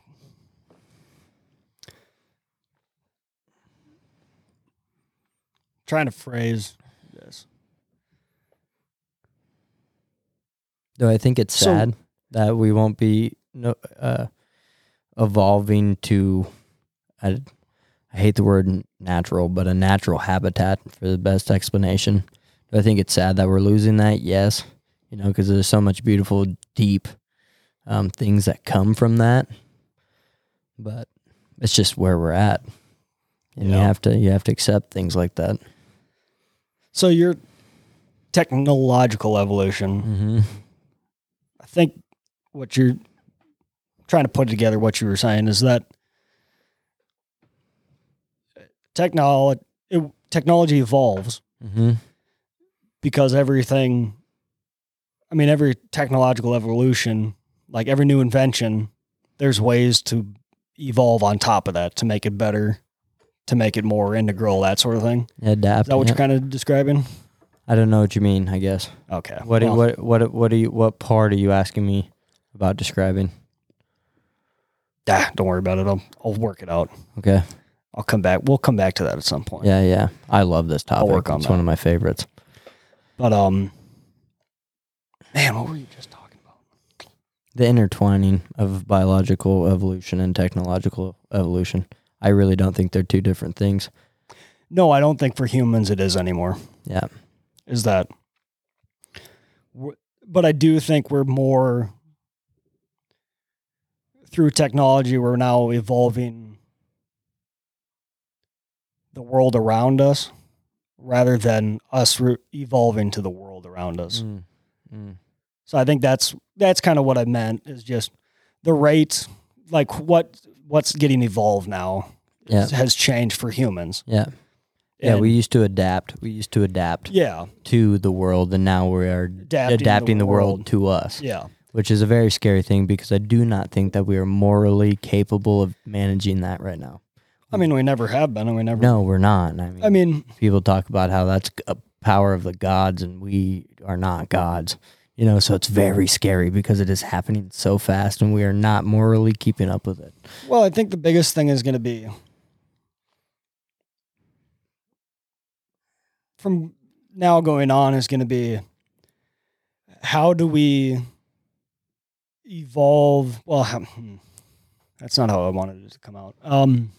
[SPEAKER 2] trying to phrase this.
[SPEAKER 1] Though I think it's
[SPEAKER 2] So-
[SPEAKER 1] sad that we won't be no, uh, evolving to, I, I hate the word n- natural, but a natural habitat for the best explanation. Do I think it's sad that we're losing that? Yes. You know, because there's so much beautiful, deep um, things that come from that. But it's just where we're at. And you
[SPEAKER 2] Yeah.
[SPEAKER 1] have to you have to accept things like that.
[SPEAKER 2] So your technological evolution.
[SPEAKER 1] Mm-hmm.
[SPEAKER 2] I think what you're trying to put together, what you were saying, is that technology technology evolves
[SPEAKER 1] Mm-hmm.
[SPEAKER 2] because everything I mean every technological evolution, like every new invention, there's ways to evolve on top of that to make it better, to make it more integral, that sort of thing.
[SPEAKER 1] Adapt.
[SPEAKER 2] Is that what
[SPEAKER 1] yeah.
[SPEAKER 2] you're kind of describing?
[SPEAKER 1] I don't know what you mean. I guess.
[SPEAKER 2] Okay.
[SPEAKER 1] What do-
[SPEAKER 2] well,
[SPEAKER 1] what what what are you what part are you asking me about describing?
[SPEAKER 2] ah, don't worry about it. I'll I'll work it out.
[SPEAKER 1] Okay.
[SPEAKER 2] I'll come back. We'll come back to that at some point.
[SPEAKER 1] Yeah, yeah. I love this topic.
[SPEAKER 2] work on
[SPEAKER 1] it's
[SPEAKER 2] that.
[SPEAKER 1] one of my favorites.
[SPEAKER 2] But um man, what were you just talking about?
[SPEAKER 1] The intertwining of biological evolution and technological evolution. I really don't think they're two different things.
[SPEAKER 2] No, I don't think for humans it is anymore.
[SPEAKER 1] Yeah.
[SPEAKER 2] is that w- but i do think we're more through technology we're now evolving the world around us rather than us re- evolving to the world around us
[SPEAKER 1] Mm, mm.
[SPEAKER 2] so i think that's that's kind of what i meant is just the rate like what what's getting evolved now
[SPEAKER 1] Yeah.
[SPEAKER 2] has changed for humans
[SPEAKER 1] Yeah. Yeah,
[SPEAKER 2] And-
[SPEAKER 1] we used to adapt. We used to adapt
[SPEAKER 2] yeah
[SPEAKER 1] to the world and now we are
[SPEAKER 2] Adapting
[SPEAKER 1] adapting,
[SPEAKER 2] the
[SPEAKER 1] the, world.
[SPEAKER 2] world.
[SPEAKER 1] to us,
[SPEAKER 2] yeah
[SPEAKER 1] which is a very scary thing because I do not think that we are morally capable of managing that right now.
[SPEAKER 2] i mean we never have been and we never
[SPEAKER 1] No, we're not. I mean,
[SPEAKER 2] i mean
[SPEAKER 1] people talk about how that's a power of the gods and we are not gods you know so it's very scary because it is happening so fast and we are not morally keeping up with it
[SPEAKER 2] Well, I think the biggest thing is going to be from now going on is going to be how do we evolve? Well, how- hmm, that's not how I wanted it to come out. Um,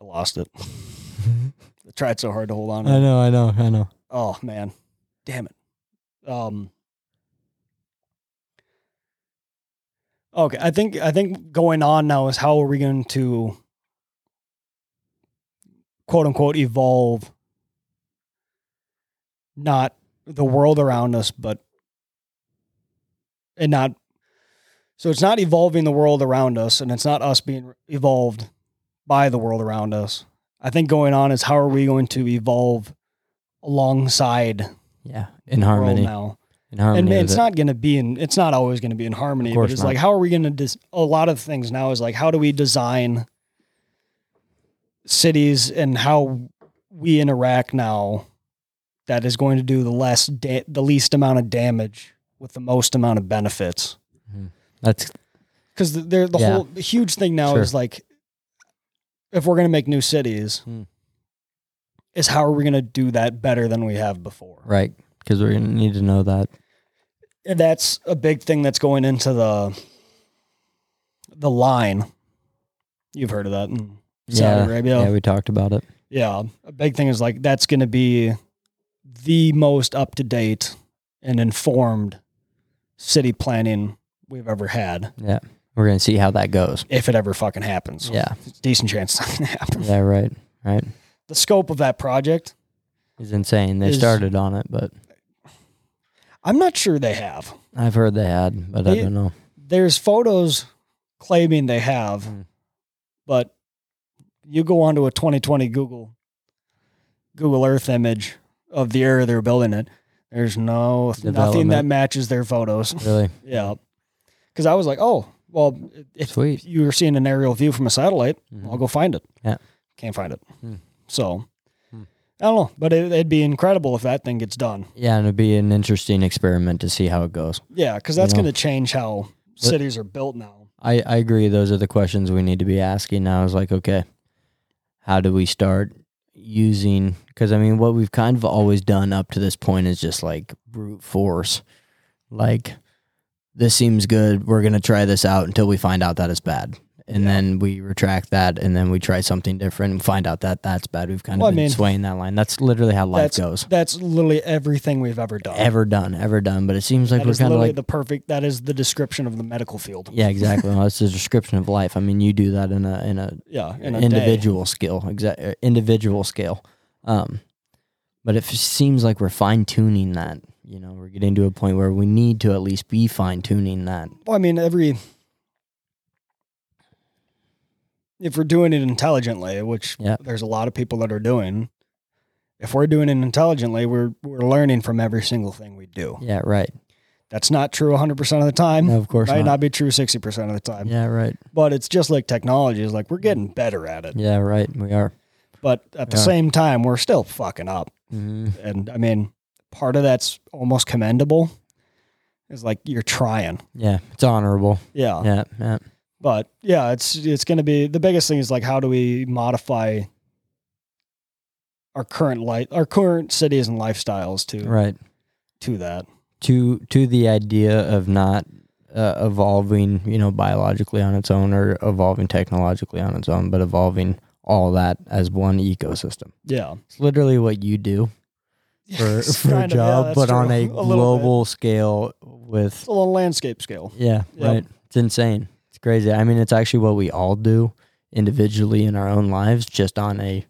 [SPEAKER 2] I lost it. I tried so hard to hold on. to it.
[SPEAKER 1] know i know i know
[SPEAKER 2] Oh man, damn it. Um. Okay, I think I think going on now is how are we going to quote unquote evolve not the world around us but and not so it's not evolving the world around us and it's not us being evolved by the world around us. I think going on is how are we going to evolve alongside
[SPEAKER 1] yeah in
[SPEAKER 2] world
[SPEAKER 1] harmony
[SPEAKER 2] now.
[SPEAKER 1] in harmony
[SPEAKER 2] and
[SPEAKER 1] with
[SPEAKER 2] it's
[SPEAKER 1] it.
[SPEAKER 2] not going to be in. It's not always going to be in harmony.
[SPEAKER 1] Of
[SPEAKER 2] But
[SPEAKER 1] course
[SPEAKER 2] it's
[SPEAKER 1] not.
[SPEAKER 2] like, how are we going to? Dis- a lot of things now is like, how do we design cities and how we interact now that is going to do the less, da- the least amount of damage with the most amount of benefits
[SPEAKER 1] that's
[SPEAKER 2] because the, the
[SPEAKER 1] Yeah.
[SPEAKER 2] whole the huge thing now
[SPEAKER 1] Sure.
[SPEAKER 2] is like if we're going to make new cities
[SPEAKER 1] Hmm.
[SPEAKER 2] is how are we going to do that better than we have before
[SPEAKER 1] right because we're gonna need to know that
[SPEAKER 2] and that's a big thing that's going into the the line you've heard of that in saudi
[SPEAKER 1] yeah
[SPEAKER 2] arabia
[SPEAKER 1] yeah we talked about it
[SPEAKER 2] Yeah, a big thing is like that's going to be the most up to date and informed city planning we've ever had,
[SPEAKER 1] yeah we're gonna see how that goes
[SPEAKER 2] if it ever fucking happens.
[SPEAKER 1] yeah
[SPEAKER 2] It's a decent chance it's not going to happen.
[SPEAKER 1] yeah right right
[SPEAKER 2] The scope of that project,
[SPEAKER 1] it's insane they
[SPEAKER 2] Is-
[SPEAKER 1] started on it but
[SPEAKER 2] I'm not sure they have.
[SPEAKER 1] i've heard they had but
[SPEAKER 2] They-
[SPEAKER 1] i don't know
[SPEAKER 2] There's photos claiming they have,
[SPEAKER 1] Hmm.
[SPEAKER 2] but you go onto a 2020 Google Google Earth image of the area they're building it. There's no nothing that
[SPEAKER 1] Development.
[SPEAKER 2] matches their photos.
[SPEAKER 1] really
[SPEAKER 2] Yeah. Because I was like, oh, well, if
[SPEAKER 1] Sweet.
[SPEAKER 2] you were seeing an aerial view from a satellite,
[SPEAKER 1] Mhm.
[SPEAKER 2] I'll go find it.
[SPEAKER 1] Yeah.
[SPEAKER 2] Can't find it.
[SPEAKER 1] Hmm.
[SPEAKER 2] So
[SPEAKER 1] Hmm.
[SPEAKER 2] I don't know, but it, it'd be incredible if that thing gets done.
[SPEAKER 1] Yeah, and it'd be an interesting experiment to see how it goes.
[SPEAKER 2] Yeah. Because that's
[SPEAKER 1] You know.
[SPEAKER 2] going to change how cities are built now.
[SPEAKER 1] I, I agree. Those are the questions we need to be asking now. Is like, okay, how do we start using? Because I mean, what we've kind of always done up to this point is just like brute force. Like, this seems good. We're gonna try this out until we find out that it's bad, and
[SPEAKER 2] Yeah.
[SPEAKER 1] then we retract that, and then we try something different and find out that that's bad. We've kind of
[SPEAKER 2] Well, I
[SPEAKER 1] been
[SPEAKER 2] mean,
[SPEAKER 1] swaying that line. That's literally how life
[SPEAKER 2] that's,
[SPEAKER 1] goes.
[SPEAKER 2] That's literally everything we've ever done.
[SPEAKER 1] Ever done, ever done. But it seems like
[SPEAKER 2] That
[SPEAKER 1] we're
[SPEAKER 2] is
[SPEAKER 1] kind of
[SPEAKER 2] literally
[SPEAKER 1] like
[SPEAKER 2] the perfect, that is the description of the medical field.
[SPEAKER 1] Yeah, exactly. well, that's the description of life. I mean, you do that in a in a
[SPEAKER 2] Yeah. In a day.
[SPEAKER 1] individual uh, scale, exact individual scale. Um, but it f- seems like we're fine tuning that. you know, we're getting to a point where we need to at least be fine tuning that.
[SPEAKER 2] Well, I mean, every if we're doing it intelligently, which
[SPEAKER 1] Yeah.
[SPEAKER 2] there's a lot of people that are doing, if we're doing it intelligently, we're we're learning from every single thing we do.
[SPEAKER 1] Yeah, right.
[SPEAKER 2] That's not true 100% of the time.
[SPEAKER 1] No, of course
[SPEAKER 2] Might not.
[SPEAKER 1] not.
[SPEAKER 2] be true 60% of the time.
[SPEAKER 1] Yeah, right.
[SPEAKER 2] But it's just like technology is like we're getting better at it.
[SPEAKER 1] Yeah, right. We are.
[SPEAKER 2] But at the
[SPEAKER 1] Yeah.
[SPEAKER 2] same time, we're still fucking up.
[SPEAKER 1] hmm
[SPEAKER 2] And I mean, part of that's almost commendable is like you're trying.
[SPEAKER 1] Yeah, it's honorable.
[SPEAKER 2] Yeah.
[SPEAKER 1] Yeah, yeah.
[SPEAKER 2] But yeah, it's it's going to be the biggest thing is like how do we modify our current life, our current cities and lifestyles to
[SPEAKER 1] Right.
[SPEAKER 2] to that.
[SPEAKER 1] To to the idea of not uh, evolving, you know, biologically on its own or evolving technologically on its own, but evolving all that as one ecosystem.
[SPEAKER 2] Yeah.
[SPEAKER 1] It's literally what you do for,
[SPEAKER 2] It's
[SPEAKER 1] for a
[SPEAKER 2] kind of- yeah,
[SPEAKER 1] job,
[SPEAKER 2] that's
[SPEAKER 1] but
[SPEAKER 2] true.
[SPEAKER 1] on a,
[SPEAKER 2] little bit.
[SPEAKER 1] global scale with
[SPEAKER 2] It's a little landscape scale.
[SPEAKER 1] Yeah,
[SPEAKER 2] Yep.
[SPEAKER 1] right. It's insane. It's crazy. I mean, it's actually what we all do individually in our own lives, just on a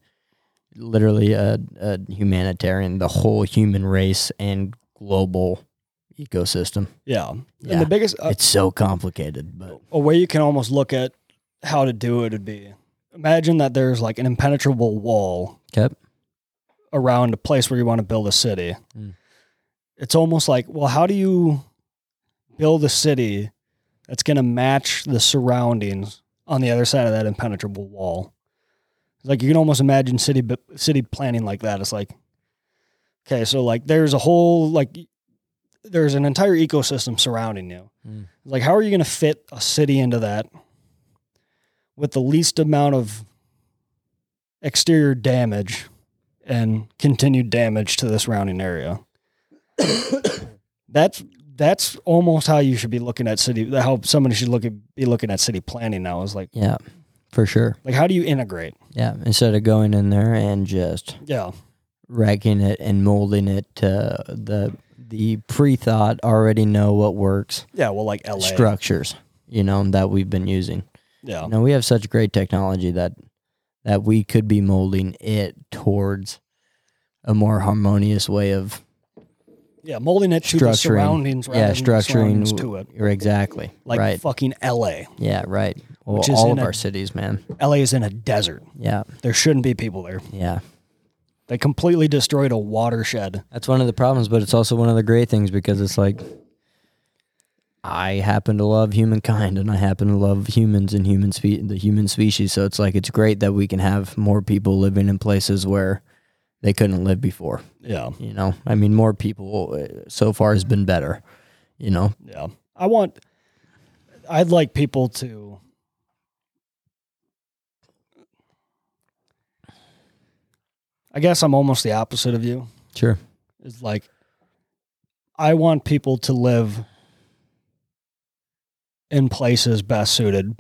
[SPEAKER 1] literally a, a humanitarian, the whole human race and global ecosystem.
[SPEAKER 2] Yeah. And
[SPEAKER 1] Yeah.
[SPEAKER 2] the biggest uh,
[SPEAKER 1] it's so complicated, but
[SPEAKER 2] a way you can almost look at how to do it would be imagine that there's like an impenetrable wall
[SPEAKER 1] Yep.
[SPEAKER 2] around a place where you want to build a city.
[SPEAKER 1] Mm.
[SPEAKER 2] It's almost like, well, how do you build a city that's going to match the surroundings on the other side of that impenetrable wall? It's like you can almost imagine city bu- city planning like that. It's like, okay, so like there's a whole like there's an entire ecosystem surrounding you.
[SPEAKER 1] Mm.
[SPEAKER 2] Like, how are you going to fit a city into that with the least amount of exterior damage and continued damage to the surrounding area? that's that's almost how you should be looking at city. How somebody should look at be looking at city planning now is like
[SPEAKER 1] yeah, for sure.
[SPEAKER 2] like how do you integrate?
[SPEAKER 1] Yeah. Instead of going in there and just
[SPEAKER 2] Yeah,
[SPEAKER 1] wrecking it and molding it to the the pre thought already know what works
[SPEAKER 2] yeah. Well, like LA.
[SPEAKER 1] structures, you know, that we've been using.
[SPEAKER 2] Yeah,
[SPEAKER 1] No, we have such great technology that that we could be molding it towards a more harmonious way of
[SPEAKER 2] yeah. Molding it to the
[SPEAKER 1] Structuring.
[SPEAKER 2] surroundings. Rather
[SPEAKER 1] yeah
[SPEAKER 2] than the surroundings
[SPEAKER 1] structuring
[SPEAKER 2] to it.
[SPEAKER 1] Or exactly
[SPEAKER 2] Like
[SPEAKER 1] right
[SPEAKER 2] fucking LA.
[SPEAKER 1] yeah right well,
[SPEAKER 2] Which is
[SPEAKER 1] all of
[SPEAKER 2] in a-
[SPEAKER 1] our cities man
[SPEAKER 2] LA is in a desert.
[SPEAKER 1] yeah
[SPEAKER 2] There shouldn't be people there.
[SPEAKER 1] yeah
[SPEAKER 2] They completely destroyed a watershed.
[SPEAKER 1] that's one of the problems but it's also one of the great things because it's like I happen to love humankind and I happen to love humans and human spe- the human species so it's like it's great that we can have more people living in places where they couldn't live before
[SPEAKER 2] Yeah,
[SPEAKER 1] you know i mean more people uh, so far has been better you know
[SPEAKER 2] yeah. I want. I'd like people to. I guess I'm almost the opposite of you.
[SPEAKER 1] sure
[SPEAKER 2] It's like, I want people to live in places best suited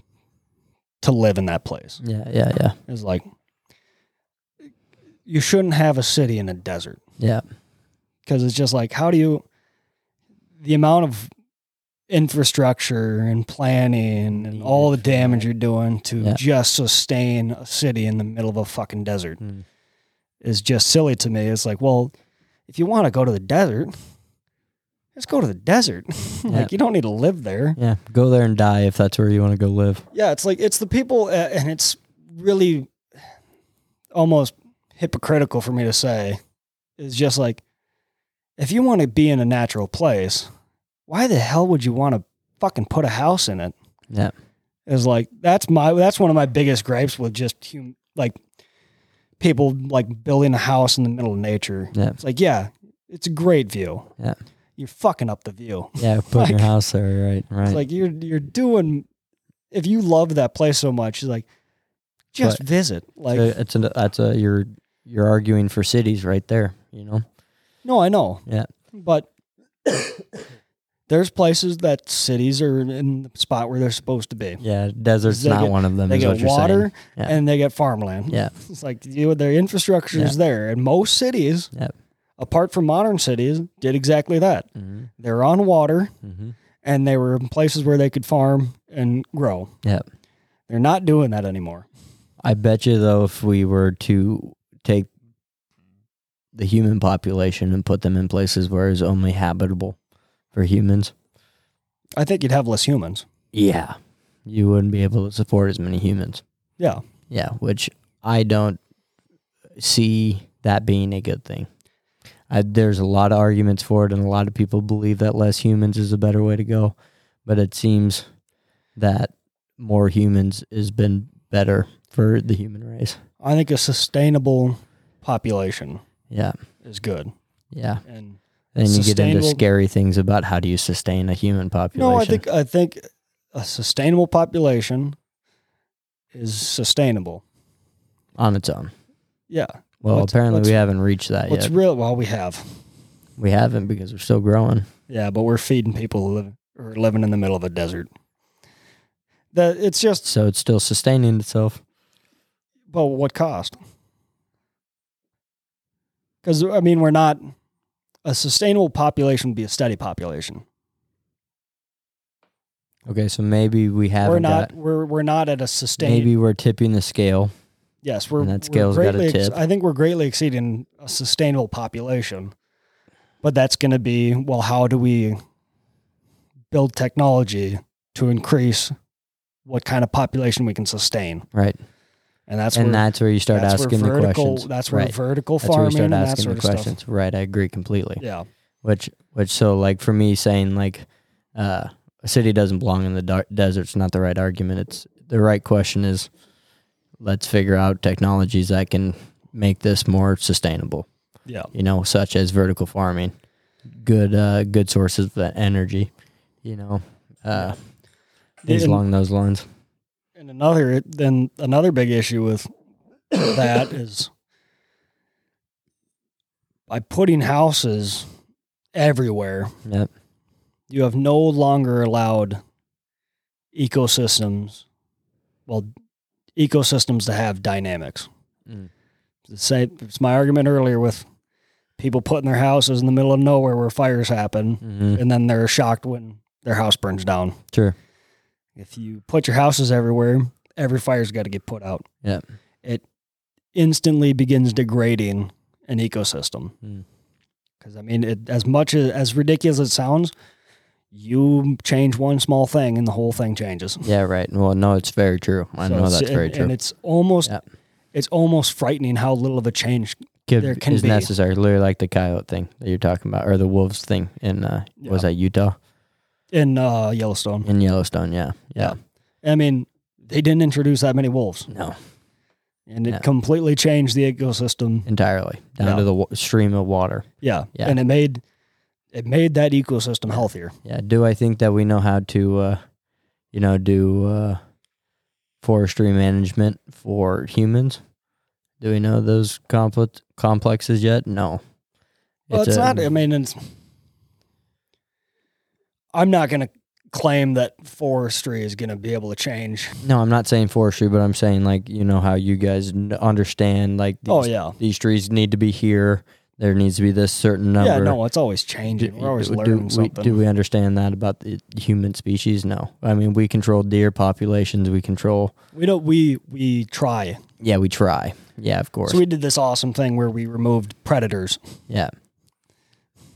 [SPEAKER 2] to live in that place.
[SPEAKER 1] yeah yeah yeah
[SPEAKER 2] It's like, you shouldn't have a city in a desert.
[SPEAKER 1] yeah
[SPEAKER 2] because it's just like how do you the amount of infrastructure and planning and all the damage you're doing to
[SPEAKER 1] Yeah.
[SPEAKER 2] just sustain a city in the middle of a fucking desert
[SPEAKER 1] Mm.
[SPEAKER 2] is just silly to me it's like well if you want to go to the desert let's go to the desert
[SPEAKER 1] Yeah.
[SPEAKER 2] like you don't need to live there
[SPEAKER 1] yeah go there and die if that's where you want to go live
[SPEAKER 2] yeah, it's like it's the people, uh, and it's really almost hypocritical for me to say. It's just like if you want to be in a natural place, why the hell would you want to fucking put a house in it?
[SPEAKER 1] Yeah.
[SPEAKER 2] it's like that's my that's one of my biggest gripes with just hum, like people like building a house in the middle of nature.
[SPEAKER 1] Yeah.
[SPEAKER 2] It's like yeah, it's a great view.
[SPEAKER 1] Yeah.
[SPEAKER 2] you're fucking up the view.
[SPEAKER 1] yeah put your house there right right
[SPEAKER 2] It's like you're you're doing if you love that place so much, it's like just visit. Like
[SPEAKER 1] So uh, it's an, that's a you're you're arguing for cities right there you know
[SPEAKER 2] no, I know.
[SPEAKER 1] Yeah.
[SPEAKER 2] But there's places that cities are in the spot where they're supposed to be.
[SPEAKER 1] yeah desert's
[SPEAKER 2] They
[SPEAKER 1] not
[SPEAKER 2] get-
[SPEAKER 1] one of them
[SPEAKER 2] They
[SPEAKER 1] is
[SPEAKER 2] get
[SPEAKER 1] what you're saying
[SPEAKER 2] water
[SPEAKER 1] Yeah.
[SPEAKER 2] and they get farmland.
[SPEAKER 1] yeah
[SPEAKER 2] It's like you, their infrastructure is there. And most cities,
[SPEAKER 1] Yep.
[SPEAKER 2] apart from modern cities, did exactly that.
[SPEAKER 1] hmm
[SPEAKER 2] They're on water
[SPEAKER 1] hmm
[SPEAKER 2] and they were in places where they could farm and grow.
[SPEAKER 1] yeah
[SPEAKER 2] They're not doing that anymore.
[SPEAKER 1] i bet you though if we were to take the human population and put them in places where it's only habitable for humans.
[SPEAKER 2] I think you'd have less humans.
[SPEAKER 1] Yeah. You wouldn't be able to support as many humans.
[SPEAKER 2] Yeah.
[SPEAKER 1] Yeah, which I don't see that being a good thing. I, there's a lot of arguments for it, and a lot of people believe that less humans is a better way to go. But it seems that more humans has been better for the human race.
[SPEAKER 2] I think a sustainable population
[SPEAKER 1] Yeah,
[SPEAKER 2] is good.
[SPEAKER 1] yeah.
[SPEAKER 2] And
[SPEAKER 1] Then you get into
[SPEAKER 2] Sustainable-
[SPEAKER 1] scary things about how do you sustain a human population.
[SPEAKER 2] no, I think I think a sustainable population is sustainable.
[SPEAKER 1] on its own.
[SPEAKER 2] Yeah.
[SPEAKER 1] Well,
[SPEAKER 2] Let's-
[SPEAKER 1] apparently
[SPEAKER 2] let's-
[SPEAKER 1] we haven't reached that
[SPEAKER 2] What's
[SPEAKER 1] yet.
[SPEAKER 2] real well we have.
[SPEAKER 1] we haven't because we're still growing.
[SPEAKER 2] Yeah, but we're feeding people who live or living in the middle of a desert. That it's just
[SPEAKER 1] So it's still sustaining itself.
[SPEAKER 2] well, what cost? Because I mean, we're not a sustainable population would be a steady population.
[SPEAKER 1] Okay, so maybe we haven't.
[SPEAKER 2] we're not
[SPEAKER 1] got-
[SPEAKER 2] we're we're not at a sustained.
[SPEAKER 1] maybe we're tipping the scale.
[SPEAKER 2] yes, we're
[SPEAKER 1] and that
[SPEAKER 2] we're
[SPEAKER 1] scale's got a
[SPEAKER 2] greatly ex-
[SPEAKER 1] tip.
[SPEAKER 2] I think we're greatly exceeding a sustainable population, but that's going to be well. How do we build technology to increase what kind of population we can sustain?
[SPEAKER 1] Right.
[SPEAKER 2] And that's
[SPEAKER 1] and
[SPEAKER 2] where
[SPEAKER 1] that's where you start
[SPEAKER 2] that's where
[SPEAKER 1] asking the
[SPEAKER 2] vertical-
[SPEAKER 1] questions.
[SPEAKER 2] That's where
[SPEAKER 1] right.
[SPEAKER 2] vertical
[SPEAKER 1] That's where you
[SPEAKER 2] farming
[SPEAKER 1] start
[SPEAKER 2] and that
[SPEAKER 1] asking
[SPEAKER 2] sort
[SPEAKER 1] the
[SPEAKER 2] of
[SPEAKER 1] questions. Right. I agree completely.
[SPEAKER 2] stuff. Yeah,
[SPEAKER 1] Which, which, so like for me saying like, uh, a city doesn't belong in the dar- desert's not the right argument. It's the right question is, let's figure out technologies that can make this more sustainable.
[SPEAKER 2] yeah.
[SPEAKER 1] you know, such as vertical farming, good uh, good sources of that energy, you know, uh, things
[SPEAKER 2] And-
[SPEAKER 1] along those lines.
[SPEAKER 2] And another then another big issue with that is by putting houses everywhere,
[SPEAKER 1] Yep.
[SPEAKER 2] you have no longer allowed ecosystems well ecosystems to have dynamics.
[SPEAKER 1] Mm.
[SPEAKER 2] It's The same it's my argument earlier with people putting their houses in the middle of nowhere where fires happen
[SPEAKER 1] Mm-hmm.
[SPEAKER 2] and then they're shocked when their house burns down.
[SPEAKER 1] Sure.
[SPEAKER 2] If you put your houses everywhere, every fire's got to get put out.
[SPEAKER 1] Yep.
[SPEAKER 2] It instantly begins degrading an ecosystem.
[SPEAKER 1] Mm.
[SPEAKER 2] Because I mean, it, as much as, as ridiculous as it sounds, you change one small thing and the whole thing changes.
[SPEAKER 1] Yeah. Right. Well, no, it's very true. I
[SPEAKER 2] So
[SPEAKER 1] know
[SPEAKER 2] it's-
[SPEAKER 1] that's
[SPEAKER 2] and,
[SPEAKER 1] very true.
[SPEAKER 2] And it's almost
[SPEAKER 1] Yep.
[SPEAKER 2] it's almost frightening how little of a change.
[SPEAKER 1] Could-
[SPEAKER 2] there can
[SPEAKER 1] is
[SPEAKER 2] be-
[SPEAKER 1] necessary. Literally, like the coyote thing that you're talking about, or the wolves thing in uh, was that Utah
[SPEAKER 2] in uh, Yellowstone.
[SPEAKER 1] in Yellowstone? Yeah. Yeah.
[SPEAKER 2] I mean, they didn't introduce that many wolves,
[SPEAKER 1] No.
[SPEAKER 2] and it
[SPEAKER 1] Yeah.
[SPEAKER 2] completely changed the ecosystem.
[SPEAKER 1] Entirely down
[SPEAKER 2] Yeah.
[SPEAKER 1] to the wa- stream of water.
[SPEAKER 2] Yeah.
[SPEAKER 1] Yeah.
[SPEAKER 2] And it made it made that ecosystem healthier.
[SPEAKER 1] Yeah. Do I think that we know how to, uh, you know, do uh, forestry management for humans? Do we know those complex complexes yet? No.
[SPEAKER 2] Well, it's,
[SPEAKER 1] a-
[SPEAKER 2] not I mean it's I'm not gonna claim that forestry is gonna be able to change.
[SPEAKER 1] No, I'm not saying forestry, but I'm saying like you know how you guys n- understand like these,
[SPEAKER 2] Oh yeah.
[SPEAKER 1] these trees need to be here. There needs to be this certain number.
[SPEAKER 2] Yeah, no, it's always
[SPEAKER 1] Do,
[SPEAKER 2] changing. We're always
[SPEAKER 1] do- do
[SPEAKER 2] learning
[SPEAKER 1] we,
[SPEAKER 2] something.
[SPEAKER 1] do we understand that about the human species? No. I mean, we control deer populations. We control.
[SPEAKER 2] we don't we we try.
[SPEAKER 1] Yeah, we try. Yeah, of course.
[SPEAKER 2] So we did this awesome thing where we removed predators.
[SPEAKER 1] yeah.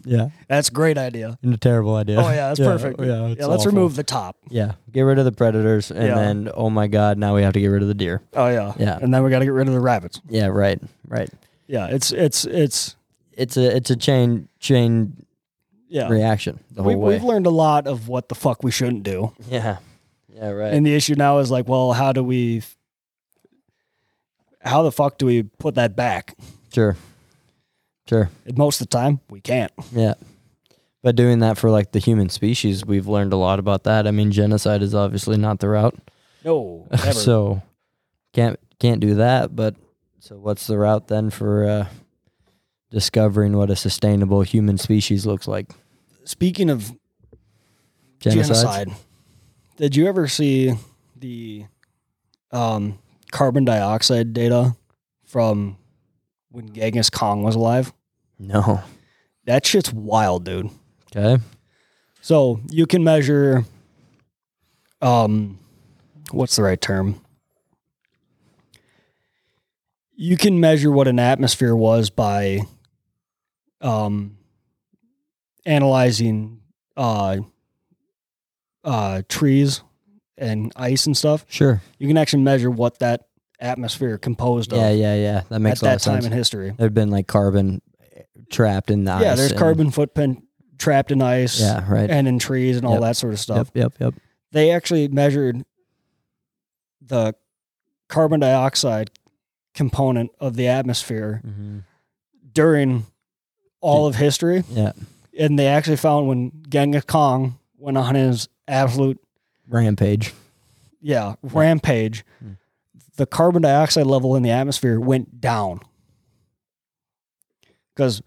[SPEAKER 1] Yeah.
[SPEAKER 2] That's a great idea.
[SPEAKER 1] And a terrible idea.
[SPEAKER 2] Oh yeah, that's perfect. Yeah, let's remove the top.
[SPEAKER 1] Yeah, get rid of the predators, and
[SPEAKER 2] Yeah.
[SPEAKER 1] then oh my god, now we have to get rid of the deer.
[SPEAKER 2] Oh yeah.
[SPEAKER 1] Yeah.
[SPEAKER 2] And then we gotta get rid of the rabbits.
[SPEAKER 1] Yeah, right, right.
[SPEAKER 2] Yeah, it's it's it's
[SPEAKER 1] It's a it's a chain chain
[SPEAKER 2] yeah.
[SPEAKER 1] reaction the
[SPEAKER 2] We,
[SPEAKER 1] whole way.
[SPEAKER 2] we've learned a lot of what the fuck we shouldn't do.
[SPEAKER 1] yeah, yeah, right.
[SPEAKER 2] And the issue now is like, well, how do we, how the fuck do we put that back?
[SPEAKER 1] sure, sure.
[SPEAKER 2] And most of the time, we can't.
[SPEAKER 1] Yeah. But doing that for like the human species, we've learned a lot about that. I mean, genocide is obviously not the route.
[SPEAKER 2] No, never.
[SPEAKER 1] so can't can't do that but so what's the route then for uh discovering what a sustainable human species looks like
[SPEAKER 2] Speaking of
[SPEAKER 1] Genocides?
[SPEAKER 2] genocide, did you ever see the um, carbon dioxide data from when Genghis Khan was alive?
[SPEAKER 1] no
[SPEAKER 2] That shit's wild, dude.
[SPEAKER 1] okay
[SPEAKER 2] So you can measure, um, what's the right term? You can measure what an atmosphere was by um, analyzing uh, uh, trees and ice and stuff,
[SPEAKER 1] Sure.
[SPEAKER 2] you can actually measure what that atmosphere composed of
[SPEAKER 1] Yeah, yeah, yeah. That
[SPEAKER 2] at
[SPEAKER 1] makes a lot
[SPEAKER 2] that
[SPEAKER 1] of
[SPEAKER 2] time
[SPEAKER 1] sense.
[SPEAKER 2] in history.
[SPEAKER 1] There'd been like carbon eh, trapped in the ice.
[SPEAKER 2] Yeah, there's
[SPEAKER 1] and-
[SPEAKER 2] carbon footprint trapped in ice
[SPEAKER 1] Yeah, right.
[SPEAKER 2] and in trees and all
[SPEAKER 1] Yep.
[SPEAKER 2] that sort of stuff.
[SPEAKER 1] Yep, yep, yep.
[SPEAKER 2] They actually measured the carbon dioxide component of the atmosphere
[SPEAKER 1] hmm
[SPEAKER 2] during all of history.
[SPEAKER 1] Yeah.
[SPEAKER 2] And they actually found when Genghis Kong went on his absolute
[SPEAKER 1] Rampage.
[SPEAKER 2] yeah, rampage,
[SPEAKER 1] Hmm.
[SPEAKER 2] the carbon dioxide level in the atmosphere went down. Because,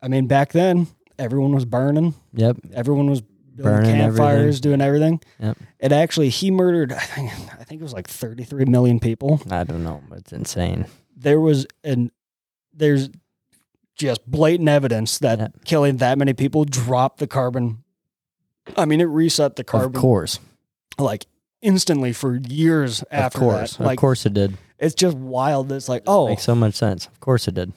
[SPEAKER 2] I mean, back then, everyone was burning,
[SPEAKER 1] Yep.
[SPEAKER 2] everyone was doing
[SPEAKER 1] Burning
[SPEAKER 2] campfires, doing everything.
[SPEAKER 1] Yep.
[SPEAKER 2] It actually, he murdered, I think, I think it was like 33 million people.
[SPEAKER 1] I don't know. but It's insane.
[SPEAKER 2] There was an, there's just blatant evidence that
[SPEAKER 1] Yeah.
[SPEAKER 2] killing that many people dropped the carbon. I mean, it reset the
[SPEAKER 1] Of
[SPEAKER 2] carbon
[SPEAKER 1] course.
[SPEAKER 2] like instantly for years after
[SPEAKER 1] of course.
[SPEAKER 2] that. Like,
[SPEAKER 1] of course it did.
[SPEAKER 2] it's just wild. It's like, oh,
[SPEAKER 1] Makes so much sense. Of course it did.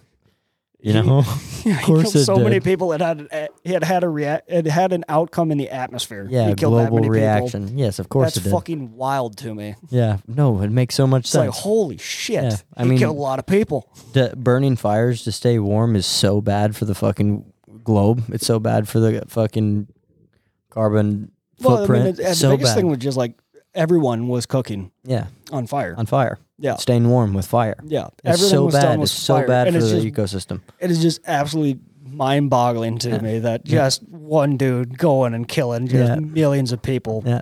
[SPEAKER 1] You
[SPEAKER 2] He-
[SPEAKER 1] know?
[SPEAKER 2] yeah, he
[SPEAKER 1] course
[SPEAKER 2] killed
[SPEAKER 1] it
[SPEAKER 2] so many
[SPEAKER 1] did.
[SPEAKER 2] people. It had a- it had had a rea- it had an outcome in the atmosphere.
[SPEAKER 1] yeah,
[SPEAKER 2] he killed that
[SPEAKER 1] global
[SPEAKER 2] many
[SPEAKER 1] reaction. Yes, of
[SPEAKER 2] People.
[SPEAKER 1] course
[SPEAKER 2] That's
[SPEAKER 1] it did.
[SPEAKER 2] fucking wild to me.
[SPEAKER 1] yeah. No, it makes so much
[SPEAKER 2] It's like,
[SPEAKER 1] sense.
[SPEAKER 2] holy shit!
[SPEAKER 1] Yeah, I
[SPEAKER 2] he
[SPEAKER 1] mean-
[SPEAKER 2] killed a lot of people.
[SPEAKER 1] D- burning fires to stay warm is so bad for the fucking globe. It's so bad for the fucking carbon
[SPEAKER 2] Well, I
[SPEAKER 1] footprint.
[SPEAKER 2] mean, it- the
[SPEAKER 1] so
[SPEAKER 2] biggest
[SPEAKER 1] bad.
[SPEAKER 2] thing was just like everyone was cooking
[SPEAKER 1] yeah,
[SPEAKER 2] on fire.
[SPEAKER 1] on fire.
[SPEAKER 2] Yeah.
[SPEAKER 1] Staying warm with fire.
[SPEAKER 2] yeah,
[SPEAKER 1] It's
[SPEAKER 2] everything
[SPEAKER 1] so
[SPEAKER 2] was done
[SPEAKER 1] bad.
[SPEAKER 2] with
[SPEAKER 1] It's so
[SPEAKER 2] fire,
[SPEAKER 1] bad
[SPEAKER 2] and
[SPEAKER 1] for
[SPEAKER 2] it's
[SPEAKER 1] the
[SPEAKER 2] just
[SPEAKER 1] ecosystem.
[SPEAKER 2] it is just absolutely mind-boggling to me that just one dude going and killing just
[SPEAKER 1] Yeah.
[SPEAKER 2] millions of people
[SPEAKER 1] Yeah.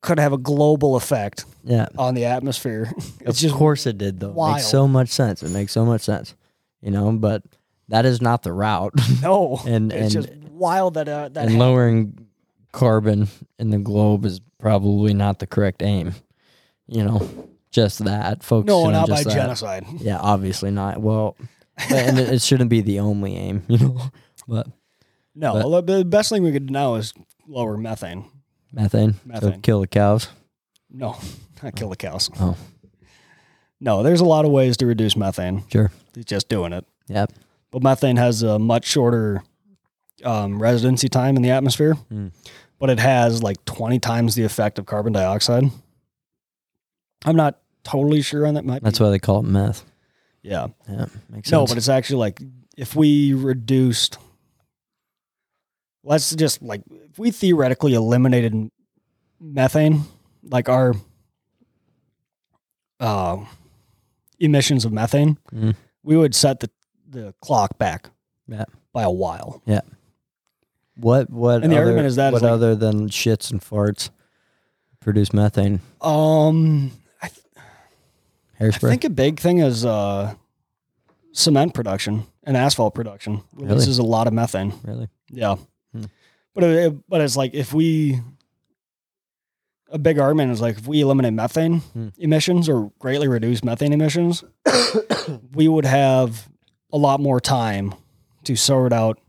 [SPEAKER 2] could have a global effect
[SPEAKER 1] Yeah.
[SPEAKER 2] on the atmosphere. It's
[SPEAKER 1] of
[SPEAKER 2] just
[SPEAKER 1] course it did though. It
[SPEAKER 2] wild.
[SPEAKER 1] makes so much sense. It makes so much sense. You know, but that is not the route.
[SPEAKER 2] No,
[SPEAKER 1] And-
[SPEAKER 2] it's
[SPEAKER 1] and-
[SPEAKER 2] just wild that uh, that
[SPEAKER 1] and lowering carbon in the globe is probably not the correct aim. You know, just that focusing
[SPEAKER 2] no,
[SPEAKER 1] on
[SPEAKER 2] not by
[SPEAKER 1] just that.
[SPEAKER 2] genocide.
[SPEAKER 1] Yeah, obviously not. Well, but- and it, it shouldn't be the only aim, you know. But
[SPEAKER 2] No, the best thing we could do now is lower methane.
[SPEAKER 1] methane, so
[SPEAKER 2] Methane.
[SPEAKER 1] kill the cows.
[SPEAKER 2] No, not kill the cows.
[SPEAKER 1] Oh.
[SPEAKER 2] No, there's a lot of ways to reduce methane.
[SPEAKER 1] Sure.
[SPEAKER 2] It's just doing it,
[SPEAKER 1] Yep.
[SPEAKER 2] but methane has a much shorter um, residency time in the atmosphere,
[SPEAKER 1] Hmm.
[SPEAKER 2] but it has like 20 times the effect of carbon dioxide. I'm not totally sure on that. Might
[SPEAKER 1] That's
[SPEAKER 2] be,
[SPEAKER 1] why they call it meth.
[SPEAKER 2] yeah.
[SPEAKER 1] Yeah, makes
[SPEAKER 2] No,
[SPEAKER 1] sense.
[SPEAKER 2] but it's actually like if we reduced, let's just like if we theoretically eliminated m- methane, like our uh, emissions of methane,
[SPEAKER 1] Mhm.
[SPEAKER 2] we would set the, the clock back
[SPEAKER 1] Yeah.
[SPEAKER 2] by a while.
[SPEAKER 1] what what
[SPEAKER 2] and the
[SPEAKER 1] other,
[SPEAKER 2] argument is that is
[SPEAKER 1] what
[SPEAKER 2] like-
[SPEAKER 1] other than shits and farts produce methane?
[SPEAKER 2] Um, I, th- I
[SPEAKER 1] Hairspray.
[SPEAKER 2] think a big thing is uh, cement production and asphalt production
[SPEAKER 1] Really?
[SPEAKER 2] releases a lot of methane.
[SPEAKER 1] really?
[SPEAKER 2] Yeah.
[SPEAKER 1] Hmm.
[SPEAKER 2] But it, it- but it's like if we a big argument is like if we eliminate methane
[SPEAKER 1] Hmm.
[SPEAKER 2] emissions or greatly reduce methane emissions, we would have a lot more time to sort out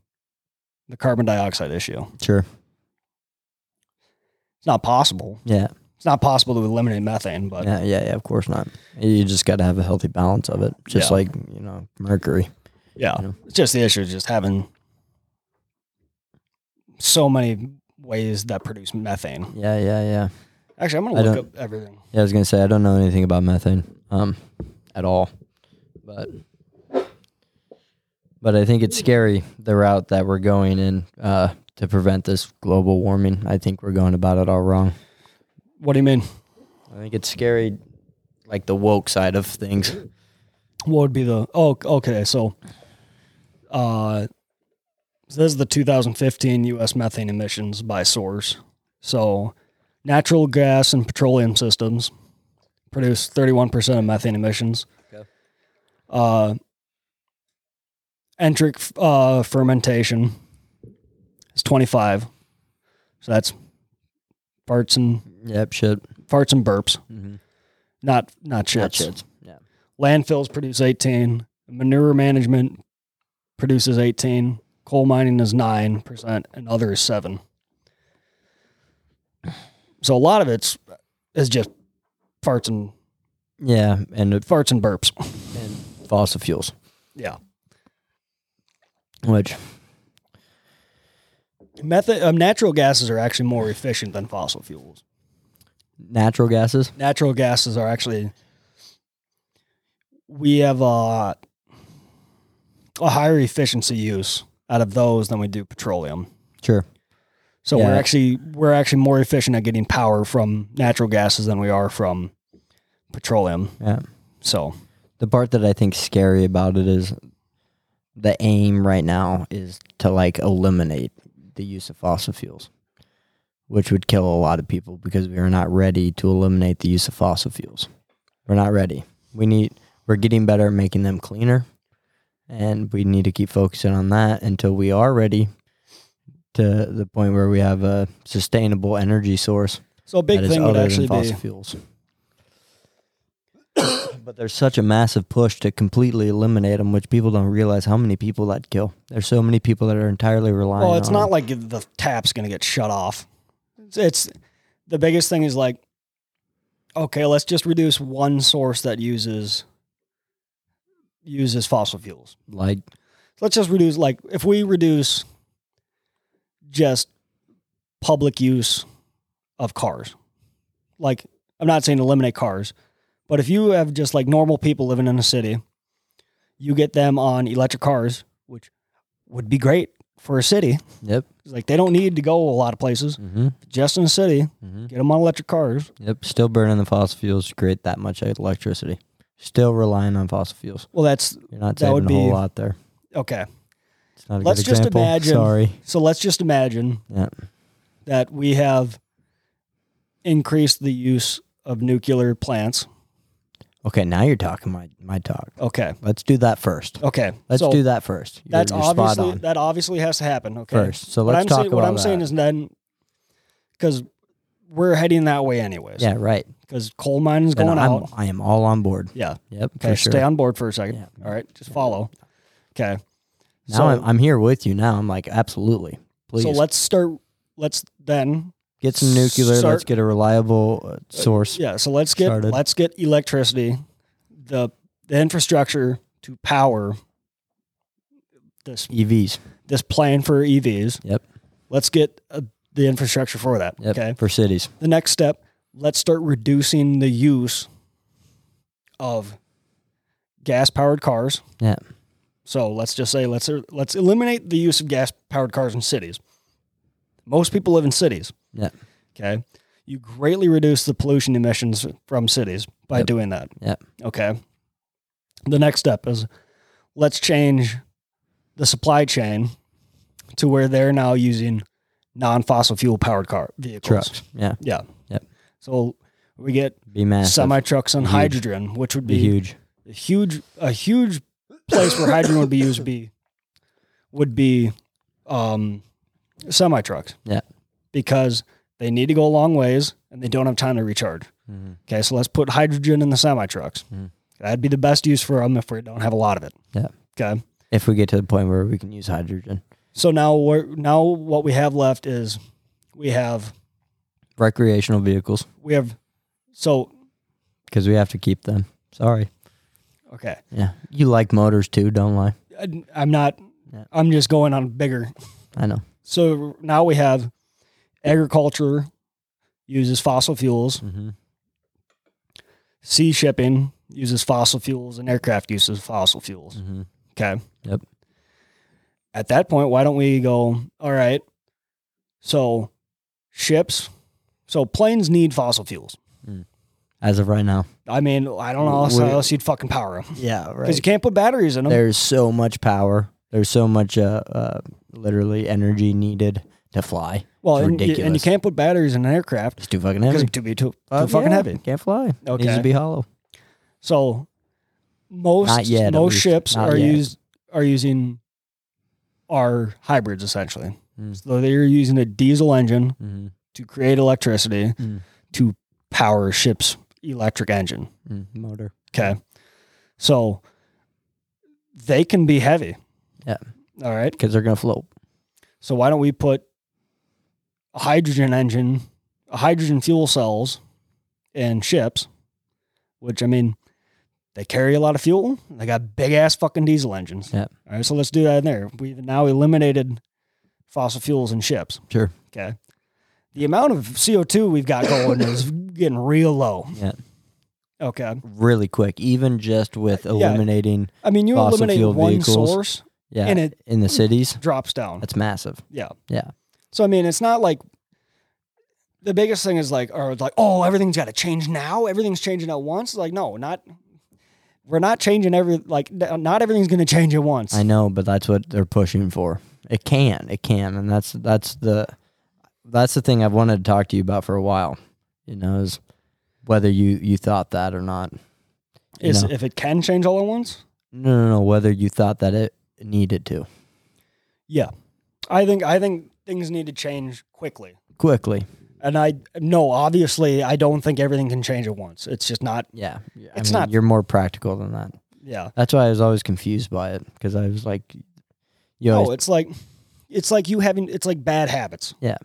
[SPEAKER 2] the carbon dioxide issue.
[SPEAKER 1] Sure.
[SPEAKER 2] It's not possible.
[SPEAKER 1] Yeah.
[SPEAKER 2] It's not possible to eliminate methane, but
[SPEAKER 1] Yeah, yeah, yeah, of course not. You just got to have a healthy balance of it, just
[SPEAKER 2] Yeah.
[SPEAKER 1] like, you know, mercury.
[SPEAKER 2] yeah.
[SPEAKER 1] Yeah.
[SPEAKER 2] It's just the issue of just having so many ways that produce methane.
[SPEAKER 1] Yeah, yeah, yeah.
[SPEAKER 2] Actually, I'm
[SPEAKER 1] I
[SPEAKER 2] going to look
[SPEAKER 1] don't-
[SPEAKER 2] up everything.
[SPEAKER 1] Yeah, I was going to say I don't know anything about methane um at all. But but I think it's scary the route that we're going in uh to prevent this global warming. I think we're going about it all wrong.
[SPEAKER 2] What do you mean?
[SPEAKER 1] I think it's scary like the woke side of things.
[SPEAKER 2] what would be the oh okay so uh so this is the 2015 us methane emissions by source so natural gas and petroleum systems produce 31% of methane emissions
[SPEAKER 1] Okay.
[SPEAKER 2] uh enteric uh fermentation is 25 so that's farts and
[SPEAKER 1] Yep, shit.
[SPEAKER 2] farts and burps
[SPEAKER 1] Mm-hmm.
[SPEAKER 2] not not shits
[SPEAKER 1] shits. Yeah.
[SPEAKER 2] landfills produce 18 manure management produces 18 coal mining is 9% and other is 7 so a lot of it's is just farts and
[SPEAKER 1] Yeah, and, it-
[SPEAKER 2] farts and burps
[SPEAKER 1] and fossil fuels,
[SPEAKER 2] yeah
[SPEAKER 1] which
[SPEAKER 2] Method, um, natural gases are actually more efficient than fossil fuels.
[SPEAKER 1] Natural gases.
[SPEAKER 2] Natural gases are actually we have a, a higher efficiency use out of those than we do petroleum.
[SPEAKER 1] Sure.
[SPEAKER 2] So
[SPEAKER 1] Yeah.
[SPEAKER 2] we're actually we're actually more efficient at getting power from natural gases than we are from petroleum.
[SPEAKER 1] Yeah.
[SPEAKER 2] So
[SPEAKER 1] The part that I think's scary about it is the aim right now is to like eliminate the use of fossil fuels, which would kill a lot of people because we are not ready to eliminate the use of fossil fuels. We're not ready. We need we're getting better at making them cleaner and we need to keep focusing on that until we are ready to the point where we have a sustainable energy source
[SPEAKER 2] so a big
[SPEAKER 1] that is
[SPEAKER 2] thing would
[SPEAKER 1] other
[SPEAKER 2] actually
[SPEAKER 1] than fossil
[SPEAKER 2] be
[SPEAKER 1] fuels. but there's such a massive push to completely eliminate them, which people don't realize how many people that kill. There's so many people that are entirely reliant.
[SPEAKER 2] well, it's
[SPEAKER 1] on
[SPEAKER 2] not
[SPEAKER 1] 'em.
[SPEAKER 2] like the tap's going to get shut off. It's, it's the biggest thing is like okay, let's just reduce one source that uses uses fossil fuels.
[SPEAKER 1] like
[SPEAKER 2] let's just reduce like if we reduce just public use of cars like i'm not saying eliminate cars but if you have just like normal people living in a city you get them on electric cars which would be great for a city
[SPEAKER 1] yep,
[SPEAKER 2] 'Cause, like they don't need to go a lot of places
[SPEAKER 1] hmm
[SPEAKER 2] just in a city
[SPEAKER 1] hmm
[SPEAKER 2] get them on electric cars
[SPEAKER 1] yep. Still burning the fossil fuels to create that much electricity. Still relying on fossil fuels.
[SPEAKER 2] well that's
[SPEAKER 1] You're not
[SPEAKER 2] That
[SPEAKER 1] saving
[SPEAKER 2] would
[SPEAKER 1] a whole
[SPEAKER 2] be-
[SPEAKER 1] lot there.
[SPEAKER 2] okay
[SPEAKER 1] It's not a
[SPEAKER 2] Let's
[SPEAKER 1] good
[SPEAKER 2] just
[SPEAKER 1] example.
[SPEAKER 2] imagine-
[SPEAKER 1] Sorry.
[SPEAKER 2] so let's just imagine
[SPEAKER 1] Yeah.
[SPEAKER 2] that we have increased the use of nuclear plants
[SPEAKER 1] Okay, now you're talking my my talk.
[SPEAKER 2] Okay.
[SPEAKER 1] Let's do that first.
[SPEAKER 2] Okay.
[SPEAKER 1] Let's
[SPEAKER 2] so
[SPEAKER 1] do that first. You're-
[SPEAKER 2] That's
[SPEAKER 1] you're spot
[SPEAKER 2] obviously
[SPEAKER 1] on.
[SPEAKER 2] that obviously has to happen. Okay.
[SPEAKER 1] first. So
[SPEAKER 2] What
[SPEAKER 1] let's
[SPEAKER 2] I'm
[SPEAKER 1] talk
[SPEAKER 2] saying,
[SPEAKER 1] about
[SPEAKER 2] what I'm
[SPEAKER 1] that.
[SPEAKER 2] saying is then because we're heading that way anyways.
[SPEAKER 1] yeah, right.
[SPEAKER 2] Because coal mining's
[SPEAKER 1] Then
[SPEAKER 2] going
[SPEAKER 1] I'm,
[SPEAKER 2] out.
[SPEAKER 1] I am all on board.
[SPEAKER 2] Yeah.
[SPEAKER 1] Yep.
[SPEAKER 2] Okay.
[SPEAKER 1] for sure.
[SPEAKER 2] Stay on board for a second.
[SPEAKER 1] Yeah.
[SPEAKER 2] All right. Just follow. Okay.
[SPEAKER 1] now
[SPEAKER 2] so
[SPEAKER 1] I'm, I'm here with you. Now I'm like, absolutely. Please.
[SPEAKER 2] so let's start. Let's then
[SPEAKER 1] get some nuclear.
[SPEAKER 2] start-
[SPEAKER 1] let's get a reliable uh, source.
[SPEAKER 2] yeah. So let's get
[SPEAKER 1] Started.
[SPEAKER 2] let's get electricity, the the infrastructure to power this
[SPEAKER 1] EVs.
[SPEAKER 2] this plan for EVs.
[SPEAKER 1] Yep.
[SPEAKER 2] Let's get uh, the infrastructure for that.
[SPEAKER 1] Yep.
[SPEAKER 2] Okay.
[SPEAKER 1] For cities.
[SPEAKER 2] the next step let's start reducing the use of gas powered cars
[SPEAKER 1] Yeah.
[SPEAKER 2] so let's just say let's let's eliminate the use of gas powered cars in cities most people live in cities
[SPEAKER 1] Yeah.
[SPEAKER 2] okay you greatly reduce the pollution emissions from cities by
[SPEAKER 1] Yep.
[SPEAKER 2] doing that
[SPEAKER 1] Yep.
[SPEAKER 2] okay the next step is let's change the supply chain to where they're now using non-fossil fuel powered car vehicles
[SPEAKER 1] Trucks. Yeah.
[SPEAKER 2] yeah.
[SPEAKER 1] Yep.
[SPEAKER 2] So we get
[SPEAKER 1] Be massive.
[SPEAKER 2] semi trucks on
[SPEAKER 1] Huge.
[SPEAKER 2] hydrogen, which would
[SPEAKER 1] Be
[SPEAKER 2] be
[SPEAKER 1] huge.
[SPEAKER 2] a huge, a huge place where hydrogen would be used. Be would be um, semi trucks.
[SPEAKER 1] Yeah.
[SPEAKER 2] Because they need to go a long ways and they don't have time to recharge.
[SPEAKER 1] Mhm.
[SPEAKER 2] Okay, so let's put hydrogen in the semi trucks.
[SPEAKER 1] Mhm.
[SPEAKER 2] That'd be the best use for them if we don't have a lot of it.
[SPEAKER 1] Yeah.
[SPEAKER 2] Okay.
[SPEAKER 1] If we get to the point where we can use hydrogen,
[SPEAKER 2] So now we're now what we have left is we have
[SPEAKER 1] recreational vehicles,
[SPEAKER 2] we have so
[SPEAKER 1] because we have to keep them. Sorry.
[SPEAKER 2] okay
[SPEAKER 1] Yeah. You like motors too, don't lie.
[SPEAKER 2] I- I'm not.
[SPEAKER 1] Yeah.
[SPEAKER 2] I'm just going on bigger.
[SPEAKER 1] I know.
[SPEAKER 2] So now we have agriculture uses fossil fuels,
[SPEAKER 1] hmm
[SPEAKER 2] sea shipping uses fossil fuels, and aircraft uses fossil fuels.
[SPEAKER 1] hmm
[SPEAKER 2] Okay.
[SPEAKER 1] Yep.
[SPEAKER 2] At that point, why don't we go? All right. So ships, so planes need fossil fuels.
[SPEAKER 1] As of right now.
[SPEAKER 2] I mean, I don't know how
[SPEAKER 1] We're-
[SPEAKER 2] else you'd fucking power them
[SPEAKER 1] Yeah. Right.
[SPEAKER 2] because you can't put batteries in them.
[SPEAKER 1] There's so much power. There's so much, uh, uh, literally energy needed to fly.
[SPEAKER 2] well,
[SPEAKER 1] it's
[SPEAKER 2] and you, and you
[SPEAKER 1] ridiculous.
[SPEAKER 2] can't put batteries in an aircraft
[SPEAKER 1] It's too fucking
[SPEAKER 2] because
[SPEAKER 1] heavy.
[SPEAKER 2] it'd be too, too fucking heavy.
[SPEAKER 1] Can't fly.
[SPEAKER 2] Okay.
[SPEAKER 1] Needs to be hollow.
[SPEAKER 2] So most
[SPEAKER 1] Not yet, at
[SPEAKER 2] most
[SPEAKER 1] least.
[SPEAKER 2] ships
[SPEAKER 1] Not
[SPEAKER 2] are
[SPEAKER 1] yet.
[SPEAKER 2] used are using are hybrids essentially.
[SPEAKER 1] Mm.
[SPEAKER 2] So they're using a diesel engine
[SPEAKER 1] Mm-hmm.
[SPEAKER 2] to create electricity
[SPEAKER 1] Mm.
[SPEAKER 2] to power a ship's electric engine.
[SPEAKER 1] Motor.
[SPEAKER 2] Okay. So they can be heavy.
[SPEAKER 1] Yeah.
[SPEAKER 2] All right.
[SPEAKER 1] Because they're going to float.
[SPEAKER 2] So why don't we put a hydrogen engine, a hydrogen fuel cells in ships, which I mean, they carry a lot of fuel. They got big ass fucking diesel engines.
[SPEAKER 1] Yep.
[SPEAKER 2] All right, so let's do that in there. We've now eliminated fossil fuels and ships.
[SPEAKER 1] Sure.
[SPEAKER 2] Okay. The amount of CO2 we've got going is getting real low.
[SPEAKER 1] Yeah.
[SPEAKER 2] Okay.
[SPEAKER 1] Really quick, even just with
[SPEAKER 2] Yeah.
[SPEAKER 1] eliminating
[SPEAKER 2] I mean, you
[SPEAKER 1] Fossil
[SPEAKER 2] eliminate
[SPEAKER 1] fuel
[SPEAKER 2] one
[SPEAKER 1] vehicles.
[SPEAKER 2] source,
[SPEAKER 1] yeah,
[SPEAKER 2] And it-
[SPEAKER 1] in the cities,
[SPEAKER 2] drops down.
[SPEAKER 1] that's massive.
[SPEAKER 2] Yeah.
[SPEAKER 1] Yeah.
[SPEAKER 2] So I mean, it's not like the biggest thing is like, or like, oh, everything's got to change now. Everything's changing at once. Like, no, not. We're not changing every like. n- Not everything's going to change at once.
[SPEAKER 1] I know, but that's what they're pushing for. It can, it can, and that's that's the that's the thing I've wanted to talk to you about for a while. You know, is whether you you thought that or not. You
[SPEAKER 2] is
[SPEAKER 1] know.
[SPEAKER 2] if it can change all at once.
[SPEAKER 1] No, no, no. Whether you thought that it needed to
[SPEAKER 2] Yeah, I think I think things need to change quickly.
[SPEAKER 1] quickly.
[SPEAKER 2] And I no, obviously, I don't think everything can change at once. It's just not.
[SPEAKER 1] Yeah, yeah. I
[SPEAKER 2] It's
[SPEAKER 1] mean,
[SPEAKER 2] not-
[SPEAKER 1] You're more practical than that.
[SPEAKER 2] Yeah.
[SPEAKER 1] That's why I was always confused by it because I was like, you
[SPEAKER 2] No,
[SPEAKER 1] always,
[SPEAKER 2] it's like, it's like you having. It's like bad habits.
[SPEAKER 1] Yeah.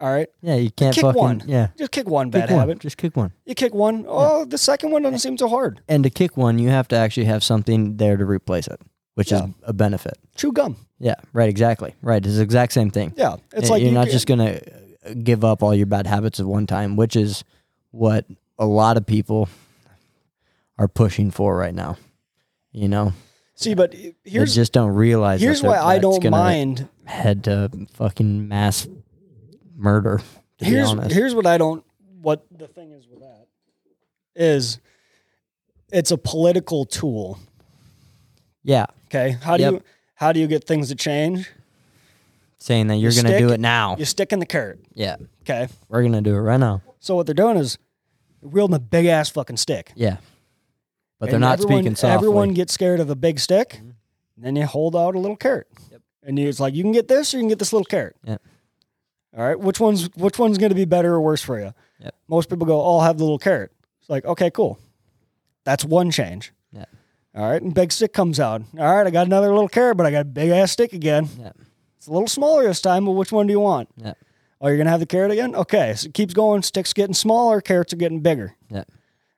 [SPEAKER 2] All right.
[SPEAKER 1] yeah, you can't
[SPEAKER 2] kick
[SPEAKER 1] fucking
[SPEAKER 2] one.
[SPEAKER 1] yeah.
[SPEAKER 2] Just kick one
[SPEAKER 1] Kick
[SPEAKER 2] bad
[SPEAKER 1] one.
[SPEAKER 2] habit.
[SPEAKER 1] Just kick one.
[SPEAKER 2] You kick one. Oh, the second one doesn't seem so hard.
[SPEAKER 1] And to kick one, you have to actually have something there to replace it, which
[SPEAKER 2] Yeah.
[SPEAKER 1] is a benefit.
[SPEAKER 2] Chew gum.
[SPEAKER 1] Yeah, right. Exactly. Right. It's the exact same thing.
[SPEAKER 2] Yeah, it's
[SPEAKER 1] Y-
[SPEAKER 2] like
[SPEAKER 1] you're
[SPEAKER 2] you
[SPEAKER 1] not
[SPEAKER 2] c-
[SPEAKER 1] just gonna uh, give up all your bad habits at one time, which is what a lot of people are pushing for right now. You know,
[SPEAKER 2] see. But here's
[SPEAKER 1] they just don't realize. that
[SPEAKER 2] here's
[SPEAKER 1] they're-
[SPEAKER 2] why I
[SPEAKER 1] that's
[SPEAKER 2] don't
[SPEAKER 1] gonna
[SPEAKER 2] mind.
[SPEAKER 1] head to fucking mass murder. To be
[SPEAKER 2] Here's
[SPEAKER 1] honest,
[SPEAKER 2] here's what I don't. What the thing is with that is, it's a political tool.
[SPEAKER 1] yeah,
[SPEAKER 2] Okay, how do
[SPEAKER 1] Yep.
[SPEAKER 2] you how do you get things to change?
[SPEAKER 1] saying that you're gonna do
[SPEAKER 2] stick-
[SPEAKER 1] it now.
[SPEAKER 2] You stick in the carrot.
[SPEAKER 1] Yeah,
[SPEAKER 2] Okay,
[SPEAKER 1] we're gonna do it right now.
[SPEAKER 2] so what they're doing is they're wielding a big ass fucking stick.
[SPEAKER 1] Yeah, but they're
[SPEAKER 2] And
[SPEAKER 1] not
[SPEAKER 2] everyone-
[SPEAKER 1] speaking softly.
[SPEAKER 2] Everyone gets scared of a big stick, then you hold out a little carrot, and you, it's like you can get this or you can get this little carrot.
[SPEAKER 1] Yep.
[SPEAKER 2] All right, which one's which one's going to be better or worse for you?
[SPEAKER 1] Yep.
[SPEAKER 2] Most people go, "I'll have the little carrot." It's like, okay, cool, that's one change.
[SPEAKER 1] Yep.
[SPEAKER 2] All right, and big stick comes out. All right, I got another little carrot, but I got a big ass stick again.
[SPEAKER 1] Yep.
[SPEAKER 2] It's a little smaller this time, but which one do you want?
[SPEAKER 1] Yep.
[SPEAKER 2] Oh, you're gonna have the carrot again? Okay, so it keeps going. Sticks getting smaller, carrots are getting bigger.
[SPEAKER 1] Yep.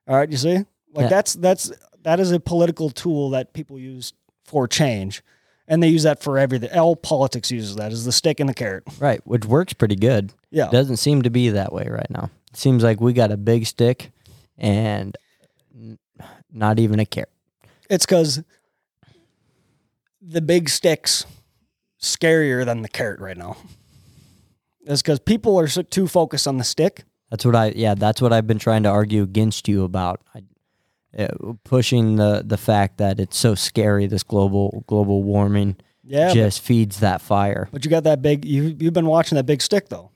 [SPEAKER 2] All right, you see, like
[SPEAKER 1] Yeah.
[SPEAKER 2] that's that's that is a political tool that people use for change, and they use that for everything. All politics uses that is the stick and the carrot.
[SPEAKER 1] right, which works pretty good.
[SPEAKER 2] Yeah,
[SPEAKER 1] Doesn't seem to be that way right now. It seems like we got a big stick and n- not even a carrot.
[SPEAKER 2] it's because the big sticks scarier than the carrot right now. It's because people are so, too focused on the stick.
[SPEAKER 1] That's what I yeah, that's what I've been trying to argue against you about. I, uh, pushing the the fact that it's so scary this global global warming
[SPEAKER 2] Yeah, but,
[SPEAKER 1] just feeds that fire.
[SPEAKER 2] but you got that big. You you've been watching that big stick though.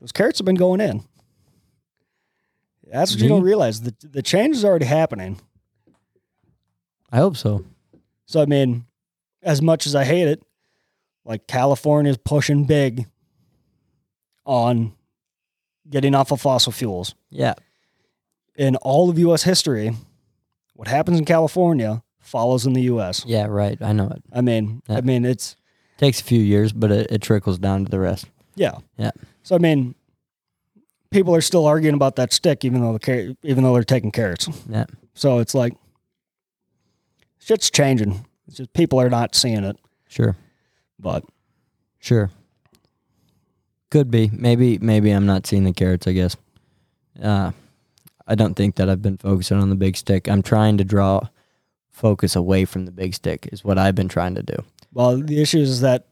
[SPEAKER 2] Those carrots have been going in. That's what you
[SPEAKER 1] Mm-hmm.
[SPEAKER 2] don't realize. The the change is already happening.
[SPEAKER 1] I hope so.
[SPEAKER 2] So I mean, as much as I hate it, like California's pushing big on getting off of fossil fuels.
[SPEAKER 1] Yeah.
[SPEAKER 2] In all of US history, what happens in California follows in the US.
[SPEAKER 1] Yeah, right. I know it.
[SPEAKER 2] I mean, I
[SPEAKER 1] Yeah.
[SPEAKER 2] mean it's
[SPEAKER 1] Takes a few years, but it, it trickles down to the rest.
[SPEAKER 2] yeah.
[SPEAKER 1] Yeah.
[SPEAKER 2] So I mean, people are still arguing about that stick even though the car- even though they're taking carrots.
[SPEAKER 1] Yeah.
[SPEAKER 2] So it's like shit's changing. It's just people are not seeing it.
[SPEAKER 1] Sure.
[SPEAKER 2] But
[SPEAKER 1] Sure. Could be. Maybe maybe I'm not seeing the carrots, I guess. Uh I don't think that I've been focusing on the big stick. I'm trying to draw focus away from the big stick is what I've been trying to do.
[SPEAKER 2] Well, the issue is that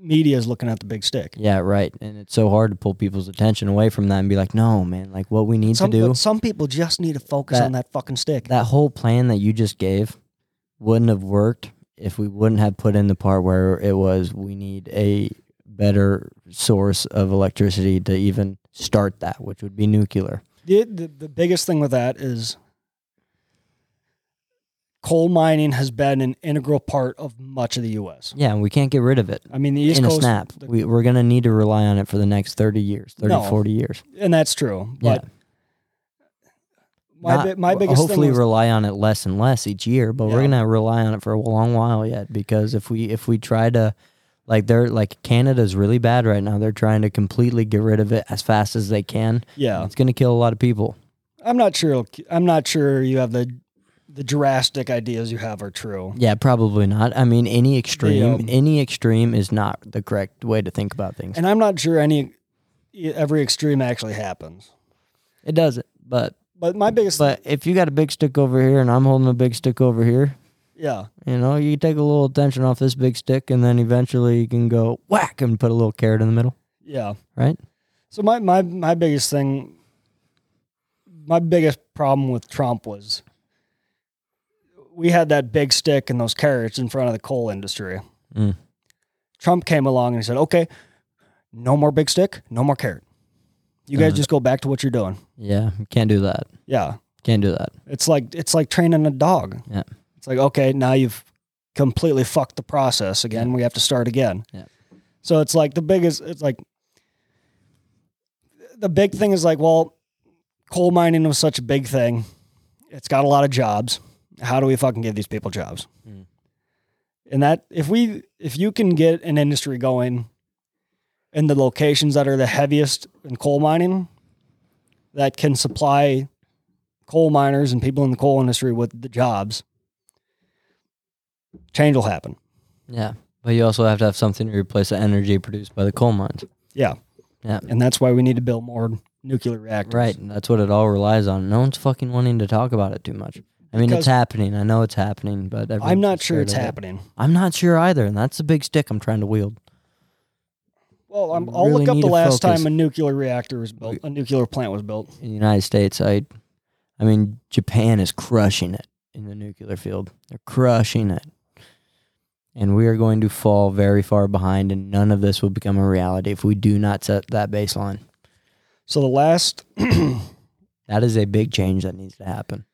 [SPEAKER 2] media is looking at the big stick.
[SPEAKER 1] Yeah, right. And it's so hard to pull people's attention away from that and be like, no, man, like what we need
[SPEAKER 2] Some,
[SPEAKER 1] to do,
[SPEAKER 2] but some people just need to focus
[SPEAKER 1] That-
[SPEAKER 2] on that fucking stick.
[SPEAKER 1] that whole plan that you just gave wouldn't have worked if we wouldn't have put in the part where it was we need a better source of electricity to even start that, which would be nuclear.
[SPEAKER 2] the, the, the biggest thing with that is coal mining has been an integral part of much of the U.S.
[SPEAKER 1] Yeah, and we can't get rid of it.
[SPEAKER 2] I mean, the East
[SPEAKER 1] in
[SPEAKER 2] Coast,
[SPEAKER 1] a snap,
[SPEAKER 2] the-
[SPEAKER 1] we, we're going to need to rely on it for the next 30 years, 30,
[SPEAKER 2] No.
[SPEAKER 1] 40 years.
[SPEAKER 2] and that's true.
[SPEAKER 1] Yeah.
[SPEAKER 2] But my,
[SPEAKER 1] Not-
[SPEAKER 2] bi- my biggest
[SPEAKER 1] hopefully
[SPEAKER 2] thing was,
[SPEAKER 1] rely on it less and less each year, but we're
[SPEAKER 2] Yeah.
[SPEAKER 1] gonna rely on it for a long while yet because if we if we try to like they're like Canada's really bad right now. They're trying to completely get rid of it as fast as they can.
[SPEAKER 2] yeah,
[SPEAKER 1] It's gonna kill a lot of people.
[SPEAKER 2] I'm not sure. it'll- I'm not sure you have the the drastic ideas you have are true.
[SPEAKER 1] Yeah, probably not. I mean, any extreme,
[SPEAKER 2] um,
[SPEAKER 1] any extreme is not the correct way to think about things.
[SPEAKER 2] And I'm not sure any e, every extreme actually happens.
[SPEAKER 1] It doesn't. But
[SPEAKER 2] But my biggest
[SPEAKER 1] but if you got a big stick over here and I'm holding a big stick over here,
[SPEAKER 2] yeah.
[SPEAKER 1] you know, you take a little tension off this big stick, and then eventually you can go whack and put a little carrot in the middle,
[SPEAKER 2] Yeah.
[SPEAKER 1] right?
[SPEAKER 2] So my my my biggest thing my biggest problem with Trump was we had that big stick and those carrots in front of the coal industry.
[SPEAKER 1] Mm.
[SPEAKER 2] Trump came along and he said, "Okay, no more big stick, no more carrot. You guys
[SPEAKER 1] Uh-huh.
[SPEAKER 2] just go back to what you're doing."
[SPEAKER 1] Yeah, can't do that.
[SPEAKER 2] Yeah.
[SPEAKER 1] Can't do that.
[SPEAKER 2] It's like it's like training a dog.
[SPEAKER 1] Yeah.
[SPEAKER 2] It's like okay, now you've completely fucked the process again. We have to start again.
[SPEAKER 1] Yeah.
[SPEAKER 2] So it's like the biggest. It's like the big thing is like well, coal mining was such a big thing. It's got a lot of jobs. How do we fucking give these people jobs?
[SPEAKER 1] Mm.
[SPEAKER 2] And that if we if you can get an industry going in the locations that are the heaviest in coal mining, that can supply coal miners and people in the coal industry with the jobs, change will happen.
[SPEAKER 1] Yeah, but you also have to have something to replace the energy produced by the coal mines.
[SPEAKER 2] Yeah.
[SPEAKER 1] Yeah.
[SPEAKER 2] And that's why we need to build more nuclear reactors.
[SPEAKER 1] Right, and that's what it all relies on. No one's fucking wanting to talk about it too much. I mean,
[SPEAKER 2] Because-
[SPEAKER 1] it's happening. I know it's happening, but
[SPEAKER 2] I'm
[SPEAKER 1] everyone's
[SPEAKER 2] not
[SPEAKER 1] just
[SPEAKER 2] sure
[SPEAKER 1] scared
[SPEAKER 2] it's
[SPEAKER 1] of it.
[SPEAKER 2] happening.
[SPEAKER 1] I'm not sure either, and that's the big stick I'm trying to wield.
[SPEAKER 2] Well, I'm,
[SPEAKER 1] We
[SPEAKER 2] I'll
[SPEAKER 1] really
[SPEAKER 2] look up
[SPEAKER 1] need
[SPEAKER 2] the
[SPEAKER 1] to
[SPEAKER 2] last
[SPEAKER 1] focus.
[SPEAKER 2] time a nuclear reactor was built, a nuclear plant was built.
[SPEAKER 1] In the United States, I, I mean, Japan is crushing it in the nuclear field. They're crushing it, and we are going to fall very far behind, and none of this will become a reality if we do not set that baseline.
[SPEAKER 2] So the last,
[SPEAKER 1] That is a big change that needs to happen.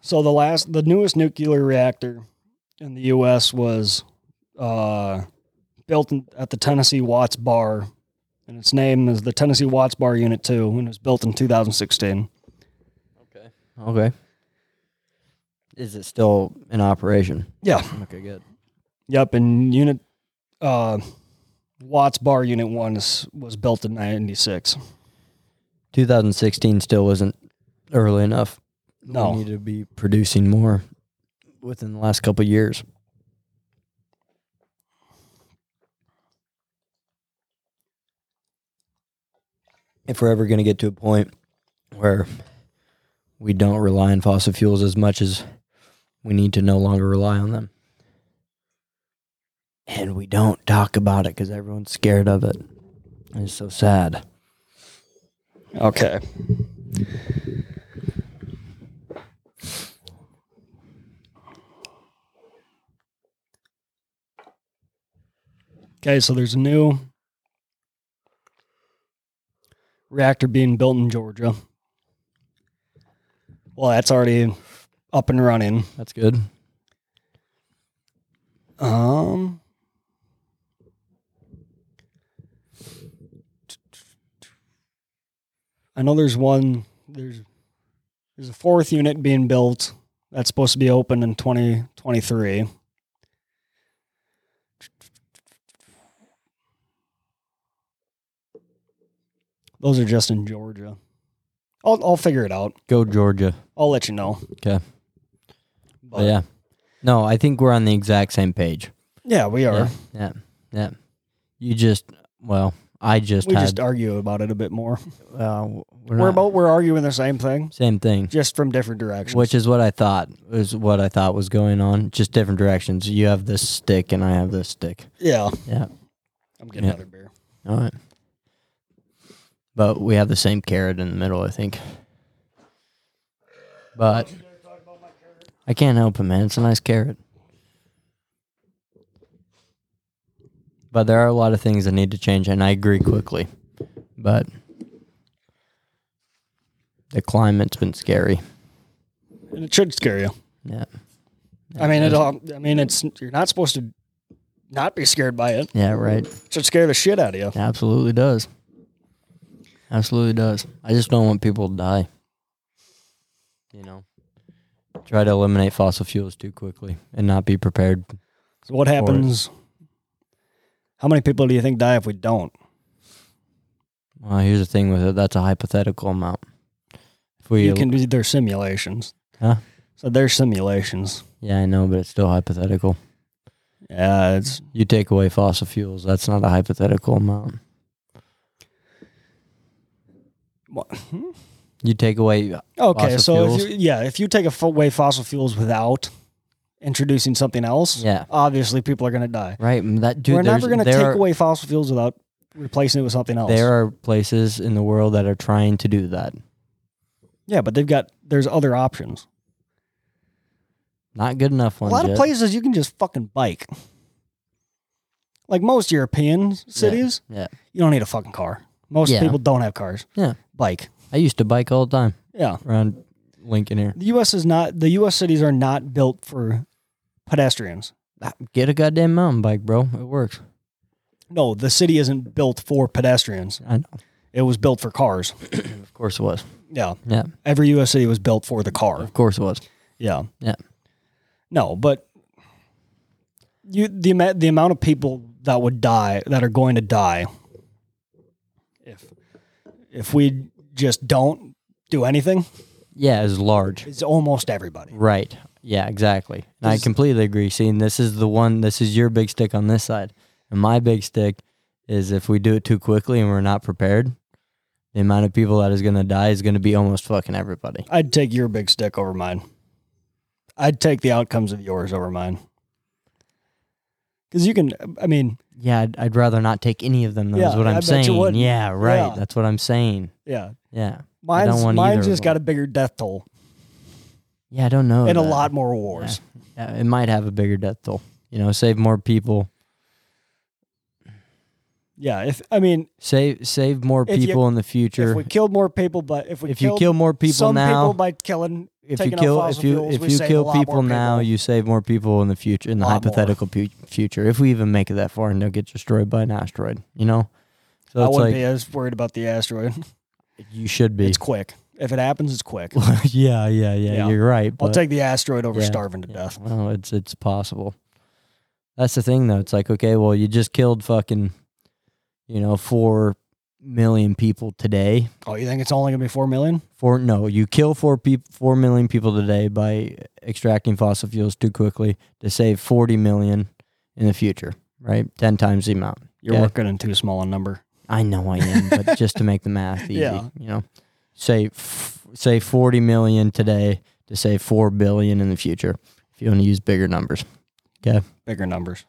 [SPEAKER 2] so the last, the newest nuclear reactor in the U.S. was uh, built in, at the Tennessee Watts Bar, and its name is the Tennessee Watts Bar Unit Two, and it was built in 2016.
[SPEAKER 1] Okay. Okay. Is it still in operation?
[SPEAKER 2] Yeah.
[SPEAKER 1] Okay, good.
[SPEAKER 2] Yep, and unit uh Watts Bar Unit One is, was built in '96.
[SPEAKER 1] 2016 still isn't early enough.
[SPEAKER 2] No.
[SPEAKER 1] We need to be producing more within the last couple of years. If we're ever going to get to a point where we don't rely on fossil fuels as much as we need to no longer rely on them. And we don't talk about it because everyone's scared of it. And It's so sad.
[SPEAKER 2] Okay. Okay, so there's a new reactor being built in Georgia. Well, that's already up and running.
[SPEAKER 1] That's good.
[SPEAKER 2] Um. I know there's one. There's there's a fourth unit being built that's supposed to be open in 2023. Those are just in Georgia. I'll I'll figure it out.
[SPEAKER 1] Go Georgia.
[SPEAKER 2] I'll let you know.
[SPEAKER 1] 'Kay.
[SPEAKER 2] But
[SPEAKER 1] But yeah. No, I think we're on the exact same page.
[SPEAKER 2] yeah, we are.
[SPEAKER 1] Yeah. Yeah. yeah. You just well, I just
[SPEAKER 2] we
[SPEAKER 1] had
[SPEAKER 2] just argue about it a bit more.
[SPEAKER 1] uh, we're,
[SPEAKER 2] We're,
[SPEAKER 1] not,
[SPEAKER 2] about we're arguing the same thing,
[SPEAKER 1] same thing.
[SPEAKER 2] just from different directions.
[SPEAKER 1] Which is what I thought is what I thought was going on. Just different directions. You have this stick and I have this stick.
[SPEAKER 2] yeah,
[SPEAKER 1] Yeah.
[SPEAKER 2] I'm getting
[SPEAKER 1] Yeah.
[SPEAKER 2] another beer.
[SPEAKER 1] All right. But we have the same carrot in the middle, I think. But I can't help it, man. It's a nice carrot. But there are a lot of things that need to change, and I agree quickly. But the climate's been scary.
[SPEAKER 2] And it should scare you.
[SPEAKER 1] Yeah.
[SPEAKER 2] I mean,
[SPEAKER 1] Yeah.
[SPEAKER 2] it all. I mean, it's you're not supposed to not be scared by it.
[SPEAKER 1] Yeah, right.
[SPEAKER 2] It should scare the shit out of you.
[SPEAKER 1] It absolutely does. Absolutely does. I just don't want people to die. You know, try to eliminate fossil fuels too quickly and not be prepared.
[SPEAKER 2] So what happens? How many people do you think die if we don't?
[SPEAKER 1] Well, here's the thing with it. That's a hypothetical amount. If we,
[SPEAKER 2] You can do their simulations.
[SPEAKER 1] Huh?
[SPEAKER 2] So they're simulations.
[SPEAKER 1] yeah, I know, but it's still hypothetical.
[SPEAKER 2] Yeah, it's
[SPEAKER 1] You take away fossil fuels, that's not a hypothetical amount.
[SPEAKER 2] What?
[SPEAKER 1] You take away,
[SPEAKER 2] okay.
[SPEAKER 1] Fossil
[SPEAKER 2] so if
[SPEAKER 1] fuels.
[SPEAKER 2] you, yeah, if you take fo- away fossil fuels without introducing something else,
[SPEAKER 1] yeah,
[SPEAKER 2] obviously people are going to die.
[SPEAKER 1] right. That dude,
[SPEAKER 2] We're never
[SPEAKER 1] there's-
[SPEAKER 2] going to
[SPEAKER 1] there
[SPEAKER 2] take
[SPEAKER 1] are-
[SPEAKER 2] away fossil fuels without replacing it with something else.
[SPEAKER 1] There are places in the world that are trying to do that.
[SPEAKER 2] yeah, but they've got there's other options.
[SPEAKER 1] Not good enough
[SPEAKER 2] A
[SPEAKER 1] ones.
[SPEAKER 2] lot
[SPEAKER 1] yet.
[SPEAKER 2] of places you can just fucking bike. Like most European cities,
[SPEAKER 1] yeah.
[SPEAKER 2] you don't need a fucking car. Most
[SPEAKER 1] Yeah.
[SPEAKER 2] people don't have cars.
[SPEAKER 1] Yeah.
[SPEAKER 2] Bike.
[SPEAKER 1] I used to bike all the time
[SPEAKER 2] Yeah.
[SPEAKER 1] around Lincoln here.
[SPEAKER 2] The US is not the US cities are not built for pedestrians.
[SPEAKER 1] Get a goddamn mountain bike, bro. It works.
[SPEAKER 2] No, the city isn't built for pedestrians.
[SPEAKER 1] I know.
[SPEAKER 2] It was built for cars.
[SPEAKER 1] Of course it was.
[SPEAKER 2] Yeah.
[SPEAKER 1] Yeah.
[SPEAKER 2] Every US city was built for the car.
[SPEAKER 1] Of course it was.
[SPEAKER 2] Yeah.
[SPEAKER 1] Yeah.
[SPEAKER 2] No, but you the ama- the amount of people that would die that are going to die if if we just don't do anything
[SPEAKER 1] Yeah, it's large.
[SPEAKER 2] is almost everybody.
[SPEAKER 1] Right. Yeah, exactly. And I
[SPEAKER 2] This-
[SPEAKER 1] completely agree. See, and this is the one, this is your big stick on this side. And my big stick is if we do it too quickly and we're not prepared, the amount of people that is going to die is going to be almost fucking everybody.
[SPEAKER 2] I'd take your big stick over mine. I'd take the outcomes of yours over mine. Cuz you can I mean,
[SPEAKER 1] Yeah, I'd, I'd rather not take any of them. That's
[SPEAKER 2] Yeah,
[SPEAKER 1] what
[SPEAKER 2] I
[SPEAKER 1] I'm
[SPEAKER 2] bet you
[SPEAKER 1] saying.
[SPEAKER 2] wouldn't.
[SPEAKER 1] Yeah, right.
[SPEAKER 2] Yeah.
[SPEAKER 1] That's what I'm saying.
[SPEAKER 2] yeah.
[SPEAKER 1] Yeah.
[SPEAKER 2] Mine's
[SPEAKER 1] want either
[SPEAKER 2] mine's
[SPEAKER 1] of
[SPEAKER 2] just
[SPEAKER 1] them. Oh,
[SPEAKER 2] got a bigger death toll
[SPEAKER 1] Yeah, I don't know.
[SPEAKER 2] and a
[SPEAKER 1] that.
[SPEAKER 2] lot more wars.
[SPEAKER 1] Yeah, uh, it might have a bigger death toll. You know, save more people.
[SPEAKER 2] Yeah, if I mean,
[SPEAKER 1] Save save more
[SPEAKER 2] If you-
[SPEAKER 1] people in the future.
[SPEAKER 2] if we killed more people but if we
[SPEAKER 1] if you
[SPEAKER 2] killed
[SPEAKER 1] kill more people
[SPEAKER 2] some
[SPEAKER 1] now,
[SPEAKER 2] people by killing
[SPEAKER 1] if you
[SPEAKER 2] taking out
[SPEAKER 1] kill
[SPEAKER 2] fossil
[SPEAKER 1] if you
[SPEAKER 2] fuels, we
[SPEAKER 1] if you
[SPEAKER 2] save a
[SPEAKER 1] kill
[SPEAKER 2] lot more
[SPEAKER 1] people now,
[SPEAKER 2] people.
[SPEAKER 1] you save more people in the future in the
[SPEAKER 2] Lot more.
[SPEAKER 1] hypothetical pu- future. If we even make it that far and don't get destroyed by an asteroid, you know. So
[SPEAKER 2] I
[SPEAKER 1] it's
[SPEAKER 2] wouldn't
[SPEAKER 1] like
[SPEAKER 2] be as worried about the asteroid.
[SPEAKER 1] you should be.
[SPEAKER 2] It's quick. If it happens, it's quick.
[SPEAKER 1] yeah, yeah, yeah,
[SPEAKER 2] Yeah.
[SPEAKER 1] You're right.
[SPEAKER 2] I'll
[SPEAKER 1] but-
[SPEAKER 2] take the asteroid over
[SPEAKER 1] Yeah,
[SPEAKER 2] starving to
[SPEAKER 1] yeah,
[SPEAKER 2] death.
[SPEAKER 1] Well, it's it's possible. That's the thing, though. It's like, okay, well, you just killed fucking, you know, four million people today.
[SPEAKER 2] Oh, you think it's only gonna be four million?
[SPEAKER 1] Four no, you kill four peop four million people today by extracting fossil fuels too quickly to save forty million in the future, right? Ten times the amount.
[SPEAKER 2] You're
[SPEAKER 1] Okay?
[SPEAKER 2] working in too small a number.
[SPEAKER 1] I know I am, but just to make the math easy,
[SPEAKER 2] Yeah.
[SPEAKER 1] you know, say f- say forty million today to save four billion in the future. If you want to use bigger numbers.
[SPEAKER 2] Bigger numbers.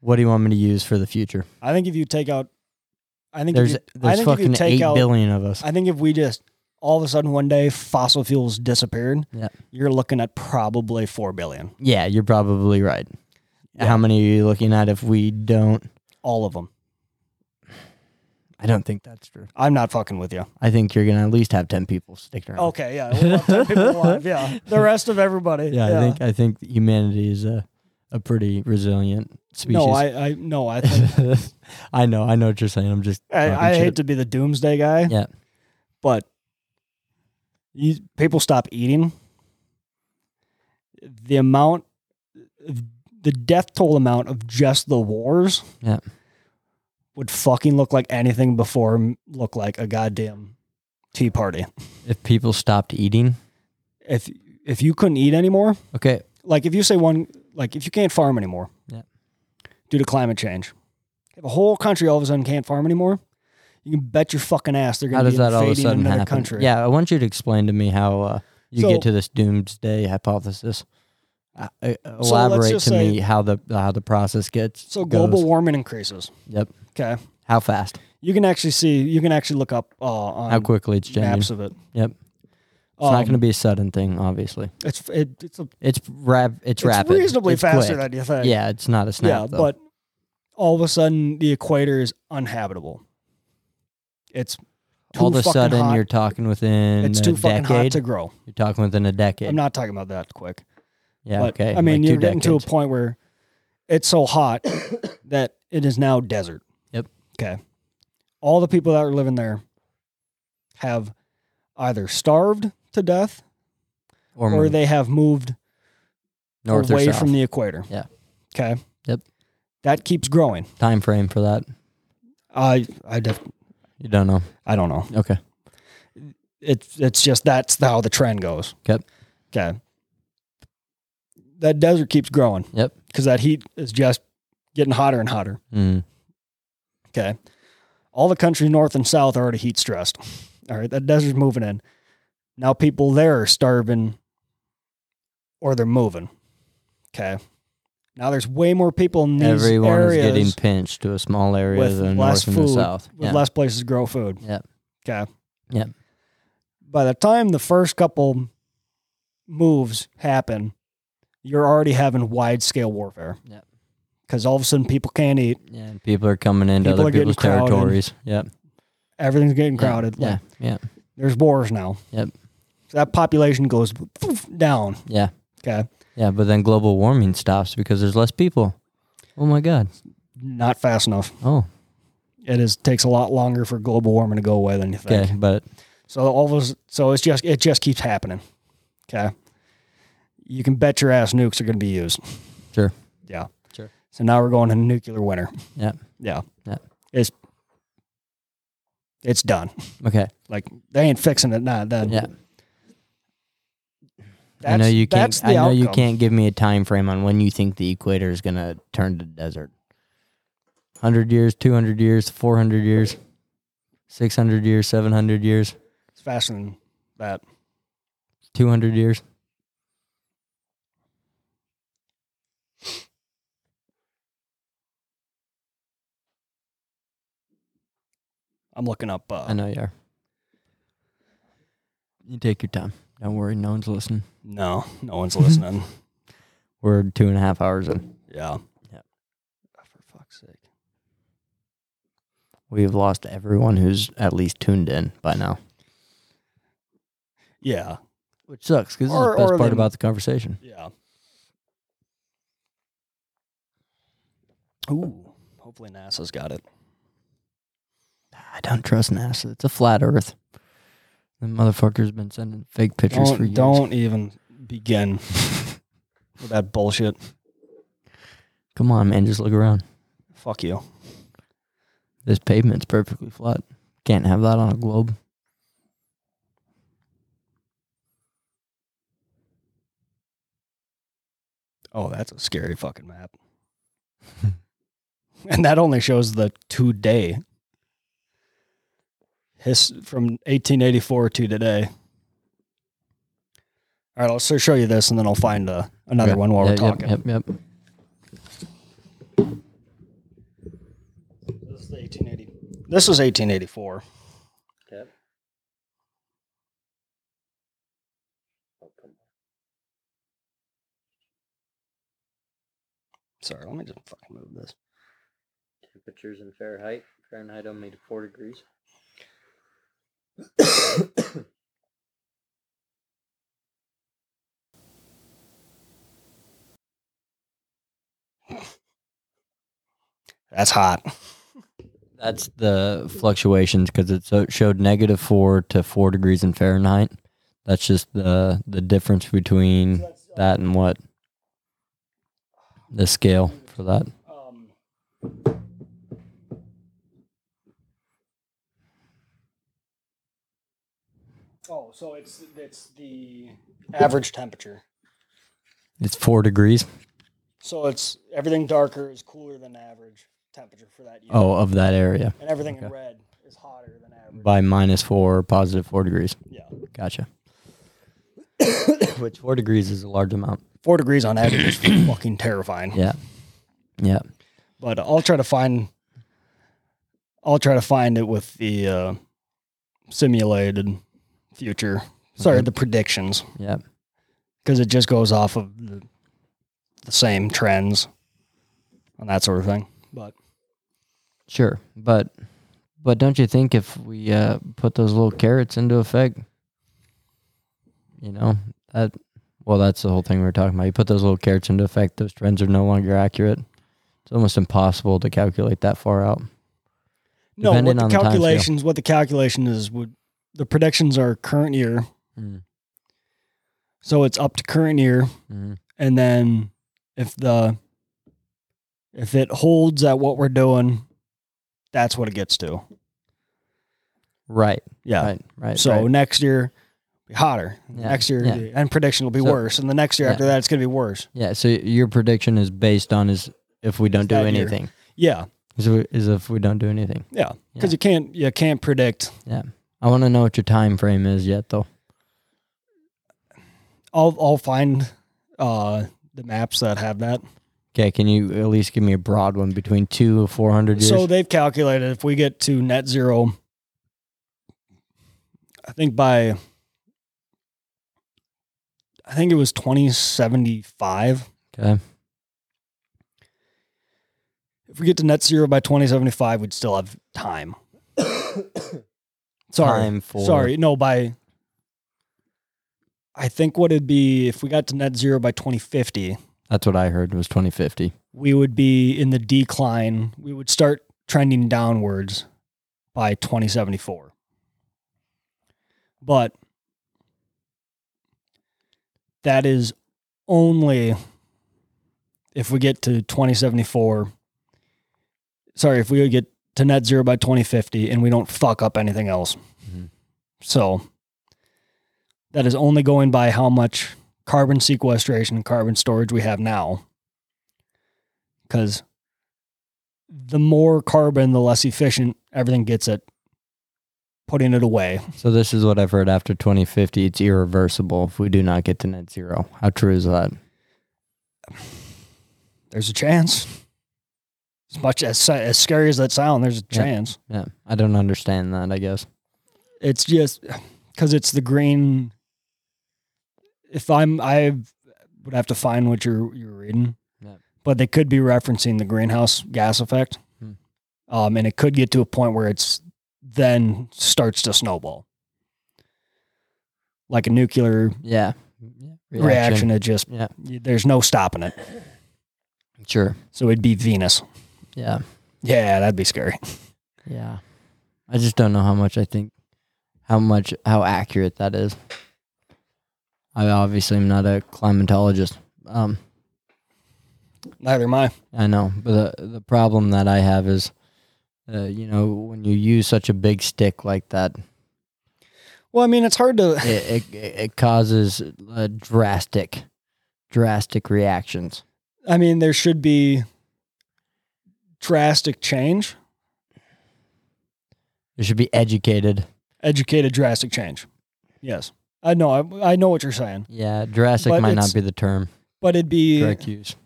[SPEAKER 1] What do you want me to use for the future?
[SPEAKER 2] I think if you take out, I think
[SPEAKER 1] There's
[SPEAKER 2] if you, I
[SPEAKER 1] there's
[SPEAKER 2] think if you
[SPEAKER 1] fucking
[SPEAKER 2] take
[SPEAKER 1] eight
[SPEAKER 2] out,
[SPEAKER 1] billion of us.
[SPEAKER 2] I think if we just all of a sudden one day fossil fuels disappeared,
[SPEAKER 1] Yeah.
[SPEAKER 2] you're looking at probably four billion.
[SPEAKER 1] yeah, you're probably right. How many are you looking at if we don't?
[SPEAKER 2] All of them.
[SPEAKER 1] I don't think that's true.
[SPEAKER 2] I'm not fucking with you.
[SPEAKER 1] I think you're gonna at least have ten people sticking around.
[SPEAKER 2] Okay, yeah. we want 10 people alive, yeah. The rest of everybody.
[SPEAKER 1] yeah, I think I think humanity is a a pretty resilient species.
[SPEAKER 2] No, I, I no, I think
[SPEAKER 1] I know, I know what you're saying. I'm just talking
[SPEAKER 2] I, I
[SPEAKER 1] shit.
[SPEAKER 2] hate to be the doomsday guy.
[SPEAKER 1] Yeah.
[SPEAKER 2] But you, people stop eating. The amount, the death toll amount of just the wars,
[SPEAKER 1] Yeah.
[SPEAKER 2] would fucking look like anything before m- look like a goddamn tea party.
[SPEAKER 1] if people stopped eating.
[SPEAKER 2] If if you couldn't eat anymore,
[SPEAKER 1] Okay,
[SPEAKER 2] like if you say one like if you can't farm anymore
[SPEAKER 1] Yeah.
[SPEAKER 2] due to climate change if a whole country all of a sudden can't farm anymore you can bet your fucking ass they're
[SPEAKER 1] how
[SPEAKER 2] going to
[SPEAKER 1] does
[SPEAKER 2] be
[SPEAKER 1] that all of a
[SPEAKER 2] invading
[SPEAKER 1] sudden
[SPEAKER 2] another
[SPEAKER 1] happen?
[SPEAKER 2] country
[SPEAKER 1] Yeah, I want you to explain to me how uh, you
[SPEAKER 2] So-
[SPEAKER 1] get to this doomsday hypothesis. Uh, uh,
[SPEAKER 2] let's
[SPEAKER 1] elaborate to
[SPEAKER 2] just say-
[SPEAKER 1] me how the how the process gets.
[SPEAKER 2] so
[SPEAKER 1] goes.
[SPEAKER 2] global warming increases
[SPEAKER 1] Yep.
[SPEAKER 2] okay
[SPEAKER 1] How fast?
[SPEAKER 2] you can actually see you can actually look up uh, on
[SPEAKER 1] How quickly it's changing?
[SPEAKER 2] maps of it Um,
[SPEAKER 1] Yep. It's not going to be a sudden thing, obviously.
[SPEAKER 2] it's it, it's, a, it's
[SPEAKER 1] It's rap. It's, rapid.
[SPEAKER 2] reasonably
[SPEAKER 1] It's
[SPEAKER 2] faster
[SPEAKER 1] quick.
[SPEAKER 2] than you think
[SPEAKER 1] Yeah, it's not a snap.
[SPEAKER 2] yeah
[SPEAKER 1] though.
[SPEAKER 2] but all of a sudden the equator is unhabitable it's too
[SPEAKER 1] all of a
[SPEAKER 2] fucking
[SPEAKER 1] sudden
[SPEAKER 2] hot.
[SPEAKER 1] you're talking within
[SPEAKER 2] it's
[SPEAKER 1] a
[SPEAKER 2] too fucking
[SPEAKER 1] decade.
[SPEAKER 2] hot to grow
[SPEAKER 1] you're talking within a decade.
[SPEAKER 2] i'm not talking about that quick
[SPEAKER 1] yeah.
[SPEAKER 2] But,
[SPEAKER 1] okay.
[SPEAKER 2] I mean,
[SPEAKER 1] like two
[SPEAKER 2] you're getting to a
[SPEAKER 1] decades.
[SPEAKER 2] point where it's so hot that it is now desert.
[SPEAKER 1] Yep.
[SPEAKER 2] Okay. All the people that are living there have either starved to death
[SPEAKER 1] or,
[SPEAKER 2] or
[SPEAKER 1] more,
[SPEAKER 2] they have moved
[SPEAKER 1] north
[SPEAKER 2] away
[SPEAKER 1] or south.
[SPEAKER 2] from the equator.
[SPEAKER 1] Yeah.
[SPEAKER 2] Okay.
[SPEAKER 1] Yep.
[SPEAKER 2] That keeps growing.
[SPEAKER 1] time frame for that.
[SPEAKER 2] I I def-
[SPEAKER 1] You don't know.
[SPEAKER 2] I don't know.
[SPEAKER 1] Okay.
[SPEAKER 2] It's it's just that's how the trend goes.
[SPEAKER 1] Yep.
[SPEAKER 2] Okay. That desert keeps growing.
[SPEAKER 1] Yep.
[SPEAKER 2] Because that heat is just getting hotter and hotter.
[SPEAKER 1] Mm.
[SPEAKER 2] Okay. All the countries north and south are already heat stressed. All right. That desert's moving in. Now people there are starving or they're moving. Okay. Now there's way more people in these
[SPEAKER 1] Everyone is
[SPEAKER 2] areas
[SPEAKER 1] getting pinched to a small area
[SPEAKER 2] with
[SPEAKER 1] than
[SPEAKER 2] less
[SPEAKER 1] north and the
[SPEAKER 2] food,
[SPEAKER 1] south.
[SPEAKER 2] with
[SPEAKER 1] Yeah.
[SPEAKER 2] less places to grow food.
[SPEAKER 1] Yep.
[SPEAKER 2] Okay.
[SPEAKER 1] Yep.
[SPEAKER 2] By the time the first couple moves happen, you're already having wide scale warfare.
[SPEAKER 1] Yep.
[SPEAKER 2] Because all of a sudden people can't eat.
[SPEAKER 1] yeah. and People are coming into
[SPEAKER 2] People
[SPEAKER 1] other
[SPEAKER 2] are getting
[SPEAKER 1] people's
[SPEAKER 2] crowded.
[SPEAKER 1] territories. Yep.
[SPEAKER 2] Everything's getting crowded. Like,
[SPEAKER 1] Yeah. Yeah.
[SPEAKER 2] There's wars now.
[SPEAKER 1] Yep.
[SPEAKER 2] So that population goes poof, down.
[SPEAKER 1] Yeah.
[SPEAKER 2] Okay.
[SPEAKER 1] Yeah. But then global warming stops because there's less people. Oh my God.
[SPEAKER 2] Not fast enough.
[SPEAKER 1] Oh.
[SPEAKER 2] It is takes a lot longer for global warming to go away than you think.
[SPEAKER 1] Okay. But
[SPEAKER 2] So all those so it's just it just keeps happening. Okay. You can bet your ass nukes are gonna be used.
[SPEAKER 1] Sure.
[SPEAKER 2] Yeah.
[SPEAKER 1] Sure.
[SPEAKER 2] So now we're going to nuclear winter.
[SPEAKER 1] yeah.
[SPEAKER 2] Yeah.
[SPEAKER 1] Yeah.
[SPEAKER 2] It's it's done.
[SPEAKER 1] Okay.
[SPEAKER 2] Like they ain't fixing it now then.
[SPEAKER 1] Yeah. I know you can't.
[SPEAKER 2] that's the
[SPEAKER 1] I know you
[SPEAKER 2] outcome.
[SPEAKER 1] can't give me a time frame on when you think the equator is gonna turn to desert. Hundred years, two hundred years, four hundred years, six hundred years, seven hundred years,
[SPEAKER 2] It's faster than that.
[SPEAKER 1] two hundred years.
[SPEAKER 2] I'm looking up uh,
[SPEAKER 1] I know you are. You take your time. Don't worry, no one's listening.
[SPEAKER 2] No, no one's listening.
[SPEAKER 1] We're two and a half hours in.
[SPEAKER 2] yeah.
[SPEAKER 1] Yep.
[SPEAKER 2] Oh, For fuck's sake.
[SPEAKER 1] We've lost everyone who's at least tuned in by now,
[SPEAKER 2] Yeah.
[SPEAKER 1] which sucks because this is
[SPEAKER 2] Or-
[SPEAKER 1] the best
[SPEAKER 2] or
[SPEAKER 1] part
[SPEAKER 2] they-
[SPEAKER 1] about the conversation.
[SPEAKER 2] Yeah. Ooh. Hopefully NASA's got it.
[SPEAKER 1] I don't trust NASA. It's a flat Earth. The motherfucker's been sending fake pictures for
[SPEAKER 2] Don't,
[SPEAKER 1] years.
[SPEAKER 2] don't even begin with that bullshit.
[SPEAKER 1] Come on, man. Just look around.
[SPEAKER 2] Fuck you.
[SPEAKER 1] This pavement's perfectly flat. Can't have that on a globe.
[SPEAKER 2] Oh, that's a scary fucking map. and that only shows the two day. His from 1884 to today. All right, I'll so show you this, and then I'll find uh, another one while
[SPEAKER 1] Yeah,
[SPEAKER 2] we're
[SPEAKER 1] yep,
[SPEAKER 2] talking.
[SPEAKER 1] Yep, yep.
[SPEAKER 2] This is the 1880. This was 1884.
[SPEAKER 1] Yep.
[SPEAKER 2] Sorry, let me just fucking move this.
[SPEAKER 1] Temperatures in Fahrenheit. Fahrenheit only to four degrees.
[SPEAKER 2] That's hot.
[SPEAKER 1] That's the fluctuations because it so- showed negative four to four degrees in Fahrenheit. That's just the the difference between that and what the scale for that.
[SPEAKER 2] Um, oh, so it's it's the average temperature.
[SPEAKER 1] It's four degrees.
[SPEAKER 2] So it's everything darker is cooler than average temperature for that year,
[SPEAKER 1] Oh, of that area
[SPEAKER 2] and everything in
[SPEAKER 1] okay.
[SPEAKER 2] red is hotter than average.
[SPEAKER 1] by minus four, positive four degrees.
[SPEAKER 2] yeah,
[SPEAKER 1] Gotcha. Which four degrees is a large amount.
[SPEAKER 2] four degrees on average is fucking terrifying.
[SPEAKER 1] Yeah. Yeah.
[SPEAKER 2] But I'll try to find. I'll try to find it with the uh, simulated future. Sorry,
[SPEAKER 1] Okay.
[SPEAKER 2] the predictions.
[SPEAKER 1] Yeah.
[SPEAKER 2] because it just goes off of the, the same trends and that sort of thing. But
[SPEAKER 1] Sure. But but don't you think if we uh, put those little carrots into effect, you know, that well that's the whole thing we were talking about. You put those little carrots into effect, those trends are no longer accurate. It's almost impossible to calculate that far out.
[SPEAKER 2] no,
[SPEAKER 1] Depending
[SPEAKER 2] what
[SPEAKER 1] on
[SPEAKER 2] the
[SPEAKER 1] the timescale.
[SPEAKER 2] calculations, what the calculation is, would the predictions are current year,
[SPEAKER 1] Mm.
[SPEAKER 2] so it's up to current year,
[SPEAKER 1] Mm-hmm.
[SPEAKER 2] and then if the if it holds at what we're doing, that's what it gets to.
[SPEAKER 1] Right.
[SPEAKER 2] Yeah.
[SPEAKER 1] Right. Right.
[SPEAKER 2] so
[SPEAKER 1] right.
[SPEAKER 2] next year, be hotter.
[SPEAKER 1] Yeah,
[SPEAKER 2] Next year,
[SPEAKER 1] yeah.
[SPEAKER 2] and prediction will be
[SPEAKER 1] So-
[SPEAKER 2] worse. And the next year
[SPEAKER 1] yeah.
[SPEAKER 2] after that, it's going to be worse.
[SPEAKER 1] yeah. So your prediction is based on is if we don't do
[SPEAKER 2] that year.
[SPEAKER 1] anything.
[SPEAKER 2] Yeah.
[SPEAKER 1] Is, if- is if we don't do anything.
[SPEAKER 2] Yeah.
[SPEAKER 1] Yeah.
[SPEAKER 2] Because you can't you can't predict
[SPEAKER 1] I want to know what your time frame is yet though.
[SPEAKER 2] I'll I'll find uh the maps that have that.
[SPEAKER 1] Okay. Can you at least give me a broad one between two and four hundred years?
[SPEAKER 2] So they've calculated if we get to net zero I think by I think it was 2075.
[SPEAKER 1] okay.
[SPEAKER 2] If we get to net zero by 2075, we'd still have time. Sorry.
[SPEAKER 1] Time for
[SPEAKER 2] Sorry, no, by I think what it'd be if we got to net zero by 2050,
[SPEAKER 1] That's what I heard was twenty fifty.
[SPEAKER 2] we would be in the decline. We would start trending downwards by 2074. But that is only if we get to 2074. Sorry, if we get to net zero by 2050 and we don't fuck up anything else.
[SPEAKER 1] Mhm.
[SPEAKER 2] So that is only going by how much carbon sequestration and carbon storage we have now. Because the more carbon, the less efficient everything gets at putting it away.
[SPEAKER 1] So this is what I've heard after 2050 it's irreversible if we do not get to net zero. How true is that?
[SPEAKER 2] There's a chance. As much as as scary as that sound, there's a
[SPEAKER 1] Yeah.
[SPEAKER 2] chance.
[SPEAKER 1] Yeah. I don't understand that, I guess.
[SPEAKER 2] it's just because it's the green. If I'm, I would have to find what you're you're reading,
[SPEAKER 1] Yeah.
[SPEAKER 2] but they could be referencing the greenhouse gas effect,
[SPEAKER 1] Hmm.
[SPEAKER 2] um, and it could get to a point where it's then starts to snowball, like a nuclear
[SPEAKER 1] Yeah.
[SPEAKER 2] reaction. It just
[SPEAKER 1] Yeah.
[SPEAKER 2] there's no stopping it.
[SPEAKER 1] Sure.
[SPEAKER 2] So it'd be Venus.
[SPEAKER 1] Yeah.
[SPEAKER 2] Yeah, that'd be scary.
[SPEAKER 1] Yeah. I just don't know how much I think how much how accurate that is. I obviously am not a climatologist. Um
[SPEAKER 2] Neither am I.
[SPEAKER 1] I know, but the the problem that I have is uh, you know, when you use such a big stick like that,
[SPEAKER 2] Well, I mean, it's hard to.
[SPEAKER 1] it it, it causes uh, drastic, drastic reactions.
[SPEAKER 2] I mean, there should be drastic change,
[SPEAKER 1] You should be educated.
[SPEAKER 2] educated drastic change. Yes, I know. I, I know what you're saying,
[SPEAKER 1] Yeah, drastic
[SPEAKER 2] But
[SPEAKER 1] might
[SPEAKER 2] it's-
[SPEAKER 1] not be the term.
[SPEAKER 2] but it'd be
[SPEAKER 1] Correct use.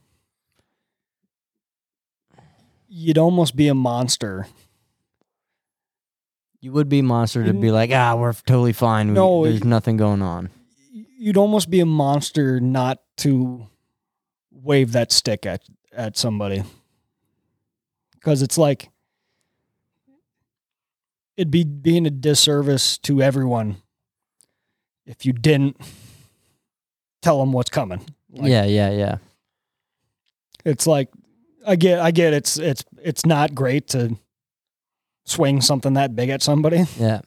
[SPEAKER 2] you'd almost be a monster.
[SPEAKER 1] You would be monster to be like, ah, we're totally fine. We-
[SPEAKER 2] Mm. No,
[SPEAKER 1] there's
[SPEAKER 2] it-
[SPEAKER 1] nothing going on.
[SPEAKER 2] You'd almost be a monster not to wave that stick at at somebody, because it's like it'd be being a disservice to everyone if you didn't tell them what's coming. Like,
[SPEAKER 1] yeah, yeah, yeah.
[SPEAKER 2] it's like I get I get it's it's it's not great to swing something that big at somebody,
[SPEAKER 1] Yeah.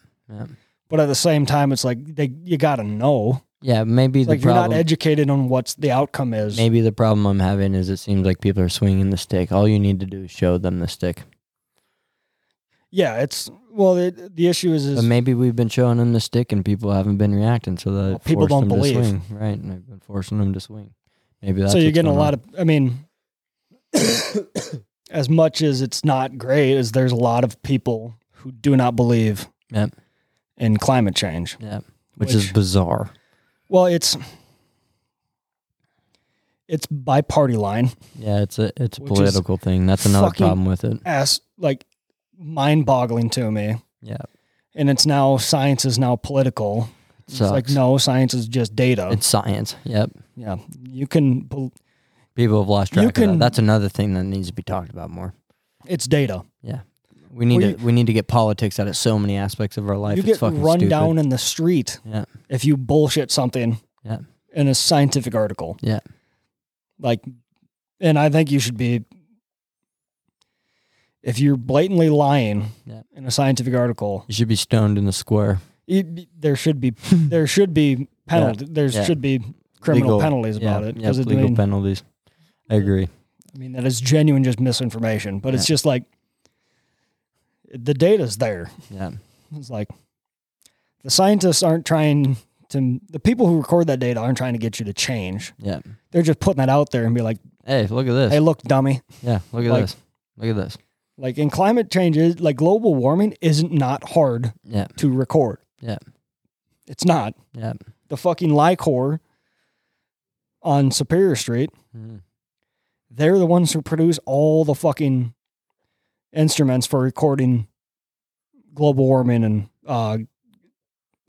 [SPEAKER 2] but at the same time it's like they you got to know.
[SPEAKER 1] Yeah, maybe the
[SPEAKER 2] Like you're not
[SPEAKER 1] problem.
[SPEAKER 2] educated on what's the outcome is.
[SPEAKER 1] maybe the problem I'm having is it seems like people are swinging the stick. All you need to do is show them the stick.
[SPEAKER 2] Yeah, it's well the the issue is, is
[SPEAKER 1] But maybe we've been showing them the stick and people haven't been reacting, so that
[SPEAKER 2] Well,
[SPEAKER 1] it
[SPEAKER 2] people
[SPEAKER 1] forced
[SPEAKER 2] don't
[SPEAKER 1] them to
[SPEAKER 2] believe.
[SPEAKER 1] swing. Right, and I've been forcing them to swing. Maybe that's
[SPEAKER 2] so you're
[SPEAKER 1] what's
[SPEAKER 2] getting a
[SPEAKER 1] going on.
[SPEAKER 2] lot of I mean as much as it's not great as there's a lot of people who do not believe
[SPEAKER 1] Yep.
[SPEAKER 2] in climate change.
[SPEAKER 1] Yeah, which, is
[SPEAKER 2] Which-
[SPEAKER 1] bizarre.
[SPEAKER 2] Well, it's it's by party line.
[SPEAKER 1] Yeah, it's a it's a
[SPEAKER 2] Which is
[SPEAKER 1] political thing. That's another
[SPEAKER 2] fucking-
[SPEAKER 1] problem with it.
[SPEAKER 2] As like mind boggling to me.
[SPEAKER 1] Yeah,
[SPEAKER 2] And it's now science is now political. It's like
[SPEAKER 1] Sucks.
[SPEAKER 2] no, science is just data.
[SPEAKER 1] uh, it's science. Yep,
[SPEAKER 2] yeah, you can. bel-
[SPEAKER 1] people have lost
[SPEAKER 2] You
[SPEAKER 1] track of
[SPEAKER 2] can-
[SPEAKER 1] that. That's another thing that needs to be talked about more.
[SPEAKER 2] It's data.
[SPEAKER 1] We need
[SPEAKER 2] Well,
[SPEAKER 1] to we need to get politics out of so many aspects of our life.
[SPEAKER 2] you
[SPEAKER 1] it's
[SPEAKER 2] get
[SPEAKER 1] fucking
[SPEAKER 2] run
[SPEAKER 1] stupid.
[SPEAKER 2] down in the street
[SPEAKER 1] Yeah.
[SPEAKER 2] if you bullshit something
[SPEAKER 1] Yeah.
[SPEAKER 2] in a scientific article.
[SPEAKER 1] Yeah.
[SPEAKER 2] Like, and I think you should be, if you're blatantly lying
[SPEAKER 1] Yeah.
[SPEAKER 2] in a scientific article,
[SPEAKER 1] You should be stoned in the square.
[SPEAKER 2] it, there should be there should be penalty. There
[SPEAKER 1] yeah.
[SPEAKER 2] should be criminal
[SPEAKER 1] Legal-
[SPEAKER 2] penalties
[SPEAKER 1] yeah,
[SPEAKER 2] about it
[SPEAKER 1] yeah,
[SPEAKER 2] because I,
[SPEAKER 1] legal
[SPEAKER 2] mean,
[SPEAKER 1] penalties. I agree.
[SPEAKER 2] I mean that is genuine just misinformation. But it's just like the data's there.
[SPEAKER 1] Yeah,
[SPEAKER 2] It's like The scientists aren't trying to, the people who record that data aren't trying to get you to change.
[SPEAKER 1] Yeah.
[SPEAKER 2] They're just putting that out there and be like,
[SPEAKER 1] Hey, look at this.
[SPEAKER 2] hey, look, dummy.
[SPEAKER 1] yeah, look at
[SPEAKER 2] like-
[SPEAKER 1] this. Look at this.
[SPEAKER 2] Like, and climate change is like global warming isn't not hard
[SPEAKER 1] Yeah.
[SPEAKER 2] to record.
[SPEAKER 1] Yeah.
[SPEAKER 2] It's not.
[SPEAKER 1] Yeah.
[SPEAKER 2] The fucking Lycor on Superior Street,
[SPEAKER 1] Mhm.
[SPEAKER 2] they're the ones who produce all the fucking instruments for recording global warming and uh,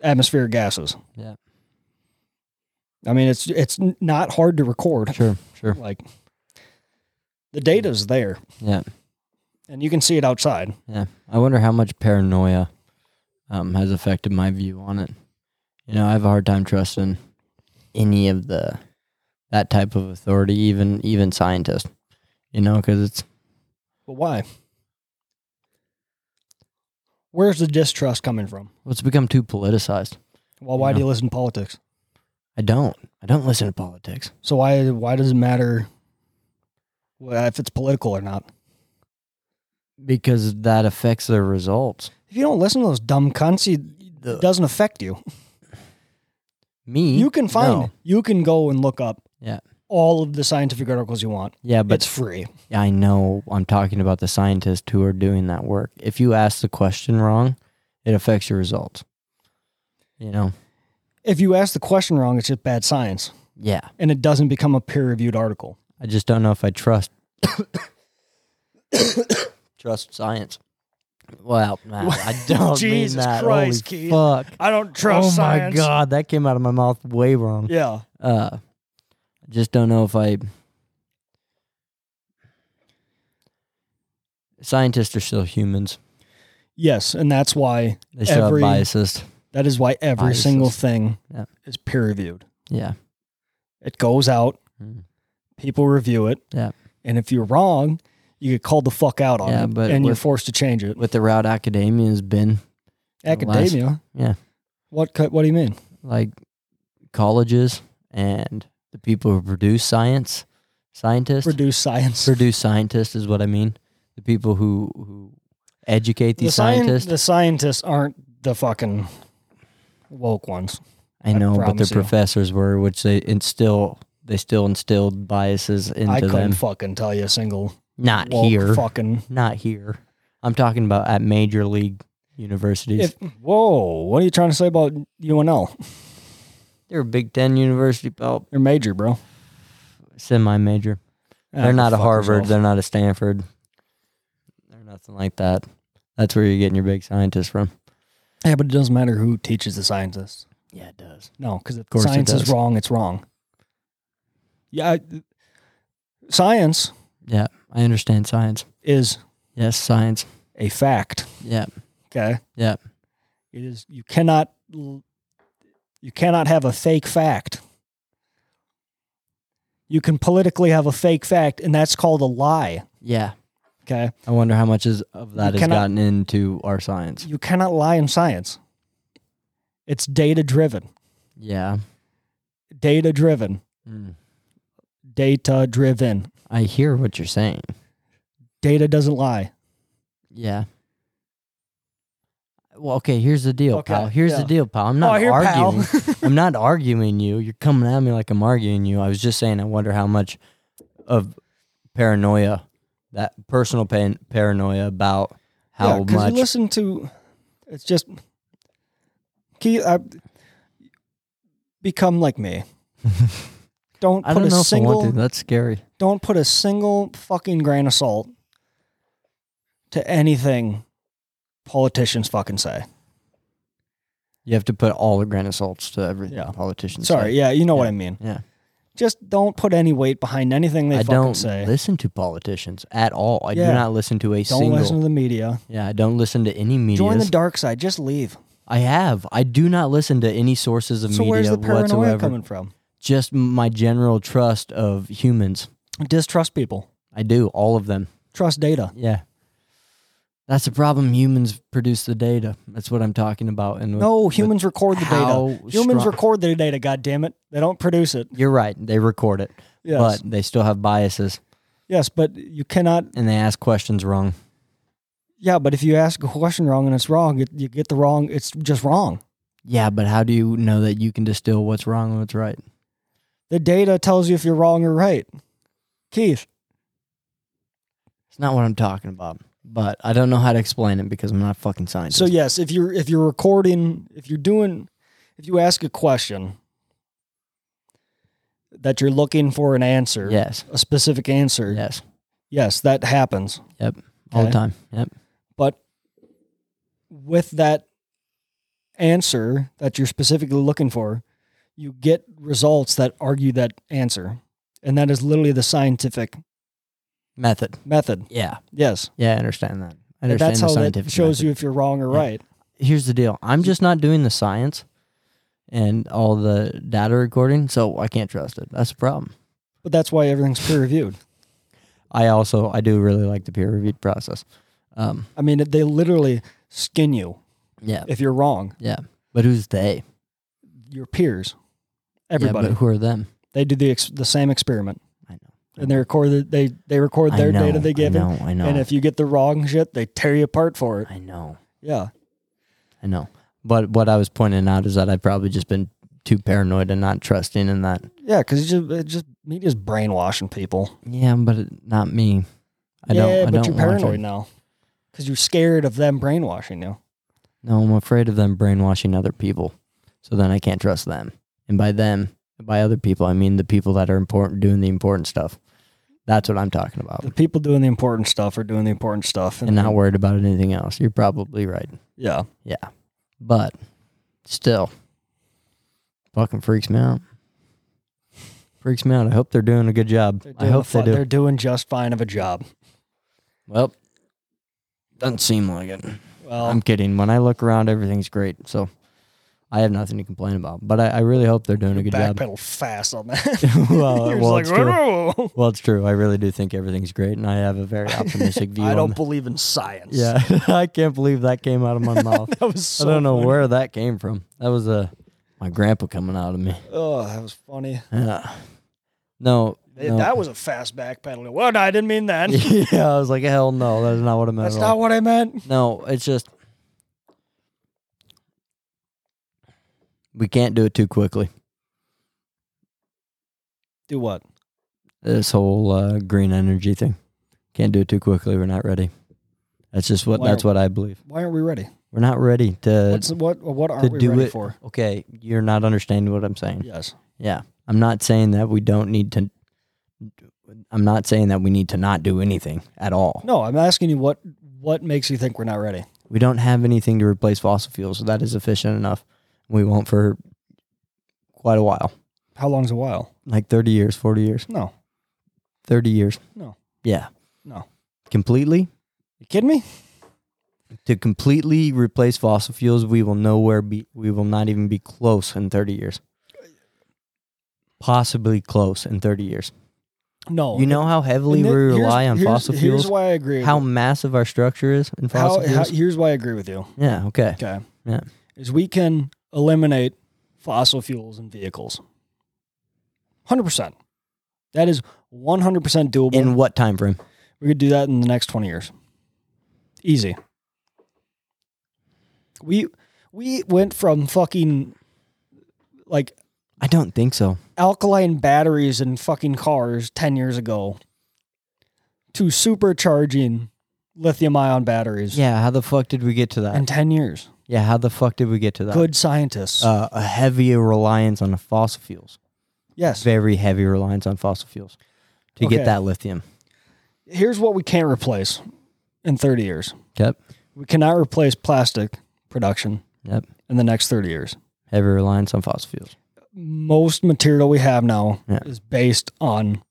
[SPEAKER 2] atmospheric gases.
[SPEAKER 1] Yeah.
[SPEAKER 2] I mean, it's it's n- not hard to record.
[SPEAKER 1] Sure. Sure.
[SPEAKER 2] Like the data's there,
[SPEAKER 1] Yeah.
[SPEAKER 2] and you can see it outside.
[SPEAKER 1] Yeah. I wonder how much paranoia um, has affected my view on it. You know, I have a hard time trusting any of the that type of authority, even even scientists. You know, because it's
[SPEAKER 2] But why? Where's the distrust coming from?
[SPEAKER 1] well, it's become too politicized.
[SPEAKER 2] Well, why do
[SPEAKER 1] Yeah.
[SPEAKER 2] you listen to politics?
[SPEAKER 1] I don't. I don't listen to politics.
[SPEAKER 2] So why why does it matter wh- if it's political or not?
[SPEAKER 1] because that affects their results.
[SPEAKER 2] If you don't listen to those dumb cunts, you,
[SPEAKER 1] The-
[SPEAKER 2] it doesn't affect you.
[SPEAKER 1] Me,
[SPEAKER 2] You can find,
[SPEAKER 1] No.
[SPEAKER 2] you can go and look up
[SPEAKER 1] Yeah.
[SPEAKER 2] all of the scientific articles you want.
[SPEAKER 1] Yeah,
[SPEAKER 2] But
[SPEAKER 1] but
[SPEAKER 2] it's free.
[SPEAKER 1] I know I'm talking about the scientists who are doing that work. If you ask the question wrong, it affects your results. You know?
[SPEAKER 2] If you ask the question wrong, it's just bad science,
[SPEAKER 1] Yeah.
[SPEAKER 2] and it doesn't become a peer reviewed article.
[SPEAKER 1] I just don't know if I trust trust science. Well, nah, I don't
[SPEAKER 2] Jesus
[SPEAKER 1] mean that.
[SPEAKER 2] Christ,
[SPEAKER 1] Holy
[SPEAKER 2] Keith.
[SPEAKER 1] fuck.
[SPEAKER 2] I don't
[SPEAKER 1] oh my god, that came out of my mouth way wrong.
[SPEAKER 2] Yeah,
[SPEAKER 1] Uh I just don't know if I scientists are still humans.
[SPEAKER 2] yes, and that's why
[SPEAKER 1] They still
[SPEAKER 2] Every-
[SPEAKER 1] have biases.
[SPEAKER 2] that is why every
[SPEAKER 1] Biases.
[SPEAKER 2] single thing
[SPEAKER 1] Yeah.
[SPEAKER 2] is peer reviewed.
[SPEAKER 1] Yeah.
[SPEAKER 2] It goes out,
[SPEAKER 1] Mm.
[SPEAKER 2] people review it.
[SPEAKER 1] Yeah.
[SPEAKER 2] And if you're wrong, you get called the fuck out on
[SPEAKER 1] Yeah,
[SPEAKER 2] it,
[SPEAKER 1] but
[SPEAKER 2] and you're
[SPEAKER 1] with-
[SPEAKER 2] forced to change it.
[SPEAKER 1] With the route academia has been
[SPEAKER 2] Academia.
[SPEAKER 1] yeah.
[SPEAKER 2] What? co- What do you mean?
[SPEAKER 1] like colleges and the people who produce science, scientists
[SPEAKER 2] Reduce science.
[SPEAKER 1] produce scientists is what I mean. The people who who educate these
[SPEAKER 2] scien-
[SPEAKER 1] scientists.
[SPEAKER 2] the scientists aren't the fucking woke ones.
[SPEAKER 1] I know, but their
[SPEAKER 2] promise you.
[SPEAKER 1] professors were, which they instill they still instilled biases
[SPEAKER 2] I
[SPEAKER 1] into
[SPEAKER 2] couldn't
[SPEAKER 1] them.
[SPEAKER 2] fucking tell you a single
[SPEAKER 1] Not
[SPEAKER 2] woke
[SPEAKER 1] here.
[SPEAKER 2] fucking.
[SPEAKER 1] Not here. I'm talking about at major league universities.
[SPEAKER 2] If whoa, what are you trying to say about UNL?
[SPEAKER 1] They're a Big Ten university, oh, well,
[SPEAKER 2] They're major, bro.
[SPEAKER 1] semi major.
[SPEAKER 2] Ah,
[SPEAKER 1] they're
[SPEAKER 2] go
[SPEAKER 1] not a
[SPEAKER 2] fuck
[SPEAKER 1] Harvard.
[SPEAKER 2] yourself.
[SPEAKER 1] They're not a Stanford. They're nothing like that. That's where you're getting your big scientists from.
[SPEAKER 2] Yeah, but it doesn't matter who teaches the scientists.
[SPEAKER 1] Yeah, it does.
[SPEAKER 2] No, because if
[SPEAKER 1] course it
[SPEAKER 2] science is
[SPEAKER 1] does.
[SPEAKER 2] wrong, it's wrong. Yeah, I- science
[SPEAKER 1] Yeah, I understand science.
[SPEAKER 2] is
[SPEAKER 1] Yes, science.
[SPEAKER 2] a fact.
[SPEAKER 1] Yeah,
[SPEAKER 2] Okay.
[SPEAKER 1] Yeah.
[SPEAKER 2] It is. You cannot. l- You cannot have a fake fact. You can politically have a fake fact, and that's called a lie.
[SPEAKER 1] yeah.
[SPEAKER 2] Okay.
[SPEAKER 1] I wonder how much is of that has
[SPEAKER 2] cannot-
[SPEAKER 1] gotten into our science.
[SPEAKER 2] You cannot lie in science. It's data driven.
[SPEAKER 1] Yeah.
[SPEAKER 2] Data driven.
[SPEAKER 1] Mm.
[SPEAKER 2] Data driven.
[SPEAKER 1] I hear what you're saying.
[SPEAKER 2] Data doesn't lie.
[SPEAKER 1] Yeah. Well, okay. Here's the deal,
[SPEAKER 2] Okay,
[SPEAKER 1] pal. Here's
[SPEAKER 2] yeah.
[SPEAKER 1] the deal, pal. I'm not
[SPEAKER 2] Oh, here, pal.
[SPEAKER 1] arguing. I'm not arguing you. You're coming at me like I'm arguing you. I was just saying. I wonder how much of paranoia, that personal pain, paranoia about how
[SPEAKER 2] Yeah, 'cause
[SPEAKER 1] much.
[SPEAKER 2] You listen to, it's just, Keith, I become like me. don't
[SPEAKER 1] I
[SPEAKER 2] put
[SPEAKER 1] don't
[SPEAKER 2] a
[SPEAKER 1] know if I
[SPEAKER 2] single,
[SPEAKER 1] want to. That's scary.
[SPEAKER 2] don't put a single fucking grain of salt to anything politicians fucking say.
[SPEAKER 1] You have to put all the grain of salt to everything.
[SPEAKER 2] Yeah.
[SPEAKER 1] Politicians.
[SPEAKER 2] Sorry,
[SPEAKER 1] Say.
[SPEAKER 2] yeah, you know what I mean.
[SPEAKER 1] Yeah.
[SPEAKER 2] Just don't put any weight behind anything they
[SPEAKER 1] I
[SPEAKER 2] fucking
[SPEAKER 1] don't
[SPEAKER 2] say.
[SPEAKER 1] listen to politicians at all. I do
[SPEAKER 2] Yeah.
[SPEAKER 1] not listen to a
[SPEAKER 2] Don't
[SPEAKER 1] single.
[SPEAKER 2] listen to the media.
[SPEAKER 1] yeah, I don't listen to any media.
[SPEAKER 2] Join the dark side. Just leave.
[SPEAKER 1] I have. I do not listen to any sources of
[SPEAKER 2] So
[SPEAKER 1] media
[SPEAKER 2] where's the paranoia
[SPEAKER 1] whatsoever.
[SPEAKER 2] coming from?
[SPEAKER 1] Just my general trust of humans.
[SPEAKER 2] Distrust people.
[SPEAKER 1] I do all of them.
[SPEAKER 2] Trust data.
[SPEAKER 1] Yeah, that's the problem. Humans produce the data. That's what I'm talking about. And with-
[SPEAKER 2] No,
[SPEAKER 1] with
[SPEAKER 2] humans record the
[SPEAKER 1] how
[SPEAKER 2] data. Humans
[SPEAKER 1] strong-
[SPEAKER 2] record the data, God damn it! They don't produce it.
[SPEAKER 1] You're right. They record it,
[SPEAKER 2] Yes.
[SPEAKER 1] but they still have biases
[SPEAKER 2] yes, but you cannot
[SPEAKER 1] and they ask questions wrong.
[SPEAKER 2] yeah, but if you ask a question wrong and it's wrong, it, you get the wrong it's just wrong.
[SPEAKER 1] Yeah, but how do you know that you can distill what's wrong and what's right?
[SPEAKER 2] The data tells you if you're wrong or right. Keith,
[SPEAKER 1] It's not what I'm talking about. But I don't know how to explain it because I'm not a fucking scientist.
[SPEAKER 2] so yes, if you're if you're recording, if you're doing if you ask a question that you're looking for an answer,
[SPEAKER 1] yes,
[SPEAKER 2] a specific answer,
[SPEAKER 1] yes,
[SPEAKER 2] yes, that happens.
[SPEAKER 1] all the
[SPEAKER 2] Okay.
[SPEAKER 1] time. Yep.
[SPEAKER 2] But with that answer that you're specifically looking for, you get results that argue that answer. And that is literally the scientific
[SPEAKER 1] Method.
[SPEAKER 2] method.
[SPEAKER 1] Yeah,
[SPEAKER 2] Yes.
[SPEAKER 1] yeah, I understand that. I
[SPEAKER 2] And
[SPEAKER 1] understand
[SPEAKER 2] that's
[SPEAKER 1] the
[SPEAKER 2] how that
[SPEAKER 1] scientific
[SPEAKER 2] shows
[SPEAKER 1] method.
[SPEAKER 2] you if you're wrong or
[SPEAKER 1] Yeah.
[SPEAKER 2] right.
[SPEAKER 1] here's the deal. I'm just not doing the science and all the data recording, so I can't trust it. That's the problem.
[SPEAKER 2] But that's why everything's peer reviewed.
[SPEAKER 1] I also I do really like the peer reviewed process. Um,
[SPEAKER 2] I mean, they literally skin you
[SPEAKER 1] yeah,
[SPEAKER 2] if you're wrong.
[SPEAKER 1] yeah. But who's they?
[SPEAKER 2] Your peers,
[SPEAKER 1] Yeah,
[SPEAKER 2] everybody,
[SPEAKER 1] but who are them?
[SPEAKER 2] they do the ex- the same experiment,
[SPEAKER 1] I know.
[SPEAKER 2] and they record the, they they record
[SPEAKER 1] I
[SPEAKER 2] their
[SPEAKER 1] know,
[SPEAKER 2] data they give
[SPEAKER 1] I
[SPEAKER 2] you.
[SPEAKER 1] know. I know.
[SPEAKER 2] And if you get the wrong shit, they tear you apart for it.
[SPEAKER 1] I know.
[SPEAKER 2] Yeah.
[SPEAKER 1] I know. But what I was pointing out is that I've probably just been too paranoid and not trusting in that.
[SPEAKER 2] Yeah, because just it just media's brainwashing people.
[SPEAKER 1] Yeah, but it, not me. I
[SPEAKER 2] yeah,
[SPEAKER 1] don't. I
[SPEAKER 2] but
[SPEAKER 1] don't
[SPEAKER 2] you're
[SPEAKER 1] want to-
[SPEAKER 2] paranoid now because you're scared of them brainwashing you.
[SPEAKER 1] No, I'm afraid of them brainwashing other people. So then I can't trust them. And by them, by other people, I mean the people that are important, doing the important stuff. That's what I'm talking about.
[SPEAKER 2] The people doing the important stuff are doing the important stuff,
[SPEAKER 1] And not worried about anything else. You're probably right.
[SPEAKER 2] yeah,
[SPEAKER 1] Yeah. But still, fucking freaks me out. Freaks me out. I hope they're doing a good job.
[SPEAKER 2] They're
[SPEAKER 1] I
[SPEAKER 2] doing
[SPEAKER 1] hope
[SPEAKER 2] fi-
[SPEAKER 1] they do.
[SPEAKER 2] They're doing just fine of a job.
[SPEAKER 1] Well, doesn't seem like it.
[SPEAKER 2] Well,
[SPEAKER 1] I'm kidding. When I look around, everything's great. So I have nothing to complain about. But I, I really hope they're doing a good job.
[SPEAKER 2] backpedal fast on that.
[SPEAKER 1] well,
[SPEAKER 2] You're
[SPEAKER 1] well,
[SPEAKER 2] just
[SPEAKER 1] it's
[SPEAKER 2] like,
[SPEAKER 1] true.
[SPEAKER 2] "Whoa."
[SPEAKER 1] well, it's true. I really do think everything's great, and I have a very optimistic view.
[SPEAKER 2] I
[SPEAKER 1] on
[SPEAKER 2] don't
[SPEAKER 1] th-
[SPEAKER 2] believe in science.
[SPEAKER 1] yeah, I can't believe that came out of my mouth.
[SPEAKER 2] that was. So
[SPEAKER 1] I don't know
[SPEAKER 2] funny.
[SPEAKER 1] where that came from. That was uh, my grandpa coming out of me.
[SPEAKER 2] Oh, that was funny.
[SPEAKER 1] Yeah. No,
[SPEAKER 2] Th-
[SPEAKER 1] no.
[SPEAKER 2] That was a fast backpedal. Well, no, I didn't mean that.
[SPEAKER 1] yeah, I was like, hell no, that's not what I meant.
[SPEAKER 2] That's
[SPEAKER 1] at all.
[SPEAKER 2] not what I meant.
[SPEAKER 1] No, it's just we can't do it too quickly.
[SPEAKER 2] Do what?
[SPEAKER 1] This whole uh, green energy thing can't do it too quickly. We're not ready. That's just what
[SPEAKER 2] Why
[SPEAKER 1] that's
[SPEAKER 2] are-
[SPEAKER 1] what I believe.
[SPEAKER 2] Why aren't we ready?
[SPEAKER 1] We're not ready to.
[SPEAKER 2] What's what? What
[SPEAKER 1] to
[SPEAKER 2] aren't we
[SPEAKER 1] do
[SPEAKER 2] ready
[SPEAKER 1] it-
[SPEAKER 2] for?
[SPEAKER 1] okay, you're not understanding what I'm saying.
[SPEAKER 2] Yes.
[SPEAKER 1] Yeah, I'm not saying that we don't need to. I'm not saying that we need to not do anything at all.
[SPEAKER 2] No, I'm asking you what what makes you think we're not ready?
[SPEAKER 1] We don't have anything to replace fossil fuels, so that is efficient enough. We won't for quite a while,
[SPEAKER 2] How long's a while?
[SPEAKER 1] like 30 years, 40 years,
[SPEAKER 2] No.
[SPEAKER 1] 30 years.
[SPEAKER 2] No.
[SPEAKER 1] Yeah.
[SPEAKER 2] No.
[SPEAKER 1] Completely
[SPEAKER 2] You kidding me?
[SPEAKER 1] to completely replace fossil fuels, we will nowhere be. We will not even be close in 30 years. Possibly close in 30 years.
[SPEAKER 2] No.
[SPEAKER 1] You know how heavily
[SPEAKER 2] Oh, And
[SPEAKER 1] we
[SPEAKER 2] then here's-
[SPEAKER 1] rely on
[SPEAKER 2] here's-
[SPEAKER 1] fossil fuels?
[SPEAKER 2] Here's why I agree.
[SPEAKER 1] How
[SPEAKER 2] with
[SPEAKER 1] massive our structure is in
[SPEAKER 2] you. How-
[SPEAKER 1] fossil
[SPEAKER 2] how-
[SPEAKER 1] fuels?
[SPEAKER 2] here's why I agree with you.
[SPEAKER 1] yeah, okay.
[SPEAKER 2] Okay.
[SPEAKER 1] Yeah.
[SPEAKER 2] Is we can eliminate fossil fuels in vehicles. Hundred percent. That is one hundred percent doable.
[SPEAKER 1] In what time frame?
[SPEAKER 2] we could do that in the next twenty years. Easy. We we went from fucking like
[SPEAKER 1] I don't think so.
[SPEAKER 2] alkaline batteries in fucking cars 10 years ago to supercharging lithium ion batteries
[SPEAKER 1] Yeah, how the fuck did we get to that?
[SPEAKER 2] in 10 years.
[SPEAKER 1] yeah, how the fuck did we get to that?
[SPEAKER 2] Good scientists.
[SPEAKER 1] Uh, a heavy reliance on the fossil fuels.
[SPEAKER 2] yes.
[SPEAKER 1] Very heavy reliance on fossil fuels to
[SPEAKER 2] Okay.
[SPEAKER 1] get that lithium.
[SPEAKER 2] Here's what we can't replace in 30 years
[SPEAKER 1] Yep.
[SPEAKER 2] we cannot replace plastic production
[SPEAKER 1] Yep.
[SPEAKER 2] in the next 30 years.
[SPEAKER 1] Heavy reliance on fossil fuels.
[SPEAKER 2] Most material we have now
[SPEAKER 1] Yeah.
[SPEAKER 2] is based on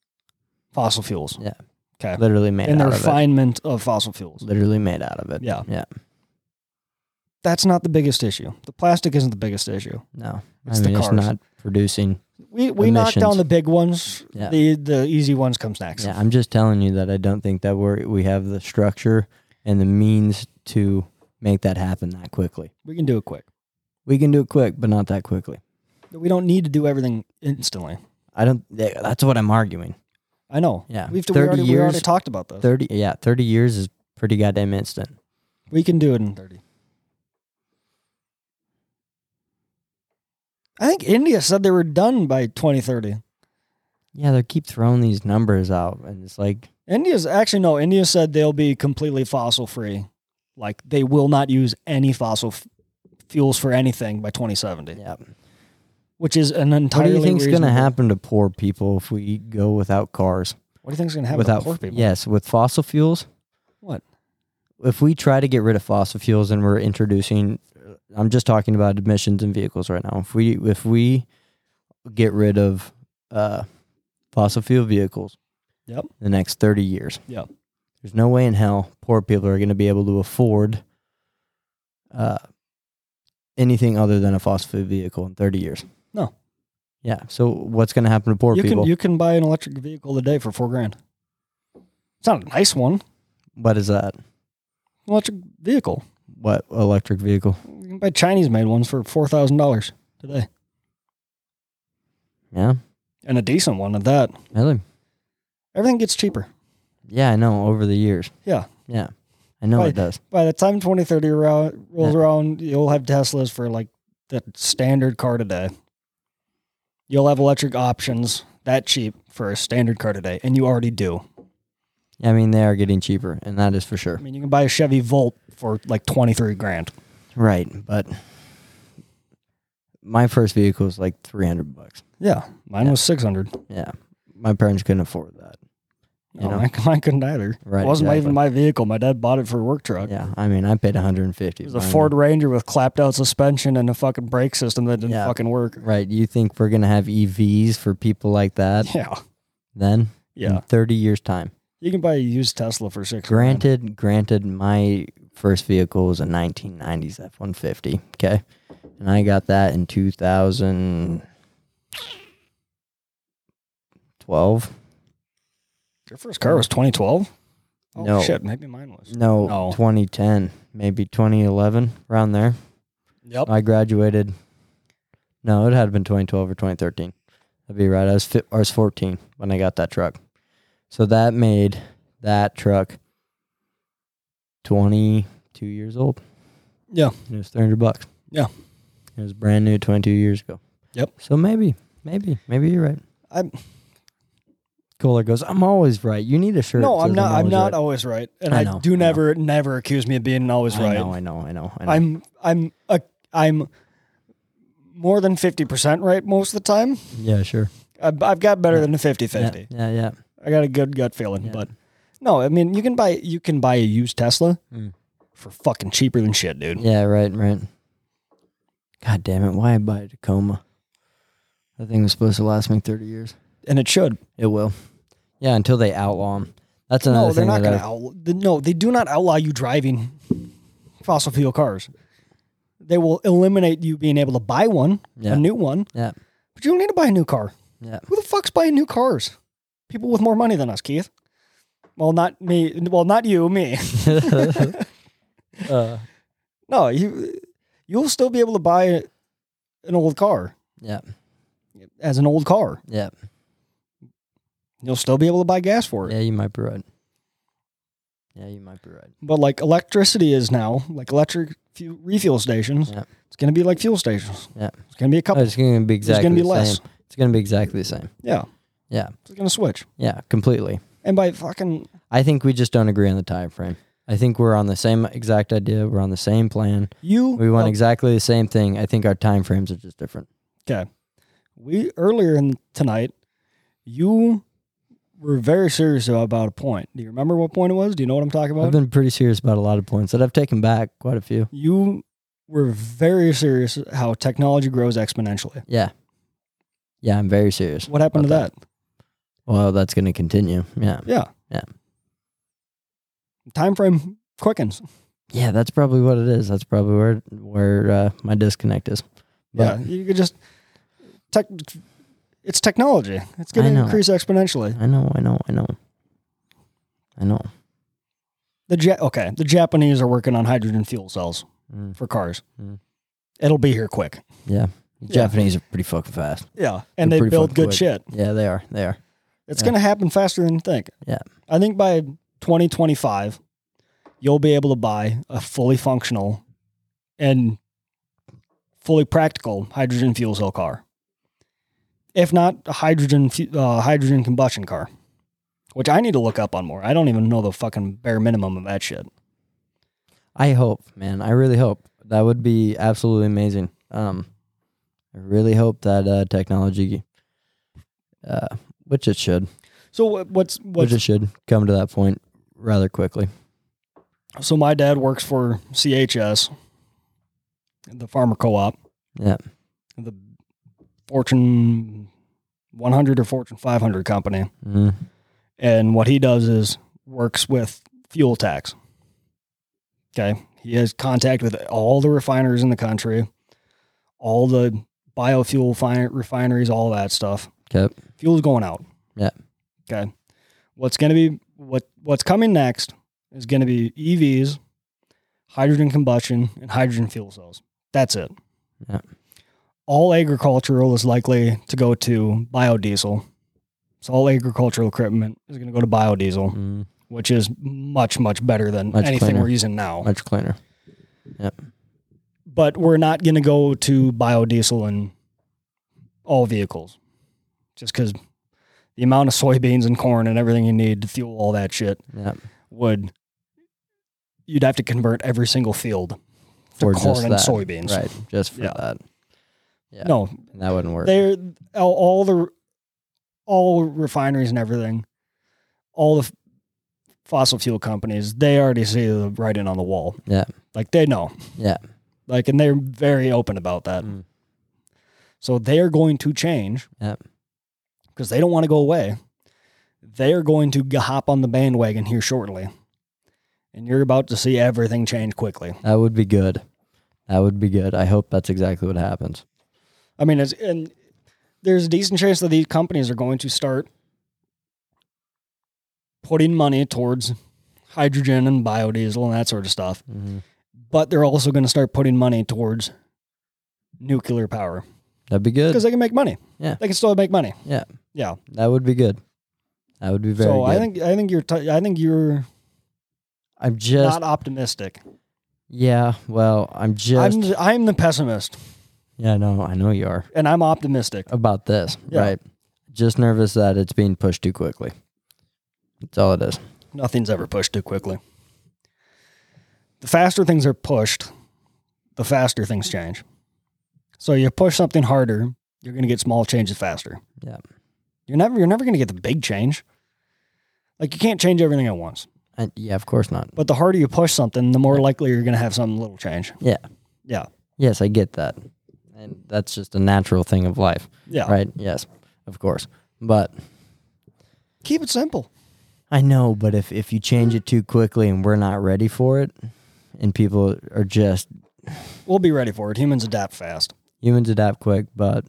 [SPEAKER 2] fossil fuels.
[SPEAKER 1] Yeah.
[SPEAKER 2] Okay.
[SPEAKER 1] Literally made
[SPEAKER 2] And the
[SPEAKER 1] out of it.
[SPEAKER 2] refinement of fossil fuels.
[SPEAKER 1] Literally made out of it.
[SPEAKER 2] Yeah.
[SPEAKER 1] Yeah.
[SPEAKER 2] That's not the biggest issue. The plastic isn't the biggest issue.
[SPEAKER 1] No.
[SPEAKER 2] It's
[SPEAKER 1] I
[SPEAKER 2] the
[SPEAKER 1] mean, it's
[SPEAKER 2] cars.
[SPEAKER 1] not producing.
[SPEAKER 2] We we knock
[SPEAKER 1] Emissions.
[SPEAKER 2] down the big ones.
[SPEAKER 1] Yeah.
[SPEAKER 2] The the easy ones comes next.
[SPEAKER 1] Yeah, I'm just telling you that I don't think that we're, we have the structure and the means to make that happen that quickly.
[SPEAKER 2] We can do it quick.
[SPEAKER 1] We can do it quick, but not that quickly.
[SPEAKER 2] We don't need to do everything instantly.
[SPEAKER 1] I don't. th- That's what I'm arguing.
[SPEAKER 2] I know.
[SPEAKER 1] Yeah,
[SPEAKER 2] We've
[SPEAKER 1] 30
[SPEAKER 2] we already, we already
[SPEAKER 1] years-
[SPEAKER 2] talked about this.
[SPEAKER 1] Thirty. Yeah, thirty years is pretty goddamn instant.
[SPEAKER 2] We can do it in 30. I think India said they were done by 2030.
[SPEAKER 1] Yeah, they keep throwing these numbers out, and it's like,
[SPEAKER 2] India's actually no. India said they'll be completely fossil free. Like they will not use any fossil f- fuels for anything by 2070,
[SPEAKER 1] yeah.
[SPEAKER 2] which is an
[SPEAKER 1] What
[SPEAKER 2] entirely.
[SPEAKER 1] do you think's going to
[SPEAKER 2] reasonable-
[SPEAKER 1] happen to poor people if we go without cars?
[SPEAKER 2] What do you think's going to happen
[SPEAKER 1] without
[SPEAKER 2] to poor people?
[SPEAKER 1] yes, with fossil fuels.
[SPEAKER 2] What?
[SPEAKER 1] If we try to get rid of fossil fuels and we're introducing, uh, I'm just talking about emissions and vehicles right now. If we if we get rid of uh, fossil fuel vehicles,
[SPEAKER 2] Yep.
[SPEAKER 1] the next 30 years,
[SPEAKER 2] Yep.
[SPEAKER 1] there's no way in hell poor people are going to be able to afford uh, anything other than a fossil fuel vehicle in 30 years.
[SPEAKER 2] No.
[SPEAKER 1] Yeah. So what's going to happen to poor
[SPEAKER 2] You
[SPEAKER 1] people?
[SPEAKER 2] can you can buy an electric vehicle today for four grand. It's not a nice one.
[SPEAKER 1] what is that?
[SPEAKER 2] Electric vehicle.
[SPEAKER 1] What electric vehicle?
[SPEAKER 2] You can buy Chinese made ones for four thousand dollars today,
[SPEAKER 1] Yeah.
[SPEAKER 2] and a decent one at that.
[SPEAKER 1] Really?
[SPEAKER 2] Everything gets cheaper.
[SPEAKER 1] Yeah, I know. Over the years.
[SPEAKER 2] Yeah.
[SPEAKER 1] Yeah. I know
[SPEAKER 2] Right.
[SPEAKER 1] it does.
[SPEAKER 2] By the time 2030 ro- rolls
[SPEAKER 1] Yeah.
[SPEAKER 2] around, you'll have Teslas for like the standard car today. You'll have electric options that cheap for a standard car today, and you already do.
[SPEAKER 1] I mean, they are getting cheaper, and that is for sure.
[SPEAKER 2] I mean, you can buy a Chevy Volt for like 23 grand.
[SPEAKER 1] Right. But my first vehicle was like 300 bucks.
[SPEAKER 2] Yeah, mine
[SPEAKER 1] Yeah.
[SPEAKER 2] was 600.
[SPEAKER 1] Yeah. My parents couldn't afford that.
[SPEAKER 2] No,
[SPEAKER 1] You know.
[SPEAKER 2] mine, mine Oh, couldn't either.
[SPEAKER 1] Right.
[SPEAKER 2] it wasn't
[SPEAKER 1] exactly.
[SPEAKER 2] even my vehicle. My dad bought it for a work truck.
[SPEAKER 1] Yeah. I mean, I paid 150.
[SPEAKER 2] It was a
[SPEAKER 1] Mine-
[SPEAKER 2] Ford Ranger with clapped out suspension and a fucking brake system that didn't
[SPEAKER 1] Yeah.
[SPEAKER 2] fucking work.
[SPEAKER 1] Right. You think we're going to have EVs for people like that Mm.
[SPEAKER 2] Yeah.
[SPEAKER 1] then?
[SPEAKER 2] Yeah.
[SPEAKER 1] In 30 years' time.
[SPEAKER 2] You can buy a used Tesla for six grand.
[SPEAKER 1] Granted, granted, my first vehicle was a 1990s F 150. Okay. And I got that in 2012.
[SPEAKER 2] Your first car was 2012? Oh,
[SPEAKER 1] No. Mm.
[SPEAKER 2] shit. Maybe mine was.
[SPEAKER 1] No,
[SPEAKER 2] No.
[SPEAKER 1] 2010, maybe 2011, around there.
[SPEAKER 2] Yep.
[SPEAKER 1] I graduated. No, it had been 2012 or 2013. That'd be right. I was fit, I was 14 when I got that truck. So that made that truck 22 years old.
[SPEAKER 2] Yeah.
[SPEAKER 1] It was 300 bucks.
[SPEAKER 2] Yeah.
[SPEAKER 1] It was brand new 22 years ago.
[SPEAKER 2] Yep.
[SPEAKER 1] So maybe, maybe, maybe you're right.
[SPEAKER 2] I'm-
[SPEAKER 1] Kohler goes, I'm always right. You need a shirt.
[SPEAKER 2] no,
[SPEAKER 1] that
[SPEAKER 2] I'm
[SPEAKER 1] says
[SPEAKER 2] not. I'm
[SPEAKER 1] always
[SPEAKER 2] not
[SPEAKER 1] right."
[SPEAKER 2] always right, and
[SPEAKER 1] I
[SPEAKER 2] I,
[SPEAKER 1] know,
[SPEAKER 2] do
[SPEAKER 1] I know.
[SPEAKER 2] never, never accuse me of being always
[SPEAKER 1] I
[SPEAKER 2] right.
[SPEAKER 1] know, I know, I know. I know.
[SPEAKER 2] I'm, I'm, a, I'm more than fifty percent right most of the time.
[SPEAKER 1] yeah, sure.
[SPEAKER 2] I've, I've got better
[SPEAKER 1] Yeah.
[SPEAKER 2] than a 50-50.
[SPEAKER 1] Yeah, yeah, yeah.
[SPEAKER 2] I got a good gut feeling,
[SPEAKER 1] Yeah.
[SPEAKER 2] but no, I mean you can buy you can buy a used Tesla
[SPEAKER 1] Mm.
[SPEAKER 2] for fucking cheaper than shit, dude.
[SPEAKER 1] Yeah, right, right. God damn it! Why buy a Tacoma? That thing was supposed to last me thirty years.
[SPEAKER 2] And it should.
[SPEAKER 1] It will. Yeah, until they outlaw them. That's another
[SPEAKER 2] no, they're
[SPEAKER 1] thing.
[SPEAKER 2] not
[SPEAKER 1] that
[SPEAKER 2] going to
[SPEAKER 1] I-
[SPEAKER 2] outlaw. No, they do not outlaw you driving fossil fuel cars. They will eliminate you being able to buy one,
[SPEAKER 1] Yeah.
[SPEAKER 2] a new one.
[SPEAKER 1] Yeah.
[SPEAKER 2] But you don't need to buy a new car.
[SPEAKER 1] Yeah.
[SPEAKER 2] Who the fuck's buying new cars? People with more money than us, Keith. Well, not me. Well, not you, me.
[SPEAKER 1] uh,
[SPEAKER 2] No, you you'll still be able to buy an old car
[SPEAKER 1] yeah,
[SPEAKER 2] as an old car.
[SPEAKER 1] yeah,
[SPEAKER 2] You'll still be able to buy gas for it.
[SPEAKER 1] yeah. You might be right. Yeah, you might be right.
[SPEAKER 2] But like electricity is now, like electric fu- refuel stations,
[SPEAKER 1] Yeah.
[SPEAKER 2] it's going to be like fuel stations.
[SPEAKER 1] Yeah.
[SPEAKER 2] It's going to be a
[SPEAKER 1] No,
[SPEAKER 2] couple.
[SPEAKER 1] it's going to be exactly
[SPEAKER 2] gonna be
[SPEAKER 1] the
[SPEAKER 2] less.
[SPEAKER 1] same. It's going to be exactly the same.
[SPEAKER 2] Yeah.
[SPEAKER 1] Oh. Yeah.
[SPEAKER 2] It's going to switch.
[SPEAKER 1] Yeah, completely.
[SPEAKER 2] And by fucking
[SPEAKER 1] I think we just don't agree on the time frame. I think we're on the same exact idea. We're on the same plan.
[SPEAKER 2] you, uh,
[SPEAKER 1] We want exactly the same thing. I think our time frames are just different.
[SPEAKER 2] we earlier in tonight, you were very serious about a point. Do you remember what point it was? Do you know what I'm talking
[SPEAKER 1] I've
[SPEAKER 2] about?
[SPEAKER 1] been pretty serious about a lot of points that I've taken back quite a few.
[SPEAKER 2] you were very serious how technology grows exponentially.
[SPEAKER 1] Yeah. Yeah, I'm very serious.
[SPEAKER 2] What happened
[SPEAKER 1] About
[SPEAKER 2] to
[SPEAKER 1] Well, that's going to continue. Yeah.
[SPEAKER 2] that? Yeah.
[SPEAKER 1] Yeah.
[SPEAKER 2] Time frame quickens.
[SPEAKER 1] Yeah, that's probably what it is. That's probably where where uh, my disconnect is.
[SPEAKER 2] Yeah.
[SPEAKER 1] But
[SPEAKER 2] You could just tech it's technology. It's
[SPEAKER 1] I
[SPEAKER 2] going to
[SPEAKER 1] know.
[SPEAKER 2] increase exponentially.
[SPEAKER 1] I know, I know, I know. I know.
[SPEAKER 2] The ja- okay, the Japanese are working on hydrogen fuel cells
[SPEAKER 1] Mm.
[SPEAKER 2] for cars.
[SPEAKER 1] Mm.
[SPEAKER 2] It'll be here quick.
[SPEAKER 1] Yeah. The
[SPEAKER 2] Yeah.
[SPEAKER 1] Japanese are pretty fucking fast.
[SPEAKER 2] Yeah, and
[SPEAKER 1] They're
[SPEAKER 2] they
[SPEAKER 1] pretty
[SPEAKER 2] build
[SPEAKER 1] fucking
[SPEAKER 2] good
[SPEAKER 1] quick.
[SPEAKER 2] shit.
[SPEAKER 1] Yeah, they are. They are.
[SPEAKER 2] It's
[SPEAKER 1] Yeah.
[SPEAKER 2] going to happen faster than you think.
[SPEAKER 1] Yeah.
[SPEAKER 2] I think by 2025, you'll be able to buy a fully functional and fully practical hydrogen fuel cell car. If not a hydrogen fu- uh, hydrogen combustion car, which I need to look up on more. I don't even know the fucking bare minimum of that shit.
[SPEAKER 1] I hope, man. I really hope that would be absolutely amazing. Um, I really hope that uh, technology, uh, which it should,
[SPEAKER 2] So what- what's
[SPEAKER 1] which
[SPEAKER 2] what's
[SPEAKER 1] it should come to that point rather quickly.
[SPEAKER 2] So my dad works for CHS, the farmer co-op.
[SPEAKER 1] Yeah.
[SPEAKER 2] The Fortune 100 or Fortune 500 company.
[SPEAKER 1] Mm.
[SPEAKER 2] And what he does is works with fuel tax. Okay. He has contact with all the refiners in the country, all the biofuel fi- refineries, all that stuff.
[SPEAKER 1] Okay.
[SPEAKER 2] Fuel's going out.
[SPEAKER 1] Yeah.
[SPEAKER 2] Okay. What's going to be what what's coming next is going to be EVs, hydrogen combustion, and hydrogen fuel cells. That's it.
[SPEAKER 1] Yeah.
[SPEAKER 2] All agricultural is likely to go to biodiesel. So all agricultural equipment is going to go to biodiesel
[SPEAKER 1] Mm.
[SPEAKER 2] which is much much better than
[SPEAKER 1] Much
[SPEAKER 2] anything
[SPEAKER 1] cleaner.
[SPEAKER 2] we're using now.
[SPEAKER 1] Much cleaner.
[SPEAKER 2] But we're not going to go to biodiesel in all vehicles, just because the amount of soybeans and corn and everything you need to fuel all that shit
[SPEAKER 1] Yeah.
[SPEAKER 2] would you'd have to convert every single field
[SPEAKER 1] For
[SPEAKER 2] to corn
[SPEAKER 1] just
[SPEAKER 2] and
[SPEAKER 1] that.
[SPEAKER 2] soybeans.
[SPEAKER 1] Right. Just for
[SPEAKER 2] Yeah.
[SPEAKER 1] that. Yeah.
[SPEAKER 2] No,
[SPEAKER 1] That wouldn't work.
[SPEAKER 2] they're all, all the all refineries and everything, all the f- fossil fuel companies. They already see the writing on the wall.
[SPEAKER 1] Yeah.
[SPEAKER 2] like they know.
[SPEAKER 1] Yeah.
[SPEAKER 2] like and they're very open about that.
[SPEAKER 1] Mm.
[SPEAKER 2] So they are going to change.
[SPEAKER 1] Yep.
[SPEAKER 2] because they don't want to go away. They are going to g- hop on the bandwagon here shortly, and you're about to see everything change quickly.
[SPEAKER 1] That would be good. That would be good. I hope that's exactly what happens.
[SPEAKER 2] I mean, it's, and there's a decent chance that these companies are going to start putting money towards hydrogen and biodiesel and that sort of stuff.
[SPEAKER 1] Mm-hmm.
[SPEAKER 2] But they're also going to start putting money towards nuclear power
[SPEAKER 1] That'd be good.
[SPEAKER 2] because they can make money.
[SPEAKER 1] Yeah.
[SPEAKER 2] they can still make money.
[SPEAKER 1] That would be good. That would be very
[SPEAKER 2] so
[SPEAKER 1] good.
[SPEAKER 2] I think I think you're t- I think you're
[SPEAKER 1] I'm just
[SPEAKER 2] not optimistic.
[SPEAKER 1] yeah. Well, I'm just
[SPEAKER 2] I'm th- I'm the pessimist
[SPEAKER 1] yeah. No, I know you are
[SPEAKER 2] and I'm optimistic.
[SPEAKER 1] about this,
[SPEAKER 2] Yeah.
[SPEAKER 1] right? Just nervous that it's being pushed too quickly. That's all it is.
[SPEAKER 2] Nothing's ever pushed too quickly. The faster things are pushed, the faster things change. So you push something harder, you're going to get small changes faster.
[SPEAKER 1] Yeah.
[SPEAKER 2] You're never you're never going to get the big change. Like you can't change everything at once.
[SPEAKER 1] And yeah, of course not.
[SPEAKER 2] But the harder you push something, the more likely you're going to have some little change.
[SPEAKER 1] Yeah.
[SPEAKER 2] Yeah.
[SPEAKER 1] Yes, I get that, and that's just a natural thing of life,
[SPEAKER 2] Yeah.
[SPEAKER 1] right? Yes, of course. But
[SPEAKER 2] Keep it simple.
[SPEAKER 1] I know. But if if you change it too quickly and we're not ready for it, and people are just
[SPEAKER 2] We'll be ready for it. Humans adapt fast.
[SPEAKER 1] humans adapt quick, but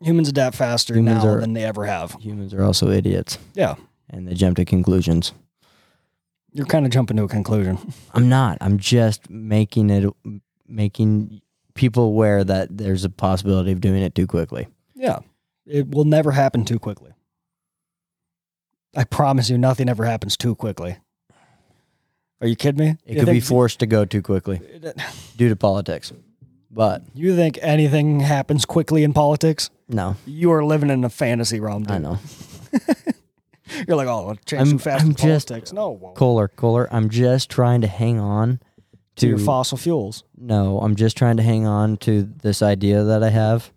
[SPEAKER 2] Humans adapt faster
[SPEAKER 1] Humans
[SPEAKER 2] now
[SPEAKER 1] are-
[SPEAKER 2] than they ever have.
[SPEAKER 1] humans are also idiots.
[SPEAKER 2] Yeah.
[SPEAKER 1] and they jump to conclusions.
[SPEAKER 2] You're kind of jumping to a conclusion.
[SPEAKER 1] I'm not. I'm just making it, making people aware that there's a possibility of doing it too quickly.
[SPEAKER 2] Yeah. It will never happen too quickly. I promise you, nothing ever happens too quickly. Are you kidding me?
[SPEAKER 1] It
[SPEAKER 2] You
[SPEAKER 1] could be
[SPEAKER 2] think-
[SPEAKER 1] forced to go too quickly due to politics. But
[SPEAKER 2] You think anything happens quickly in politics?
[SPEAKER 1] no,
[SPEAKER 2] You are living in a fantasy realm. Dude.
[SPEAKER 1] I know.
[SPEAKER 2] You're like, oh, it'll change
[SPEAKER 1] I'm-
[SPEAKER 2] too fast
[SPEAKER 1] I'm
[SPEAKER 2] in
[SPEAKER 1] just-
[SPEAKER 2] politics. No, it won't.
[SPEAKER 1] Kohler, Kohler, I'm just trying to hang on
[SPEAKER 2] to your
[SPEAKER 1] to.
[SPEAKER 2] fossil fuels.
[SPEAKER 1] no, I'm just trying to hang on to this idea that I have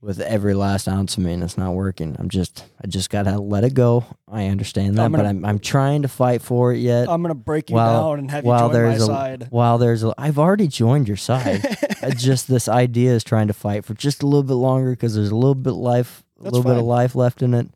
[SPEAKER 1] with every last ounce of me, and it's not working. I'm just, I just gotta let it go. I understand that,
[SPEAKER 2] I'm
[SPEAKER 1] but
[SPEAKER 2] gonna-
[SPEAKER 1] I'm, I'm trying to fight for it yet.
[SPEAKER 2] I'm gonna break you
[SPEAKER 1] While-
[SPEAKER 2] down and have you
[SPEAKER 1] while
[SPEAKER 2] join my
[SPEAKER 1] there's a
[SPEAKER 2] side.
[SPEAKER 1] while there's a I've already joined your side. it's just this idea is trying to fight for just a little bit longer because there's a little bit life, a
[SPEAKER 2] That's
[SPEAKER 1] little bit of
[SPEAKER 2] fine.
[SPEAKER 1] life left in it.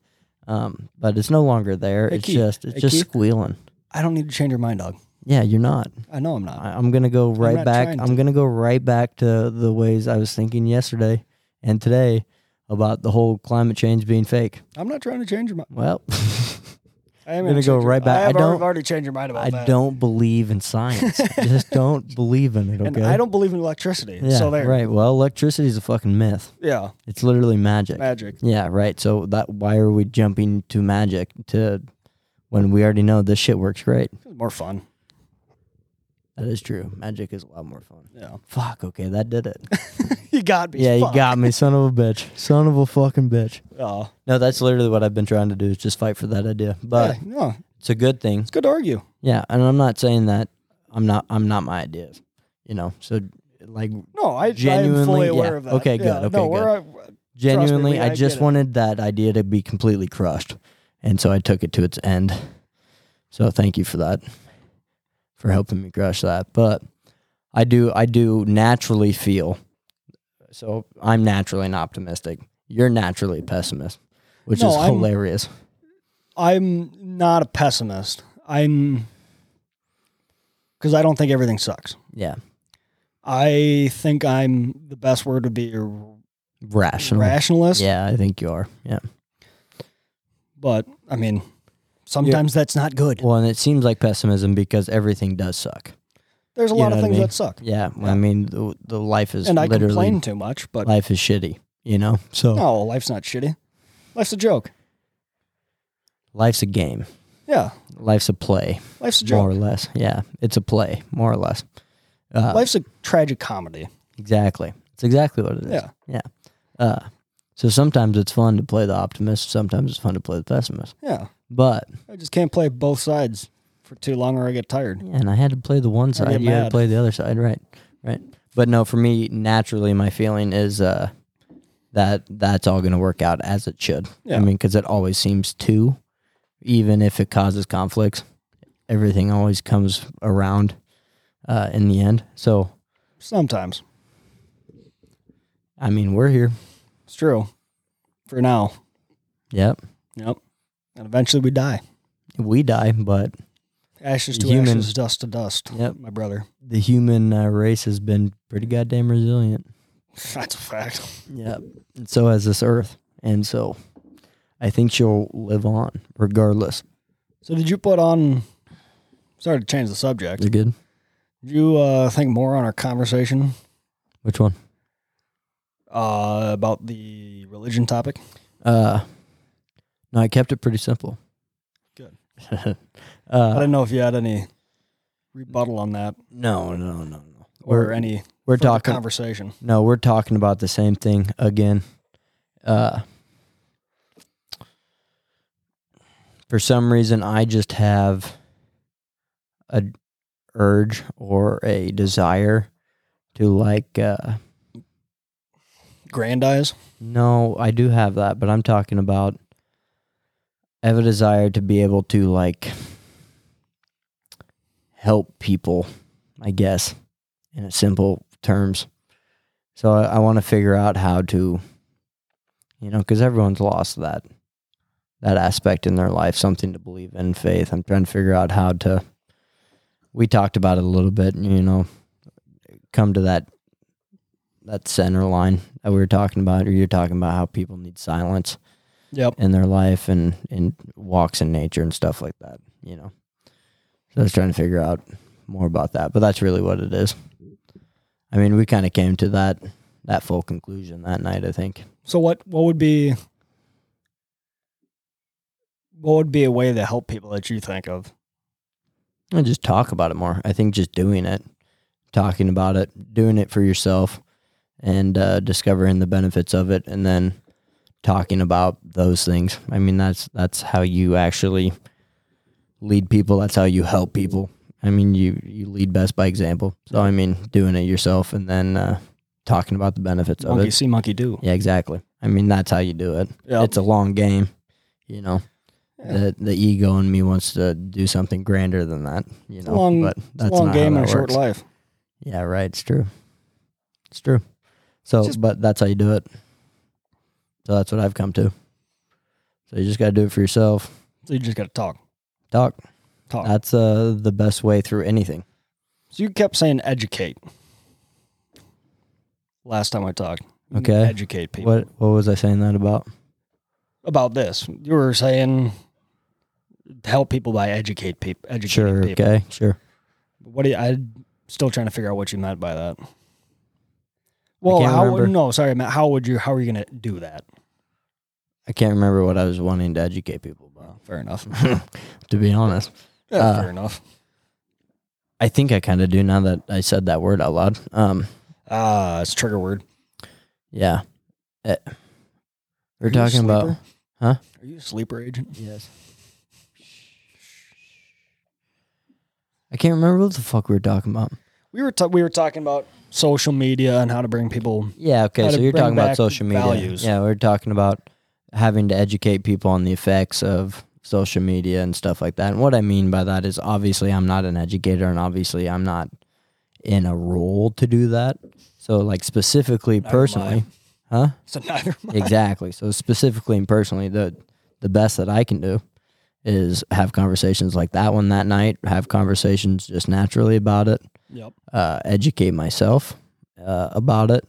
[SPEAKER 1] Um, but it's no longer there.
[SPEAKER 2] Hey,
[SPEAKER 1] it's
[SPEAKER 2] Keith.
[SPEAKER 1] just it's
[SPEAKER 2] Hey,
[SPEAKER 1] just
[SPEAKER 2] Keith.
[SPEAKER 1] squealing.
[SPEAKER 2] I don't need to change your mind, dog.
[SPEAKER 1] Yeah, you're not.
[SPEAKER 2] I know I'm not.
[SPEAKER 1] I, I'm gonna go right
[SPEAKER 2] not
[SPEAKER 1] back.
[SPEAKER 2] trying
[SPEAKER 1] I'm gonna go right back to the ways I was thinking yesterday and today about the whole climate change being fake.
[SPEAKER 2] I'm not trying to change your mind.
[SPEAKER 1] Well,
[SPEAKER 2] I am
[SPEAKER 1] gonna
[SPEAKER 2] change
[SPEAKER 1] go
[SPEAKER 2] your-
[SPEAKER 1] right back.
[SPEAKER 2] I
[SPEAKER 1] I
[SPEAKER 2] have
[SPEAKER 1] don't-
[SPEAKER 2] already changed your mind about
[SPEAKER 1] I
[SPEAKER 2] that.
[SPEAKER 1] don't believe in science. just don't believe in it. Okay.
[SPEAKER 2] and I don't believe in electricity.
[SPEAKER 1] Yeah,
[SPEAKER 2] so there.
[SPEAKER 1] right. Well, electricity is a fucking myth.
[SPEAKER 2] Yeah.
[SPEAKER 1] It's literally magic.
[SPEAKER 2] Magic.
[SPEAKER 1] Yeah, right. So that why are we jumping to magic to when we already know this shit works great?
[SPEAKER 2] More fun.
[SPEAKER 1] That is true. Magic is a lot more fun.
[SPEAKER 2] Yeah.
[SPEAKER 1] Fuck. Okay, that did it.
[SPEAKER 2] You got me.
[SPEAKER 1] yeah, you
[SPEAKER 2] fuck.
[SPEAKER 1] got me, son of a bitch. Son of a fucking bitch.
[SPEAKER 2] Oh,
[SPEAKER 1] No, that's literally what I've been trying to do is just fight for that idea. But
[SPEAKER 2] yeah, no,
[SPEAKER 1] it's a good thing.
[SPEAKER 2] it's good to argue.
[SPEAKER 1] Yeah, and I'm not saying that I'm not I'm not my ideas. You know, so like
[SPEAKER 2] No, I, I am fully
[SPEAKER 1] Genuinely,
[SPEAKER 2] aware
[SPEAKER 1] yeah.
[SPEAKER 2] of that.
[SPEAKER 1] Okay, good,
[SPEAKER 2] Yeah,
[SPEAKER 1] okay,
[SPEAKER 2] no,
[SPEAKER 1] good.
[SPEAKER 2] We're,
[SPEAKER 1] genuinely
[SPEAKER 2] we-
[SPEAKER 1] I,
[SPEAKER 2] I
[SPEAKER 1] just
[SPEAKER 2] get it.
[SPEAKER 1] wanted that idea to be completely crushed. And so I took it to its end. So thank you for that. For helping me crush that. But I do I do naturally feel so I'm naturally an optimistic. You're naturally a pessimist, which
[SPEAKER 2] No,
[SPEAKER 1] is
[SPEAKER 2] I'm-
[SPEAKER 1] hilarious.
[SPEAKER 2] I'm not a pessimist. I'm because I don't think everything sucks.
[SPEAKER 1] Yeah.
[SPEAKER 2] I think I'm the best word would be a
[SPEAKER 1] Rational.
[SPEAKER 2] rationalist.
[SPEAKER 1] Yeah, I think you are. Yeah.
[SPEAKER 2] But I mean, sometimes that's not good.
[SPEAKER 1] Well, and it seems like pessimism because everything does suck.
[SPEAKER 2] There's a
[SPEAKER 1] you
[SPEAKER 2] lot
[SPEAKER 1] know
[SPEAKER 2] of
[SPEAKER 1] what I
[SPEAKER 2] things
[SPEAKER 1] mean?
[SPEAKER 2] that suck,
[SPEAKER 1] Yeah, well,
[SPEAKER 2] Yeah.
[SPEAKER 1] I mean the, the life is
[SPEAKER 2] and I
[SPEAKER 1] literally oh.
[SPEAKER 2] complain too much. But
[SPEAKER 1] life is shitty. You know, so
[SPEAKER 2] no, life's not shitty. Life's a joke.
[SPEAKER 1] life's a game.
[SPEAKER 2] Yeah,
[SPEAKER 1] Life's a play,
[SPEAKER 2] life's a
[SPEAKER 1] more
[SPEAKER 2] joke.
[SPEAKER 1] or less. Yeah, it's a play, more or less. Uh,
[SPEAKER 2] life's a tragic comedy.
[SPEAKER 1] exactly. It's exactly what it is.
[SPEAKER 2] Yeah,
[SPEAKER 1] Uh, so sometimes it's fun to play the optimist. Sometimes it's fun to play the pessimist.
[SPEAKER 2] yeah.
[SPEAKER 1] But
[SPEAKER 2] I just can't play both sides for too long, or I get tired.
[SPEAKER 1] and I had to play the one side.
[SPEAKER 2] get
[SPEAKER 1] You had to
[SPEAKER 2] mad.
[SPEAKER 1] play the other side, right? Right. But no, for me, naturally, my feeling is uh, that that's all going to work out as it should.
[SPEAKER 2] Yeah.
[SPEAKER 1] I mean, because it always seems to, even if it causes conflicts, everything always comes around uh, in the end. So,
[SPEAKER 2] Sometimes
[SPEAKER 1] I mean, we're here.
[SPEAKER 2] it's true. For now,
[SPEAKER 1] Yep.
[SPEAKER 2] yep. And eventually we die.
[SPEAKER 1] We die, but
[SPEAKER 2] Ashes to
[SPEAKER 1] Human.
[SPEAKER 2] ashes, dust to dust.
[SPEAKER 1] Yep.
[SPEAKER 2] my brother.
[SPEAKER 1] the human uh, race has been pretty goddamn resilient.
[SPEAKER 2] That's a fact.
[SPEAKER 1] Yeah. And so has this earth. And so I think she'll live on regardless.
[SPEAKER 2] So did you put on? Sorry to change the subject.
[SPEAKER 1] You're good?
[SPEAKER 2] Did you uh, think more on our conversation
[SPEAKER 1] Which one?
[SPEAKER 2] uh, about the religion topic?
[SPEAKER 1] Uh, no, I kept it pretty simple.
[SPEAKER 2] Good. I
[SPEAKER 1] uh,
[SPEAKER 2] didn't know if you had any rebuttal on that
[SPEAKER 1] no, no, no, no.
[SPEAKER 2] or
[SPEAKER 1] We're,
[SPEAKER 2] any
[SPEAKER 1] we're
[SPEAKER 2] further
[SPEAKER 1] talking.
[SPEAKER 2] conversation.
[SPEAKER 1] no, we're talking about the same thing again. Uh, for some reason, I just have a urge or a desire to like. Uh,
[SPEAKER 2] Grandize.
[SPEAKER 1] No, I do have that, but I'm talking about I have a desire to be able to like help people, I guess, in a simple terms. So I, I want to figure out how to, you know, because everyone's lost that that aspect in their life, something to believe in, faith. I'm trying to figure out how to. We talked about it a little bit, you know, come to that that center line that we were talking about, or you're talking about how people need silence
[SPEAKER 2] Yep.
[SPEAKER 1] in their life and and walks in nature and stuff like that. You know, so I was trying to figure out more about that, but that's really what it is. I mean, we kind of came to that that full conclusion that night. I think
[SPEAKER 2] So what what would be what would be a way to help people that you think of?
[SPEAKER 1] and just talk about it more. I think just doing it, talking about it, doing it for yourself, and uh, discovering the benefits of it, and then talking about those things. I mean, that's that's how you actually lead people. That's how you help people. I mean, you you lead best by example. So I mean, doing it yourself, and then uh, talking about the benefits of
[SPEAKER 2] Monkey
[SPEAKER 1] it.
[SPEAKER 2] see, monkey do.
[SPEAKER 1] Yeah, exactly. I mean, that's how you do it
[SPEAKER 2] Yeah.
[SPEAKER 1] it's a long game, you know.
[SPEAKER 2] Yeah.
[SPEAKER 1] The the ego in me wants to do something grander than that, you
[SPEAKER 2] a
[SPEAKER 1] know.
[SPEAKER 2] long-
[SPEAKER 1] but
[SPEAKER 2] It's
[SPEAKER 1] that's
[SPEAKER 2] a long
[SPEAKER 1] not
[SPEAKER 2] game
[SPEAKER 1] how that
[SPEAKER 2] and a short
[SPEAKER 1] works.
[SPEAKER 2] life.
[SPEAKER 1] Yeah, right. It's true. It's true. So,
[SPEAKER 2] Just-
[SPEAKER 1] but that's how you do it. So that's what I've come to. So you just got to do it for yourself.
[SPEAKER 2] So you just got to talk,
[SPEAKER 1] Talk.
[SPEAKER 2] talk.
[SPEAKER 1] That's uh the best way through anything.
[SPEAKER 2] So you kept saying educate. Last time I talked. You need to
[SPEAKER 1] Okay.
[SPEAKER 2] Educate people
[SPEAKER 1] What what was I saying that about?
[SPEAKER 2] about this. You were saying help people by educate people. Educating
[SPEAKER 1] Sure.
[SPEAKER 2] people.
[SPEAKER 1] Okay. Sure.
[SPEAKER 2] What do you, I'm still trying to figure out what you meant by that. Well,
[SPEAKER 1] can't
[SPEAKER 2] how
[SPEAKER 1] remember.
[SPEAKER 2] would, no, sorry, Matt. How would you? How are you going to do that?
[SPEAKER 1] I can't remember what I was wanting to educate people about.
[SPEAKER 2] Fair enough.
[SPEAKER 1] to be honest.
[SPEAKER 2] Yeah,
[SPEAKER 1] Uh,
[SPEAKER 2] fair enough.
[SPEAKER 1] I think I kind of do now that I said that word out loud. Um,
[SPEAKER 2] Ah, it's a trigger word.
[SPEAKER 1] yeah. Eh, we're
[SPEAKER 2] Are you a
[SPEAKER 1] talking about
[SPEAKER 2] sleeper?
[SPEAKER 1] Huh?
[SPEAKER 2] Are you a sleeper agent?
[SPEAKER 1] yes. I can't remember what the fuck we were talking about.
[SPEAKER 2] We were ta- we were talking about social media and how to bring people.
[SPEAKER 1] Yeah,
[SPEAKER 2] How
[SPEAKER 1] okay. So
[SPEAKER 2] to
[SPEAKER 1] you're
[SPEAKER 2] bring
[SPEAKER 1] talking
[SPEAKER 2] back
[SPEAKER 1] about social media.
[SPEAKER 2] values.
[SPEAKER 1] Yeah, we're talking about having to educate people on the effects of social media and stuff like that. And what I mean by that is obviously I'm not an educator and obviously I'm not in a role to do that. So like specifically
[SPEAKER 2] Neither am I.
[SPEAKER 1] personally, huh?
[SPEAKER 2] So neither. am I.
[SPEAKER 1] Exactly. So specifically and personally, the the best that I can do is have conversations like that one that night, have conversations just naturally about it
[SPEAKER 2] Yep.
[SPEAKER 1] uh, educate myself uh, about it,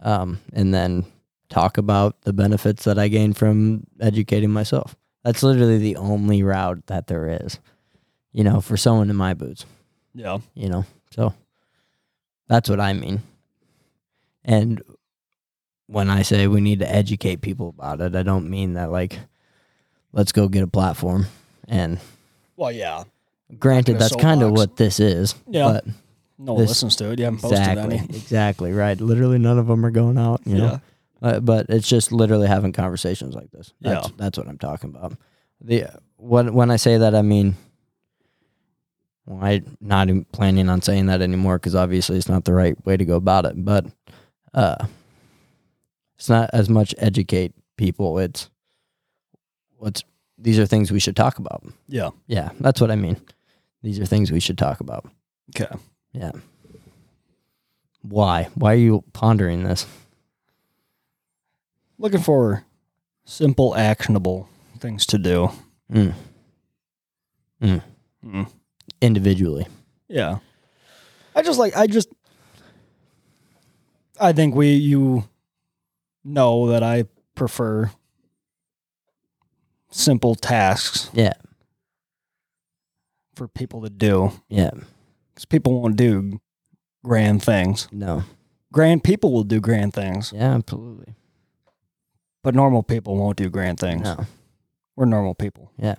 [SPEAKER 1] um, and then talk about the benefits that I gain from educating myself. That's literally the only route that there is, you know, for someone in my boots,
[SPEAKER 2] Yeah.
[SPEAKER 1] you know. So that's what I mean. And when I say we need to educate people about it, I don't mean that like let's go get a platform. And
[SPEAKER 2] Well, yeah.
[SPEAKER 1] granted,
[SPEAKER 2] a
[SPEAKER 1] that's kind of
[SPEAKER 2] soapbox.
[SPEAKER 1] what this is.
[SPEAKER 2] Yeah.
[SPEAKER 1] But
[SPEAKER 2] No one
[SPEAKER 1] This-
[SPEAKER 2] listens to it. You haven't posted
[SPEAKER 1] Exactly.
[SPEAKER 2] any.
[SPEAKER 1] Exactly. Right. Literally, none of them are going out. You know? Uh, but it's just literally having conversations like this. That's,
[SPEAKER 2] Yeah.
[SPEAKER 1] That's what I'm talking about. The when when I say that, I mean. Well, I'm not even planning on saying that anymore because obviously it's not the right way to go about it. But uh, it's not as much educate people. It's what's these are things we should talk about.
[SPEAKER 2] Yeah.
[SPEAKER 1] Yeah, that's what I mean. These are things we should talk about.
[SPEAKER 2] Okay.
[SPEAKER 1] Yeah. Why? Why are you pondering this?
[SPEAKER 2] Looking for simple, actionable things to do.
[SPEAKER 1] Mm.
[SPEAKER 2] Mm.
[SPEAKER 1] Individually.
[SPEAKER 2] Yeah. I just like I just I think we you know that I prefer simple tasks
[SPEAKER 1] Yeah.
[SPEAKER 2] for people to do
[SPEAKER 1] Yeah.
[SPEAKER 2] cuz people won't do grand things.
[SPEAKER 1] No.
[SPEAKER 2] Grand people will do grand things,
[SPEAKER 1] Yeah, absolutely.
[SPEAKER 2] but normal people won't do grand things.
[SPEAKER 1] No.
[SPEAKER 2] We're normal people.
[SPEAKER 1] Yeah.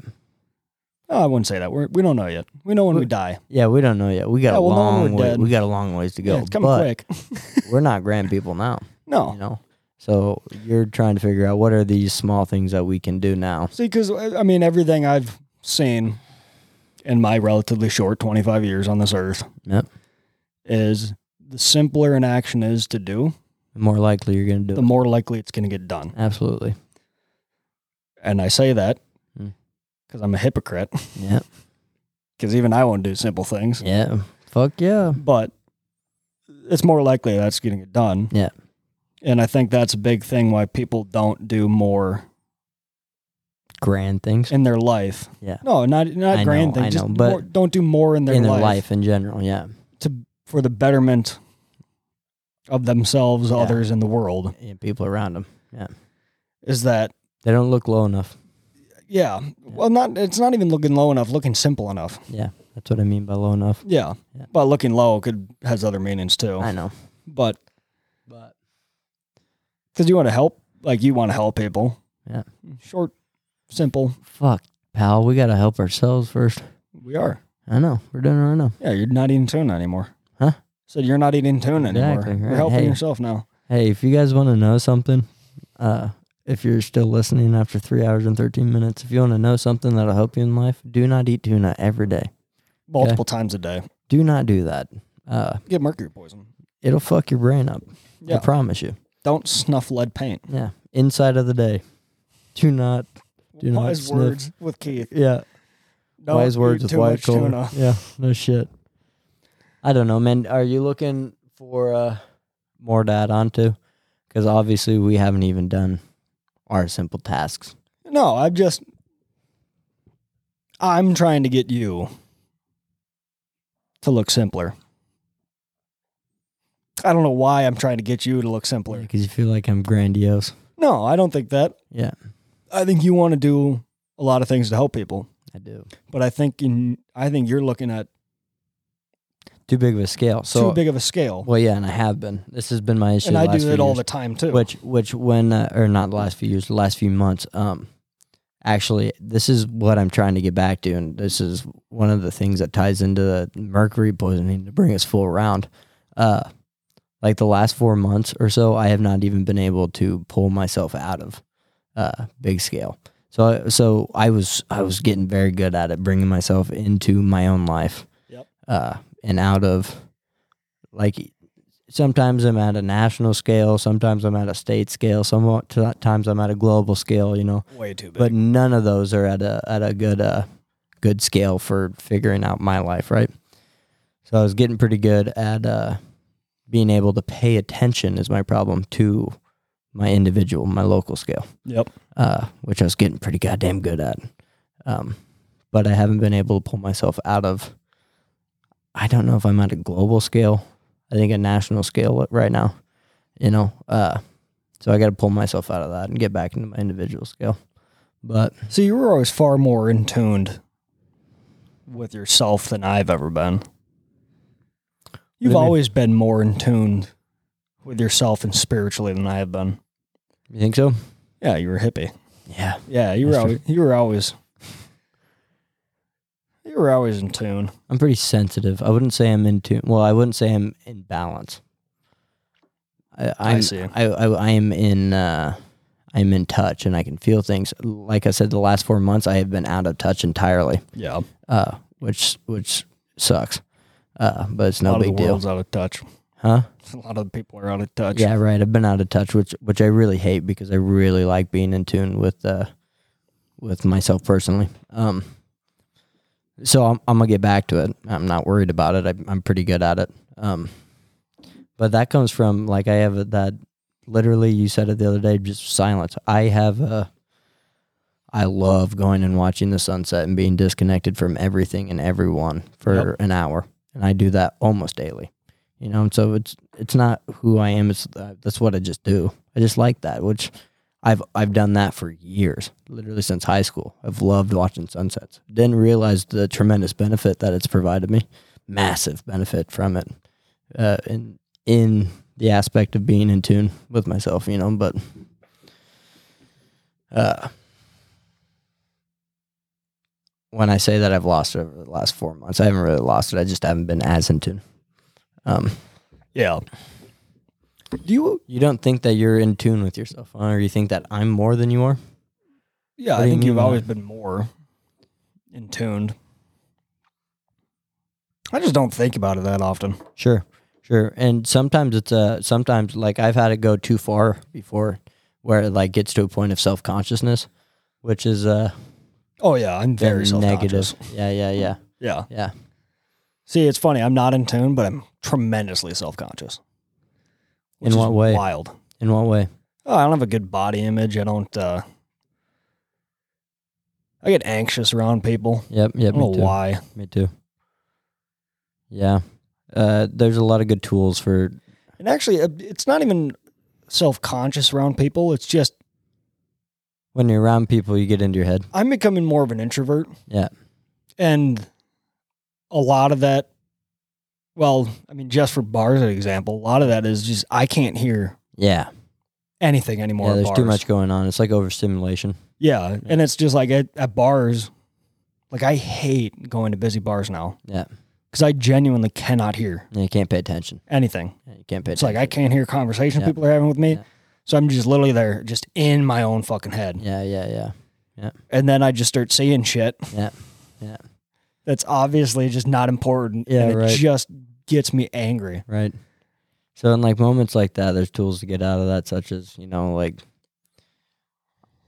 [SPEAKER 2] No, I wouldn't say that. We're, we don't know yet. We know when we die.
[SPEAKER 1] Yeah, we don't know yet. We got
[SPEAKER 2] Yeah,
[SPEAKER 1] a
[SPEAKER 2] well, no,
[SPEAKER 1] long
[SPEAKER 2] we're
[SPEAKER 1] way.
[SPEAKER 2] dead.
[SPEAKER 1] We got a long ways to go.
[SPEAKER 2] yeah, it's coming
[SPEAKER 1] but
[SPEAKER 2] quick. Oh.
[SPEAKER 1] we're not grand people now,
[SPEAKER 2] No.
[SPEAKER 1] you know. So you're trying to figure out what are these small things that we can do now.
[SPEAKER 2] See, because I I mean, everything I've seen in my relatively short 25 years on this earth
[SPEAKER 1] Yep.
[SPEAKER 2] is the simpler an action is to do,
[SPEAKER 1] The more likely you're going to do
[SPEAKER 2] the
[SPEAKER 1] it.
[SPEAKER 2] more likely it's going to get done.
[SPEAKER 1] Absolutely.
[SPEAKER 2] And I say that
[SPEAKER 1] Hmm.
[SPEAKER 2] because I'm a hypocrite,
[SPEAKER 1] Yeah.
[SPEAKER 2] because even I won't do simple things,
[SPEAKER 1] Yeah. Fuck yeah.
[SPEAKER 2] but it's more likely that's going to get done.
[SPEAKER 1] Yeah.
[SPEAKER 2] And I think that's a big thing why people don't do more
[SPEAKER 1] Grand things
[SPEAKER 2] in their life.
[SPEAKER 1] Yeah.
[SPEAKER 2] No, not not
[SPEAKER 1] I
[SPEAKER 2] grand
[SPEAKER 1] know, I
[SPEAKER 2] things. Just
[SPEAKER 1] know, but
[SPEAKER 2] more, don't do more in their
[SPEAKER 1] in their
[SPEAKER 2] life.
[SPEAKER 1] life in general. Yeah.
[SPEAKER 2] for the betterment of themselves,
[SPEAKER 1] Yeah.
[SPEAKER 2] others, and the world
[SPEAKER 1] And people around them.
[SPEAKER 2] is that
[SPEAKER 1] They don't look low enough.
[SPEAKER 2] yeah, well not it's not even looking low enough, looking simple enough.
[SPEAKER 1] Yeah. That's what I mean by low enough.
[SPEAKER 2] Yeah.
[SPEAKER 1] Yeah.
[SPEAKER 2] But looking low could has other meanings too.
[SPEAKER 1] I know.
[SPEAKER 2] But
[SPEAKER 1] But
[SPEAKER 2] cuz you want to help, like you want to help people.
[SPEAKER 1] Yeah.
[SPEAKER 2] Short, simple.
[SPEAKER 1] Fuck, pal. We gotta help ourselves first.
[SPEAKER 2] We are.
[SPEAKER 1] I know we're doing it right now.
[SPEAKER 2] Yeah, you're not eating tuna anymore.
[SPEAKER 1] Huh?
[SPEAKER 2] So you're not eating tuna
[SPEAKER 1] Exactly,
[SPEAKER 2] anymore. You're
[SPEAKER 1] right.
[SPEAKER 2] helping
[SPEAKER 1] Hey.
[SPEAKER 2] yourself now.
[SPEAKER 1] Hey, if you guys want to know something, uh, if you're still listening after three hours and thirteen minutes, if you want to know something that'll help you in life, do not eat tuna every day.
[SPEAKER 2] Multiple times a day.
[SPEAKER 1] Do not do that. Uh,
[SPEAKER 2] Get mercury poison.
[SPEAKER 1] it'll fuck your brain up.
[SPEAKER 2] Yeah.
[SPEAKER 1] I promise you.
[SPEAKER 2] Don't snuff lead paint.
[SPEAKER 1] Yeah, inside of the day. Do not. Do not
[SPEAKER 2] Wise
[SPEAKER 1] sniff.
[SPEAKER 2] words with Keith.
[SPEAKER 1] Yeah.
[SPEAKER 2] Don't
[SPEAKER 1] wise words
[SPEAKER 2] eat
[SPEAKER 1] with
[SPEAKER 2] too
[SPEAKER 1] white
[SPEAKER 2] much
[SPEAKER 1] collar.
[SPEAKER 2] tuna.
[SPEAKER 1] Yeah, no shit. I don't know, man. Are you looking for uh, more to add on to? Because obviously we haven't even done our simple tasks.
[SPEAKER 2] No, I'm just I'm trying to get you to look simpler. I don't know why I'm trying to get you to look simpler.
[SPEAKER 1] Because you feel like I'm grandiose.
[SPEAKER 2] No, I don't think that.
[SPEAKER 1] Yeah,
[SPEAKER 2] I think you want to do a lot of things to help people,
[SPEAKER 1] I do.
[SPEAKER 2] but I think in I think you're looking at
[SPEAKER 1] Too big of a scale. So,
[SPEAKER 2] too big of a scale.
[SPEAKER 1] well, yeah, and I have been. This has been my issue.
[SPEAKER 2] And
[SPEAKER 1] the
[SPEAKER 2] I
[SPEAKER 1] last
[SPEAKER 2] do
[SPEAKER 1] few
[SPEAKER 2] it all
[SPEAKER 1] years.
[SPEAKER 2] the time too.
[SPEAKER 1] Which, which, when uh, or not the last few years, the last few months. Um, actually, this is what I'm trying to get back to, and this is one of the things that ties into the mercury poisoning to bring us full round. Uh, like the last four months or so, I have not even been able to pull myself out of uh, big scale. So, so I was I was getting very good at it, bringing myself into my own life,
[SPEAKER 2] Yep.
[SPEAKER 1] uh, and out of like sometimes I'm at a national scale, sometimes I'm at a state scale, sometimes I'm at a global scale. You know,
[SPEAKER 2] Way too big.
[SPEAKER 1] but none of those are at a at a good uh good scale for figuring out my life, right? So I was getting pretty good at uh being able to pay attention is my problem to my individual, my local scale,
[SPEAKER 2] yep.
[SPEAKER 1] uh, which I was getting pretty goddamn good at. Um, but I haven't been able to pull myself out of. I don't know if I'm at a global scale. I think a national scale right now, you know. Uh, so I got to pull myself out of that and get back into my individual scale. But
[SPEAKER 2] So you were always far more in tuned with yourself than I've ever been.
[SPEAKER 1] do you
[SPEAKER 2] You've
[SPEAKER 1] mean?
[SPEAKER 2] always been more in tuned with yourself and spiritually than I have been.
[SPEAKER 1] You think so?
[SPEAKER 2] Yeah, you were hippie.
[SPEAKER 1] Yeah.
[SPEAKER 2] Yeah, you were
[SPEAKER 1] That's
[SPEAKER 2] always, you were always you were always in tune.
[SPEAKER 1] I'm pretty sensitive. I wouldn't say I'm in tune. Well, I wouldn't say I'm in balance. I, I'm,
[SPEAKER 2] see.
[SPEAKER 1] I, I, I am in. Uh, I'm in touch, and I can feel things. Like I said, the last four months, I have been out of touch entirely,
[SPEAKER 2] Yeah,
[SPEAKER 1] uh, which which sucks. Uh, but it's
[SPEAKER 2] a
[SPEAKER 1] no
[SPEAKER 2] lot of the
[SPEAKER 1] big deal,
[SPEAKER 2] world's out of touch.
[SPEAKER 1] huh?
[SPEAKER 2] A lot of the people are out of touch.
[SPEAKER 1] Yeah, right. I've been out of touch, which which I really hate because I really like being in tune with uh with myself personally. Um, so I'm I'm gonna get back to it. I'm not worried about it. I, I'm pretty good at it. Um, but that comes from like I have that literally you said it the other day, just silence. I have a I love going and watching the sunset and being disconnected from everything and everyone for an hour, and I do that almost daily you know. And so it's it's not who I am. It's uh, that's what I just do. I just like that, which I've I've done that for years, literally since high school. I've loved watching sunsets. Didn't realize the tremendous benefit that it's provided me, massive benefit from it, uh, in in the aspect of being in tune with myself, you know. But uh, when I say that I've lost it over the last four months, I haven't really lost it. I just haven't been as in tune. Um,
[SPEAKER 2] yeah.
[SPEAKER 1] do you you don't think that you're in tune with yourself, huh? or you think that I'm more than you are?
[SPEAKER 2] Yeah,
[SPEAKER 1] What do
[SPEAKER 2] I
[SPEAKER 1] you
[SPEAKER 2] think
[SPEAKER 1] mean
[SPEAKER 2] you've
[SPEAKER 1] by
[SPEAKER 2] always been more in tuned. I just don't think about it that often.
[SPEAKER 1] Sure, sure. And sometimes it's uh sometimes like I've had it go too far before, where it like gets to a point of self consciousness, which is uh
[SPEAKER 2] Oh yeah, I'm very
[SPEAKER 1] negative.
[SPEAKER 2] self-conscious.
[SPEAKER 1] Yeah, yeah, yeah,
[SPEAKER 2] Yeah.
[SPEAKER 1] yeah.
[SPEAKER 2] See, it's funny. I'm not in tune, but I'm tremendously self-conscious.
[SPEAKER 1] In
[SPEAKER 2] which is
[SPEAKER 1] what way?
[SPEAKER 2] Wild.
[SPEAKER 1] In what way?
[SPEAKER 2] Oh, I don't have a good body image. I don't. uh I get anxious around people.
[SPEAKER 1] Yep,
[SPEAKER 2] I
[SPEAKER 1] yep.
[SPEAKER 2] don't know
[SPEAKER 1] Me too.
[SPEAKER 2] why.
[SPEAKER 1] Me too. Yeah. Uh, there's a lot of good tools for
[SPEAKER 2] And actually, uh, it's not even self-conscious around people. It's just
[SPEAKER 1] when you're around people, you get into your head.
[SPEAKER 2] I'm becoming more of an introvert.
[SPEAKER 1] Yeah.
[SPEAKER 2] And a lot of that, well, I mean, just for bars, an example, a lot of that is just I can't hear
[SPEAKER 1] Yeah,
[SPEAKER 2] anything anymore.
[SPEAKER 1] yeah.
[SPEAKER 2] at
[SPEAKER 1] There's
[SPEAKER 2] bars.
[SPEAKER 1] too much going on. It's like overstimulation.
[SPEAKER 2] Yeah, and it's just like at, at bars, like I hate going to busy bars now.
[SPEAKER 1] Yeah.
[SPEAKER 2] because I genuinely cannot hear
[SPEAKER 1] Yeah, You can't pay attention.
[SPEAKER 2] anything.
[SPEAKER 1] Yeah, You can't pay.
[SPEAKER 2] It's
[SPEAKER 1] attention.
[SPEAKER 2] like I can't hear conversation
[SPEAKER 1] Yeah.
[SPEAKER 2] people are having with me.
[SPEAKER 1] Yeah.
[SPEAKER 2] So I'm just literally there, just in my own fucking head,
[SPEAKER 1] Yeah, yeah, yeah.
[SPEAKER 2] and then I just start saying shit.
[SPEAKER 1] Yeah. Yeah.
[SPEAKER 2] That's obviously just not important.
[SPEAKER 1] Yeah,
[SPEAKER 2] and it
[SPEAKER 1] right.
[SPEAKER 2] just gets me angry.
[SPEAKER 1] Right. So in like moments like that, there's tools to get out of that, such as you know, like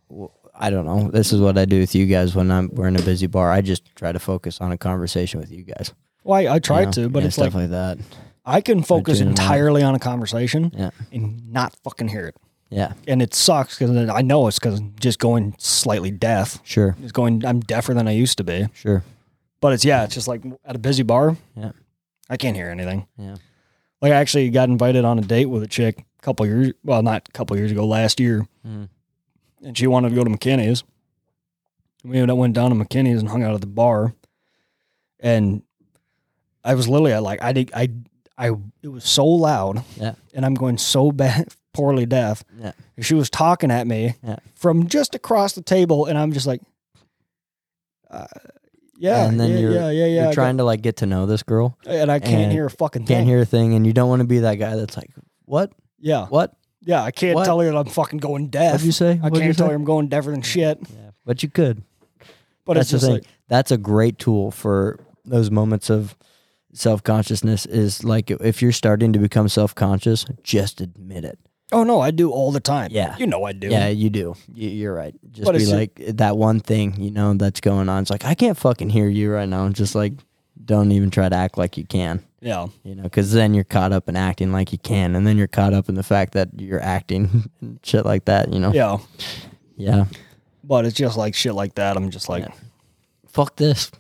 [SPEAKER 1] w- I don't know. This is what I do with you guys when I'm we're in a busy bar. I just try to focus on a conversation with you guys.
[SPEAKER 2] Well, I, I
[SPEAKER 1] you
[SPEAKER 2] tried
[SPEAKER 1] know?
[SPEAKER 2] to, but
[SPEAKER 1] Yeah,
[SPEAKER 2] it's like
[SPEAKER 1] stuff like, that.
[SPEAKER 2] I can focus
[SPEAKER 1] tuning out.
[SPEAKER 2] entirely on a conversation
[SPEAKER 1] Yeah.
[SPEAKER 2] and not fucking hear it.
[SPEAKER 1] Yeah,
[SPEAKER 2] And it sucks because I know it's because I'm just going slightly deaf.
[SPEAKER 1] sure,
[SPEAKER 2] It's going. I'm deafer than I used to be.
[SPEAKER 1] sure.
[SPEAKER 2] But it's yeah, it's just like at a busy bar.
[SPEAKER 1] Yeah.
[SPEAKER 2] I can't hear anything.
[SPEAKER 1] Yeah.
[SPEAKER 2] Like I actually got invited on a date with a chick a couple years well, not a couple years ago, last year,
[SPEAKER 1] Mhm.
[SPEAKER 2] and she wanted to go to McKinney's. We ended up went down to McKinney's and hung out at the bar. And I was literally I like I did I I it was so loud.
[SPEAKER 1] Yeah.
[SPEAKER 2] And I'm going so bad poorly deaf.
[SPEAKER 1] Yeah.
[SPEAKER 2] And She was talking at me
[SPEAKER 1] Yeah.
[SPEAKER 2] from just across the table, and I'm just like, uh, yeah,
[SPEAKER 1] And then
[SPEAKER 2] yeah,
[SPEAKER 1] you're-
[SPEAKER 2] yeah, yeah, yeah. I
[SPEAKER 1] You're
[SPEAKER 2] got-
[SPEAKER 1] trying to like get to know this girl.
[SPEAKER 2] and I can't
[SPEAKER 1] and
[SPEAKER 2] hear a fucking thing.
[SPEAKER 1] Can't hear a thing, and you don't want to be that guy that's like, "What?
[SPEAKER 2] Yeah,
[SPEAKER 1] What?
[SPEAKER 2] yeah, I can't
[SPEAKER 1] What?
[SPEAKER 2] tell her that I'm fucking going deaf.
[SPEAKER 1] What'd you say?
[SPEAKER 2] I
[SPEAKER 1] What'd you
[SPEAKER 2] can't tell
[SPEAKER 1] say?"
[SPEAKER 2] her I'm going deaf and shit.
[SPEAKER 1] Yeah, but you could.
[SPEAKER 2] But
[SPEAKER 1] that's
[SPEAKER 2] it's just
[SPEAKER 1] the thing.
[SPEAKER 2] like,
[SPEAKER 1] that's a great tool for those moments of self consciousness. Is like if you're starting to become self conscious, just admit it.
[SPEAKER 2] oh no, I do all the time.
[SPEAKER 1] Yeah.
[SPEAKER 2] you know I do.
[SPEAKER 1] Yeah, you do. You, you're right. Just
[SPEAKER 2] But
[SPEAKER 1] be
[SPEAKER 2] it's ju-
[SPEAKER 1] like that one thing you know that's going on. It's like I can't fucking hear you right now. Just like don't even try to act like you can.
[SPEAKER 2] yeah.
[SPEAKER 1] You know, because then you're caught up in acting like you can, and then you're caught up in the fact that you're acting and shit like that. You know.
[SPEAKER 2] Yeah.
[SPEAKER 1] Yeah.
[SPEAKER 2] But it's just like shit like that. I'm just like,
[SPEAKER 1] Yeah. Fuck this.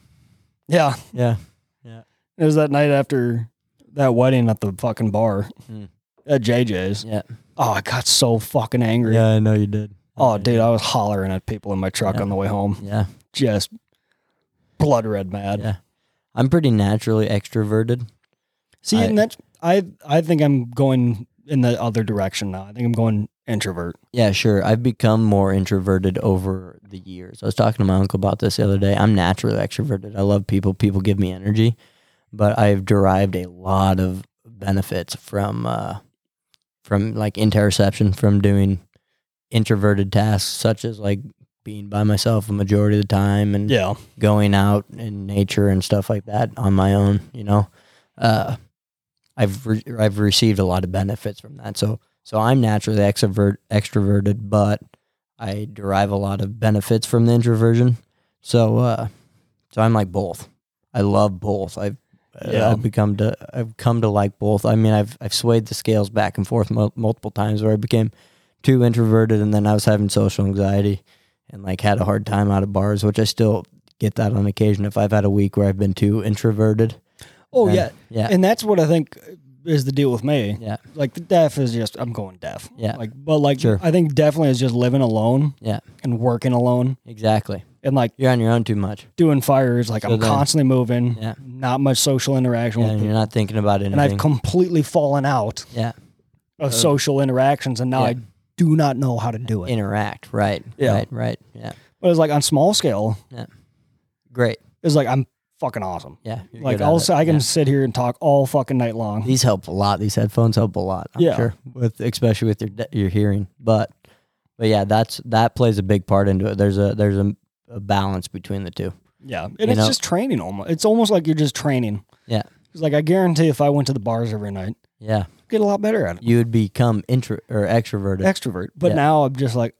[SPEAKER 2] yeah.
[SPEAKER 1] Yeah.
[SPEAKER 2] It was that night after that wedding at the fucking bar
[SPEAKER 1] Hmm.
[SPEAKER 2] at JJ's.
[SPEAKER 1] Yeah.
[SPEAKER 2] Oh, I got so fucking angry.
[SPEAKER 1] Yeah, I know you did.
[SPEAKER 2] Oh, dude, I was hollering at people in my truck
[SPEAKER 1] Yeah.
[SPEAKER 2] on the way home.
[SPEAKER 1] Yeah.
[SPEAKER 2] Just blood red mad.
[SPEAKER 1] Yeah. I'm pretty naturally extroverted.
[SPEAKER 2] See,
[SPEAKER 1] I-
[SPEAKER 2] and that's I I think I'm going in the other direction now. I think I'm going introvert.
[SPEAKER 1] Yeah, sure. I've become more introverted over the years. I was talking to my uncle about this the other day. I'm naturally extroverted. I love people. People give me energy, but I've derived a lot of benefits from uh, from like interception from doing introverted tasks such as like being by myself a majority of the time and
[SPEAKER 2] Yeah.
[SPEAKER 1] going out in nature and stuff like that on my own, you know, uh, I've re- I've received a lot of benefits from that. So so I'm naturally extrovert extroverted, but I derive a lot of benefits from the introversion. So uh, so I'm like both. I love both. I've
[SPEAKER 2] Yeah.
[SPEAKER 1] yeah. I've become to I've come to like both. I mean, I've I've swayed the scales back and forth mul- multiple times where I became too introverted, and then I was having social anxiety, and like had a hard time out of bars, which I still get that on occasion if I've had a week where I've been too introverted.
[SPEAKER 2] Oh
[SPEAKER 1] And-
[SPEAKER 2] yeah.
[SPEAKER 1] yeah,
[SPEAKER 2] And that's what I think is the deal with me.
[SPEAKER 1] yeah,
[SPEAKER 2] Like the deaf is just I'm going deaf.
[SPEAKER 1] Yeah.
[SPEAKER 2] Like but like
[SPEAKER 1] Sure.
[SPEAKER 2] I think definitely is just living alone
[SPEAKER 1] yeah.
[SPEAKER 2] and working alone
[SPEAKER 1] Exactly.
[SPEAKER 2] and like
[SPEAKER 1] You're on your own too much.
[SPEAKER 2] doing fires. Like
[SPEAKER 1] So
[SPEAKER 2] I'm
[SPEAKER 1] then-
[SPEAKER 2] constantly moving.
[SPEAKER 1] Yeah.
[SPEAKER 2] Not much social interaction
[SPEAKER 1] Yeah,
[SPEAKER 2] with
[SPEAKER 1] and
[SPEAKER 2] people.
[SPEAKER 1] you're not thinking about anything.
[SPEAKER 2] Mm-hmm. and I've completely fallen out
[SPEAKER 1] yeah,
[SPEAKER 2] of social interactions, and now
[SPEAKER 1] Uh, yeah.
[SPEAKER 2] I do not know how to do it.
[SPEAKER 1] interact. Right.
[SPEAKER 2] Yeah.
[SPEAKER 1] Right. Right. Yeah.
[SPEAKER 2] But it's like on small scale,
[SPEAKER 1] Great.
[SPEAKER 2] it's like I'm fucking awesome.
[SPEAKER 1] Yeah. you're
[SPEAKER 2] Like
[SPEAKER 1] good at
[SPEAKER 2] I'll
[SPEAKER 1] it.
[SPEAKER 2] sit, I can
[SPEAKER 1] Yeah.
[SPEAKER 2] sit here and talk all fucking night long.
[SPEAKER 1] These help a lot. These headphones help a lot. I'm
[SPEAKER 2] Yeah.
[SPEAKER 1] sure, with especially with your de- your hearing. But but yeah, that's that plays a big part into it. There's a there's a, a balance between the two.
[SPEAKER 2] Yeah, and
[SPEAKER 1] You
[SPEAKER 2] it's
[SPEAKER 1] know-
[SPEAKER 2] just training almost. It's almost like you're just training.
[SPEAKER 1] Yeah.
[SPEAKER 2] It's like I guarantee if I went to the bars every night,
[SPEAKER 1] Yeah,
[SPEAKER 2] I'd get a lot better at it.
[SPEAKER 1] you would become intro or extroverted.
[SPEAKER 2] Extrovert, but
[SPEAKER 1] Yeah.
[SPEAKER 2] now I'm just like,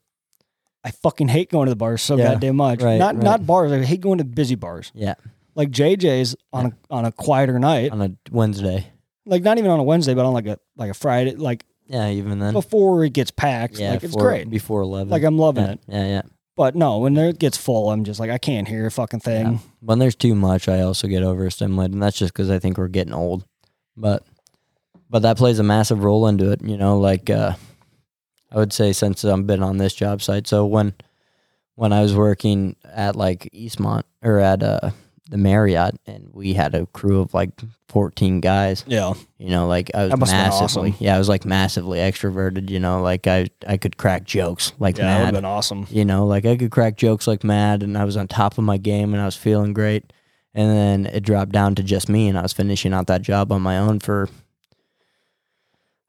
[SPEAKER 2] I fucking hate going to the bars so
[SPEAKER 1] Yeah.
[SPEAKER 2] goddamn much.
[SPEAKER 1] Right,
[SPEAKER 2] not
[SPEAKER 1] right.
[SPEAKER 2] not bars. I hate going to busy bars.
[SPEAKER 1] yeah,
[SPEAKER 2] Like JJ's on a on a quieter night.
[SPEAKER 1] on a Wednesday.
[SPEAKER 2] Like not even on a Wednesday, but on like a like a Friday. Like
[SPEAKER 1] Yeah, even then.
[SPEAKER 2] before it gets packed.
[SPEAKER 1] yeah,
[SPEAKER 2] like it's
[SPEAKER 1] for-
[SPEAKER 2] great.
[SPEAKER 1] before eleven.
[SPEAKER 2] Like I'm loving
[SPEAKER 1] yeah,
[SPEAKER 2] it.
[SPEAKER 1] yeah, yeah.
[SPEAKER 2] But no, when it gets full, I'm just like I can't hear a fucking thing.
[SPEAKER 1] Yeah. When there's too much, I also get overstimulated, and that's just because I think we're getting old. But but that plays a massive role into it. You know, like uh, I would say since I've been on this job site. So when when I was working at like Eastmont or at uh, the Marriott, and we had a crew of like 14 guys.
[SPEAKER 2] Yeah.
[SPEAKER 1] You know, like I was
[SPEAKER 2] That must've been
[SPEAKER 1] massively,
[SPEAKER 2] awesome.
[SPEAKER 1] yeah, I was like massively extroverted. You know, like I I could crack jokes like
[SPEAKER 2] Yeah, that would
[SPEAKER 1] mad
[SPEAKER 2] have been awesome.
[SPEAKER 1] you know like i could crack jokes like mad and i was on top of my game and i was feeling great and then it dropped down to just me and i was finishing out that job on my own for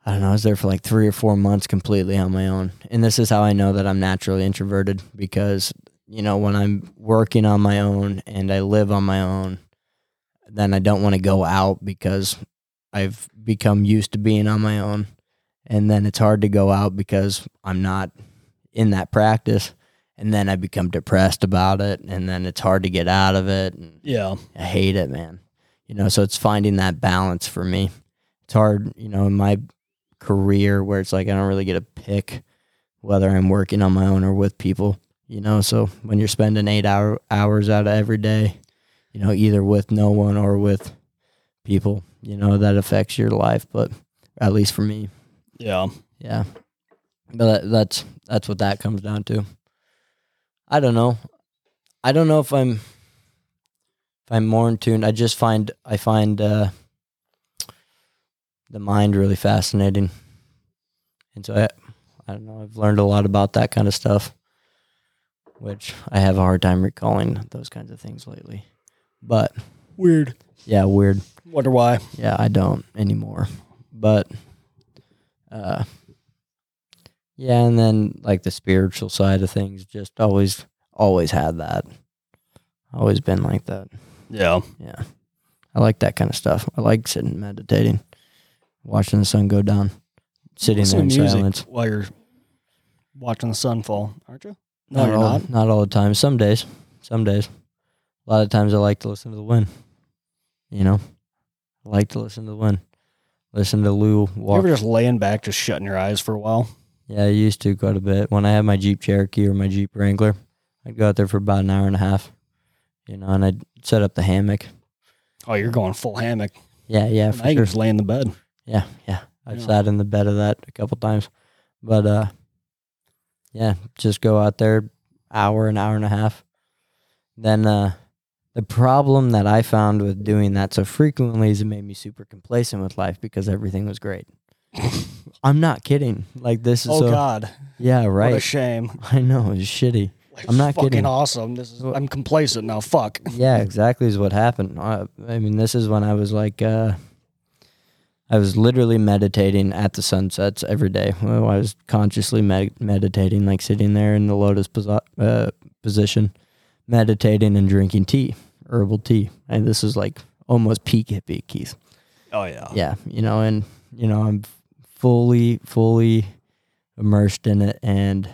[SPEAKER 1] i don't know i was there for like three or four months completely on my own and this is how i know that i'm naturally introverted because you know when i'm working on my own and i live on my own then i don't want to go out because i've become used to being on my own and then it's hard to go out because i'm not in that practice and then i become depressed about it and then it's hard to get out of it and
[SPEAKER 2] Yeah.
[SPEAKER 1] i hate it man you know so it's finding that balance for me it's hard you know in my career where it's like i don't really get to pick whether i'm working on my own or with people you know so when you're spending eight hour, hours out of every day you know either with no one or with people you know that affects your life but at least for me
[SPEAKER 2] Yeah.
[SPEAKER 1] yeah, but that, that's that's what that comes down to. I don't know. I don't know if I'm if I'm more in tune. I just find I find uh, the mind really fascinating, And so I, I don't know. I've learned a lot about that kind of stuff, which I have a hard time recalling those kinds of things lately. But
[SPEAKER 2] Weird.
[SPEAKER 1] yeah, weird.
[SPEAKER 2] Wonder why.
[SPEAKER 1] Yeah, I don't anymore. But uh yeah, and then like the spiritual side of things just always always had that. Always been like that.
[SPEAKER 2] Yeah.
[SPEAKER 1] Yeah. I like that kind of stuff. I like sitting meditating, watching the sun go down, sitting
[SPEAKER 2] Listen
[SPEAKER 1] there
[SPEAKER 2] to
[SPEAKER 1] in
[SPEAKER 2] music
[SPEAKER 1] silence.
[SPEAKER 2] while you're watching the sun fall, aren't you? No, you're
[SPEAKER 1] all,
[SPEAKER 2] not.
[SPEAKER 1] Not all the time. Some days. Some days. A lot of times I like to listen to the wind. You know? I like to listen to the wind. Listen to Lou
[SPEAKER 2] You
[SPEAKER 1] walk.
[SPEAKER 2] ever just laying back, just shutting your eyes for a while?
[SPEAKER 1] Yeah, I used to quite a bit. When I had my Jeep Cherokee or my Jeep Wrangler, I'd go out there for about an hour and a half, you know, and I'd set up the hammock.
[SPEAKER 2] Oh, you're going full hammock.
[SPEAKER 1] Yeah, yeah,
[SPEAKER 2] now
[SPEAKER 1] for
[SPEAKER 2] you can
[SPEAKER 1] sure.
[SPEAKER 2] just lay in the bed.
[SPEAKER 1] Yeah, yeah. I've
[SPEAKER 2] Yeah.
[SPEAKER 1] sat in the bed of that a couple times. But uh yeah, just go out there hour, an hour and a half. Then uh the problem that I found with doing that so frequently is it made me super complacent with life because everything was great. I'm not kidding. Like this is
[SPEAKER 2] Oh
[SPEAKER 1] so
[SPEAKER 2] God,
[SPEAKER 1] yeah,
[SPEAKER 2] what a
[SPEAKER 1] right.
[SPEAKER 2] shame!
[SPEAKER 1] I know, it's shitty.
[SPEAKER 2] Life's
[SPEAKER 1] I'm not
[SPEAKER 2] fucking
[SPEAKER 1] kidding.
[SPEAKER 2] awesome. This is
[SPEAKER 1] Well-
[SPEAKER 2] I'm complacent now. Fuck.
[SPEAKER 1] yeah, exactly is what happened. I, I mean, this is when I was like, uh, I was literally meditating at the sunsets every day. Well, I was consciously med- meditating, like sitting there in the lotus posi- uh, position, meditating and drinking tea, herbal tea. And this is like almost peak hippie, Keith.
[SPEAKER 2] Oh yeah.
[SPEAKER 1] Yeah, you know, and you know, I'm fully, fully immersed in it, and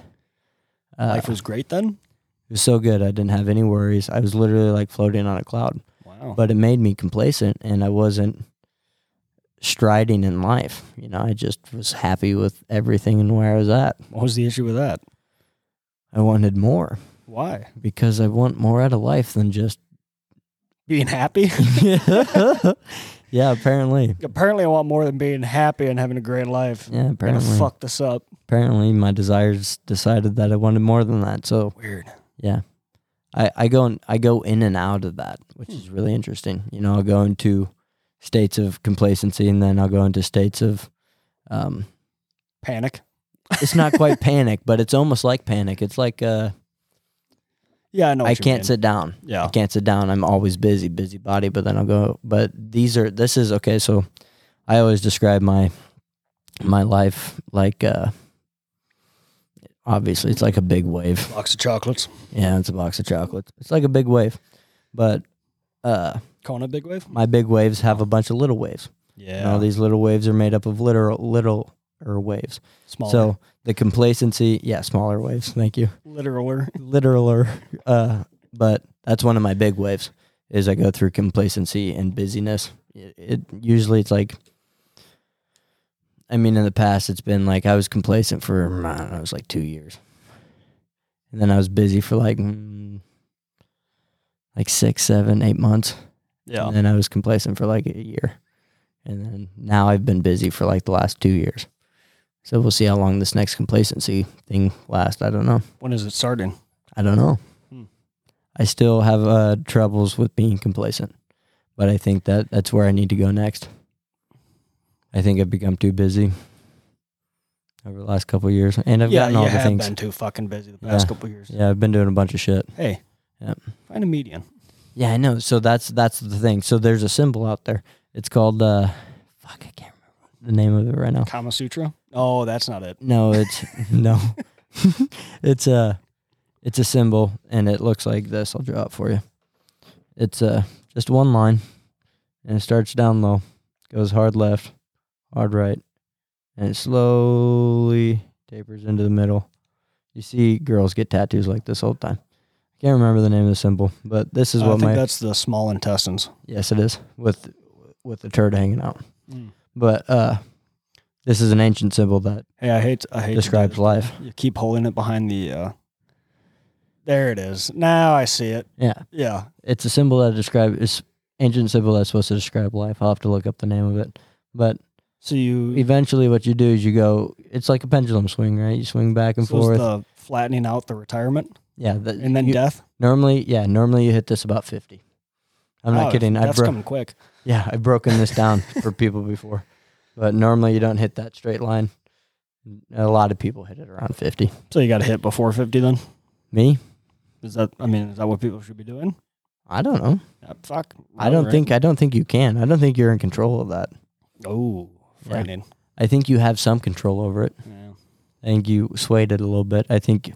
[SPEAKER 1] uh,
[SPEAKER 2] Life was great then.
[SPEAKER 1] it was so good. I didn't have any worries. I was literally like floating on a cloud
[SPEAKER 2] Wow.
[SPEAKER 1] but it made me complacent and I wasn't striding in life. You know, I just was happy with everything and where I was at.
[SPEAKER 2] what was the issue with that?
[SPEAKER 1] I wanted more
[SPEAKER 2] Why?
[SPEAKER 1] because I want more out of life than just
[SPEAKER 2] Being happy.
[SPEAKER 1] Yeah, apparently.
[SPEAKER 2] apparently, I want more than being happy and having a great life.
[SPEAKER 1] Yeah,
[SPEAKER 2] I'm gonna
[SPEAKER 1] apparently.
[SPEAKER 2] fuck this up.
[SPEAKER 1] Apparently my desires decided that I wanted more than that. So
[SPEAKER 2] Weird.
[SPEAKER 1] Yeah. I, I go in, I go in and out of that, which is really interesting. You know, I'll go into states of complacency and then I'll go into states of um,
[SPEAKER 2] Panic.
[SPEAKER 1] it's not quite panic, but it's almost like panic. It's like uh,
[SPEAKER 2] Yeah, I know. What
[SPEAKER 1] I
[SPEAKER 2] you
[SPEAKER 1] can't
[SPEAKER 2] mean.
[SPEAKER 1] sit down.
[SPEAKER 2] Yeah.
[SPEAKER 1] I can't sit down. I'm always busy, busy body. But then I'll go. But these are this is okay. So I always describe my my life like uh, obviously it's like a big wave.
[SPEAKER 2] Box of chocolates.
[SPEAKER 1] Yeah, it's a box of chocolates. It's like a big wave, but uh,
[SPEAKER 2] Kona big wave.
[SPEAKER 1] my big waves have a bunch of little waves. And
[SPEAKER 2] Yeah.
[SPEAKER 1] all these little waves are made up of literal little or waves.
[SPEAKER 2] Smaller.
[SPEAKER 1] So the complacency, yeah, smaller waves. Thank you.
[SPEAKER 2] literaler.
[SPEAKER 1] literaler. Uh, but that's one of my big waves is I go through complacency and busyness. It, it usually it's like, I mean, in the past it's been like I was complacent for I don't know, it was like two years, and then I was busy for like mm, like six, seven, eight months,
[SPEAKER 2] Yeah.
[SPEAKER 1] and then I was complacent for like a year, and then now I've been busy for like the last two years. So we'll see how long this next complacency thing lasts. I don't know.
[SPEAKER 2] When is it starting?
[SPEAKER 1] I don't know.
[SPEAKER 2] Hmm.
[SPEAKER 1] I still have uh, troubles with being complacent, but I think that that's where I need to go next. I think I've become too busy over the last couple of years, and I've
[SPEAKER 2] yeah,
[SPEAKER 1] gotten
[SPEAKER 2] you
[SPEAKER 1] all the
[SPEAKER 2] have
[SPEAKER 1] things.
[SPEAKER 2] been too fucking busy the past
[SPEAKER 1] Yeah.
[SPEAKER 2] couple years.
[SPEAKER 1] Yeah, I've been doing a bunch of shit.
[SPEAKER 2] Hey,
[SPEAKER 1] Yep.
[SPEAKER 2] find a median.
[SPEAKER 1] Yeah, I know. So that's that's the thing. So there's a symbol out there. It's called uh, fuck. I can't remember the name of it right now.
[SPEAKER 2] Kama Sutra. Oh, that's not it.
[SPEAKER 1] No, it's no. it's a it's a symbol and it looks like this. I'll draw it for you. It's uh just one line and it starts down low, goes hard left, hard right, and it slowly tapers into the middle. You see girls get tattoos like this all the time. I can't remember the name of the symbol, but this is
[SPEAKER 2] I
[SPEAKER 1] what
[SPEAKER 2] think
[SPEAKER 1] my
[SPEAKER 2] that's the small intestines.
[SPEAKER 1] yes it is with with the turd hanging out.
[SPEAKER 2] Hmm.
[SPEAKER 1] But uh this is an ancient symbol that
[SPEAKER 2] Hey, I hate I hate to
[SPEAKER 1] describes
[SPEAKER 2] do
[SPEAKER 1] life.
[SPEAKER 2] this. You keep holding it behind the. uh There it is. Now I see it.
[SPEAKER 1] Yeah.
[SPEAKER 2] Yeah.
[SPEAKER 1] it's a symbol that describes it's ancient symbol that's supposed to describe life. I'll have to look up the name of it. But
[SPEAKER 2] So you
[SPEAKER 1] eventually what you do is you go it's like a pendulum swing, right? You swing back and
[SPEAKER 2] so is
[SPEAKER 1] forth.
[SPEAKER 2] the flattening out the retirement
[SPEAKER 1] yeah, the,
[SPEAKER 2] and then
[SPEAKER 1] you-
[SPEAKER 2] death.
[SPEAKER 1] normally yeah, normally you hit this about 50. I'm not
[SPEAKER 2] Oh,
[SPEAKER 1] kidding. I
[SPEAKER 2] That's
[SPEAKER 1] broke
[SPEAKER 2] coming quick.
[SPEAKER 1] yeah, I've broken this down for people before. But normally you don't hit that straight line. A lot of people hit it around 50.
[SPEAKER 2] So you got to hit before 50 then?
[SPEAKER 1] Me?
[SPEAKER 2] Is that, I mean, is that what people should be doing?
[SPEAKER 1] I don't know.
[SPEAKER 2] Yeah, fuck.
[SPEAKER 1] I don't think I don't think you can. I don't think you're in control of that.
[SPEAKER 2] Oh,
[SPEAKER 1] Yeah.
[SPEAKER 2] frightening.
[SPEAKER 1] I think you have some control over it.
[SPEAKER 2] Yeah.
[SPEAKER 1] I think you swayed it a little bit. I think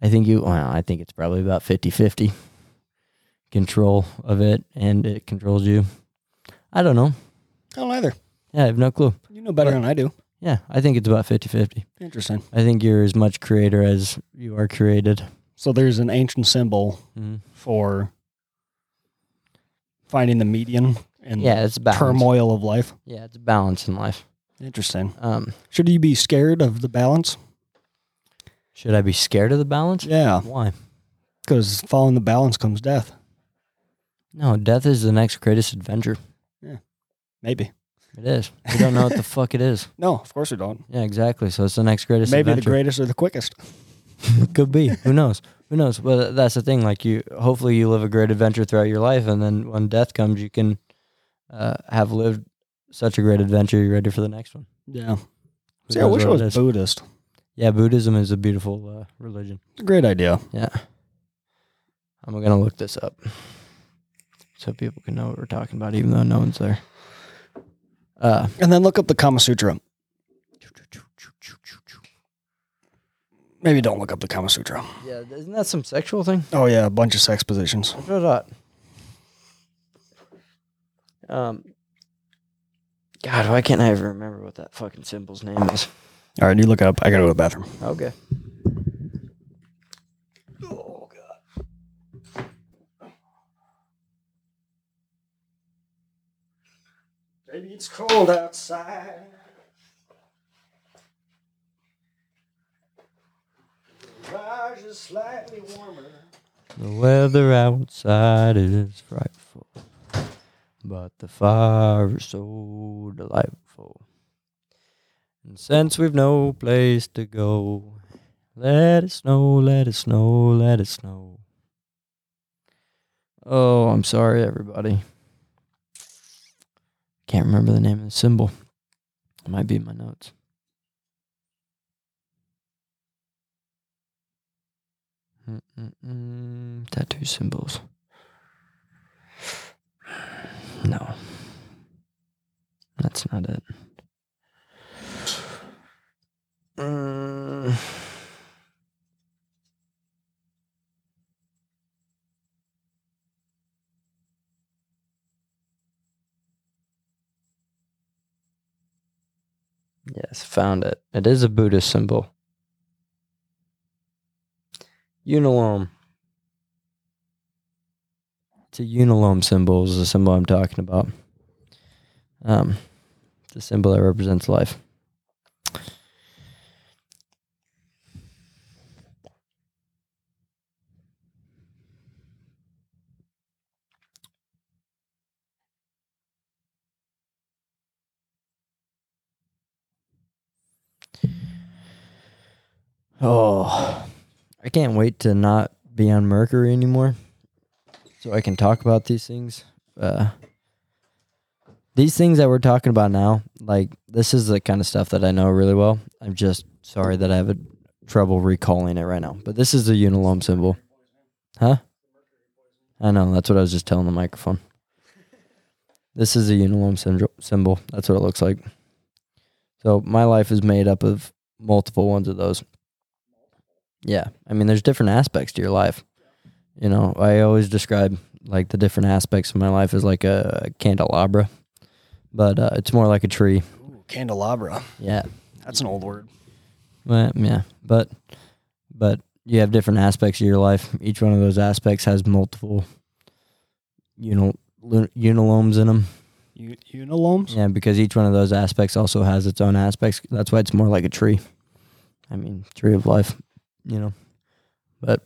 [SPEAKER 1] I think you well, I think it's probably about 50-50 control of it and it controls you. I don't know.
[SPEAKER 2] I don't either.
[SPEAKER 1] Yeah, I have no clue.
[SPEAKER 2] You know better than I do.
[SPEAKER 1] Yeah, I think it's about 50-50.
[SPEAKER 2] Interesting.
[SPEAKER 1] I think you're as much creator as you are created.
[SPEAKER 2] So there's an ancient symbol
[SPEAKER 1] Mhm.
[SPEAKER 2] for finding the median in
[SPEAKER 1] Yeah, it's a
[SPEAKER 2] the
[SPEAKER 1] balance.
[SPEAKER 2] turmoil of life.
[SPEAKER 1] Yeah, it's a balance in life.
[SPEAKER 2] Interesting.
[SPEAKER 1] Um,
[SPEAKER 2] Should you be scared of the balance?
[SPEAKER 1] should I be scared of the balance?
[SPEAKER 2] Yeah,
[SPEAKER 1] Why?
[SPEAKER 2] because following the balance comes death.
[SPEAKER 1] No, death is the next greatest adventure.
[SPEAKER 2] Maybe.
[SPEAKER 1] It is. We don't know what the fuck it is.
[SPEAKER 2] No, of course we don't.
[SPEAKER 1] Yeah, exactly. So it's the next greatest
[SPEAKER 2] Maybe the
[SPEAKER 1] adventure.
[SPEAKER 2] greatest or the quickest.
[SPEAKER 1] Could be. Who knows? Who knows? Well, that's the thing. Like you, hopefully, you live a great adventure throughout your life, and then when death comes, you can uh, have lived such a great adventure. You're ready for the next one.
[SPEAKER 2] Yeah.
[SPEAKER 1] Who
[SPEAKER 2] See, I
[SPEAKER 1] knows
[SPEAKER 2] wish I
[SPEAKER 1] what
[SPEAKER 2] was
[SPEAKER 1] it is?
[SPEAKER 2] Buddhist.
[SPEAKER 1] yeah, Buddhism is a beautiful uh, religion.
[SPEAKER 2] It's a great idea.
[SPEAKER 1] Yeah, I'm gonna look this up so people can know what we're talking about, even though no one's there. Uh,
[SPEAKER 2] And then look up the Kama Sutra. Maybe don't look up the Kama Sutra.
[SPEAKER 1] yeah, isn't that some sexual thing?
[SPEAKER 2] Oh yeah, a bunch of sex positions.
[SPEAKER 1] That's what I thought. Um, God, why can't I ever remember what that fucking symbol's name is?
[SPEAKER 2] All right, you look it up. I gotta go to the bathroom.
[SPEAKER 1] Okay.
[SPEAKER 2] Oh, Baby, it's cold outside. Garage is slightly warmer.
[SPEAKER 1] The weather outside is frightful, but the fire is so delightful. And since we've no place to go, let it snow, let it snow, let it snow. Oh, I'm sorry, everybody. Can't remember the name of the symbol. It might be in my notes. Mm-mm-mm. Mm, Tattoo symbols. No. That's not it. Mm. Yes, found it. It is a Buddhist symbol. Uniloam. It's a uniloam symbol is the symbol I'm talking about. Um, it's a symbol that represents life. Oh, I can't wait to not be on Mercury anymore, so I can talk about these things. Uh, these things that we're talking about now, like this is the kind of stuff that I know really well. I'm just sorry that I have a trouble recalling it right now. But this is the Uniloam symbol, huh? I know that's what I was just telling the microphone. This is the Uniloam syndro- symbol. That's what it looks like. So my life is made up of multiple ones of those. Yeah. I mean, there's different aspects to your life. You know, I always describe like the different aspects of my life as like a candelabra, but uh, it's more like a tree.
[SPEAKER 2] Ooh, candelabra.
[SPEAKER 1] Yeah.
[SPEAKER 2] That's an old word.
[SPEAKER 1] Well, yeah. But, but you have different aspects of your life. Each one of those aspects has multiple, you know, unilomes in them.
[SPEAKER 2] U- unilomes?
[SPEAKER 1] Yeah, because each one of those aspects also has its own aspects. That's why it's more like a tree. I mean, tree of life, you know. But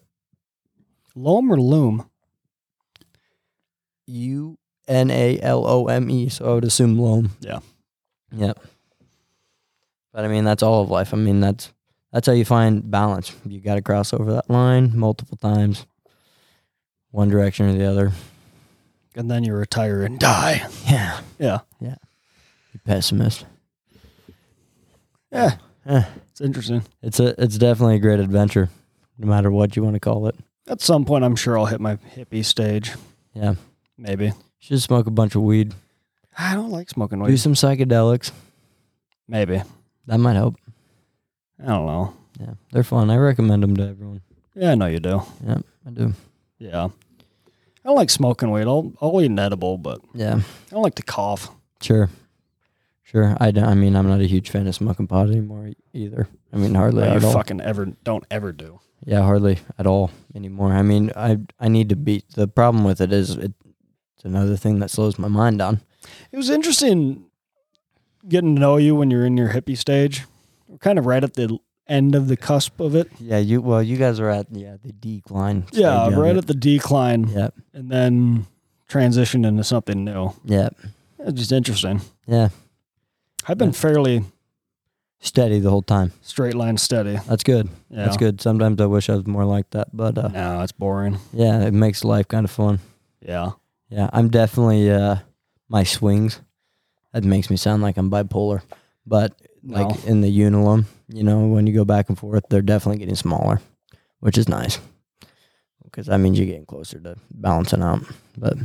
[SPEAKER 2] Loam or loom?
[SPEAKER 1] U N A L O M E, so I would assume loam.
[SPEAKER 2] Yeah.
[SPEAKER 1] Yep. But I mean, that's all of life. I mean, that's that's how you find balance. You got to cross over that line multiple times, one direction or the other.
[SPEAKER 2] And then you retire and die.
[SPEAKER 1] Yeah.
[SPEAKER 2] Yeah.
[SPEAKER 1] You pessimist.
[SPEAKER 2] Yeah.
[SPEAKER 1] Eh,
[SPEAKER 2] It's interesting.
[SPEAKER 1] it's a it's definitely a great adventure, no matter what you want to call it.
[SPEAKER 2] At some point, I'm sure I'll hit my hippie stage.
[SPEAKER 1] Yeah.
[SPEAKER 2] Maybe.
[SPEAKER 1] Should smoke a bunch of weed,
[SPEAKER 2] I don't like smoking
[SPEAKER 1] do
[SPEAKER 2] weed.
[SPEAKER 1] some psychedelics.
[SPEAKER 2] Maybe.
[SPEAKER 1] That might help.
[SPEAKER 2] I don't know.
[SPEAKER 1] Yeah, they're fun. I recommend them to everyone.
[SPEAKER 2] Yeah, I know you do.
[SPEAKER 1] Yeah, I do.
[SPEAKER 2] Yeah. I don't like smoking weed. I'll, I'll eat an edible, but
[SPEAKER 1] Yeah,
[SPEAKER 2] I don't like to cough.
[SPEAKER 1] sure, sure. I don't, I mean, I'm not a huge fan of smoking pot anymore e- either. I mean, hardly
[SPEAKER 2] Like,
[SPEAKER 1] at
[SPEAKER 2] you
[SPEAKER 1] all.
[SPEAKER 2] fucking ever don't ever do.
[SPEAKER 1] Yeah, hardly at all anymore. I mean, I I need to beat. The problem with it is it, it's another thing that slows my mind down.
[SPEAKER 2] It was interesting getting to know you when you're in your hippie stage. We're kind of right at the end of the cusp of it.
[SPEAKER 1] Yeah, you well, you guys are at yeah the decline.
[SPEAKER 2] Yeah,
[SPEAKER 1] stage of
[SPEAKER 2] right
[SPEAKER 1] it.
[SPEAKER 2] at the decline,
[SPEAKER 1] Yep,
[SPEAKER 2] and then transitioned into something new.
[SPEAKER 1] yep,
[SPEAKER 2] It's just interesting.
[SPEAKER 1] yeah.
[SPEAKER 2] I've been
[SPEAKER 1] Yeah.
[SPEAKER 2] fairly
[SPEAKER 1] Steady the whole time.
[SPEAKER 2] straight line steady.
[SPEAKER 1] That's good.
[SPEAKER 2] Yeah.
[SPEAKER 1] That's good. Sometimes I wish I was more like that, but uh,
[SPEAKER 2] No, it's boring.
[SPEAKER 1] yeah, it makes life kind of fun.
[SPEAKER 2] Yeah.
[SPEAKER 1] Yeah, I'm definitely uh my swings. That makes me sound like I'm bipolar, but like
[SPEAKER 2] No.
[SPEAKER 1] in the unilum, you know, when you go back and forth, they're definitely getting smaller, which is nice because that means you're getting closer to balancing out. But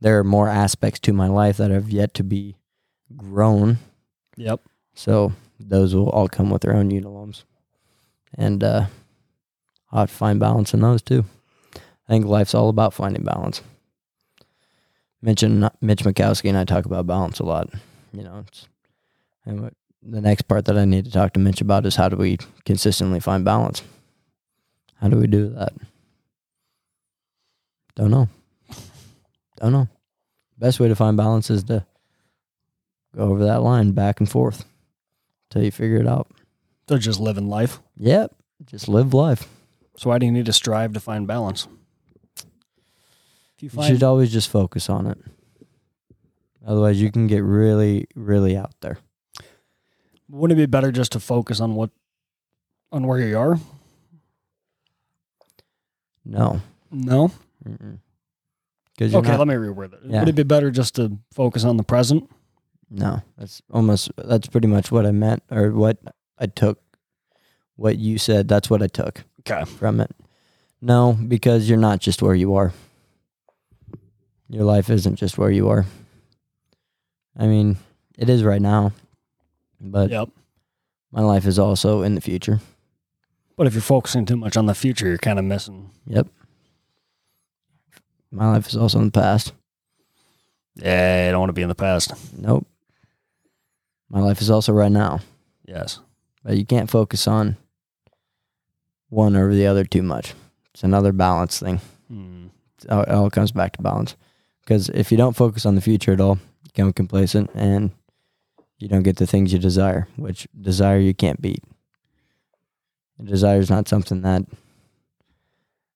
[SPEAKER 1] there are more aspects to my life that have yet to be grown,
[SPEAKER 2] Yep.
[SPEAKER 1] so those will all come with their own unilums, and uh, I have to find balance in those too. I think life's all about finding balance. Mitch and Mitch Mikowski and I talk about balance a lot. You know, it's, and what, the next part that I need to talk to Mitch about is how do we consistently find balance? How do we do that? Don't know. Don't know. Best way to find balance is to go over that line back and forth till you figure it out.
[SPEAKER 2] They're just living life.
[SPEAKER 1] Yep. Just live life.
[SPEAKER 2] So why do you need to strive to find balance? If you
[SPEAKER 1] You
[SPEAKER 2] find
[SPEAKER 1] should always just focus on it. Otherwise, you can get really, really out there.
[SPEAKER 2] wouldn't it be better just to focus on what on where you are?
[SPEAKER 1] No.
[SPEAKER 2] No.
[SPEAKER 1] Because you're
[SPEAKER 2] Okay,
[SPEAKER 1] not,
[SPEAKER 2] let me reword that.
[SPEAKER 1] Yeah.
[SPEAKER 2] Would it be better just to focus on the present?
[SPEAKER 1] no, that's almost that's pretty much what I meant or what I took. What you said, that's what I took
[SPEAKER 2] Okay.
[SPEAKER 1] from it. No, because you're not just where you are. Your life isn't just where you are. I mean, it is right now, but
[SPEAKER 2] Yep.
[SPEAKER 1] my life is also in the future.
[SPEAKER 2] But if you're focusing too much on the future, you're kind of missing.
[SPEAKER 1] Yep. My life is also in the past.
[SPEAKER 2] Yeah, I don't want to be in the past.
[SPEAKER 1] Nope. My life is also right now.
[SPEAKER 2] Yes.
[SPEAKER 1] But you can't focus on one over the other too much. It's another balance thing.
[SPEAKER 2] Hmm.
[SPEAKER 1] It all- It all comes back to balance. Because if you don't focus on the future at all, you become complacent and you don't get the things you desire, which desire you can't beat. Desire is not something that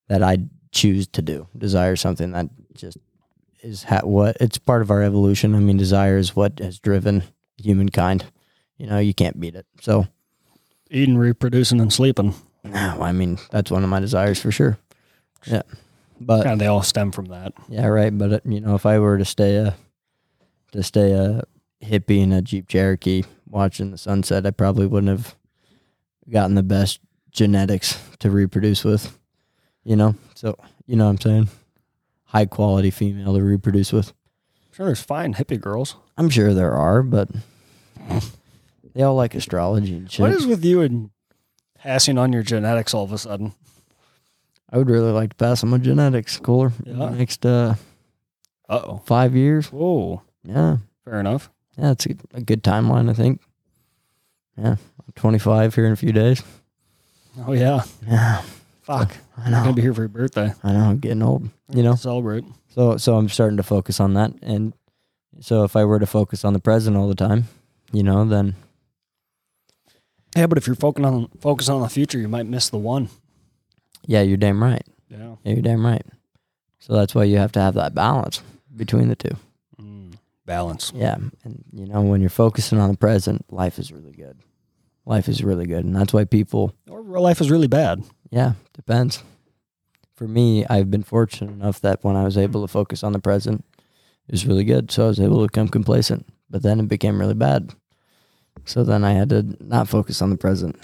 [SPEAKER 1] that I choose to do. Desire is something that just is ha- what it's part of our evolution. I mean, desire is what has driven humankind. You know, you can't beat it. So
[SPEAKER 2] Eating, reproducing, and sleeping.
[SPEAKER 1] no, I mean that's one of my desires for sure. Yeah, but
[SPEAKER 2] Kind of, they all stem from that.
[SPEAKER 1] yeah, right. But uh, you know, if I were to stay a to stay a hippie in a Jeep Cherokee watching the sunset, I probably wouldn't have gotten the best genetics to reproduce with. You know, so you know what I'm saying high quality female to reproduce with.
[SPEAKER 2] Sure, there's fine hippie girls.
[SPEAKER 1] I'm sure there are, but they all like astrology and shit.
[SPEAKER 2] What is with you and passing on your genetics all of a sudden?
[SPEAKER 1] I would really like to pass on my genetics, cooler. in the
[SPEAKER 2] Yeah.
[SPEAKER 1] next uh,
[SPEAKER 2] Uh oh.
[SPEAKER 1] five years.
[SPEAKER 2] Whoa.
[SPEAKER 1] Yeah.
[SPEAKER 2] Fair enough.
[SPEAKER 1] Yeah, it's a, a good timeline, I think. Yeah, I'm 25 here in a few days.
[SPEAKER 2] Oh yeah.
[SPEAKER 1] Yeah,
[SPEAKER 2] Fuck.
[SPEAKER 1] I
[SPEAKER 2] I'm gonna
[SPEAKER 1] know.
[SPEAKER 2] be here for your birthday.
[SPEAKER 1] I know. I'm getting old, you know.
[SPEAKER 2] Celebrate.
[SPEAKER 1] So, so I'm starting to focus on that, and so if I were to focus on the present all the time, you know, then
[SPEAKER 2] Yeah, but if you're focusing on focusing on the future, you might miss the one.
[SPEAKER 1] yeah, you're damn right.
[SPEAKER 2] Yeah.
[SPEAKER 1] Yeah, you're damn right. So that's why you have to have that balance between the two.
[SPEAKER 2] Mm. Balance.
[SPEAKER 1] Yeah, and you know, when you're focusing on the present, life is really good. Life is really good, and that's why people
[SPEAKER 2] Or real life is really bad.
[SPEAKER 1] Yeah, depends. For me, I've been fortunate enough that when I was able to focus on the present, it was really good. So I was able to become complacent, but then it became really bad. So then I had to not focus on the present.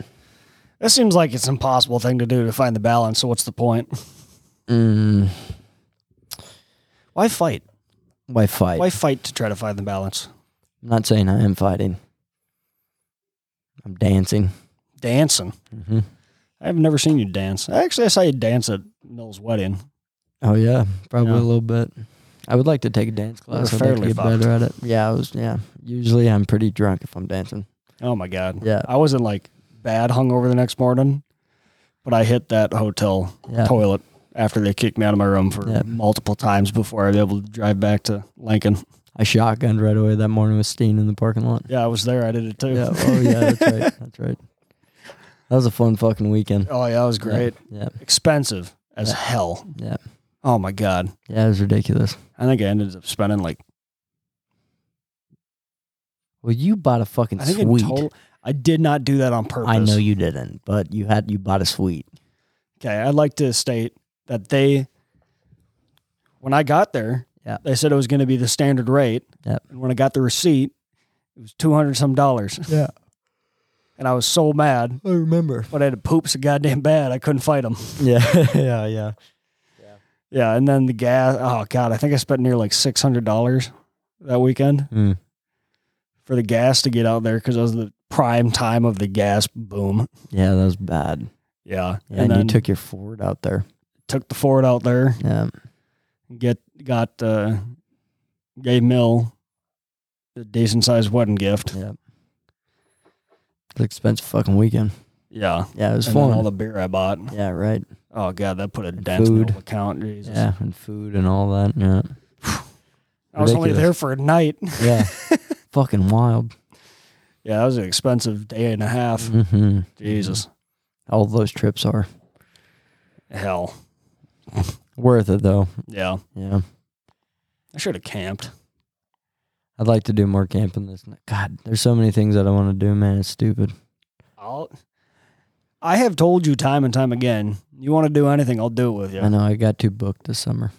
[SPEAKER 2] That seems like it's an impossible thing to do to find the balance. So what's the point?
[SPEAKER 1] Mm,
[SPEAKER 2] Why fight?
[SPEAKER 1] why fight?
[SPEAKER 2] Why fight to try to find the balance?
[SPEAKER 1] I'm not saying I am fighting. I'm dancing.
[SPEAKER 2] Dancing.
[SPEAKER 1] hmm
[SPEAKER 2] I've never seen you dance. Actually, I saw you dance at Mill's wedding.
[SPEAKER 1] Oh yeah, probably
[SPEAKER 2] Yeah.
[SPEAKER 1] a little bit. I would like to take a dance class.
[SPEAKER 2] We're
[SPEAKER 1] I'd like to
[SPEAKER 2] fairly
[SPEAKER 1] get
[SPEAKER 2] fucked.
[SPEAKER 1] better at it. Yeah, I was. Yeah, usually I'm pretty drunk if I'm dancing.
[SPEAKER 2] Oh my god.
[SPEAKER 1] Yeah,
[SPEAKER 2] I wasn't like bad hungover the next morning, but I hit that hotel
[SPEAKER 1] yeah.
[SPEAKER 2] toilet after they kicked me out of my room for
[SPEAKER 1] Yeah.
[SPEAKER 2] multiple times before I was able to drive back to Lincoln.
[SPEAKER 1] I shotgunned right away that morning with Steen in the parking lot.
[SPEAKER 2] Yeah, I was there. I did it too.
[SPEAKER 1] Yeah. Oh yeah, that's right. That's right. That was a fun fucking weekend.
[SPEAKER 2] Oh yeah, it was
[SPEAKER 1] Yeah,
[SPEAKER 2] great.
[SPEAKER 1] Yeah.
[SPEAKER 2] Expensive as
[SPEAKER 1] Yeah.
[SPEAKER 2] hell.
[SPEAKER 1] Yeah.
[SPEAKER 2] Oh my god.
[SPEAKER 1] Yeah, it was ridiculous.
[SPEAKER 2] I think I ended up spending like
[SPEAKER 1] Well, you bought a fucking
[SPEAKER 2] I think
[SPEAKER 1] suite.
[SPEAKER 2] in total I did not do that on purpose.
[SPEAKER 1] I know you didn't, but you had you bought a suite.
[SPEAKER 2] Okay, I'd like to state that they, when I got there,
[SPEAKER 1] Yeah.
[SPEAKER 2] they said it was going to be the standard rate.
[SPEAKER 1] Yep.
[SPEAKER 2] And when I got the receipt, it was two hundred some dollars,
[SPEAKER 1] Yeah,
[SPEAKER 2] and I was so mad,
[SPEAKER 1] I remember.
[SPEAKER 2] but I had to poop so goddamn bad I couldn't fight them.
[SPEAKER 1] Yeah, yeah, yeah.
[SPEAKER 2] Yeah, and then the gas. Oh god, I think I spent near like six hundred dollars that weekend
[SPEAKER 1] Mm.
[SPEAKER 2] for the gas to get out there because it was the prime time of the gas boom.
[SPEAKER 1] Yeah, that was bad.
[SPEAKER 2] Yeah,
[SPEAKER 1] Yeah, and, you took your Ford out there.
[SPEAKER 2] took the Ford out there.
[SPEAKER 1] Yeah,
[SPEAKER 2] get got uh gave Mill a decent sized wedding gift.
[SPEAKER 1] yeah. It's an expensive fucking weekend.
[SPEAKER 2] Yeah.
[SPEAKER 1] Yeah, it was
[SPEAKER 2] And then
[SPEAKER 1] fun.
[SPEAKER 2] all the beer I bought.
[SPEAKER 1] yeah, right.
[SPEAKER 2] Oh god, that put a
[SPEAKER 1] And
[SPEAKER 2] dent in
[SPEAKER 1] food.
[SPEAKER 2] the account. Jesus.
[SPEAKER 1] Yeah, and food and all that. Yeah,
[SPEAKER 2] I was only
[SPEAKER 1] Ridiculous.
[SPEAKER 2] there for a night.
[SPEAKER 1] yeah. fucking wild.
[SPEAKER 2] Yeah, that was an expensive day and a half.
[SPEAKER 1] hmm
[SPEAKER 2] Jesus.
[SPEAKER 1] All those trips are
[SPEAKER 2] Hell.
[SPEAKER 1] worth it though.
[SPEAKER 2] Yeah.
[SPEAKER 1] Yeah,
[SPEAKER 2] I should have camped.
[SPEAKER 1] I'd like to do more camping this. Night. God, there's so many things that I want to do, man. It's stupid.
[SPEAKER 2] I'll I have told you time and time again, you want to do anything, I'll do it with
[SPEAKER 1] I
[SPEAKER 2] you.
[SPEAKER 1] know. I got too booked this summer.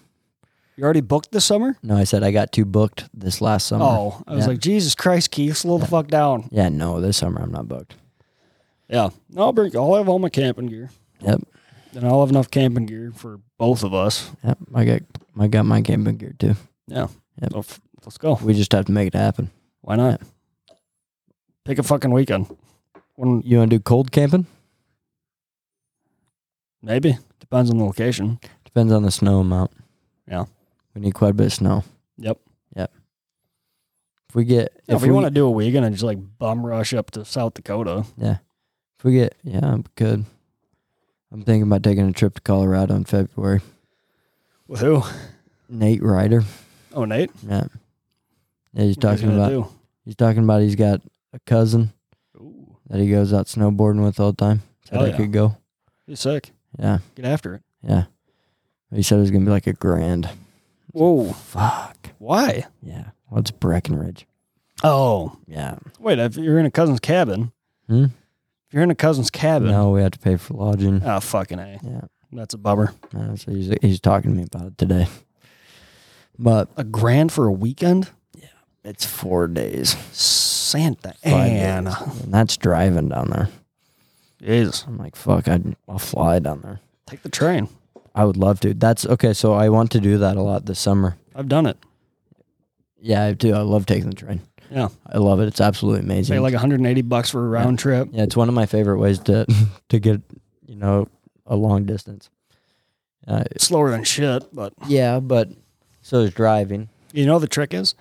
[SPEAKER 2] You already booked this summer?
[SPEAKER 1] No, I said I got too booked this last summer.
[SPEAKER 2] Oh, I was
[SPEAKER 1] Yeah.
[SPEAKER 2] like, Jesus Christ, Keith, slow the fuck down.
[SPEAKER 1] Yeah, no, this summer I'm not booked.
[SPEAKER 2] Yeah. No, I'll bring. I'll have all my camping gear.
[SPEAKER 1] Yep.
[SPEAKER 2] And I'll have enough camping gear for both of us.
[SPEAKER 1] Yep, I got I got my camping gear too.
[SPEAKER 2] So f- let's go.
[SPEAKER 1] We just have to make it happen.
[SPEAKER 2] Why not? Pick a fucking weekend. When
[SPEAKER 1] You want to do cold camping?
[SPEAKER 2] maybe depends on the location.
[SPEAKER 1] Depends on the snow amount.
[SPEAKER 2] Yeah.
[SPEAKER 1] we need quite a bit of snow.
[SPEAKER 2] Yep.
[SPEAKER 1] Yep. If we get if
[SPEAKER 2] Yeah, if we
[SPEAKER 1] we
[SPEAKER 2] want to do a weekend and just like bum rush up to South Dakota,
[SPEAKER 1] if we get yeah, I'm good. I'm thinking about taking a trip to Colorado in February.
[SPEAKER 2] with who?
[SPEAKER 1] Nate Ryder.
[SPEAKER 2] Oh, Nate.
[SPEAKER 1] Yeah. Yeah, he's
[SPEAKER 2] What are you
[SPEAKER 1] talking
[SPEAKER 2] gonna
[SPEAKER 1] about
[SPEAKER 2] do?
[SPEAKER 1] he's talking about he's got a cousin
[SPEAKER 2] Ooh,
[SPEAKER 1] that he goes out snowboarding with all the time. Said
[SPEAKER 2] Hell
[SPEAKER 1] I
[SPEAKER 2] yeah.
[SPEAKER 1] could go.
[SPEAKER 2] he's sick.
[SPEAKER 1] Yeah.
[SPEAKER 2] Get after it.
[SPEAKER 1] Yeah. He said it was gonna be like a grand.
[SPEAKER 2] Whoa.
[SPEAKER 1] Fuck.
[SPEAKER 2] Why?
[SPEAKER 1] Yeah. Well, it's Breckenridge.
[SPEAKER 2] Oh,
[SPEAKER 1] Yeah.
[SPEAKER 2] wait. If you're in a cousin's cabin,
[SPEAKER 1] Hmm?
[SPEAKER 2] if you're in a cousin's cabin,
[SPEAKER 1] No, we have to pay for lodging.
[SPEAKER 2] oh fucking a.
[SPEAKER 1] Yeah.
[SPEAKER 2] That's a bummer.
[SPEAKER 1] Uh, so he's, he's talking to me about it today. But
[SPEAKER 2] A grand for a weekend?
[SPEAKER 1] it's four days.
[SPEAKER 2] Santa
[SPEAKER 1] Five
[SPEAKER 2] Ana.
[SPEAKER 1] days. And that's driving down there.
[SPEAKER 2] Jesus.
[SPEAKER 1] I'm like, fuck, I'd, I'll fly down there.
[SPEAKER 2] Take the train.
[SPEAKER 1] I would love to. That's okay. So I want to do that a lot this summer.
[SPEAKER 2] I've done it.
[SPEAKER 1] Yeah, I do. I love taking the train.
[SPEAKER 2] Yeah.
[SPEAKER 1] I love it. It's absolutely amazing.
[SPEAKER 2] Pay like 180 bucks for a round trip.
[SPEAKER 1] Yeah, it's one of my favorite ways to to get you know a long distance. Uh,
[SPEAKER 2] Slower than shit, but
[SPEAKER 1] yeah, but so is driving.
[SPEAKER 2] you know the trick is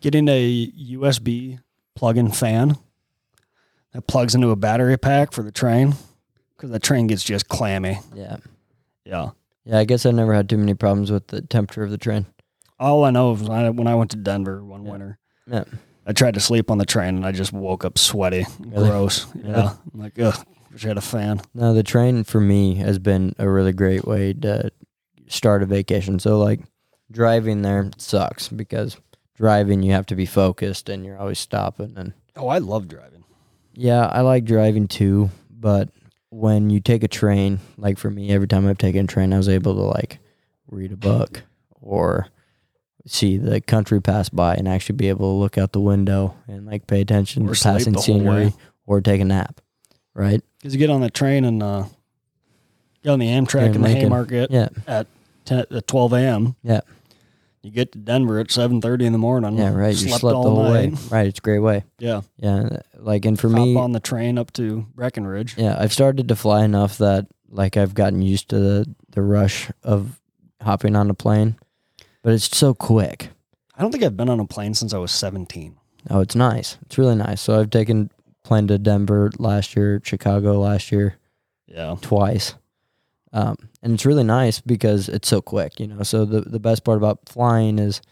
[SPEAKER 2] getting a USB plug-in fan that plugs into a battery pack for the train because the train gets just clammy.
[SPEAKER 1] Yeah,
[SPEAKER 2] Yeah.
[SPEAKER 1] yeah. I guess I never had too many problems with the temperature of the train.
[SPEAKER 2] All I know is I, when I went to Denver one
[SPEAKER 1] Yeah.
[SPEAKER 2] winter,
[SPEAKER 1] Yeah.
[SPEAKER 2] I tried to sleep on the train and I just woke up sweaty, and
[SPEAKER 1] Really?
[SPEAKER 2] gross. Yeah. I'm like, ugh, wish I had a fan.
[SPEAKER 1] No, the train for me has been a really great way to start a vacation. So like driving there sucks because driving you have to be focused and you're always stopping and
[SPEAKER 2] Oh, I love driving.
[SPEAKER 1] yeah, I like driving too, but when you take a train, like for me every time I've taken a train I was able to like read a book or see the country pass by and actually be able to look out the window and like pay attention to
[SPEAKER 2] Or sleep
[SPEAKER 1] passing
[SPEAKER 2] the whole
[SPEAKER 1] scenery
[SPEAKER 2] way.
[SPEAKER 1] or take a nap. Right?
[SPEAKER 2] Because you get on the train and uh, get on the
[SPEAKER 1] Here
[SPEAKER 2] Amtrak
[SPEAKER 1] in
[SPEAKER 2] in the
[SPEAKER 1] Lincoln.
[SPEAKER 2] Haymarket
[SPEAKER 1] Yeah.
[SPEAKER 2] 10, at 12 a.m.
[SPEAKER 1] Yeah.
[SPEAKER 2] You get to Denver at 7.30 in the morning.
[SPEAKER 1] Yeah, right. You
[SPEAKER 2] Mm, Slept
[SPEAKER 1] slept the
[SPEAKER 2] all
[SPEAKER 1] whole
[SPEAKER 2] night.
[SPEAKER 1] way. Right. It's a great way.
[SPEAKER 2] Yeah.
[SPEAKER 1] Yeah. Like, and for
[SPEAKER 2] Hop
[SPEAKER 1] me,
[SPEAKER 2] on the train up to Breckenridge.
[SPEAKER 1] yeah, I've started to fly enough that like I've gotten used to the, the rush of hopping on a plane, but it's so quick.
[SPEAKER 2] I don't think I've been on a plane since I was 17.
[SPEAKER 1] Oh, it's nice. It's really nice. So I've taken plane to Denver last year, Chicago last year,
[SPEAKER 2] Yeah.
[SPEAKER 1] twice. Um, and it's really nice because it's so quick, you know. So the, the best part about flying is,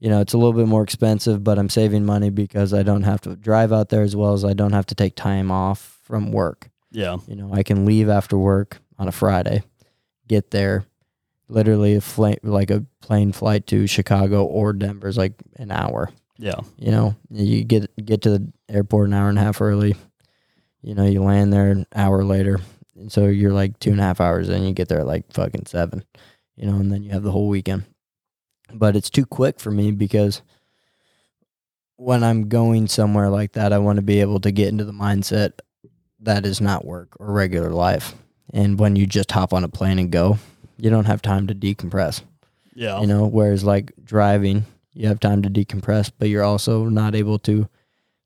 [SPEAKER 1] you know, it's a little bit more expensive, but I'm saving money because I don't have to drive out there as well as I don't have to take time off from work.
[SPEAKER 2] Yeah.
[SPEAKER 1] You know, I can leave after work on a Friday, get there. Literally, a flight, like a plane flight to Chicago or Denver is like an hour
[SPEAKER 2] Yeah.
[SPEAKER 1] you know you get get to the airport an hour and a half early you know you land there an hour later and so you're like two and a half hours in you get there at like fucking seven you know and then you have the whole weekend but it's too quick for me because when i'm going somewhere like that i want to be able to get into the mindset that is not work or regular life and when you just hop on a plane and go you don't have time to decompress
[SPEAKER 2] Yeah.
[SPEAKER 1] you know whereas like driving you have time to decompress but you're also not able to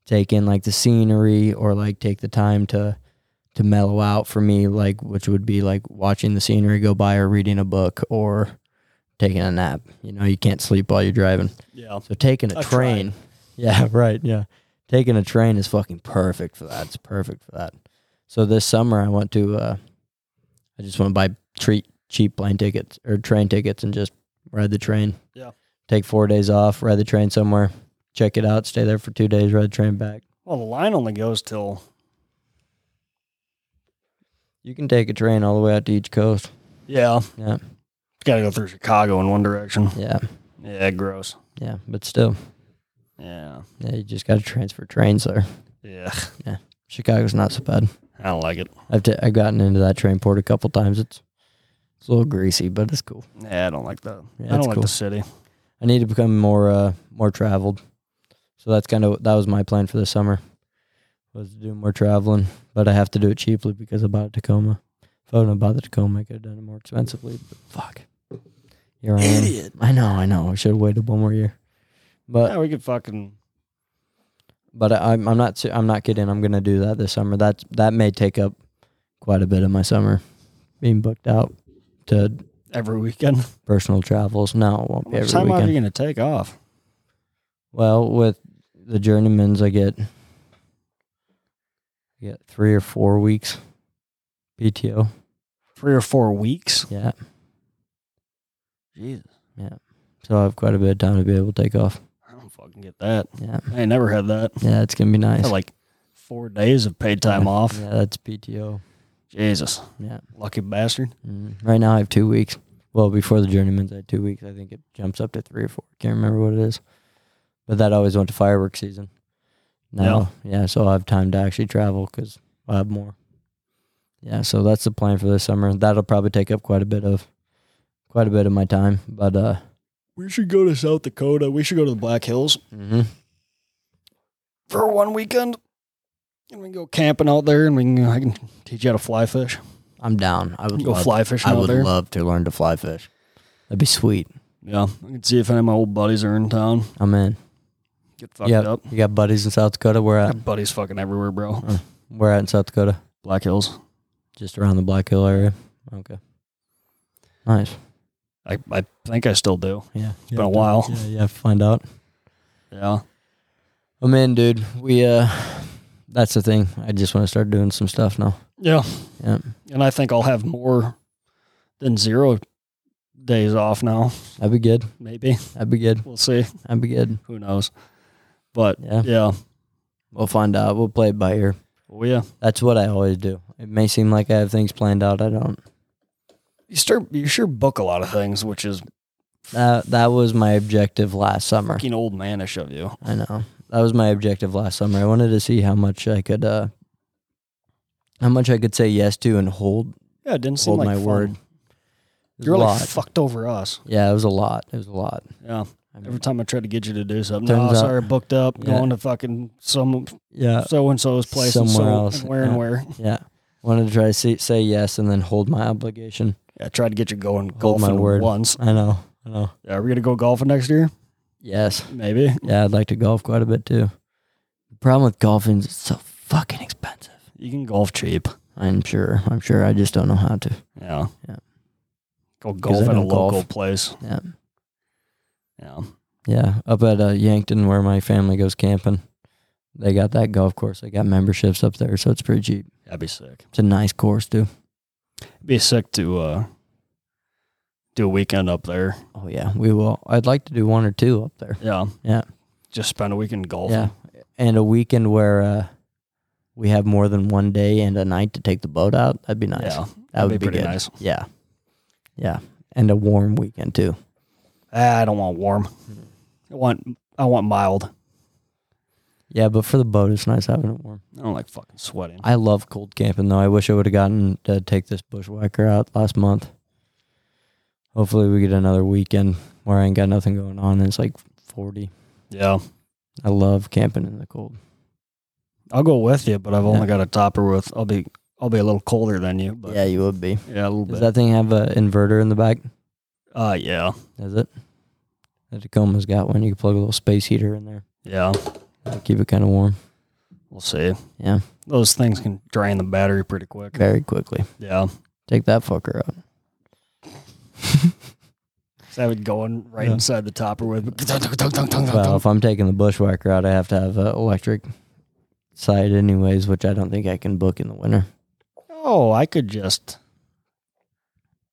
[SPEAKER 1] take in like the scenery or like take the time to to mellow out for me like which would be like watching the scenery go by or reading a book or taking a nap you know you can't sleep while you're driving
[SPEAKER 2] yeah.
[SPEAKER 1] so taking a
[SPEAKER 2] I
[SPEAKER 1] train yeah right yeah taking a train is fucking perfect for that it's perfect for that so this summer i want to uh i just want to buy treat cheap plane tickets or train tickets and just ride the train.
[SPEAKER 2] Yeah.
[SPEAKER 1] Take four days off, ride the train somewhere, check it out, stay there for two days, ride the train back.
[SPEAKER 2] Well, the line only goes till
[SPEAKER 1] You can take a train all the way out to each coast.
[SPEAKER 2] yeah.
[SPEAKER 1] Yeah.
[SPEAKER 2] Got to go through Chicago in one direction.
[SPEAKER 1] Yeah.
[SPEAKER 2] Yeah, gross.
[SPEAKER 1] Yeah. But still,
[SPEAKER 2] Yeah.
[SPEAKER 1] yeah, you just got to transfer trains there.
[SPEAKER 2] Yeah.
[SPEAKER 1] Chicago's not so bad.
[SPEAKER 2] I don't like it.
[SPEAKER 1] I've, t- I've gotten into that train port a couple times. It's, it's a little greasy, but it's cool.
[SPEAKER 2] Yeah, I don't like that.
[SPEAKER 1] Yeah,
[SPEAKER 2] I don't
[SPEAKER 1] it's
[SPEAKER 2] like
[SPEAKER 1] cool.
[SPEAKER 2] the city.
[SPEAKER 1] I need to become more uh more traveled. So that's kind of that was my plan for the summer was to do more traveling, but I have to do it cheaply because I bought a Tacoma. If I wouldn't have bought the Tacoma, I could have done it more expensively. But fuck, here I am.
[SPEAKER 2] Idiot.
[SPEAKER 1] I know, I know. I should have waited one more year. But
[SPEAKER 2] Yeah, we could fucking
[SPEAKER 1] but I, I'm I'm not se- I'm not kidding. I'm gonna do that this summer. That that may take up quite a bit of my summer being booked out to
[SPEAKER 2] every weekend.
[SPEAKER 1] personal travels. No, it won't be
[SPEAKER 2] How much
[SPEAKER 1] every
[SPEAKER 2] time
[SPEAKER 1] weekend.
[SPEAKER 2] off are you gonna take off?
[SPEAKER 1] Well, with the journeymans, I get I get three or four weeks PTO.
[SPEAKER 2] Three or four weeks.
[SPEAKER 1] Yeah,
[SPEAKER 2] Jesus,
[SPEAKER 1] so I have quite a bit of time to be able to take off.
[SPEAKER 2] I don't fucking get that.
[SPEAKER 1] Yeah,
[SPEAKER 2] I ain't never had that.
[SPEAKER 1] yeah, it's gonna be
[SPEAKER 2] I
[SPEAKER 1] nice.
[SPEAKER 2] had like four days of paid time
[SPEAKER 1] Yeah.
[SPEAKER 2] off.
[SPEAKER 1] Yeah, that's PTO.
[SPEAKER 2] Jesus,
[SPEAKER 1] Yeah,
[SPEAKER 2] lucky bastard.
[SPEAKER 1] mm. right now I have two weeks. Well, before the journeymans, I had two weeks. I think it jumps up to three or four. Can't remember what it is, but that always went to fireworks season. Now, yeah, so I will have time to actually travel because I have more. Yeah, so that's the plan for this summer. That'll probably take up quite a bit of, quite a bit of my time. But uh,
[SPEAKER 2] We should go to South Dakota. We should go to the Black Hills for one weekend, and we can go camping out there, and we can I can teach you how to fly fish.
[SPEAKER 1] I'm down. I
[SPEAKER 2] We
[SPEAKER 1] would
[SPEAKER 2] can go
[SPEAKER 1] love,
[SPEAKER 2] fly fishing
[SPEAKER 1] I
[SPEAKER 2] out
[SPEAKER 1] would
[SPEAKER 2] there.
[SPEAKER 1] love to learn to fly fish. That'd be sweet.
[SPEAKER 2] yeah, I can see if any of my old buddies are in town.
[SPEAKER 1] I'm in.
[SPEAKER 2] Get fucked
[SPEAKER 1] Yep.
[SPEAKER 2] up.
[SPEAKER 1] You got buddies in South Dakota? Where
[SPEAKER 2] My
[SPEAKER 1] at?
[SPEAKER 2] buddies fucking everywhere, bro.
[SPEAKER 1] Where at in South Dakota?
[SPEAKER 2] Black Hills.
[SPEAKER 1] Just around the Black Hill area. Okay. Nice.
[SPEAKER 2] I, I think I still do.
[SPEAKER 1] Yeah. It's
[SPEAKER 2] been a while.
[SPEAKER 1] Yeah, you have to find out.
[SPEAKER 2] Yeah.
[SPEAKER 1] I'm in, dude. We uh, that's the thing. I just want to start doing some stuff now.
[SPEAKER 2] Yeah.
[SPEAKER 1] Yeah.
[SPEAKER 2] And I think I'll have more than zero days off now.
[SPEAKER 1] That'd be good.
[SPEAKER 2] Maybe.
[SPEAKER 1] That'd be good.
[SPEAKER 2] We'll see.
[SPEAKER 1] That'd be good.
[SPEAKER 2] Who knows? But
[SPEAKER 1] Yeah.
[SPEAKER 2] yeah.
[SPEAKER 1] We'll find out. We'll play it by ear.
[SPEAKER 2] Oh yeah.
[SPEAKER 1] That's what I always do. It may seem like I have things planned out. I don't.
[SPEAKER 2] You start you sure book a lot of things, which is
[SPEAKER 1] That that was my objective last summer.
[SPEAKER 2] fucking old manish of you.
[SPEAKER 1] I know. That was my objective last summer. I wanted to see how much I could uh how much I could say yes to and hold.
[SPEAKER 2] Yeah, it didn't seem
[SPEAKER 1] Hold
[SPEAKER 2] like
[SPEAKER 1] my
[SPEAKER 2] fun.
[SPEAKER 1] word. It was
[SPEAKER 2] You were
[SPEAKER 1] a
[SPEAKER 2] like
[SPEAKER 1] lot.
[SPEAKER 2] fucked over us.
[SPEAKER 1] yeah, it was a lot. It was a lot.
[SPEAKER 2] Yeah.
[SPEAKER 1] I mean,
[SPEAKER 2] Every time I try to get you to do something,
[SPEAKER 1] Turns
[SPEAKER 2] no,
[SPEAKER 1] out-
[SPEAKER 2] sorry, booked up,
[SPEAKER 1] Yeah.
[SPEAKER 2] going to fucking some
[SPEAKER 1] yeah,
[SPEAKER 2] so and so's place and
[SPEAKER 1] Uh, Somewhere
[SPEAKER 2] so-
[SPEAKER 1] else,
[SPEAKER 2] and where and
[SPEAKER 1] yeah.
[SPEAKER 2] where.
[SPEAKER 1] yeah. Wanted to try to say, say yes and then hold my obligation.
[SPEAKER 2] I tried to get you going
[SPEAKER 1] Hold my
[SPEAKER 2] golfing
[SPEAKER 1] word.
[SPEAKER 2] once.
[SPEAKER 1] I know, I know.
[SPEAKER 2] Are we gonna go golfing next year?
[SPEAKER 1] Yes,
[SPEAKER 2] Maybe.
[SPEAKER 1] yeah. I'd like to golf quite a bit too. The problem with golfing is it's so fucking expensive.
[SPEAKER 2] You can golf cheap.
[SPEAKER 1] I'm sure. I'm sure. I just don't know how to.
[SPEAKER 2] Yeah.
[SPEAKER 1] Yeah.
[SPEAKER 2] Go
[SPEAKER 1] 'Cause
[SPEAKER 2] golf
[SPEAKER 1] I
[SPEAKER 2] at a
[SPEAKER 1] don't golf.
[SPEAKER 2] local place.
[SPEAKER 1] Yeah.
[SPEAKER 2] Yeah.
[SPEAKER 1] Yeah, up at uh, Yankton where my family goes camping. They got that golf course. They got memberships up there, so it's pretty cheap.
[SPEAKER 2] That'd be sick.
[SPEAKER 1] It's a nice course too.
[SPEAKER 2] It'd be sick to uh do a weekend up there.
[SPEAKER 1] Oh yeah, we will. I'd like to do one or two up there.
[SPEAKER 2] Yeah.
[SPEAKER 1] Yeah.
[SPEAKER 2] Just spend a weekend golfing.
[SPEAKER 1] Yeah, and a weekend where uh, we have more than one day and a night to take the boat out. That'd be nice.
[SPEAKER 2] Yeah.
[SPEAKER 1] that
[SPEAKER 2] That'd
[SPEAKER 1] would
[SPEAKER 2] be
[SPEAKER 1] be,
[SPEAKER 2] pretty
[SPEAKER 1] good.
[SPEAKER 2] nice.
[SPEAKER 1] Yeah, yeah, and a warm weekend too.
[SPEAKER 2] Ah, I don't want warm.
[SPEAKER 1] Mm.
[SPEAKER 2] I want I want mild.
[SPEAKER 1] Yeah, but for the boat, it's nice having it warm.
[SPEAKER 2] I don't like fucking sweating.
[SPEAKER 1] I love cold camping though. I wish I would have gotten to take this bushwhacker out last month. Hopefully, we get another weekend where I ain't got nothing going on. And it's like forty.
[SPEAKER 2] Yeah.
[SPEAKER 1] I love camping in the cold.
[SPEAKER 2] I'll go with you, but I've only got a topper with I'll be I'll be a little colder than you, but yeah,
[SPEAKER 1] yeah, you would be.
[SPEAKER 2] a little
[SPEAKER 1] Does
[SPEAKER 2] bit.
[SPEAKER 1] that thing have an inverter in the back?
[SPEAKER 2] uh yeah.
[SPEAKER 1] Does it? The Tacoma's got one. You can plug a little space heater in there.
[SPEAKER 2] Yeah.
[SPEAKER 1] It'll keep it kind of warm
[SPEAKER 2] We'll see.
[SPEAKER 1] Yeah.
[SPEAKER 2] Those things can drain the battery pretty quick.
[SPEAKER 1] very quickly.
[SPEAKER 2] Yeah.
[SPEAKER 1] Take that fucker out.
[SPEAKER 2] So I would go in right
[SPEAKER 1] Yeah.
[SPEAKER 2] inside the topper with
[SPEAKER 1] Well, if I'm taking the bushwhacker out, I have to have an electric side, anyways, which I don't think I can book in the winter.
[SPEAKER 2] Oh, I could just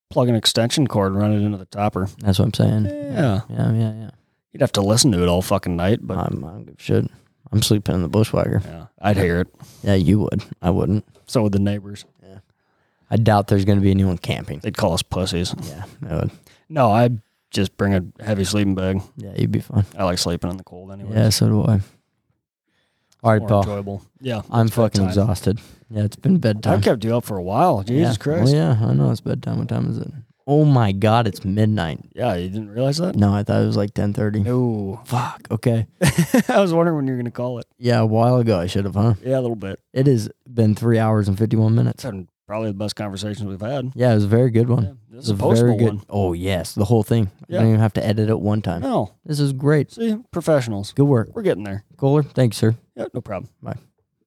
[SPEAKER 2] plug an extension cord and run it into the topper.
[SPEAKER 1] That's what I'm saying.
[SPEAKER 2] Yeah.
[SPEAKER 1] Yeah, yeah, yeah.
[SPEAKER 2] You'd have to listen to it all fucking night, but
[SPEAKER 1] I'm, I don't give a shit. I'm sleeping in the bushwhacker.
[SPEAKER 2] yeah, I'd hear it.
[SPEAKER 1] Yeah, you would. I wouldn't.
[SPEAKER 2] So would the neighbors.
[SPEAKER 1] I doubt there's going to be anyone camping.
[SPEAKER 2] They'd call us pussies.
[SPEAKER 1] Yeah, I would.
[SPEAKER 2] No, I'd just bring a heavy sleeping bag.
[SPEAKER 1] Yeah, you'd be fine.
[SPEAKER 2] I like sleeping in the cold anyway.
[SPEAKER 1] Yeah, so do I. All right,
[SPEAKER 2] More
[SPEAKER 1] Paul.
[SPEAKER 2] enjoyable. Yeah.
[SPEAKER 1] I'm
[SPEAKER 2] It's bedtime.
[SPEAKER 1] fucking exhausted. Yeah, it's been bedtime.
[SPEAKER 2] I kept you up for a while. Jesus
[SPEAKER 1] yeah.
[SPEAKER 2] Christ.
[SPEAKER 1] Well, yeah, I know it's bedtime. What time is it? Oh my God, it's midnight.
[SPEAKER 2] yeah, you didn't realize that?
[SPEAKER 1] No, I thought it was like 10:30.
[SPEAKER 2] No.
[SPEAKER 1] Fuck. Okay.
[SPEAKER 2] I was wondering when you were going to call it.
[SPEAKER 1] Yeah, a while ago I should have, huh?
[SPEAKER 2] Yeah, a little bit.
[SPEAKER 1] It has been three hours and 51
[SPEAKER 2] It's
[SPEAKER 1] minutes.
[SPEAKER 2] been probably the best conversations we've had.
[SPEAKER 1] Yeah, it was a very good one.
[SPEAKER 2] Yeah, this
[SPEAKER 1] It
[SPEAKER 2] is
[SPEAKER 1] was
[SPEAKER 2] a postable one.
[SPEAKER 1] Oh yes, the whole thing.
[SPEAKER 2] Yeah.
[SPEAKER 1] I don't even have to edit it one time.
[SPEAKER 2] No,
[SPEAKER 1] This is great.
[SPEAKER 2] see, professionals.
[SPEAKER 1] Good work,
[SPEAKER 2] We're getting there.
[SPEAKER 1] Kohler. Thanks, sir.
[SPEAKER 2] Yeah, no problem.
[SPEAKER 1] Bye.